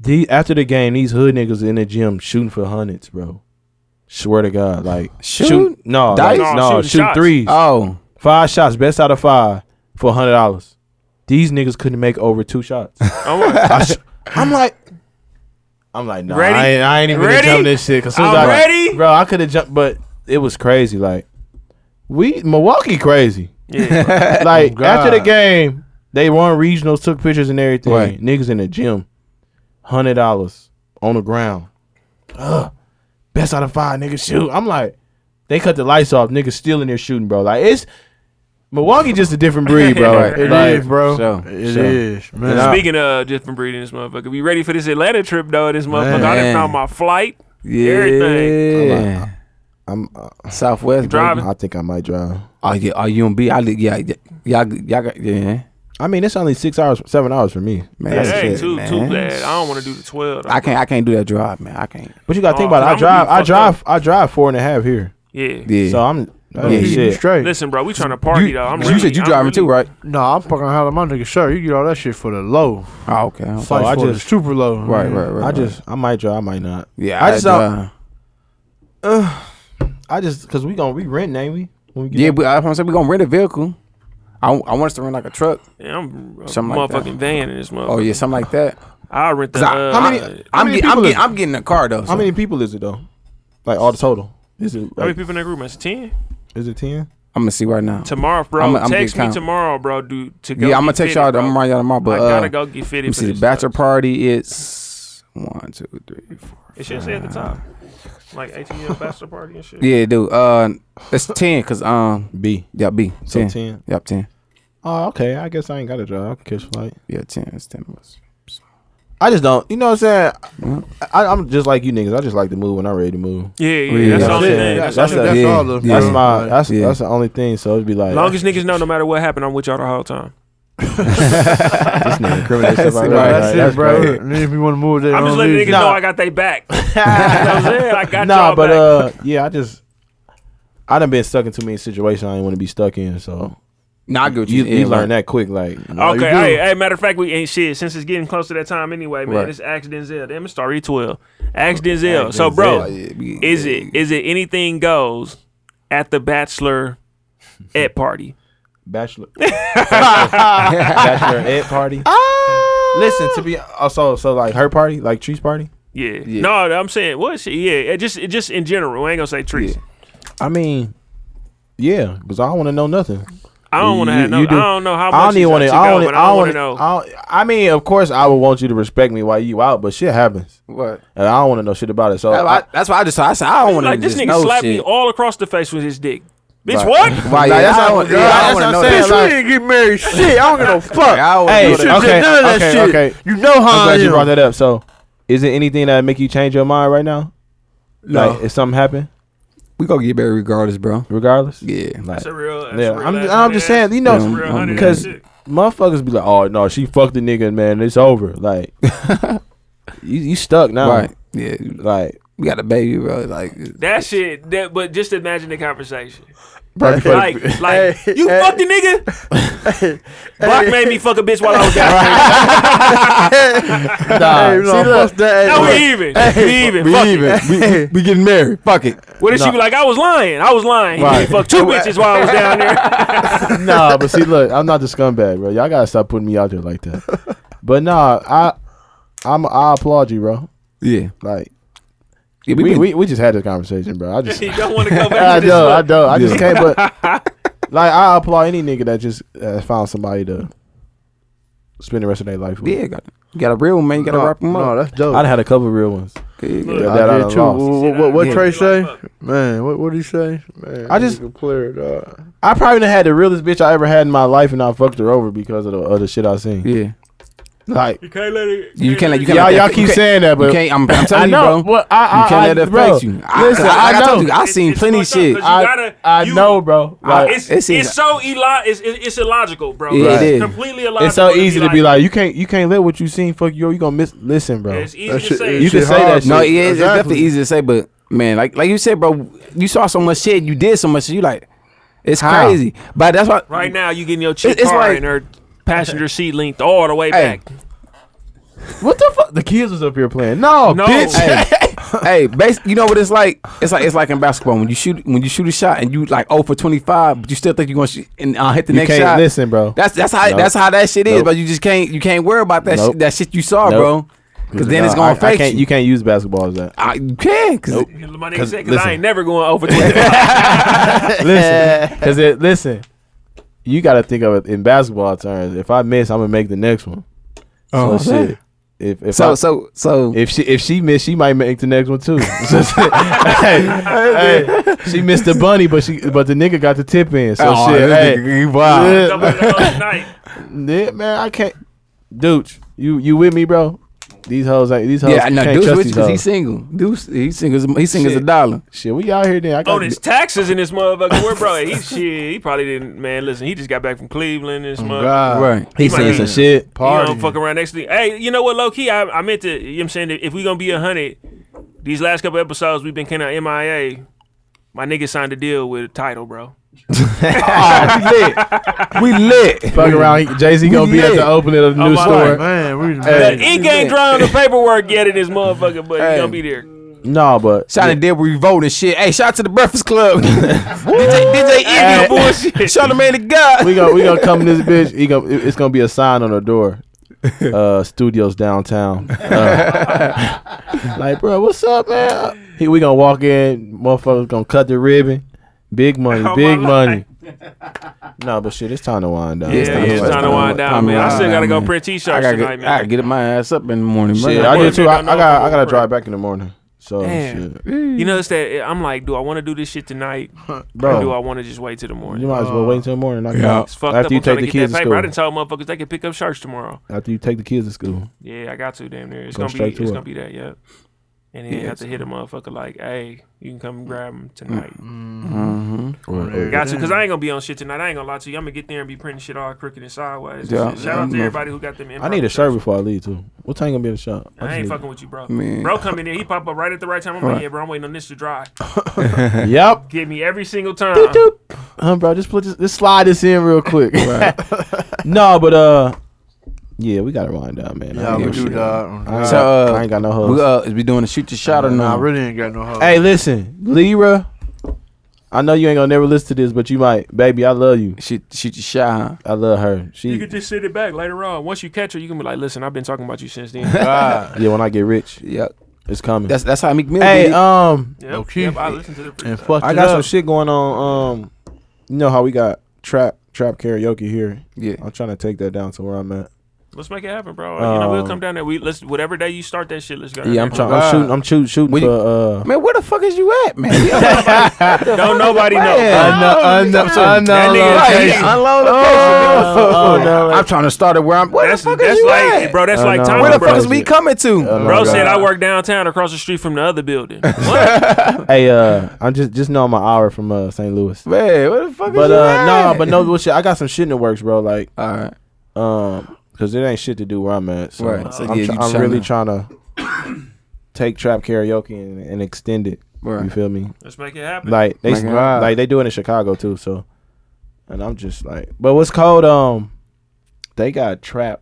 Speaker 8: The after the game, these hood niggas in the gym shooting for hundreds, bro. Swear to God, like
Speaker 5: Shoot?
Speaker 8: no,
Speaker 5: Dice?
Speaker 2: No,
Speaker 8: like, no,
Speaker 2: shooting
Speaker 8: shoot
Speaker 2: shots.
Speaker 8: threes,
Speaker 5: Oh,
Speaker 8: five shots, best out of five for hundred dollars. These niggas couldn't make over two shots.
Speaker 2: I'm like,
Speaker 8: I sh- I'm like, I'm like, nah,
Speaker 2: Ready?
Speaker 8: I ain't, I ain't even
Speaker 2: Ready?
Speaker 8: gonna jump this shit. Cause soon as
Speaker 2: I'm
Speaker 8: I-
Speaker 2: ready?
Speaker 8: bro. I could have jumped, but it was crazy. Like, we Milwaukee crazy.
Speaker 2: yeah, bro.
Speaker 8: Like
Speaker 7: God.
Speaker 8: after the game, they won regionals, took pictures and everything.
Speaker 5: Right.
Speaker 8: Niggas in the gym, hundred dollars on the ground. Ugh. best out of five, niggas shoot. I'm like, they cut the lights off. Niggas still in there shooting, bro. Like it's Milwaukee, just a different breed, bro.
Speaker 5: Right.
Speaker 7: It
Speaker 8: Like,
Speaker 7: is, bro.
Speaker 5: so,
Speaker 7: It is,
Speaker 8: so.
Speaker 7: man.
Speaker 8: Nah.
Speaker 2: Speaking of different breeding, this motherfucker. We ready for this Atlanta trip though? This motherfucker. I done
Speaker 5: Man.
Speaker 2: found my flight. Everything.
Speaker 5: yeah.
Speaker 8: I'm, uh,
Speaker 5: Southwest baby.
Speaker 2: Driving.
Speaker 8: I think I might drive.
Speaker 5: Oh yeah, oh UMB. I li- yeah, yeah, y'all, y'all, got- yeah.
Speaker 8: I mean, it's only six hours, seven hours for me.
Speaker 5: Man,
Speaker 2: That
Speaker 5: that's
Speaker 2: ain't
Speaker 5: shit,
Speaker 2: too
Speaker 5: man.
Speaker 2: too bad. I don't want to do the twelve.
Speaker 5: I can't. I can't do that drive, man. I can't.
Speaker 8: But you gotta think
Speaker 2: Oh,
Speaker 8: about it. I
Speaker 2: I'm gonna
Speaker 8: drive,
Speaker 2: be
Speaker 8: I
Speaker 2: fucked
Speaker 8: drive, I drive four and a half here.
Speaker 2: Yeah.
Speaker 5: Yeah.
Speaker 8: So I'm, oh,
Speaker 5: Yeah,
Speaker 8: shit.
Speaker 7: Straight.
Speaker 2: Listen, bro, we trying to party
Speaker 5: you,
Speaker 2: though. I'm
Speaker 5: you
Speaker 2: really,
Speaker 5: said you
Speaker 2: I'm
Speaker 5: driving
Speaker 2: really-
Speaker 5: too, right?
Speaker 7: No, I'm fucking hollering at my nigga, sir. You get all that shit for the low.
Speaker 5: Oh, okay. okay.
Speaker 8: So I
Speaker 7: Like, for the
Speaker 8: just-
Speaker 7: super low.
Speaker 5: right, right, right.
Speaker 8: I just, I might drive, I might not.
Speaker 5: yeah. uh,
Speaker 8: I just don't-
Speaker 5: drive.
Speaker 8: I just, cause we gonna we rent, ain't we? When we get
Speaker 5: yeah. But I'm saying we gonna rent a vehicle. I, I want us to rent like a truck.
Speaker 2: Yeah, I'm a
Speaker 5: Something like
Speaker 2: motherfucking
Speaker 5: that.
Speaker 2: van in this motherfucker.
Speaker 5: Oh yeah, something like that.
Speaker 2: I'll rent the.
Speaker 5: 'Cause I-
Speaker 2: uh,
Speaker 8: how many-
Speaker 2: I-
Speaker 8: How
Speaker 5: I'm
Speaker 8: many
Speaker 5: getting. I'm
Speaker 8: people
Speaker 5: getting.
Speaker 8: is-
Speaker 5: I'm getting a car though.
Speaker 8: How many people is it though? Like all the total? Is it
Speaker 2: how many
Speaker 8: like,
Speaker 2: people in that group? man? It's ten.
Speaker 8: is it ten?
Speaker 5: I'm gonna see right now.
Speaker 2: Tomorrow, bro.
Speaker 5: I'ma- I'ma
Speaker 2: text
Speaker 5: get
Speaker 2: me
Speaker 5: count.
Speaker 2: tomorrow, bro. Dude, to go
Speaker 5: Yeah, I'm gonna
Speaker 2: get fitted,
Speaker 5: text y'all. I'm
Speaker 2: bro.
Speaker 5: gonna run y'all tomorrow. But
Speaker 2: I gotta
Speaker 5: uh,
Speaker 2: go get fitted.
Speaker 5: Let me
Speaker 2: for
Speaker 5: see. The
Speaker 2: this
Speaker 5: bachelor
Speaker 2: stuff.
Speaker 5: party. It's one, two, three, four.
Speaker 2: It should say at the top, like ATL bachelor party and shit.
Speaker 5: Yeah, dude. Uh, it's ten. Cause um,
Speaker 8: B.
Speaker 5: yeah, B.
Speaker 8: So
Speaker 5: 10.
Speaker 8: 10.
Speaker 5: Yep, ten.
Speaker 8: Oh, okay. I guess I ain't got a drive. I can catch a flight.
Speaker 5: Yeah, ten. It's ten of us.
Speaker 8: I just don't. You know what I'm saying? I, I'm just like you niggas. I just like to move when I'm ready to move.
Speaker 2: Yeah, yeah.
Speaker 5: Yeah,
Speaker 2: that's the
Speaker 8: yeah.
Speaker 2: only
Speaker 8: Yeah,
Speaker 2: thing.
Speaker 8: yeah,
Speaker 2: That's
Speaker 8: that's
Speaker 2: all.
Speaker 8: a-
Speaker 2: As
Speaker 7: That's
Speaker 5: Yeah,
Speaker 7: all of them.
Speaker 5: yeah.
Speaker 8: That's my. That's
Speaker 5: Yeah.
Speaker 8: that's the only thing. So it'd be like
Speaker 2: long as niggas know, no matter what happened, I'm with y'all the whole time.
Speaker 8: this nigga incriminate stuff already,
Speaker 5: Right,
Speaker 7: That's
Speaker 8: like,
Speaker 7: it, bro.
Speaker 8: crazy.
Speaker 7: And if you want to move there,
Speaker 2: I'm just
Speaker 7: on
Speaker 2: letting
Speaker 7: leave.
Speaker 2: niggas know I got they back. You know what I'm saying? I got
Speaker 8: Nah,
Speaker 2: y'all
Speaker 8: but
Speaker 2: back.
Speaker 8: uh, yeah, I just I done been stuck in too many situations I didn't want to be stuck in. So
Speaker 5: Nah, I get what
Speaker 8: you
Speaker 5: you.
Speaker 8: you learn that quick, like
Speaker 7: all you
Speaker 2: Okay,
Speaker 7: do.
Speaker 2: hey, hey, matter of fact, we ain't shit since it's getting close to that time anyway, man.
Speaker 5: Right.
Speaker 2: It's Ask Denzel. Damn, it's already 12. Ask Denzel. so, bro, is it is it anything goes at the bachelor at party?
Speaker 8: bachelor bachelor ed party.
Speaker 2: Ah.
Speaker 8: Listen to be also so like her party, like Tree's party.
Speaker 2: Yeah. No, I'm saying what? Shit, yeah, it just it just in general. I ain't gonna say trees.
Speaker 8: I mean, yeah, because I don't want to know nothing.
Speaker 2: I don't want to
Speaker 8: You-
Speaker 2: have no.
Speaker 8: you do.
Speaker 2: I don't know how much.
Speaker 8: I don't even want
Speaker 2: to.
Speaker 8: to.
Speaker 2: Go,
Speaker 8: I don't.
Speaker 2: but
Speaker 8: wanna- I
Speaker 2: want
Speaker 8: don't want
Speaker 2: to
Speaker 8: to
Speaker 2: know.
Speaker 8: I, don't- I mean, of course, I would want you to respect me while you out, but shit happens,
Speaker 5: What?
Speaker 8: and I don't want to know shit about it. So
Speaker 5: That's why I, that's why I just. I said I don't want to
Speaker 2: like this
Speaker 5: just
Speaker 2: nigga
Speaker 5: know
Speaker 2: slapped
Speaker 5: shit.
Speaker 2: me all across the face with his dick. Bitch,
Speaker 5: Right.
Speaker 2: what?
Speaker 5: Why? Yeah,
Speaker 8: that's
Speaker 5: I
Speaker 8: how-
Speaker 5: don't-
Speaker 8: yeah,
Speaker 5: yeah, I
Speaker 8: that's
Speaker 5: want
Speaker 8: what
Speaker 5: to
Speaker 8: I'm
Speaker 5: know
Speaker 8: saying,
Speaker 5: that.
Speaker 7: Bitch, we didn't get married. Shit, I don't give no fuck.
Speaker 5: Yeah, I don't
Speaker 8: Hey,
Speaker 5: know
Speaker 7: shit,
Speaker 5: that.
Speaker 7: just
Speaker 8: okay,
Speaker 7: none of that
Speaker 8: okay,
Speaker 7: shit.
Speaker 8: okay.
Speaker 7: You know how I
Speaker 8: I'm glad you
Speaker 7: am.
Speaker 8: brought that up. So, is there anything that make you change your mind right now?
Speaker 5: No.
Speaker 8: Like, if something happened,
Speaker 5: We gonna get married regardless, bro.
Speaker 8: regardless.
Speaker 5: Yeah.
Speaker 8: Like,
Speaker 2: That's a real. That's
Speaker 8: yeah.
Speaker 2: a real
Speaker 8: I'm,
Speaker 2: ass
Speaker 8: I'm just
Speaker 2: man.
Speaker 8: saying, you
Speaker 2: That's a
Speaker 8: know,
Speaker 5: Yeah.
Speaker 2: real
Speaker 5: um,
Speaker 2: hundred
Speaker 8: because-
Speaker 2: ass shit.
Speaker 8: motherfuckers be like, "Oh no, she fucked the nigga, man. It's over." Like, you, you stuck now.
Speaker 5: Right. Yeah.
Speaker 8: um, Like,
Speaker 5: We got a baby, bro. Like.
Speaker 2: that shit. That but just imagine the conversation.
Speaker 8: right before the-
Speaker 2: Like, like you fucked a nigga. Brock made me fuck a bitch while I was down.
Speaker 8: Nah,
Speaker 7: Hey,
Speaker 8: see,
Speaker 7: no,
Speaker 8: look.
Speaker 7: fuck that.
Speaker 2: Now
Speaker 7: Hey,
Speaker 2: we even. We even. Fuck it.
Speaker 5: we, we getting married. Fuck it.
Speaker 2: What if she be like? I was lying. I was lying. He
Speaker 8: Right.
Speaker 2: fucked two bitches while I was down there.
Speaker 8: nah, but see, look, I'm not the scumbag, bro. Y'all gotta stop putting me out there like that. But nah, I, I'm, I applaud you, bro.
Speaker 5: Yeah.
Speaker 8: Like,
Speaker 5: Yeah.
Speaker 8: we,
Speaker 5: been-
Speaker 8: we, we just had this conversation, bro. I just,
Speaker 2: you don't want to go
Speaker 8: I
Speaker 2: back to this.
Speaker 8: know, I
Speaker 2: look.
Speaker 8: know, I just can't. But like, I applaud any nigga that just uh, found somebody to spend the rest of their life with.
Speaker 5: Yeah. Got, you got a real one, man. You gotta wrap them
Speaker 7: No,
Speaker 5: up.
Speaker 7: that's dope.
Speaker 8: I'd had a couple real ones.
Speaker 5: Yeah.
Speaker 2: Look,
Speaker 8: that I
Speaker 7: I
Speaker 8: done
Speaker 7: did too.
Speaker 8: lost.
Speaker 7: What, what, what, what
Speaker 2: Yeah.
Speaker 7: Trey say?
Speaker 2: Like,
Speaker 7: Man, what what he say? Man,
Speaker 8: I just-
Speaker 7: he's a good player, dog.
Speaker 8: I probably done had the realest bitch I ever had in my life, and I fucked her over because of the other shit I seen.
Speaker 5: Yeah.
Speaker 8: Like,
Speaker 2: You can't let it.
Speaker 5: You can't let you can't
Speaker 8: y'all,
Speaker 5: let
Speaker 8: y'all
Speaker 5: that-
Speaker 8: keep
Speaker 5: you can't-
Speaker 8: saying that, but
Speaker 5: you can't, I'm, I'm
Speaker 8: I
Speaker 5: telling
Speaker 8: know.
Speaker 5: you, bro.
Speaker 8: well, I, I,
Speaker 5: you can't
Speaker 8: I,
Speaker 5: let that
Speaker 8: bro,
Speaker 5: affect you. I,
Speaker 8: Listen,
Speaker 5: I,
Speaker 8: I,
Speaker 5: like I
Speaker 8: know.
Speaker 5: told you, I
Speaker 2: It's-
Speaker 5: seen
Speaker 2: it's
Speaker 5: plenty of
Speaker 2: fucked up
Speaker 5: shit.
Speaker 2: 'cause
Speaker 8: I,
Speaker 2: you gotta-
Speaker 8: I
Speaker 2: you-
Speaker 8: know, bro. Like,
Speaker 2: it's,
Speaker 5: it
Speaker 2: it's,
Speaker 5: seems-
Speaker 2: so illo- it's, it's, it's illogical, bro.
Speaker 5: Yeah, it
Speaker 2: it's
Speaker 5: is.
Speaker 2: completely illogical.
Speaker 8: it's so easy to be like, you can't, you can't let what you seen fuck you. over. You gonna miss. Listen, bro.
Speaker 2: it's easy
Speaker 7: That
Speaker 2: to
Speaker 7: shit-
Speaker 2: say.
Speaker 8: you
Speaker 7: shit
Speaker 8: can say
Speaker 7: hard.
Speaker 8: that shit.
Speaker 5: No, yeah, it's, it's
Speaker 7: Exactly.
Speaker 5: definitely easy to say, but man, like like you said, bro, you saw so much shit, you did so much shit, you like, it's
Speaker 8: How?
Speaker 5: crazy. But that's why
Speaker 2: right now, you getting your chick
Speaker 5: it's
Speaker 2: car
Speaker 5: like-
Speaker 2: and her passenger seat linked all the way
Speaker 5: Hey.
Speaker 2: back.
Speaker 8: What the fuck? The kids was up here playing. No,
Speaker 2: No.
Speaker 8: bitch.
Speaker 5: Hey, hey, bas you know what it's like? It's like it's like in basketball when you shoot when you shoot a shot and you like oh for twenty five, but you still think you're gonna shoot and uh, hit the
Speaker 8: You
Speaker 5: next
Speaker 8: can't
Speaker 5: shot.
Speaker 8: listen, bro.
Speaker 5: That's that's how
Speaker 8: Nope.
Speaker 5: that's how that shit is.
Speaker 8: Nope.
Speaker 5: But you just can't you can't worry about that
Speaker 8: Nope.
Speaker 5: shit, that shit you saw,
Speaker 8: Nope.
Speaker 5: bro. Because then it's
Speaker 8: No,
Speaker 5: gonna
Speaker 8: I- I
Speaker 5: affect
Speaker 8: can't-
Speaker 5: you.
Speaker 8: You can't use basketball as that.
Speaker 5: I, you can, cause
Speaker 2: My nigga
Speaker 8: Cause-
Speaker 2: said, cause
Speaker 8: listen.
Speaker 2: I ain't never going over 25.
Speaker 8: listen, because it listen, you got to think of it in basketball terms. If I miss, I'm gonna make the next one. So
Speaker 5: Oh,
Speaker 8: shit. If if
Speaker 5: so
Speaker 8: I,
Speaker 5: so so
Speaker 8: if she if she miss, she might make the next one too. So shit. hey, hey, she missed the bunny, but she but the nigga got the tip in. So
Speaker 5: Oh,
Speaker 8: shit,
Speaker 5: this
Speaker 8: hey,
Speaker 5: nigga, he wild.
Speaker 8: Yeah.
Speaker 2: Double the other night.
Speaker 8: yeah, man, I can't. Dude, you you with me, bro? These hoes, like, these hoes.
Speaker 5: Yeah, I know.
Speaker 8: can't
Speaker 5: Deuce
Speaker 8: trust
Speaker 5: rich
Speaker 8: these
Speaker 5: because he's
Speaker 8: hoes.
Speaker 5: single. Deuce, he singles. He singles
Speaker 8: Shit.
Speaker 5: a dollar.
Speaker 8: Shit, we out here then. I
Speaker 2: Oh,
Speaker 8: got
Speaker 2: there's taxes in this motherfucker. Where, bro? He shit. He probably didn't. Man, listen. He just got back from Cleveland.
Speaker 8: Oh,
Speaker 2: This motherfucker.
Speaker 7: God.
Speaker 5: Right.
Speaker 8: He
Speaker 2: might
Speaker 8: saying
Speaker 2: be-
Speaker 8: some shit.
Speaker 2: You
Speaker 7: Party.
Speaker 2: don't fuck around next thing. Hey, you know what, low key, I, I meant to, you know what I'm saying? If we going to be 100, these last couple episodes, we've been kind of MIA. My nigga signed a deal with Title, bro.
Speaker 8: We lit. Fuck around. Jay Z gonna be at the opening of the new
Speaker 2: Oh, my
Speaker 8: store.
Speaker 7: Man, we just
Speaker 2: The
Speaker 8: Hey.
Speaker 2: ink ain't drawn on the paperwork yet in this motherfucker, but he
Speaker 5: Hey.
Speaker 2: going to be there.
Speaker 8: No, but
Speaker 5: Shout out to Dead where you vote and shit. Hey, shout out to the Breakfast Club. DJ,
Speaker 2: Hey.
Speaker 5: DJ
Speaker 2: Bullshit.
Speaker 5: Bullshit. Shout out to Man to God.
Speaker 8: we gonna we gonna come in this bitch. He gonna, it- it's gonna be a sign on the door. Uh, studios downtown. Uh, like, bro, what's up, man? He, we gonna walk in. Motherfuckers gonna cut the ribbon. Big money,
Speaker 2: Oh,
Speaker 8: big
Speaker 2: my
Speaker 8: money. No, but shit, it's time to wind down.
Speaker 5: Yeah,
Speaker 8: It's
Speaker 2: Yeah,
Speaker 8: time
Speaker 2: yeah,
Speaker 8: to
Speaker 2: it's
Speaker 8: wind
Speaker 2: time to
Speaker 8: down.
Speaker 2: wind down,
Speaker 5: Time to
Speaker 2: man. I
Speaker 5: wind
Speaker 2: still got to
Speaker 5: down,
Speaker 2: go
Speaker 5: man.
Speaker 2: print t
Speaker 5: I
Speaker 2: shirts
Speaker 5: gotta,
Speaker 2: tonight,
Speaker 5: get, I gotta
Speaker 2: man.
Speaker 5: get my ass up in the morning, bro.
Speaker 8: Shit, I did too. I, I
Speaker 2: Down
Speaker 8: got
Speaker 2: over
Speaker 8: I gotta
Speaker 2: the
Speaker 8: drive back in the morning. So
Speaker 2: Damn.
Speaker 8: shit,
Speaker 2: You know, it's that I'm like, do I want to do this shit tonight? Or do I
Speaker 8: bro,
Speaker 2: want to just wait till the morning?
Speaker 8: you might as well wait until the morning. knock it
Speaker 5: Yeah.
Speaker 8: out.
Speaker 2: It's fucked
Speaker 8: After
Speaker 2: up.
Speaker 8: you
Speaker 2: I'm trying
Speaker 8: take
Speaker 2: to
Speaker 8: the
Speaker 2: get
Speaker 8: kids
Speaker 2: that
Speaker 8: to
Speaker 2: paper. I
Speaker 8: school.
Speaker 2: didn't tell motherfuckers they can pick up shirts tomorrow.
Speaker 8: After you take the kids to school.
Speaker 2: Yeah, I got to damn near. It's
Speaker 8: Go
Speaker 2: gonna be
Speaker 8: straight
Speaker 2: it's
Speaker 8: to it.
Speaker 2: gonna be that, yeah. And then you have to hit a motherfucker like, hey, you can come grab him tonight.
Speaker 8: Mm.
Speaker 7: Mm-hmm.
Speaker 5: Mm-hmm.
Speaker 2: Got to, cause I ain't gonna be on shit tonight. I ain't gonna lie to you. I'm gonna get there and be printing shit all crooked and sideways. and
Speaker 5: Yeah.
Speaker 2: shit. Shout out to
Speaker 5: Yeah.
Speaker 2: everybody who got them.
Speaker 8: Mm-hmm. I need a
Speaker 2: improv
Speaker 8: shirt
Speaker 2: shows.
Speaker 8: before I leave too. What time you gonna be in the shop?
Speaker 2: I
Speaker 8: just
Speaker 2: ain't
Speaker 8: need- Mm.
Speaker 2: fucking with you, bro.
Speaker 5: Man.
Speaker 2: Bro, come in there. He pop up right at the right time. I'm like,
Speaker 5: Right.
Speaker 2: yeah, bro. I'm waiting on this to dry.
Speaker 8: Yep.
Speaker 2: Get me every single time.
Speaker 8: Doop, doop. Huh, bro, just put this, just slide this in real quick. no, but uh, yeah, we gotta wind down, man. I
Speaker 7: Yeah,
Speaker 8: ain't
Speaker 7: we
Speaker 8: got
Speaker 7: do
Speaker 8: shit.
Speaker 7: that.
Speaker 8: I ain't,
Speaker 5: So,
Speaker 8: got-
Speaker 5: uh,
Speaker 8: I ain't got no
Speaker 5: We,
Speaker 8: hoes.
Speaker 5: uh, is we doing a shoot your shot or
Speaker 7: No, I
Speaker 5: not?
Speaker 7: really ain't got no hoes.
Speaker 8: Hey, listen, Lyra. I know you ain't gonna never listen to this, but you might, baby. I love you.
Speaker 5: Shoot, shoot your shot. Huh?
Speaker 8: I love her.
Speaker 2: You
Speaker 8: She,
Speaker 2: could just send it back later on. Once you catch her, you can be like, listen, I've been talking about you since then.
Speaker 8: yeah. When I get rich,
Speaker 5: Yeah,
Speaker 8: it's coming.
Speaker 5: that's that's how Meek Mill.
Speaker 8: hey,
Speaker 5: did it.
Speaker 8: um,
Speaker 2: yep,
Speaker 7: Okay.
Speaker 2: yep, I listen to the
Speaker 7: and
Speaker 2: freestyle.
Speaker 7: fuck
Speaker 8: I
Speaker 7: it
Speaker 8: got
Speaker 7: up.
Speaker 8: some shit going on. Um, you know how we got trap trap karaoke here.
Speaker 5: yeah.
Speaker 8: I'm trying to take that down to where I'm at.
Speaker 2: Let's make it happen, bro. you know, we'll
Speaker 8: Um,
Speaker 2: come down there. We let's whatever day you start that shit, let's go. down
Speaker 8: Yeah, I'm
Speaker 2: there.
Speaker 8: trying. I'm shooting. I'm shooting. Shooting
Speaker 5: We-
Speaker 8: for. Uh,
Speaker 5: Man, where the fuck is you at, man? Yeah,
Speaker 2: Don't nobody know.
Speaker 7: Unknown, unknown,
Speaker 2: That nigga- Hey,
Speaker 7: location.
Speaker 5: unload the
Speaker 8: oh,
Speaker 5: picture, man.
Speaker 8: no,
Speaker 5: I'm trying to start it where I'm. Where
Speaker 2: That's
Speaker 5: the fuck is
Speaker 2: that's
Speaker 5: you
Speaker 2: like,
Speaker 5: at,
Speaker 2: bro. That's
Speaker 8: Oh,
Speaker 2: like
Speaker 8: no.
Speaker 2: Tommy.
Speaker 5: Where the
Speaker 2: bro.
Speaker 5: fuck is we coming to?
Speaker 8: Oh,
Speaker 2: Bro
Speaker 8: my
Speaker 2: said I
Speaker 8: God.
Speaker 2: work downtown across the street from the other building. What?
Speaker 8: hey, uh, I'm just just know I'm an hour from uh St. Louis.
Speaker 5: Man, where the fuck
Speaker 8: But
Speaker 5: is you
Speaker 8: uh,
Speaker 5: at?
Speaker 8: no, but no, shit. I got some shit in the works, bro. Like,
Speaker 5: All right.
Speaker 8: um, cause it ain't shit to do where I'm at. So,
Speaker 5: Right, so
Speaker 8: I'm,
Speaker 5: yeah,
Speaker 8: tr-
Speaker 5: you
Speaker 8: I'm
Speaker 5: tryna-
Speaker 8: really trying to take trap karaoke and, and extend it. You
Speaker 5: Right.
Speaker 8: feel me?
Speaker 2: Let's make it happen.
Speaker 8: Like they
Speaker 5: Make it
Speaker 8: like, they do it in Chicago too. So, and I'm just like, but what's called um, they got trap.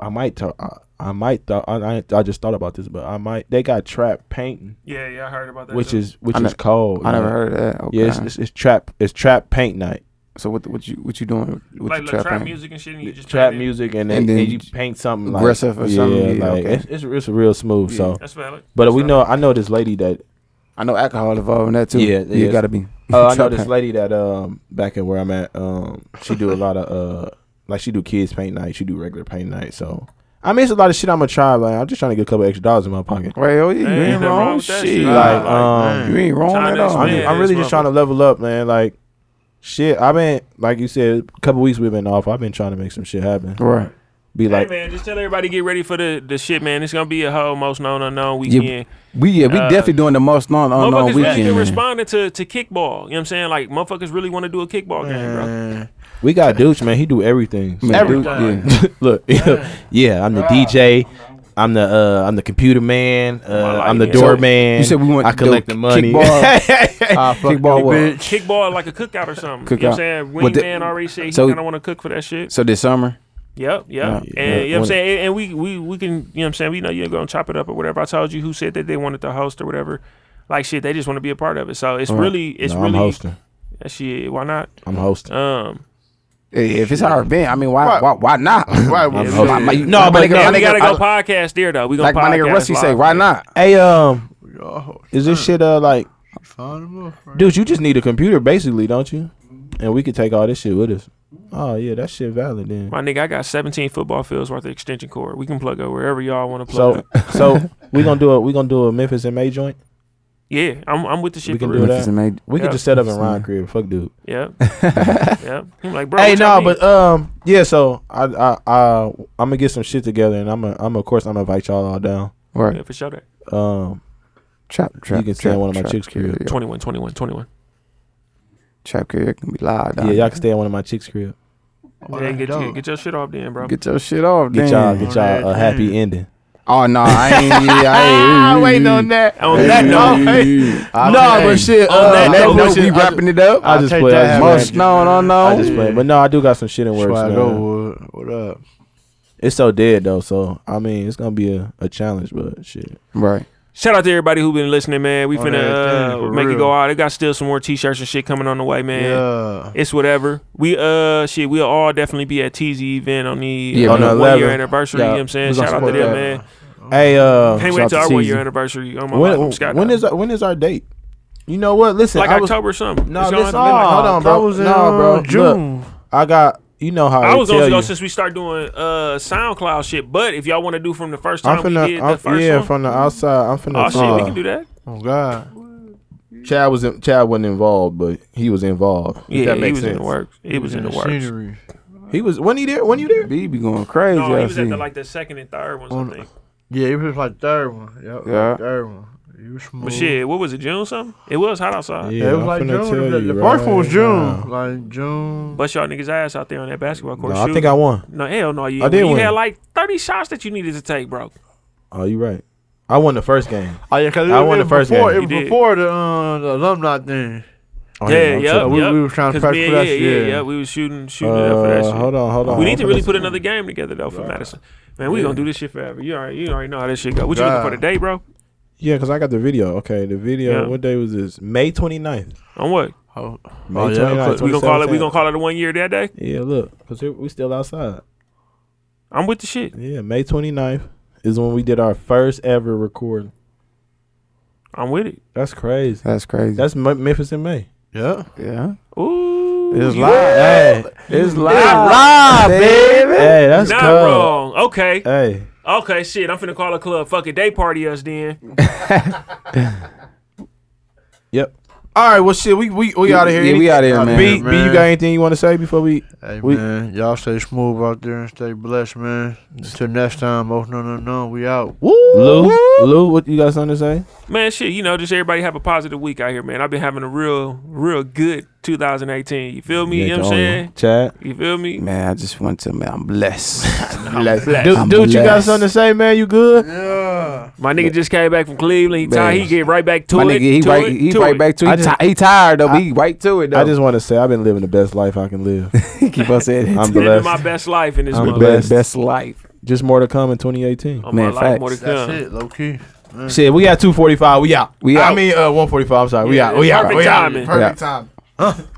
Speaker 8: I might talk. I, I might thought I, I I just thought about this, but I might they got trap painting,
Speaker 2: yeah, yeah, I heard about that.
Speaker 8: which
Speaker 2: too.
Speaker 8: is which
Speaker 5: I
Speaker 8: is
Speaker 5: ne-
Speaker 8: cold.
Speaker 5: I never
Speaker 8: like.
Speaker 5: heard of that. Okay.
Speaker 8: Yeah, it's, it's, it's trap. It's trap paint night.
Speaker 5: so what what you what you doing
Speaker 2: like
Speaker 5: with the
Speaker 2: like,
Speaker 5: trap?
Speaker 2: trap,
Speaker 5: thing?
Speaker 2: music and shit. And you just
Speaker 8: Trap
Speaker 2: paint it.
Speaker 8: music, and then,
Speaker 5: And then
Speaker 8: and you
Speaker 5: you
Speaker 8: paint something like,
Speaker 5: aggressive or something, yeah,
Speaker 8: like
Speaker 5: okay.
Speaker 8: it's, it's it's real smooth. So,
Speaker 2: That's valid.
Speaker 8: but
Speaker 2: That's
Speaker 8: we
Speaker 2: valid.
Speaker 8: know I know this lady that
Speaker 5: I know alcohol involved in that too.
Speaker 8: Yeah,
Speaker 5: you
Speaker 8: yeah.
Speaker 5: gotta be.
Speaker 8: uh, I know
Speaker 5: Trap
Speaker 8: this
Speaker 5: paint.
Speaker 8: lady that um back at where I'm at um she do a lot of uh like she do kids paint night, she do regular paint night. So I mean it's a lot of shit I'm gonna try. Like I'm just trying to get a couple extra dollars in my pocket.
Speaker 5: Right, oh yeah, you
Speaker 2: Ain't
Speaker 5: ain't
Speaker 2: nothing wrong
Speaker 5: wrong.
Speaker 2: with that
Speaker 5: Shit,
Speaker 2: shit.
Speaker 8: Like
Speaker 5: like
Speaker 8: um
Speaker 5: you ain't wrong
Speaker 2: Time
Speaker 5: at
Speaker 2: to
Speaker 5: all.
Speaker 8: I'm,
Speaker 2: expand. Yeah,
Speaker 8: I'm really
Speaker 2: it's
Speaker 8: just trying to level up, man. Like, shit, I've been like you said, a couple weeks we've been off. I've been trying to make some shit happen.
Speaker 5: Right.
Speaker 8: Be
Speaker 2: Hey
Speaker 8: like,
Speaker 2: man, just tell everybody get ready for the, the shit, man. It's gonna be a whole most known unknown weekend.
Speaker 5: We yeah, we
Speaker 2: Uh,
Speaker 5: definitely doing the most non
Speaker 8: oh,
Speaker 5: on
Speaker 2: Motherfuckers
Speaker 5: on
Speaker 2: really been
Speaker 5: weekend. Man.
Speaker 2: responding to, to kickball. You know what I'm saying? Like motherfuckers really want to do a kickball game, bro.
Speaker 8: we got Dooch, man. He do everything.
Speaker 5: Man, dude,
Speaker 2: Everything.
Speaker 5: yeah.
Speaker 8: Look, yeah, I'm the DJ. I'm the uh, I'm the computer man.
Speaker 2: Oh,
Speaker 8: Uh, I'm the
Speaker 2: So,
Speaker 8: doorman.
Speaker 5: you said we want
Speaker 8: I
Speaker 5: to
Speaker 8: collect
Speaker 5: do
Speaker 8: the money.
Speaker 5: kickball.
Speaker 7: I fuck
Speaker 5: Kickball
Speaker 7: you,
Speaker 5: what?
Speaker 7: bitch.
Speaker 2: Kickball like a cookout or something. You know what I'm
Speaker 5: Cookout.
Speaker 2: saying?
Speaker 5: What the-
Speaker 2: Wingman already said he
Speaker 5: so-
Speaker 2: kind of want to cook for that shit.
Speaker 5: so this summer,
Speaker 2: Yep, yep.
Speaker 8: Yeah,
Speaker 2: and
Speaker 8: yeah,
Speaker 2: you know what I'm
Speaker 8: when-
Speaker 2: saying? And we, we we can, you know what I'm saying? We know you're going to chop it up or whatever. I told you who said that they wanted to host or whatever. Like shit, they just want to be a part of it. So it's really it's
Speaker 8: No, I'm
Speaker 2: really
Speaker 8: hosting.
Speaker 2: that shit, why not?
Speaker 8: I'm hosting.
Speaker 2: Um
Speaker 5: Hey, if it's our event, I mean, why
Speaker 7: Right.
Speaker 5: why why not?
Speaker 7: Right,
Speaker 5: My-
Speaker 7: yeah,
Speaker 5: my-
Speaker 7: shit.
Speaker 5: my-
Speaker 8: No,
Speaker 5: my
Speaker 8: but
Speaker 5: nigga-
Speaker 8: yeah,
Speaker 5: my
Speaker 2: we
Speaker 5: nigga-
Speaker 2: gotta
Speaker 5: I-
Speaker 2: go podcast there though. We gonna
Speaker 5: Like my nigga
Speaker 2: podcast
Speaker 5: Rusty say,
Speaker 2: live.
Speaker 5: why not?
Speaker 8: hey, um,
Speaker 7: Yo,
Speaker 8: is this shit uh like,
Speaker 7: you found him up, right?
Speaker 8: dude? You just need a computer, basically, don't you? And we could take all this shit with us. Oh yeah, that shit valid then.
Speaker 2: My nigga, I got 17 football fields worth of extension cord. We can plug up wherever y'all want to plug.
Speaker 8: So
Speaker 2: up.
Speaker 8: so we gonna do a we gonna do a Memphis and May joint.
Speaker 2: Yeah, I'm I'm with the shit
Speaker 8: We can
Speaker 2: for
Speaker 8: do
Speaker 2: real.
Speaker 8: that.
Speaker 5: Memphis and made
Speaker 8: We
Speaker 2: Yeah. Mm-hmm.
Speaker 8: could just set up in Ryan crib. Fuck dude.
Speaker 2: Yeah, yeah. I'm like, bro.
Speaker 8: hey,
Speaker 2: what
Speaker 8: no,
Speaker 2: y'all
Speaker 8: but
Speaker 2: need?
Speaker 8: um, yeah. So I I I I'm gonna get some shit together, and I'm a, I'm of course I'm gonna invite y'all all down.
Speaker 2: yeah,
Speaker 5: Right.
Speaker 2: for sure. That
Speaker 8: Um,
Speaker 5: Trap, trap.
Speaker 8: You can stay
Speaker 5: trap,
Speaker 8: in one of my
Speaker 5: trap
Speaker 8: chicks' crib.
Speaker 5: crib.
Speaker 2: 21, 21, 21.
Speaker 5: Trap career can be live.
Speaker 8: yeah,
Speaker 5: dog.
Speaker 8: y'all can stay in one of my chicks' crib.
Speaker 2: Yeah, get, your,
Speaker 7: dope.
Speaker 2: get your shit off then, bro.
Speaker 5: Get your shit off,
Speaker 8: Get y'all
Speaker 5: damn.
Speaker 8: get y'all a happy ending. Ah,
Speaker 5: Oh no, I ain't. I ain't. waiting on that.
Speaker 2: On that note,
Speaker 5: No,
Speaker 8: Nah, but shit, uh,
Speaker 2: that
Speaker 5: That
Speaker 2: note,
Speaker 5: note,
Speaker 8: shit,
Speaker 5: we
Speaker 8: I-
Speaker 5: wrapping it up.
Speaker 8: I just
Speaker 7: take
Speaker 8: play.
Speaker 7: that.
Speaker 8: I just
Speaker 5: Most
Speaker 8: play.
Speaker 5: no, no,
Speaker 8: I
Speaker 5: no.
Speaker 8: just play. But no, I do got some shit in works.
Speaker 7: Swag
Speaker 8: man.
Speaker 7: Overwood. What up?
Speaker 8: It's so dead though, so I mean it's gonna be a, a challenge, but shit.
Speaker 5: Right.
Speaker 2: Shout out to everybody who been listening, man. We
Speaker 7: On
Speaker 2: finna
Speaker 7: that
Speaker 2: uh,
Speaker 7: thing, for
Speaker 2: make it
Speaker 7: real.
Speaker 2: go out. They got still some more t-shirts and shit coming on the way, man.
Speaker 7: Yeah.
Speaker 2: It's whatever. We uh shit, we'll all definitely be at TZ event on the,
Speaker 5: Yeah,
Speaker 2: uh,
Speaker 5: on the
Speaker 2: one year
Speaker 8: 11th.
Speaker 2: anniversary. You know
Speaker 8: Yeah,
Speaker 2: what I'm saying?
Speaker 8: we gonna
Speaker 2: Shout out to
Speaker 8: support
Speaker 2: them,
Speaker 8: that.
Speaker 2: man.
Speaker 8: Hey, uh,
Speaker 2: Oh, Can't
Speaker 8: shout
Speaker 2: wait till
Speaker 8: out to
Speaker 2: our one
Speaker 8: Teezy.
Speaker 2: year anniversary. Oh my
Speaker 8: When,
Speaker 2: God, I'm Scott.
Speaker 8: when is our, when is our date? You know what? Listen,
Speaker 2: like
Speaker 8: I was,
Speaker 2: October or something?
Speaker 8: No,
Speaker 2: It's gonna
Speaker 8: listen,
Speaker 2: have to be like-
Speaker 8: hold on, bro.
Speaker 7: That was in,
Speaker 8: no,
Speaker 7: uh,
Speaker 8: bro. Look,
Speaker 7: June.
Speaker 8: I got you know how
Speaker 2: I was
Speaker 8: tell
Speaker 2: gonna go
Speaker 8: you.
Speaker 2: since we start doing uh SoundCloud shit, but if y'all want to do from the first time
Speaker 8: I'm
Speaker 2: we did
Speaker 8: finna,
Speaker 2: the
Speaker 8: I'm,
Speaker 2: first
Speaker 8: yeah,
Speaker 2: one,
Speaker 8: from the outside. I'm finna.
Speaker 2: oh shit, we
Speaker 8: uh,
Speaker 2: can do that.
Speaker 7: Oh God.
Speaker 8: Chad was in, Chad wasn't involved, but he was involved. if
Speaker 2: Yeah,
Speaker 8: that
Speaker 2: he
Speaker 8: makes
Speaker 2: was
Speaker 8: sense.
Speaker 2: in the works. He was in the works.
Speaker 7: Scenery.
Speaker 8: He was when he there. When you there?
Speaker 5: B be going crazy.
Speaker 2: No,
Speaker 5: I
Speaker 2: he was at
Speaker 5: see.
Speaker 2: the like the second and third one,
Speaker 7: On-
Speaker 2: something.
Speaker 7: Yeah, it was like third one. Yep,
Speaker 5: Yeah.
Speaker 7: yeah. Third one. It was smooth.
Speaker 2: But shit, what was it? June something? It was hot outside.
Speaker 7: Yeah, it was like
Speaker 8: finna
Speaker 7: June. The,
Speaker 8: you
Speaker 7: the first one was
Speaker 8: right
Speaker 7: June.
Speaker 8: now.
Speaker 7: Like June.
Speaker 2: Bust y'all niggas ass out there on that basketball court.
Speaker 8: No, I
Speaker 2: shooting.
Speaker 8: think I won.
Speaker 2: No, hell no. You,
Speaker 8: I did
Speaker 2: you
Speaker 8: win.
Speaker 2: had like 30 shots that you needed to take, bro.
Speaker 8: Oh, you right. I won the first game.
Speaker 7: Oh yeah, cause it
Speaker 8: I
Speaker 7: was-
Speaker 8: won the
Speaker 7: it was
Speaker 8: first
Speaker 7: before,
Speaker 8: game.
Speaker 7: It
Speaker 2: You
Speaker 7: was
Speaker 2: did.
Speaker 7: before the, uh, the alumni thing.
Speaker 8: Oh,
Speaker 2: yeah,
Speaker 8: I'm
Speaker 2: yeah.
Speaker 8: tripping.
Speaker 7: So we-
Speaker 2: yep.
Speaker 7: we was trying to
Speaker 2: 'Cause
Speaker 7: practice
Speaker 2: me
Speaker 7: for
Speaker 2: and-
Speaker 7: that
Speaker 2: yeah,
Speaker 7: shit.
Speaker 2: Yeah, yeah, we was shooting, shooting it up for that
Speaker 8: Uh,
Speaker 2: shit.
Speaker 8: hold on, hold on.
Speaker 2: we need to
Speaker 8: I'm
Speaker 2: really
Speaker 8: finna-
Speaker 2: put another game together though for Madison. Man, we gonna do this shit forever. You already, you already know how this shit go. What you looking
Speaker 7: God.
Speaker 2: for today, bro?
Speaker 8: Yeah, because I got the video. Okay, the video.
Speaker 2: Yeah.
Speaker 8: What day was this? May 29th.
Speaker 2: On what?
Speaker 7: Oh,
Speaker 8: May
Speaker 7: oh, yeah,
Speaker 8: 29th.
Speaker 2: We gonna call it. We
Speaker 8: 2017.
Speaker 2: gonna call it a one year that day.
Speaker 8: Yeah, look, because we still outside.
Speaker 2: I'm with the shit.
Speaker 8: Yeah, May 29th is when we did our first ever recording.
Speaker 2: I'm with it.
Speaker 8: That's crazy.
Speaker 5: That's crazy.
Speaker 8: That's M- Memphis in May.
Speaker 7: yeah.
Speaker 5: yeah.
Speaker 2: Ooh,
Speaker 5: It's
Speaker 2: you-
Speaker 5: live.
Speaker 8: Hey,
Speaker 5: It's live.
Speaker 8: live, baby. Hey, that's
Speaker 2: Not
Speaker 8: cold.
Speaker 2: wrong. Okay.
Speaker 8: Hey,
Speaker 2: Okay, shit. I'm finna call a club. Fuck it. They party us then.
Speaker 8: yep. All right, well, shit, we we we out of here.
Speaker 5: Yeah, we outta here, man.
Speaker 8: B, B, you
Speaker 7: Man.
Speaker 8: got anything you want to say before we?
Speaker 7: Hey
Speaker 8: We-
Speaker 7: man, y'all stay smooth out there and stay blessed, man. Until next time, most no no no, we out.
Speaker 8: Lou, Lou, what you got something to say?
Speaker 2: Man, shit, you know, just everybody have a positive week out here, man. I've been having a real, real good 2018. You feel me?
Speaker 8: You
Speaker 2: you know
Speaker 8: ain't
Speaker 2: what
Speaker 8: the
Speaker 2: I'm
Speaker 8: only
Speaker 2: saying?
Speaker 8: one. Chad,
Speaker 2: You feel me?
Speaker 5: oh, Man, I just want to. Man, I'm blessed.
Speaker 8: dude,
Speaker 5: I'm
Speaker 8: dude you got
Speaker 5: blessed.
Speaker 8: something to say, man? You good?
Speaker 7: Yeah.
Speaker 2: My nigga just came back from Cleveland. He tired. He
Speaker 5: Man.
Speaker 2: get right back to
Speaker 5: My
Speaker 2: it.
Speaker 5: nigga, he
Speaker 2: to
Speaker 5: right,
Speaker 2: it,
Speaker 5: he
Speaker 2: to
Speaker 5: right
Speaker 2: it.
Speaker 5: back to.
Speaker 8: I
Speaker 5: He,
Speaker 8: just-
Speaker 5: ti- he tired though. but
Speaker 8: I-
Speaker 5: he right to it though.
Speaker 8: I just want to say I've been living the best life I can live.
Speaker 5: keep us at it.
Speaker 8: I'm
Speaker 5: too.
Speaker 2: Living
Speaker 8: blessed.
Speaker 2: my best life in this
Speaker 8: I'm
Speaker 2: motherfucker.
Speaker 8: blessed.
Speaker 5: Best, best life.
Speaker 8: Just more to come in 2018.
Speaker 2: On
Speaker 5: Man,
Speaker 2: my life, more to
Speaker 5: facts.
Speaker 7: That's
Speaker 2: come.
Speaker 7: it, low key.
Speaker 8: Shit, we got 245. We out.
Speaker 5: We
Speaker 8: I
Speaker 5: out.
Speaker 8: mean, uh, 145. I'm sorry. we
Speaker 2: Yeah,
Speaker 8: out. We out.
Speaker 2: perfect
Speaker 8: We out.
Speaker 2: timing.
Speaker 8: Perfect
Speaker 5: Yeah.
Speaker 8: time.